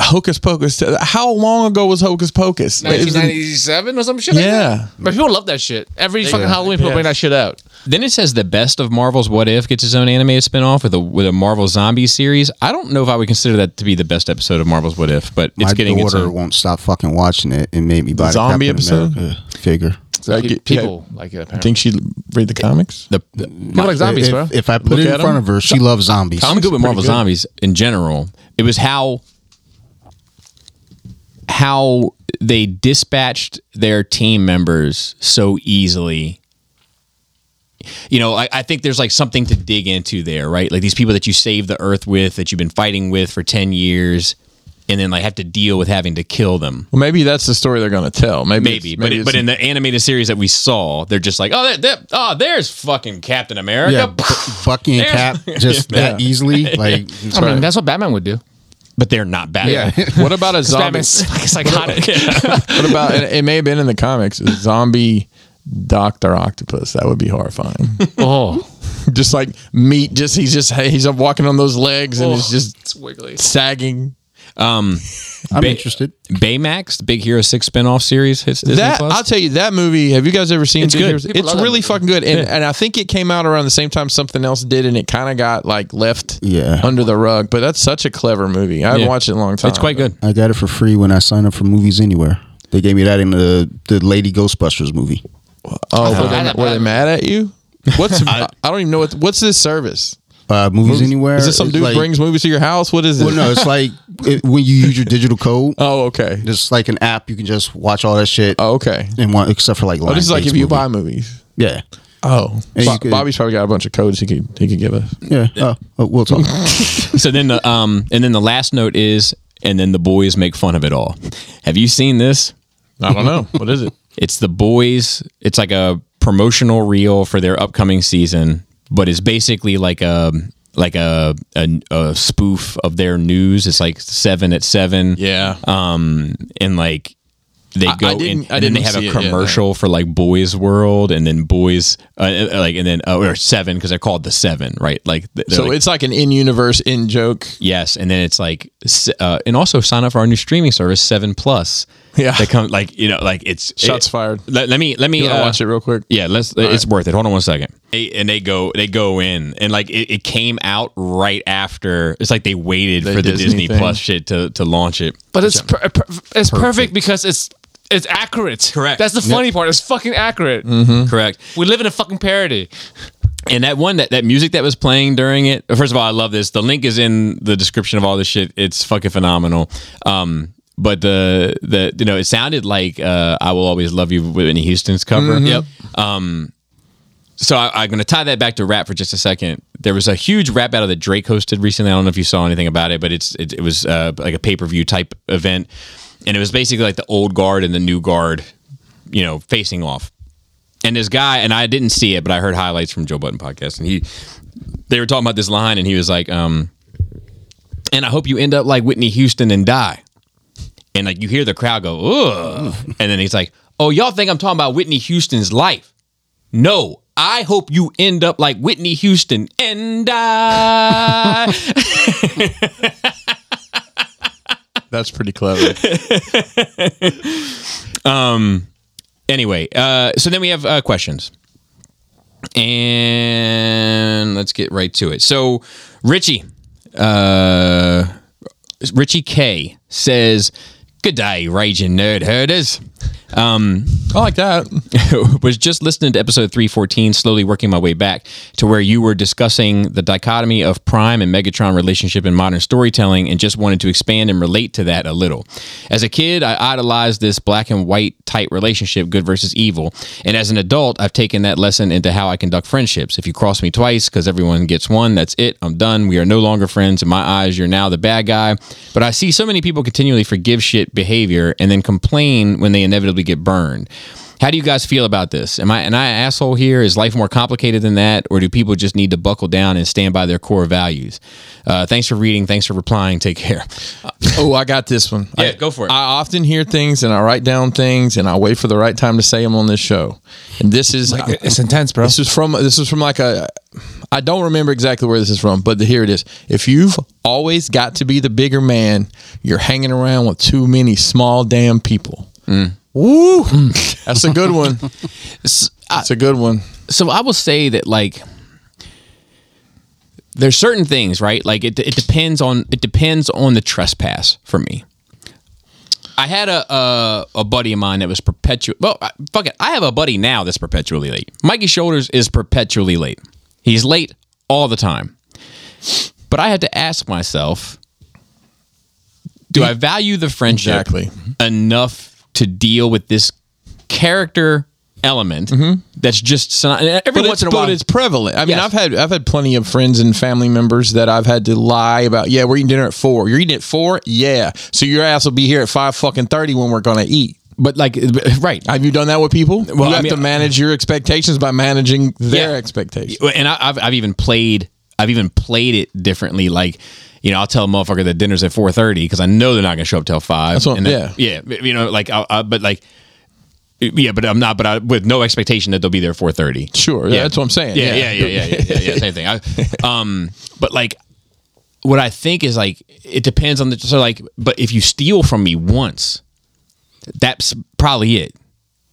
Speaker 2: Hocus Pocus. How long ago was Hocus Pocus? It was in-
Speaker 3: 1997 or some shit. like
Speaker 2: Yeah.
Speaker 3: that? but people love that shit. Every fucking Halloween, people bring that shit out.
Speaker 1: Then it says the best of Marvel's What If gets its own animated spinoff with a with a Marvel zombie series. I don't know if I would consider that to be the best episode of Marvel's What If, but it's
Speaker 4: My
Speaker 1: getting its
Speaker 4: daughter
Speaker 1: own.
Speaker 4: won't stop fucking watching it and made me buy the
Speaker 2: zombie
Speaker 4: Captain
Speaker 2: episode?
Speaker 4: America figure.
Speaker 2: Did I get-
Speaker 3: People like it.
Speaker 2: I
Speaker 3: Apparently.
Speaker 2: think she read the comics.
Speaker 1: The, the-
Speaker 3: People like zombies,
Speaker 4: if,
Speaker 3: bro.
Speaker 4: if I put
Speaker 2: Look
Speaker 4: it in
Speaker 2: at
Speaker 4: front
Speaker 2: 'em.
Speaker 4: of her, she loves zombies.
Speaker 1: I'm good with Marvel
Speaker 2: good.
Speaker 1: zombies in general. It was how how they dispatched their team members so easily. You know, I, I think there's like something to dig into there, right? Like these people that you save the earth with, that you've been fighting with for ten years, and then like have to deal with having to kill them.
Speaker 2: Well, maybe that's the story they're going to tell. Maybe,
Speaker 1: maybe,
Speaker 2: it's-
Speaker 1: but
Speaker 2: maybe
Speaker 1: but
Speaker 2: it's-
Speaker 1: in the animated series that we saw, they're just like, oh, that, that, oh, there's fucking Captain America.
Speaker 4: yeah, bu- fucking
Speaker 2: [LAUGHS]
Speaker 4: cap just that easily. Like
Speaker 3: I mean, that's what Batman would do.
Speaker 1: But they're not Batman. [LAUGHS]
Speaker 3: [LAUGHS]
Speaker 2: what about a zombie?
Speaker 3: Batman's [LAUGHS] fucking psychotic.
Speaker 2: What about it, it? May have been in the comics. a Zombie Doctor Octopus. That would be horrifying. [LAUGHS]
Speaker 3: oh,
Speaker 2: just like meat. Just he's just he's up walking on those legs and he's just
Speaker 3: Oh. it's wiggly.
Speaker 2: sagging.
Speaker 4: I'm
Speaker 1: Ba-
Speaker 4: interested.
Speaker 1: Baymax, the Big Hero Six spinoff series hits Disney
Speaker 2: That
Speaker 1: Plus.
Speaker 2: I'll tell you, that movie. Have you guys ever seen? It's
Speaker 1: good.
Speaker 3: People
Speaker 2: It's
Speaker 3: love that
Speaker 2: really
Speaker 3: movie.
Speaker 2: fucking good, and and I think it came out around the same time something else did, and it kind of got like left
Speaker 4: Yeah.
Speaker 2: under the rug. But that's such a clever movie. I haven't
Speaker 1: Yeah.
Speaker 2: watched it in a long time.
Speaker 1: it's quite good.
Speaker 4: I got it for free when I signed up for movies anywhere. They gave me that in the the Lady Ghostbusters movie.
Speaker 2: Oh, were,
Speaker 3: forgot
Speaker 2: they, were they
Speaker 3: about
Speaker 2: mad at you? What's I, don't even know what what's this service?
Speaker 4: Uh, movies anywhere
Speaker 2: Is this some
Speaker 4: it's
Speaker 2: dude
Speaker 4: like-
Speaker 2: brings movies to your house? What is it?
Speaker 4: [LAUGHS] Well, no, it's like it, when you use your digital code.
Speaker 2: [LAUGHS] oh, okay.
Speaker 4: It's like an app you can just watch all that shit.
Speaker 2: Oh, okay.
Speaker 4: And one except for like
Speaker 2: Oh, this is like if
Speaker 4: Lionsgate's
Speaker 2: you
Speaker 4: movie.
Speaker 2: buy movies.
Speaker 4: yeah
Speaker 2: Oh,
Speaker 4: And
Speaker 2: Bo-
Speaker 4: you could-
Speaker 2: Bobby's probably got a bunch of codes he could he could give us.
Speaker 4: yeah oh, oh, we'll talk
Speaker 2: [LAUGHS]
Speaker 1: So then the um and then the last note is and then the boys make fun of it all. Have you seen this?
Speaker 2: I don't know what [LAUGHS] is it.
Speaker 1: It's the boys. It's like a promotional reel for their upcoming season, but it's basically like a like a a, a spoof of their news. It's like seven at seven.
Speaker 2: Yeah,
Speaker 1: um and like they
Speaker 2: I- I
Speaker 1: go in,
Speaker 2: didn't- I
Speaker 1: and then they
Speaker 2: didn't
Speaker 1: have
Speaker 2: see
Speaker 1: a
Speaker 2: it yet, no.
Speaker 1: commercial for like Boys World, and then Boys, uh, uh, like, and then uh, or Seven because they're called the Seven, right? Like, they're
Speaker 2: So
Speaker 1: like-
Speaker 2: it's like an in-universe in-joke.
Speaker 1: yes, and then it's like, s- uh, and also sign up for our new streaming service, Seven Plus.
Speaker 2: Yeah.
Speaker 1: they come like you know, like it's
Speaker 2: Shots
Speaker 1: it-
Speaker 2: fired.
Speaker 1: Let, let me let me
Speaker 2: You wanna
Speaker 1: uh,
Speaker 2: watch it real quick?
Speaker 1: Yeah, let's. it's worth it. Hold on one second. They, and they go, they go in, and like it, it came out right after. It's like they waited
Speaker 2: The
Speaker 1: for the
Speaker 2: Disney
Speaker 1: Disney
Speaker 2: thing.
Speaker 1: Plus shit to to launch it.
Speaker 3: But it's per- per- it's perfect. because it's it's accurate.
Speaker 1: Correct.
Speaker 3: That's the funny part. It's fucking accurate.
Speaker 2: Mm-hmm.
Speaker 1: Correct.
Speaker 3: We live in a fucking parody.
Speaker 1: And that one, that, that music that was playing during it. First of all, I love this. The link is in the description of all this shit. It's fucking phenomenal. Um, but the the you know it sounded like uh, "I Will Always Love You" Whitney Houston's cover. Yep. Um, so I, I'm going to tie that back to rap for just a second. There was a huge rap battle that Drake hosted recently. I don't know if you saw anything about it, but it's it, it was uh, like a pay per view type event, and it was basically like the old guard and the new guard, you know, facing off and this guy and I didn't see it, but I heard highlights from Joe Button podcast, and he they were talking about this line, and he was like, um, "And I hope you end up like Whitney Houston and die." And like you hear the crowd go, "Ugh," and then he's like, "Oh, y'all think I'm talking about Whitney Houston's life? No." I hope you end up like Whitney Houston and die.
Speaker 2: That's pretty
Speaker 1: [LAUGHS]
Speaker 2: clever.
Speaker 1: anyway, uh, so then we have uh, questions. And let's get right to it. So, Richie, uh, Richie K says, Good day, raging nerd herders. Um,
Speaker 2: I like that.
Speaker 1: [LAUGHS] was just listening to episode 314, slowly working my way back to where you were discussing the dichotomy of Prime and Megatron relationship in modern storytelling and just wanted to expand and relate to that a little. As a kid, I idolized this black and white tight relationship, good versus evil. And as an adult, I've taken that lesson into how I conduct friendships. If you cross me twice because everyone gets one, that's it. I'm done. We are no longer friends. In my eyes, you're now the bad guy. But I see so many people continually forgive shit behavior and then complain when they inevitably get burned. How do you guys feel about this? Am I an I an asshole here? Is life more complicated than that, or do people just need to buckle down and stand by their core values? Uh, thanks for reading. Thanks for replying. Take care.
Speaker 2: Oh, I got this one.
Speaker 1: Yeah,
Speaker 2: I-
Speaker 1: go for it.
Speaker 2: I often hear things and I write down things and I wait for the right time to say them on this show. And this is
Speaker 3: It's intense, bro.
Speaker 2: this is from this is from like a I don't remember exactly where this is from, but here it is. If you've always got to be the bigger man, you're hanging around with too many small damn people.
Speaker 1: Mm.
Speaker 2: Woo, that's a
Speaker 1: [LAUGHS]
Speaker 2: good one. That's a good one.
Speaker 1: so I will say that like there's certain things, right? Like it, it depends on it depends on the trespass for me. I had a a, a buddy of mine that was perpetual. Well, I- fuck it, I have a buddy now that's perpetually late. Mikey Shoulders is perpetually late. He's late all the time. But I had to ask myself, do I value the friendship
Speaker 2: Exactly.
Speaker 1: enough to deal with this character element that's just so- and every
Speaker 2: But
Speaker 1: once
Speaker 2: it's,
Speaker 1: in a
Speaker 2: but
Speaker 1: while
Speaker 2: it's prevalent. I mean,
Speaker 1: Yes.
Speaker 2: I've had I've had plenty of friends and family members that I've had to lie about. Yeah, we're eating dinner at four. You're eating at four. Yeah, so your ass will be here at five fucking thirty when we're gonna eat.
Speaker 1: but like right
Speaker 2: Have you done that with people? Well, you
Speaker 1: I
Speaker 2: have
Speaker 1: mean- uh,
Speaker 2: to manage your expectations by managing their
Speaker 1: Yeah.
Speaker 2: expectations.
Speaker 1: and I, I've, I've even played I've even played it differently like you know I'll tell a motherfucker that dinner's at 4:30 because I know they're not gonna show up till five
Speaker 2: what-
Speaker 1: and then- yeah you know like I, I, but like yeah but I'm not but I with no expectation that they'll be there at 4:30
Speaker 2: Sure, yeah, that's what I'm saying.
Speaker 1: Yeah, yeah, yeah, yeah, yeah, yeah, yeah, same thing. I, um, but like, what I think is like, it depends on the. So like, but if you steal from me once, that's probably it.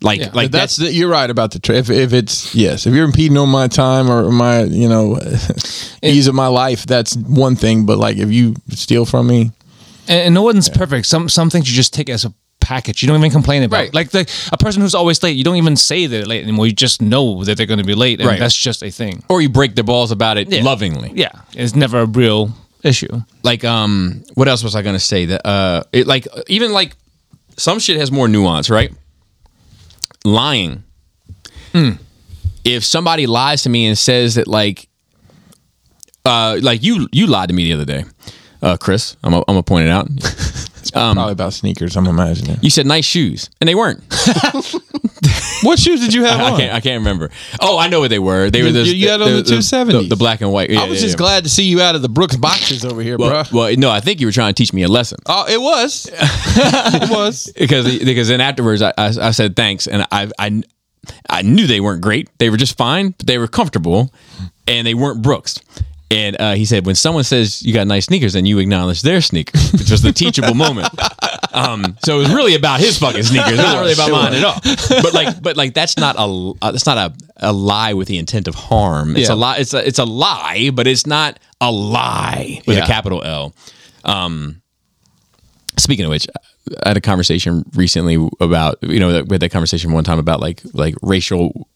Speaker 1: Like, like that's,
Speaker 2: that's, the, you're right about the tra- if, if it's yes if you're impeding on my time or my you know ease of my life that's one thing but like if you steal from me
Speaker 3: and, and no one's perfect. Some some things you just take as a package. You don't even complain about.
Speaker 1: Right.
Speaker 3: Like the, a person who's always late, you don't even say they're late anymore. You just know that they're going to be late, and
Speaker 1: Right.
Speaker 3: that's just a thing.
Speaker 1: or you break the balls about it
Speaker 3: Yeah.
Speaker 1: lovingly.
Speaker 3: Yeah, it's never a real issue.
Speaker 1: like um what else was i gonna say that uh it like even like some shit has more nuance right lying
Speaker 2: Hmm.
Speaker 1: if somebody lies to me and says that like uh like you you lied to me the other day uh chris i'm gonna I'm gonna point it out Um,
Speaker 2: probably about sneakers I'm imagining
Speaker 1: you said nice shoes and they weren't
Speaker 2: What shoes did you
Speaker 1: [LAUGHS]
Speaker 2: have
Speaker 1: I
Speaker 2: on?
Speaker 1: can't. I can't remember. Oh, I know what they were. They were
Speaker 2: You-
Speaker 1: those.
Speaker 2: you had on the 270s.
Speaker 1: The, the black and white. Yeah,
Speaker 2: I was
Speaker 1: yeah,
Speaker 2: just
Speaker 1: yeah.
Speaker 2: glad to see you out of the Brooks boxes over here,
Speaker 1: Well,
Speaker 2: bro.
Speaker 1: well, no, I think you were trying to teach me a lesson
Speaker 2: Oh, it
Speaker 3: [LAUGHS]
Speaker 2: was. it was.
Speaker 1: because because then afterwards I, I, I said thanks and I, I I knew they weren't great. They were just fine, but they were comfortable and they weren't Brooks. And uh, he said, when someone says you got nice sneakers, then you acknowledge their sneakers, which was the teachable
Speaker 2: [LAUGHS]
Speaker 1: moment. Um, so it was really about his fucking sneakers. It wasn't really about mine at all. But like, but like, that's not a uh, that's not a, a lie with the intent of harm. It's
Speaker 2: Yeah.
Speaker 1: a lie. It's a, it's a lie, but it's not a lie with
Speaker 2: Yeah.
Speaker 1: a capital L. Speaking of which, I had a conversation recently about you know we had that conversation one time about like like racial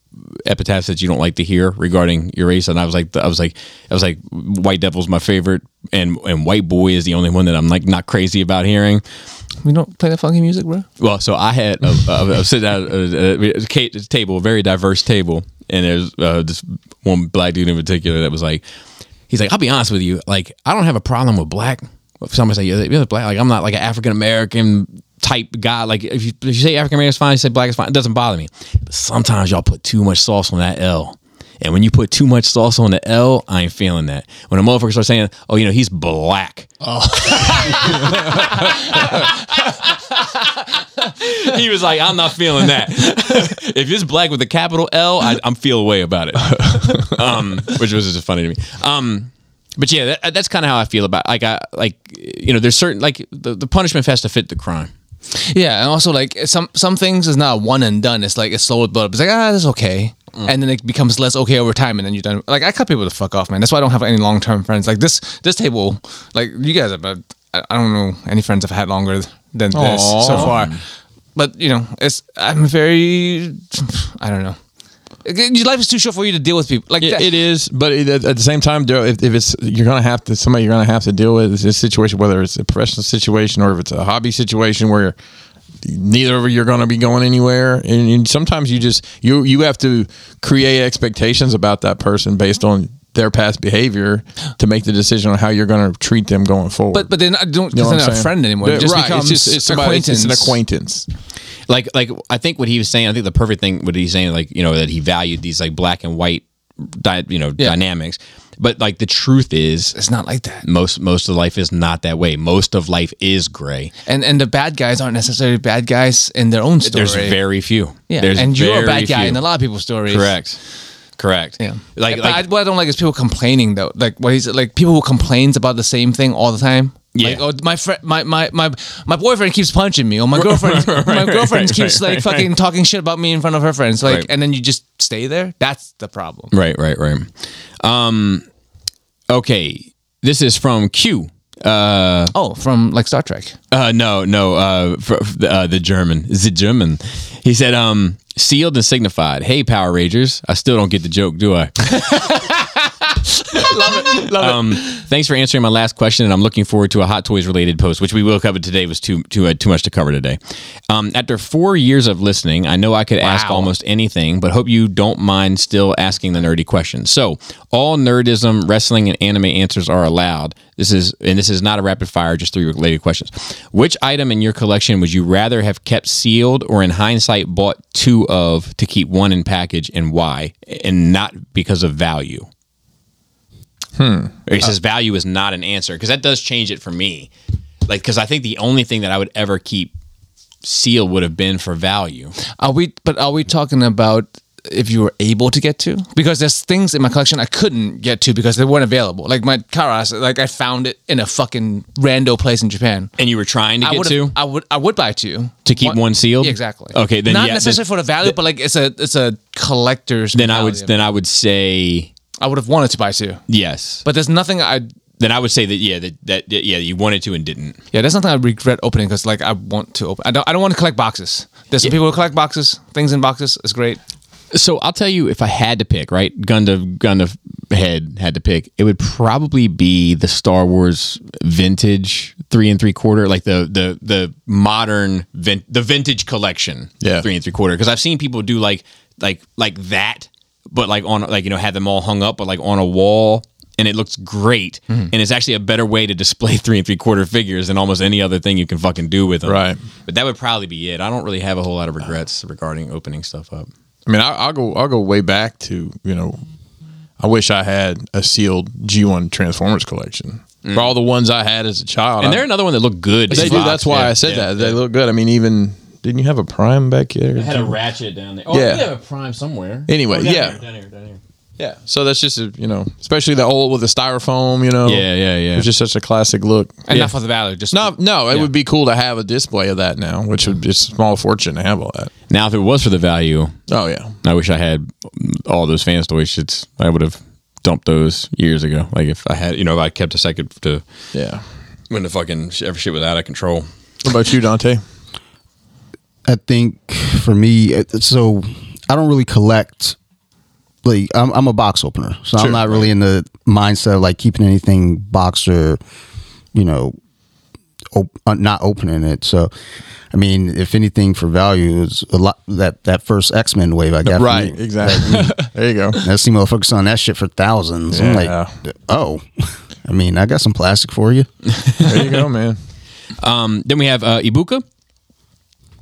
Speaker 1: epithets that you don't like to hear regarding your race, and I was like I was like I was like white devil's my favorite, and and white boy is the only one that I'm like not crazy about hearing.
Speaker 3: We don't play that funky music, bro.
Speaker 1: Well, so I had a, a, a sit down at a, a ca- table, a very diverse table, and there's uh, this one black dude in particular that was like, he's like, I'll be honest with you, like I don't have a problem with black. If somebody say you're you're black, like I'm not like an African American type guy. Like if you, if you say African American is fine, you say black is fine. It doesn't bother me. But sometimes y'all put too much sauce on that L. And when you put too much sauce on the L, I ain't feeling that. When a motherfucker starts saying, "Oh, you know, he's black," [LAUGHS] he was like, I'm not feeling that. [LAUGHS] if it's black with a capital L, I, I'm feel away about
Speaker 3: [LAUGHS]
Speaker 1: it. um, which was just funny to me. Um, but yeah, that, that's kind of how I feel about like I like you know there's certain like the, the punishment has to fit the crime.
Speaker 3: Yeah, and also like some some things is not one and done. It's like it's slow but it's like ah, that's okay,
Speaker 2: Mm.
Speaker 3: and then it becomes less okay over time, and then you're done. Like I cut people the fuck off, man. That's why I don't have any long term friends. Like this this table, like you guys, have, but I I don't know any friends I've had longer than this so
Speaker 2: Aw.
Speaker 3: far. But you know, it's I'm very I don't know. Your life is too short for you to deal with people. Like
Speaker 2: It-
Speaker 3: that-
Speaker 2: it is, but it, at at the same time, Daryl, if, if it's you're gonna have to somebody you're gonna have to deal with is this situation, whether it's a professional situation or if it's a hobby situation where neither of you are gonna be going anywhere, and, and sometimes you just you you have to create expectations about that person based on their past behavior to make the decision on how you're gonna treat them going forward.
Speaker 3: but but then I don't.
Speaker 2: You know
Speaker 3: they're
Speaker 2: what I'm
Speaker 3: not a
Speaker 2: saying?
Speaker 3: friend anymore. It just
Speaker 2: right?
Speaker 3: becomes
Speaker 2: it's just it's, somebody, it's, it's an acquaintance.
Speaker 1: Like like I think what he was saying, I think the perfect thing what he's saying like you know that he valued these like black and white di- you know dynamics. But like the truth is
Speaker 3: It's not like that.
Speaker 1: most most of life is not that way. Most of life is gray.
Speaker 3: And and the bad guys aren't necessarily bad guys in their own story.
Speaker 1: There's very few.
Speaker 3: Yeah,
Speaker 1: There's
Speaker 3: and you're a
Speaker 1: very
Speaker 3: bad guy
Speaker 1: few.
Speaker 3: in a lot of people's stories.
Speaker 1: Correct. Correct.
Speaker 3: Yeah.
Speaker 1: Like,
Speaker 3: But
Speaker 1: like
Speaker 3: I, what I don't like is people complaining though. Like what he's like people who complains about the same thing all the time.
Speaker 1: Yeah.
Speaker 3: Like, oh, my friend, my, my my my boyfriend keeps punching me. Or my girlfriend, my girlfriend
Speaker 1: right,
Speaker 3: keeps
Speaker 1: right,
Speaker 3: like
Speaker 1: right,
Speaker 3: fucking talking shit about me in front of her friends. Like,
Speaker 1: Right.
Speaker 3: and then you just stay there. That's the problem.
Speaker 1: right, right, right. Um, okay. This is from Q.
Speaker 3: Oh, from like Star Trek.
Speaker 1: Uh, no, no. Uh, fr f- uh, the German, the German. He said, um, sealed and signified. Hey, Power Rangers. I still don't get the joke, do I? um, thanks for answering my last question, and I'm looking forward to a Hot Toys related post, which we will cover today. Was too too uh, too much to cover today. Um, after four years of listening, I know I could ask almost anything, but hope you don't mind still asking the nerdy questions. So, all nerdism, wrestling, and anime answers are allowed. This is and this is not a rapid fire, just three related questions. Which item in your collection would you rather have kept sealed, or in hindsight bought two of to keep one in package, and why? And not because of value.
Speaker 3: Uh,
Speaker 1: It says value is not an answer because that does change it for me. Like, because I think the only thing that I would ever keep sealed would have been for value.
Speaker 3: Are we? But are we talking about if you were able to get to? Because there's things in my collection I couldn't get to because they weren't available. Like my Karas, like I found it in a fucking rando place in Japan.
Speaker 1: And you were trying to
Speaker 3: I
Speaker 1: get
Speaker 3: would.
Speaker 1: to
Speaker 3: I would. I would buy two
Speaker 1: to keep one sealed.
Speaker 3: Yeah, exactly.
Speaker 1: Okay, then
Speaker 3: not
Speaker 1: yeah,
Speaker 3: necessarily for the value, but like it's a it's a collector's.
Speaker 1: Then, then I would
Speaker 3: mentality.
Speaker 1: then I would say
Speaker 3: I would have wanted to buy two,
Speaker 1: yes.
Speaker 3: but there's nothing I.
Speaker 1: Then I would say that yeah that, that yeah you wanted to and didn't.
Speaker 3: Yeah, there's nothing I regret opening because like I want to open. I don't. I don't want to collect boxes. There's some people who collect boxes, things in boxes. It's great.
Speaker 1: So I'll tell you if I had to pick, right? Gun to gun to head had to pick, it would probably be the Star Wars vintage three and three quarter, like the the the modern vin- the vintage collection,
Speaker 2: Yeah.
Speaker 1: three and three quarter. Because I've seen people do like like like that, but like on like you know had them all hung up, but like on a wall. and it looks great,
Speaker 2: Hmm.
Speaker 1: and it's actually a better way to display [LAUGHS] three and three quarter figures than almost any other thing you can fucking do with them.
Speaker 2: Right.
Speaker 1: But that would probably be it. I don't really have a whole lot of regrets regarding opening stuff up.
Speaker 2: I mean, I, I'll go. I'll go way back to you know. I wish I had a sealed G1 Transformers collection for all the ones I had as a child.
Speaker 1: And
Speaker 2: I-
Speaker 1: they're another one that looked good.
Speaker 2: they
Speaker 1: as
Speaker 2: do.
Speaker 1: fuck.
Speaker 2: That's why
Speaker 1: Yeah,
Speaker 2: I said
Speaker 1: yeah,
Speaker 2: that. They
Speaker 1: yeah.
Speaker 2: look good. I mean, even didn't you have a Prime back here?
Speaker 1: I had a ratchet down there. Oh,
Speaker 2: Yeah.
Speaker 1: I did have a prime somewhere.
Speaker 2: Anyway,
Speaker 1: Oh, down
Speaker 2: yeah.
Speaker 1: here, down here, down here.
Speaker 2: yeah. So that's just a, you know, especially the old with the styrofoam. You know.
Speaker 1: Yeah, yeah, yeah.
Speaker 2: It's just such a classic look.
Speaker 3: Enough of the valor. Just
Speaker 2: No, no, it would be cool to have a display of that now, which would be a small fortune to have all that.
Speaker 1: Now, if it was for the value,
Speaker 2: Oh yeah,
Speaker 1: I wish I had all those fan toy shits. I would have dumped those years ago. Like if I had, you know, if I kept a second to
Speaker 2: yeah.
Speaker 1: when the fucking sh- ever shit was out of control.
Speaker 2: What about you, Dante?
Speaker 4: I think for me, it- so I don't really collect. Like I'm, I'm a box opener, so
Speaker 2: Sure.
Speaker 4: I'm not really in the mindset of like keeping anything boxed or, you know, op- uh, not opening it. So, I mean, if anything for value is a lot that that first X Men wave I got. from
Speaker 2: Right,
Speaker 4: you.
Speaker 2: exactly. [LAUGHS] there you go.
Speaker 4: That's the motherfucker selling [LAUGHS] that shit for thousands. I'm
Speaker 2: Yeah.
Speaker 4: like, oh, [LAUGHS] I mean, I got some plastic for you.
Speaker 2: There you go, man.
Speaker 1: Um, then we have uh, Ibuka.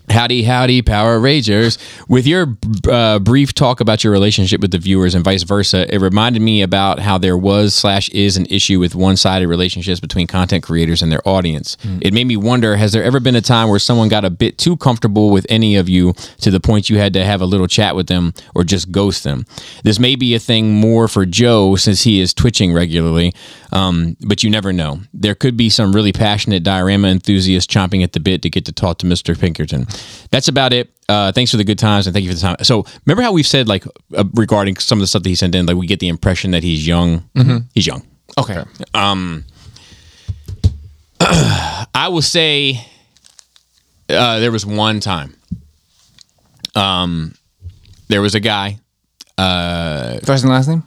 Speaker 1: Howdy, howdy, Power Rangers. With your uh, brief talk about your relationship with the viewers and vice versa, it reminded me about how there was slash is an issue with one-sided relationships between content creators and their audience. It made me wonder, has there ever been a time where someone got a bit too comfortable with any of you to the point you had to have a little chat with them or just ghost them? This may be a thing more for Joe since he is twitching regularly, um, but you never know. There could be some really passionate diorama enthusiast chomping at the bit to get to talk to Mr. Pinkerton. That's about it. Uh, thanks for the good times and thank you for the time. So remember how we've said like uh, regarding some of the stuff that he sent in, like we get the impression that he's young. He's young.
Speaker 3: okay.
Speaker 1: I will say uh, there was one time. Um, there was a guy.
Speaker 3: First and last name.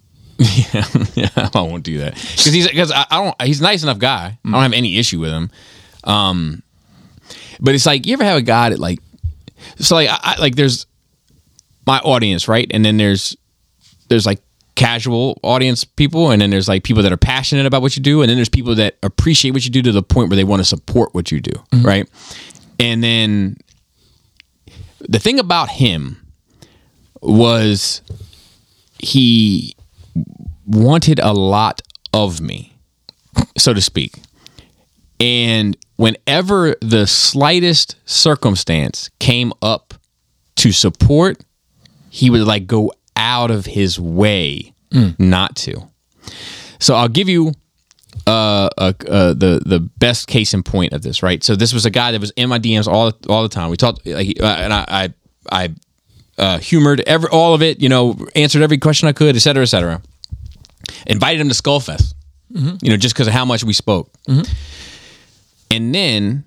Speaker 1: [LAUGHS] yeah, I won't do that because he's because I, I don't. He's a nice enough guy. I don't have any issue with him. Um, but it's like you ever have a guy that like, so like I, I like there's my audience right, and then there's there's like casual audience people and then there's like people that are passionate about what you do and then there's people that appreciate what you do to the point where they want to support what you do right and then the thing about him was he wanted a lot of me so to speak and whenever the slightest circumstance came up to support he would like go out of his way not to. So I'll give you uh, uh, uh, the the best case in point of this, right? So this was a guy that was in my DMs all all the time. We talked, like, uh, and I I, I uh, humored every all of it, you know, answered every question I could, et cetera, et cetera. Invited him to Skullfest, you know, just because of how much we spoke. And then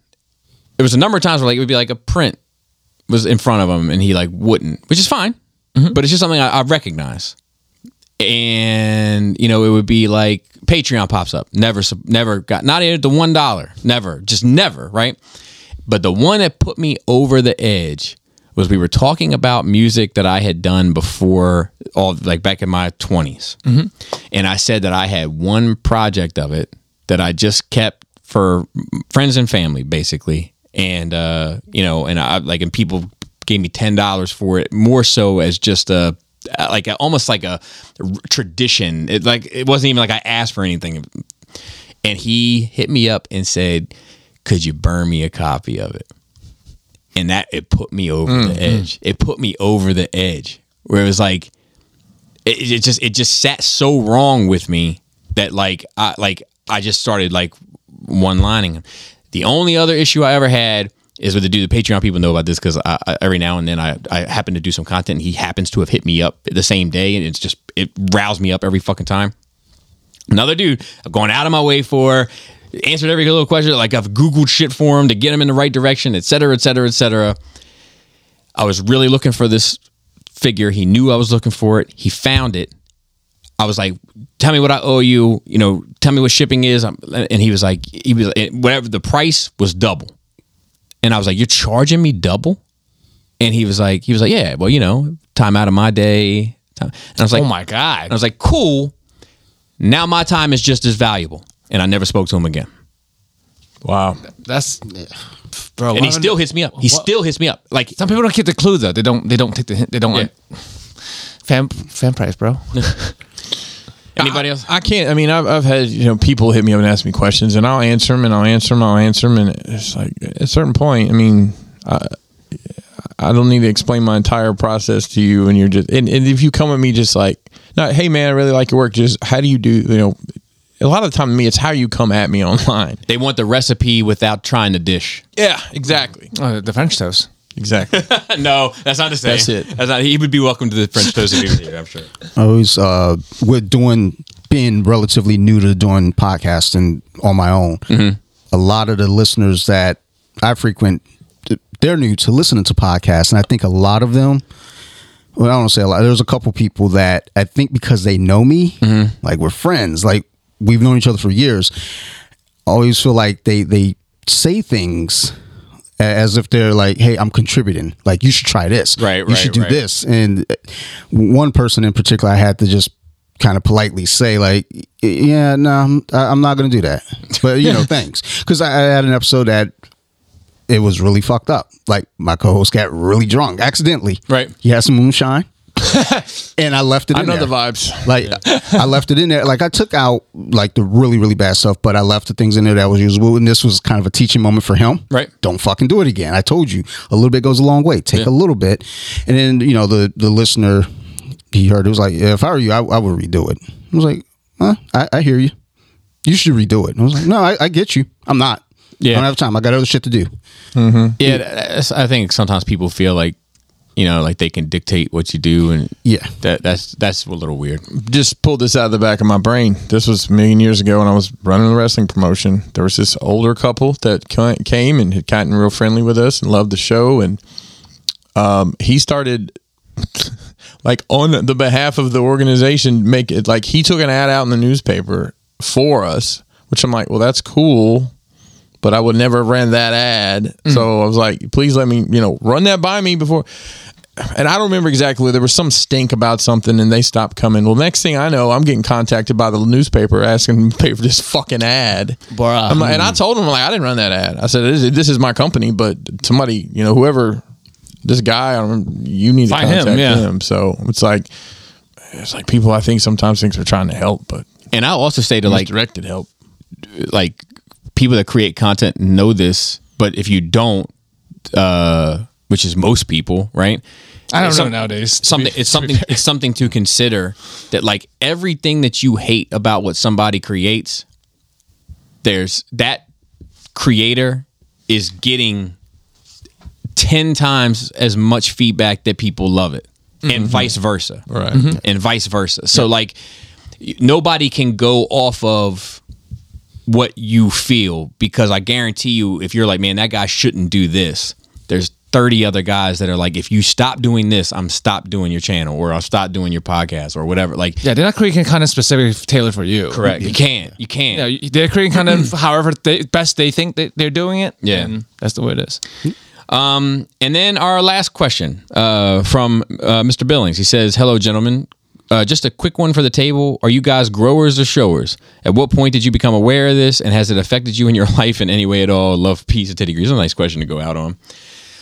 Speaker 1: there was a number of times where like it would be like a print was in front of him and he like wouldn't, which is fine, but it's just something I, I recognize. And you know, it would be like Patreon pops up, never, sub- never got not even the one dollar, never, just never, right? But the one that put me over the edge was we were talking about music that I had done before, all like back in my 20s and I said that I had one project of it that I just kept for friends and family, basically. And uh, you know, and I like, and people gave me ten dollars for it, more so as just a like a, almost like a r- tradition. It, like it wasn't even like I asked for anything. And he hit me up and said, "Could you burn me a copy of it?" And that it put me over the edge. It put me over the edge where it was like it, it just it just sat so wrong with me that like I like I just started like one lining him. The only other issue I ever had is with the dude. The Patreon people know about this because I, I, every now and then I I happen to do some content. and He happens to have hit me up the same day, and it's just it roused me up every fucking time another dude I've gone out of my way for, answered every little question. Like I've Googled shit for him to get him in the right direction, et cetera, et cetera, et cetera. I was really looking for this figure. He knew I was looking for it. He found it. I was like, "Tell me what I owe you. You know, tell me what shipping is." I'm- And he was like, "He was whatever the price was double." And I was like, "You're charging me double?" And he was like, "He was like, yeah, well, you know, time out of my day." Time. And I was like,
Speaker 3: Oh my god.
Speaker 1: and I was like, cool. Now my time is just as valuable. And I never spoke to him again.
Speaker 2: Wow.
Speaker 3: That's bro.
Speaker 1: And
Speaker 3: why
Speaker 1: he
Speaker 3: don't-
Speaker 1: still hits me up. He still hits me up. Like
Speaker 3: Some people don't get the clue though. They don't. They don't take the hint. They don't.
Speaker 1: Yeah.
Speaker 3: Like, fan fan price, bro.
Speaker 1: anybody else?
Speaker 2: I can't. I mean, I've, I've had you know people hit me up and ask me questions, and I'll answer them, and I'll answer them, I'll answer them, and it's like at a certain point. I mean, I, I don't need to explain my entire process to you, and you're just and, and if you come at me just like, not hey man, I really like your work. Just how do you do? You know, a lot of the time, to me, it's how you come at me [LAUGHS] online.
Speaker 1: They want the recipe without trying the dish.
Speaker 2: Yeah, exactly,
Speaker 3: Oh, the French toast.
Speaker 2: exactly.
Speaker 1: no, that's not the same.
Speaker 2: That's it.
Speaker 1: That's not. He would be welcome to the French toast if he was here. I'm sure.
Speaker 4: I was uh, we're doing being relatively new to doing podcasts and on my own. A lot of the listeners that I frequent, th- they're new to listening to podcasts, and I think a lot of them. Well, I don't say a lot. There's a couple people that I think because they know me,
Speaker 1: Mm-hmm.
Speaker 4: like we're friends, like we've known each other for years. I always feel like they they say things a- as if they're like, "Hey, I'm contributing. Like you should try this.
Speaker 1: Right,
Speaker 4: You
Speaker 1: right,
Speaker 4: should do
Speaker 1: right.
Speaker 4: this." this. And uh, one person in particular, I had to just kind of politely say, like, yeah, no, I'm, I- I'm not going to do that. But,
Speaker 1: [LAUGHS]
Speaker 4: you know, thanks. Because I, I had an episode that it was really fucked up. Like, my co host got really drunk accidentally.
Speaker 1: Right.
Speaker 4: He had some moonshine. and I left it
Speaker 2: I
Speaker 4: in
Speaker 2: know
Speaker 4: there.
Speaker 2: the vibes.
Speaker 4: Like [LAUGHS] I left it in there. Like I took out like the really really bad stuff, but I left the things in there that was usable. And this was kind of a teaching moment for him.
Speaker 1: Right.
Speaker 4: Don't fucking do it again. I told you a little bit goes a long way. Take a little bit, and then you know the the listener he heard it was like "Yeah, if I were you, I, I would redo it. I was like, huh? I, I hear you. You should redo it. And I was like, no, I, I get you. I'm not.
Speaker 1: Yeah.
Speaker 4: I don't have time. I got other shit to do.
Speaker 1: Yeah, that's, I think sometimes people feel like you know, like they can dictate what you do, and
Speaker 4: Yeah.
Speaker 1: that that's that's a little weird.
Speaker 2: just pulled this out of the back of my brain. This was a million years ago when I was running the wrestling promotion. There was this older couple that ca- came and had gotten real friendly with us and loved the show. And um, he started, like, on the behalf of the organization, make it like he took an ad out in the newspaper for us, which I'm like, well, that's cool. But I would never have ran that ad. So I was like, please let me, you know, run that by me before and I don't remember exactly. There was some stink about something, and they stopped coming. Well, next thing I know, I'm getting contacted by the newspaper asking [LAUGHS] to pay for this fucking ad.
Speaker 3: Bruh.
Speaker 2: I'm like- and I told them like I didn't run that ad. I said this is, this is my company, but somebody, you know, whoever this guy, I don't remember, you need to
Speaker 3: Find him,
Speaker 2: contact
Speaker 3: yeah.
Speaker 2: him. So it's like it's like people I think sometimes think they're trying to help, but
Speaker 1: And I also say to like
Speaker 2: directed help.
Speaker 1: like people that create content know this, but if you don't, uh, which is most people, right?
Speaker 3: I don't
Speaker 1: Some-
Speaker 3: know nowadays.
Speaker 1: Something it's something it's something to consider that like everything that you hate about what somebody creates, there's that creator is getting ten times as much feedback that people love it, and vice versa, Mm-hmm.
Speaker 2: Right.
Speaker 1: And vice versa. So like y- nobody can go off of what you feel because I guarantee you, if you're like, man, that guy shouldn't do this, there's 30 other guys that are like, if you stop doing this, I'm stop doing your channel or I'll stop doing your podcast or whatever. Like,
Speaker 3: Yeah, they're not creating kind of specific tailored for you.
Speaker 1: You can't. You can't.
Speaker 3: Yeah, you- they're creating kind
Speaker 1: [CLEARS THROAT]
Speaker 3: of however they, best they think they, they're doing it.
Speaker 1: Yeah.
Speaker 3: and that's the way it is.
Speaker 1: And then our last question uh, from uh, Mr. Billings. He says, "Hello, gentlemen. Uh, just a quick one for the table. Are you guys growers or showers? At what point did you become aware of this, and has it affected you in your [LAUGHS] life in any way at all? Love, peace, and teddy grease. It's a nice question to go out on.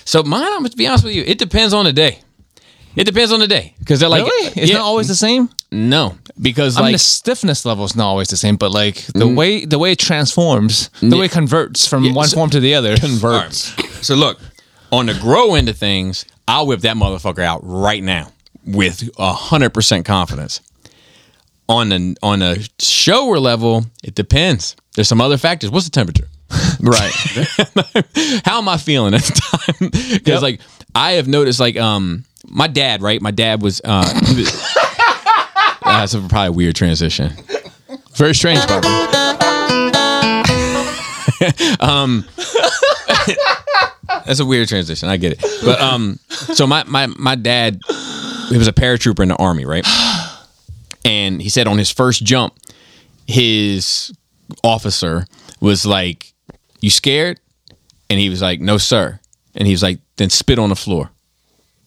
Speaker 1: So mine, I'm going to be honest with you. It depends on the day. It depends on the day because they're like,
Speaker 3: Really? It's
Speaker 1: yeah,
Speaker 3: not always the same.
Speaker 1: no, because
Speaker 3: I mean,
Speaker 1: like Mm.
Speaker 3: the stiffness level is not always the same, but like the way the way it transforms, the way it converts from one
Speaker 1: so-
Speaker 3: form to the other. Converts.
Speaker 1: So look, on the grow end of things, I'll whip that motherfucker out right now with hundred percent confidence. On the on a shower level, it depends. There's some other factors. What's the temperature? [LAUGHS]
Speaker 2: Right.
Speaker 1: How am I feeling at the time? [LAUGHS] Because like I have noticed, like um, my dad, right? My dad was. Uh, [LAUGHS] he was- That's a probably weird transition.
Speaker 2: Very strange, Bobby.
Speaker 1: That's a weird transition. I get it. But um, so my my my dad, he was a paratrooper in the army, right? And he said on his first jump, his officer was like, "You scared?" And he was like, "No, sir." And he was like, "Then spit on the floor."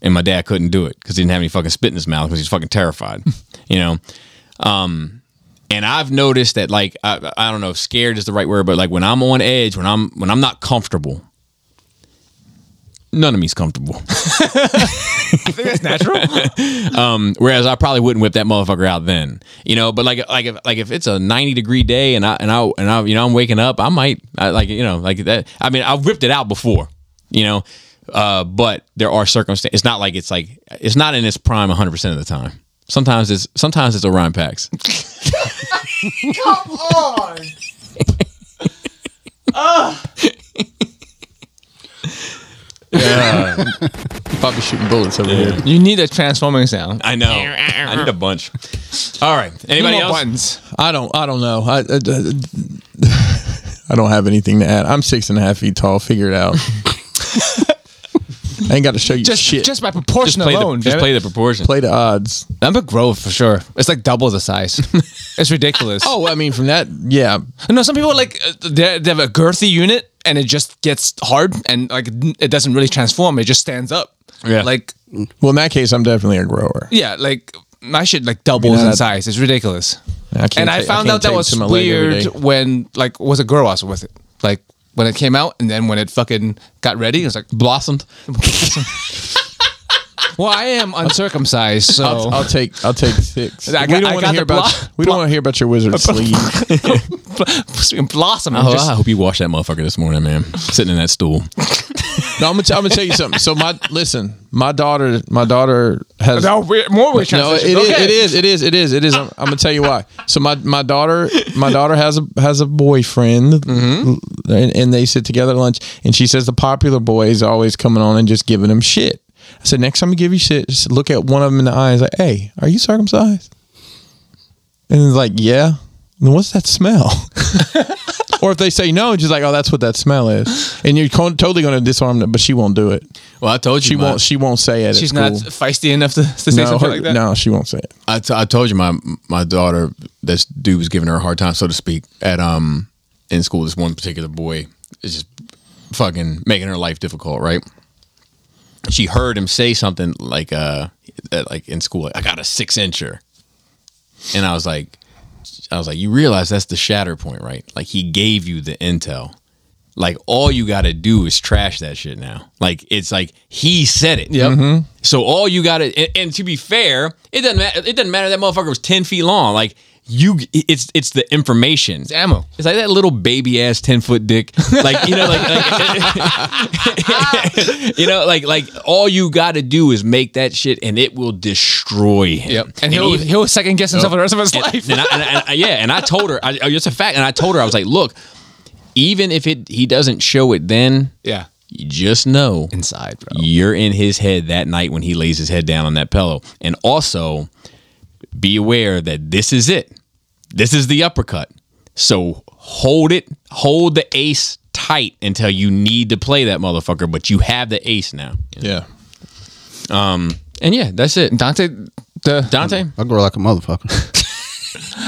Speaker 1: And my dad [LAUGHS] couldn't do it because he didn't have any fucking spit in his mouth because he's fucking terrified, you know. Um, And I've noticed that, like, I, I don't know if scared is the right word, but like when I'm on edge, when I'm when I'm not comfortable, none of me's
Speaker 2: [LAUGHS]
Speaker 1: comfortable. [LAUGHS]
Speaker 3: It's natural.
Speaker 1: [LAUGHS] Um, Whereas I probably wouldn't whip that motherfucker out then, you know. But like, like if like if it's a ninety degree day and I and I and I you know I'm waking up, I might I, like you know like that. I mean, I've whipped it out before, you know. Uh, but there are circumstances. It's not like it's like it's not in its prime one hundred percent of the time. Sometimes it's sometimes it's Orion packs.
Speaker 2: Probably shooting bullets over here.
Speaker 3: you need a transforming sound.
Speaker 1: I know. I need a
Speaker 2: [LAUGHS]
Speaker 1: bunch. All right. Anybody
Speaker 3: Anybody
Speaker 1: else?
Speaker 3: buttons?
Speaker 2: I don't. I don't know. I, I, I don't have anything to add. I'm six and a half feet tall. Figure it out. I ain't got to show you
Speaker 3: Just
Speaker 2: shit.
Speaker 3: just by
Speaker 1: Just
Speaker 3: proportion
Speaker 1: play,
Speaker 3: alone.
Speaker 1: the, just
Speaker 3: damn
Speaker 1: play the
Speaker 3: it.
Speaker 1: proportion.
Speaker 2: play the odds.
Speaker 3: I'm a growth for sure. It's like double the [LAUGHS] size. it's ridiculous.
Speaker 2: Oh, I mean, from that, yeah.
Speaker 3: No, some people like uh, they they have a girthy unit and it just gets hard and like it doesn't really transform. It just stands up.
Speaker 1: Yeah.
Speaker 3: Like
Speaker 2: Well, in that case, I'm definitely a grower.
Speaker 3: yeah, like my shit like doubles
Speaker 2: You know,
Speaker 3: in
Speaker 2: that-
Speaker 3: size. It's ridiculous.
Speaker 2: I can't
Speaker 3: and
Speaker 2: ta-
Speaker 3: I
Speaker 2: I
Speaker 3: found
Speaker 2: can't
Speaker 3: out that
Speaker 2: take
Speaker 3: was
Speaker 2: to my leg every
Speaker 3: weird
Speaker 2: day.
Speaker 3: when like was a girl I was with it. Like when it came out and then when it fucking got ready, it was like
Speaker 1: Blossomed.
Speaker 3: [LAUGHS] well, I [LAUGHS] am uncircumcised, [LAUGHS] so
Speaker 2: I'll, I'll take. I'll take six.
Speaker 3: I got-
Speaker 2: we don't
Speaker 3: I
Speaker 2: want to
Speaker 3: got
Speaker 2: hear
Speaker 3: the
Speaker 2: about.
Speaker 3: blo-
Speaker 2: we don't want to hear about your
Speaker 3: [LAUGHS]
Speaker 2: wizard sleeve.
Speaker 3: blossom. I'm
Speaker 1: Oh,
Speaker 3: just-
Speaker 1: I hope you washed that motherfucker this morning, man. Sitting in that stool.
Speaker 2: No, I'm gonna, t- I'm gonna tell you something. So my listen, my daughter, my daughter has
Speaker 3: no, we're, more weird
Speaker 2: No, it
Speaker 3: transitions.
Speaker 2: is.
Speaker 3: Okay.
Speaker 2: It is. It is. It is. It is. I'm, I'm gonna tell you why. So my my daughter my daughter has a has a boyfriend,
Speaker 3: Mm-hmm.
Speaker 2: and, and they sit together at lunch. And she says the popular boy is always coming on and just giving him shit. I said next time you give you shit, just look at one of them in the eyes. Like, hey, are you circumcised? And it's like, yeah. Then what's that smell? [LAUGHS] or if they say no, just like, oh, that's what that smell is. And you're con- totally going to disarm them, but she won't do it.
Speaker 1: Well, I told you
Speaker 2: She
Speaker 1: my-
Speaker 2: won't. She won't say it. at
Speaker 3: She's not
Speaker 2: school.
Speaker 3: feisty enough to, to say
Speaker 2: No,
Speaker 3: something
Speaker 2: her-
Speaker 3: like that.
Speaker 2: no, she won't say it.
Speaker 1: I, t- I told you my my daughter this dude was giving her a hard time so to speak at um in school this one particular boy is just fucking making her life difficult right she heard him say something like uh at, like in school like, I got a six incher and I was like I was like you realize that's the shatter point right like he gave you the intel like all you got to do is trash that shit now like it's like he said it
Speaker 3: Yep.
Speaker 1: so all you got to, and, and to be fair, it doesn't matter. It doesn't matter that motherfucker was ten feet long. Like you, it's it's the information.
Speaker 3: It's ammo.
Speaker 1: It's like that little baby ass ten foot dick. Like you know, like, [LAUGHS] like- you know, like like all you got to do is make that shit, and it will destroy him.
Speaker 3: Yep. And, he'll,
Speaker 1: even-
Speaker 3: he'll second guess himself for the rest of his life.
Speaker 1: and I, and I- and I- yeah, and I told her, I, oh, it's a fact. And I told her, I was like, look, even if it he doesn't show it, then
Speaker 3: yeah.
Speaker 1: you just know
Speaker 3: Inside, bro.
Speaker 1: you're in his head that night when he lays his head down on that pillow. And also be aware that this is it. This is the uppercut. So hold it, hold the ace tight until you need to play that motherfucker, but you have the ace now.
Speaker 2: Yeah.
Speaker 1: And yeah, that's it.
Speaker 3: Dante, the
Speaker 1: Dante?
Speaker 4: I grow like
Speaker 1: [LAUGHS]
Speaker 4: a motherfucker.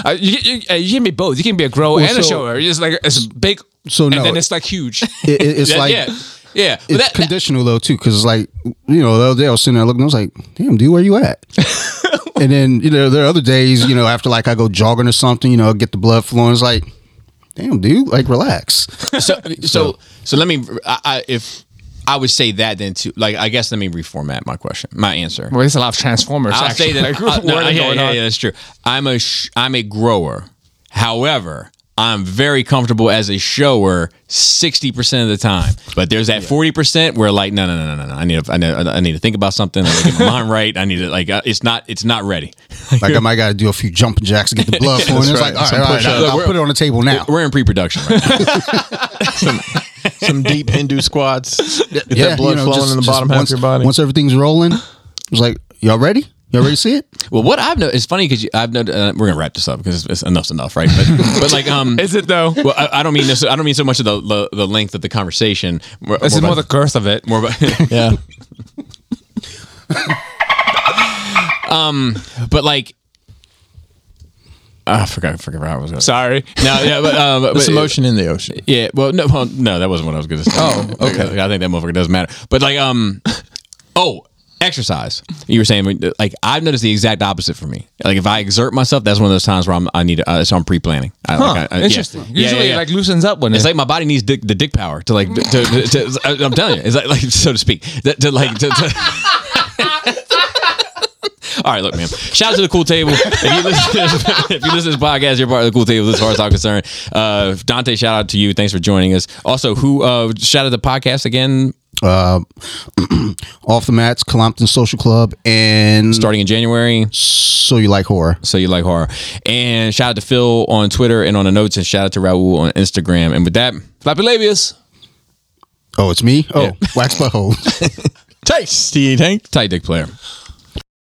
Speaker 3: uh, you, you, uh, you can be both. You can be a grow and a
Speaker 4: so-
Speaker 3: shower. It's like it's big.
Speaker 4: So
Speaker 3: and
Speaker 4: no,
Speaker 3: then it's like huge.
Speaker 4: It- it- it's
Speaker 1: Yeah,
Speaker 4: like
Speaker 1: yeah. Yeah. But
Speaker 4: it's
Speaker 1: that- that-
Speaker 4: conditional though too, because like you know the other day I was sitting there looking, I was like, "Damn, dude, where
Speaker 1: [LAUGHS]
Speaker 4: you at?" and then you know there are other days, you know, after like I go jogging or something, you know, get the blood flowing. It's like, "Damn, dude, like relax."
Speaker 1: [LAUGHS] so
Speaker 3: [LAUGHS]
Speaker 1: so so let me I, I if I would say that then too. Like I guess let me reformat my question, my answer.
Speaker 3: well, there's a lot of transformers.
Speaker 1: I'll say
Speaker 3: actually.
Speaker 1: that.
Speaker 3: [LAUGHS] Like,
Speaker 1: uh, no,
Speaker 3: what are
Speaker 1: yeah,
Speaker 3: going
Speaker 1: yeah,
Speaker 3: on?
Speaker 1: yeah, that's true. I'm a sh- I'm a grower. However, I'm very comfortable as a shower sixty percent of the time. But there's that forty percent where like no no no no no. I need to, I need I need to think about something. I need to get my mind [LAUGHS] right. I need to like uh, it's not it's not ready.
Speaker 4: Like I might got to do a few jumping jacks to get the
Speaker 1: [LAUGHS]
Speaker 4: blood flowing. It's
Speaker 2: right.
Speaker 4: like, all right,
Speaker 2: Some
Speaker 4: all right,
Speaker 2: push-ups.
Speaker 4: I'll, I'll put it on the table now.
Speaker 1: We're in pre-production. Right
Speaker 3: [LAUGHS]
Speaker 1: now.
Speaker 2: Some deep Hindu squats. Get
Speaker 4: Yeah,
Speaker 2: that blood
Speaker 4: you know,
Speaker 2: flowing
Speaker 4: just-
Speaker 2: in the
Speaker 4: just
Speaker 2: bottom half
Speaker 4: once,
Speaker 2: of your body.
Speaker 4: Once everything's rolling, it's like, y'all ready? Y'all ready to see it?
Speaker 1: well, what I've noticed it's funny because I've noticed uh, we're gonna wrap this up because it's, it's enough's enough, right? But but like
Speaker 3: [LAUGHS]
Speaker 1: um.
Speaker 3: Is it though?
Speaker 1: well, I, I don't mean this. I don't mean so much of the the, the length of the conversation. More,
Speaker 3: This is
Speaker 1: about-
Speaker 3: more the girth of it.
Speaker 1: more about,
Speaker 4: [LAUGHS]
Speaker 2: yeah.
Speaker 1: [LAUGHS] but like I forgot, I forgot what I was going to say.
Speaker 3: Sorry.
Speaker 1: No, yeah, but, um,
Speaker 2: It's
Speaker 1: but
Speaker 2: emotion in the ocean.
Speaker 1: yeah, well, no, well, no, that wasn't what I was going to say.
Speaker 2: Oh, okay.
Speaker 1: I think that motherfucker does matter, but like, um, oh, exercise. You were saying like I've noticed the exact opposite for me. Like if I exert myself, that's one of those times where I'm I need uh, so I'm pre planning.
Speaker 3: Huh,
Speaker 1: uh,
Speaker 3: interesting. Usually, it like loosens up when
Speaker 1: It's like my body needs dick, the dick power to like. To, to, to- I'm telling you, it's like, like so to speak. That- To, like. To, to- All right, look, man. Shout out to the cool table. If you listen to this, if you listen [LAUGHS] to this podcast, you're part of the cool table. As far as I'm concerned, uh, Dante, shout out to you. Thanks for joining us. Also, who uh, shout out the podcast again?
Speaker 4: Uh, off the mats, Colompton Social Club, and
Speaker 1: Starting in January.
Speaker 4: so you like horror.
Speaker 1: So you like horror. And shout out to Phil on Twitter and on the notes, and shout out to Raul on Instagram. And with that,
Speaker 3: Flappy labius.
Speaker 4: Oh, it's me. Oh, wax butthole.
Speaker 2: Tasty, Hank.
Speaker 1: tight dick player.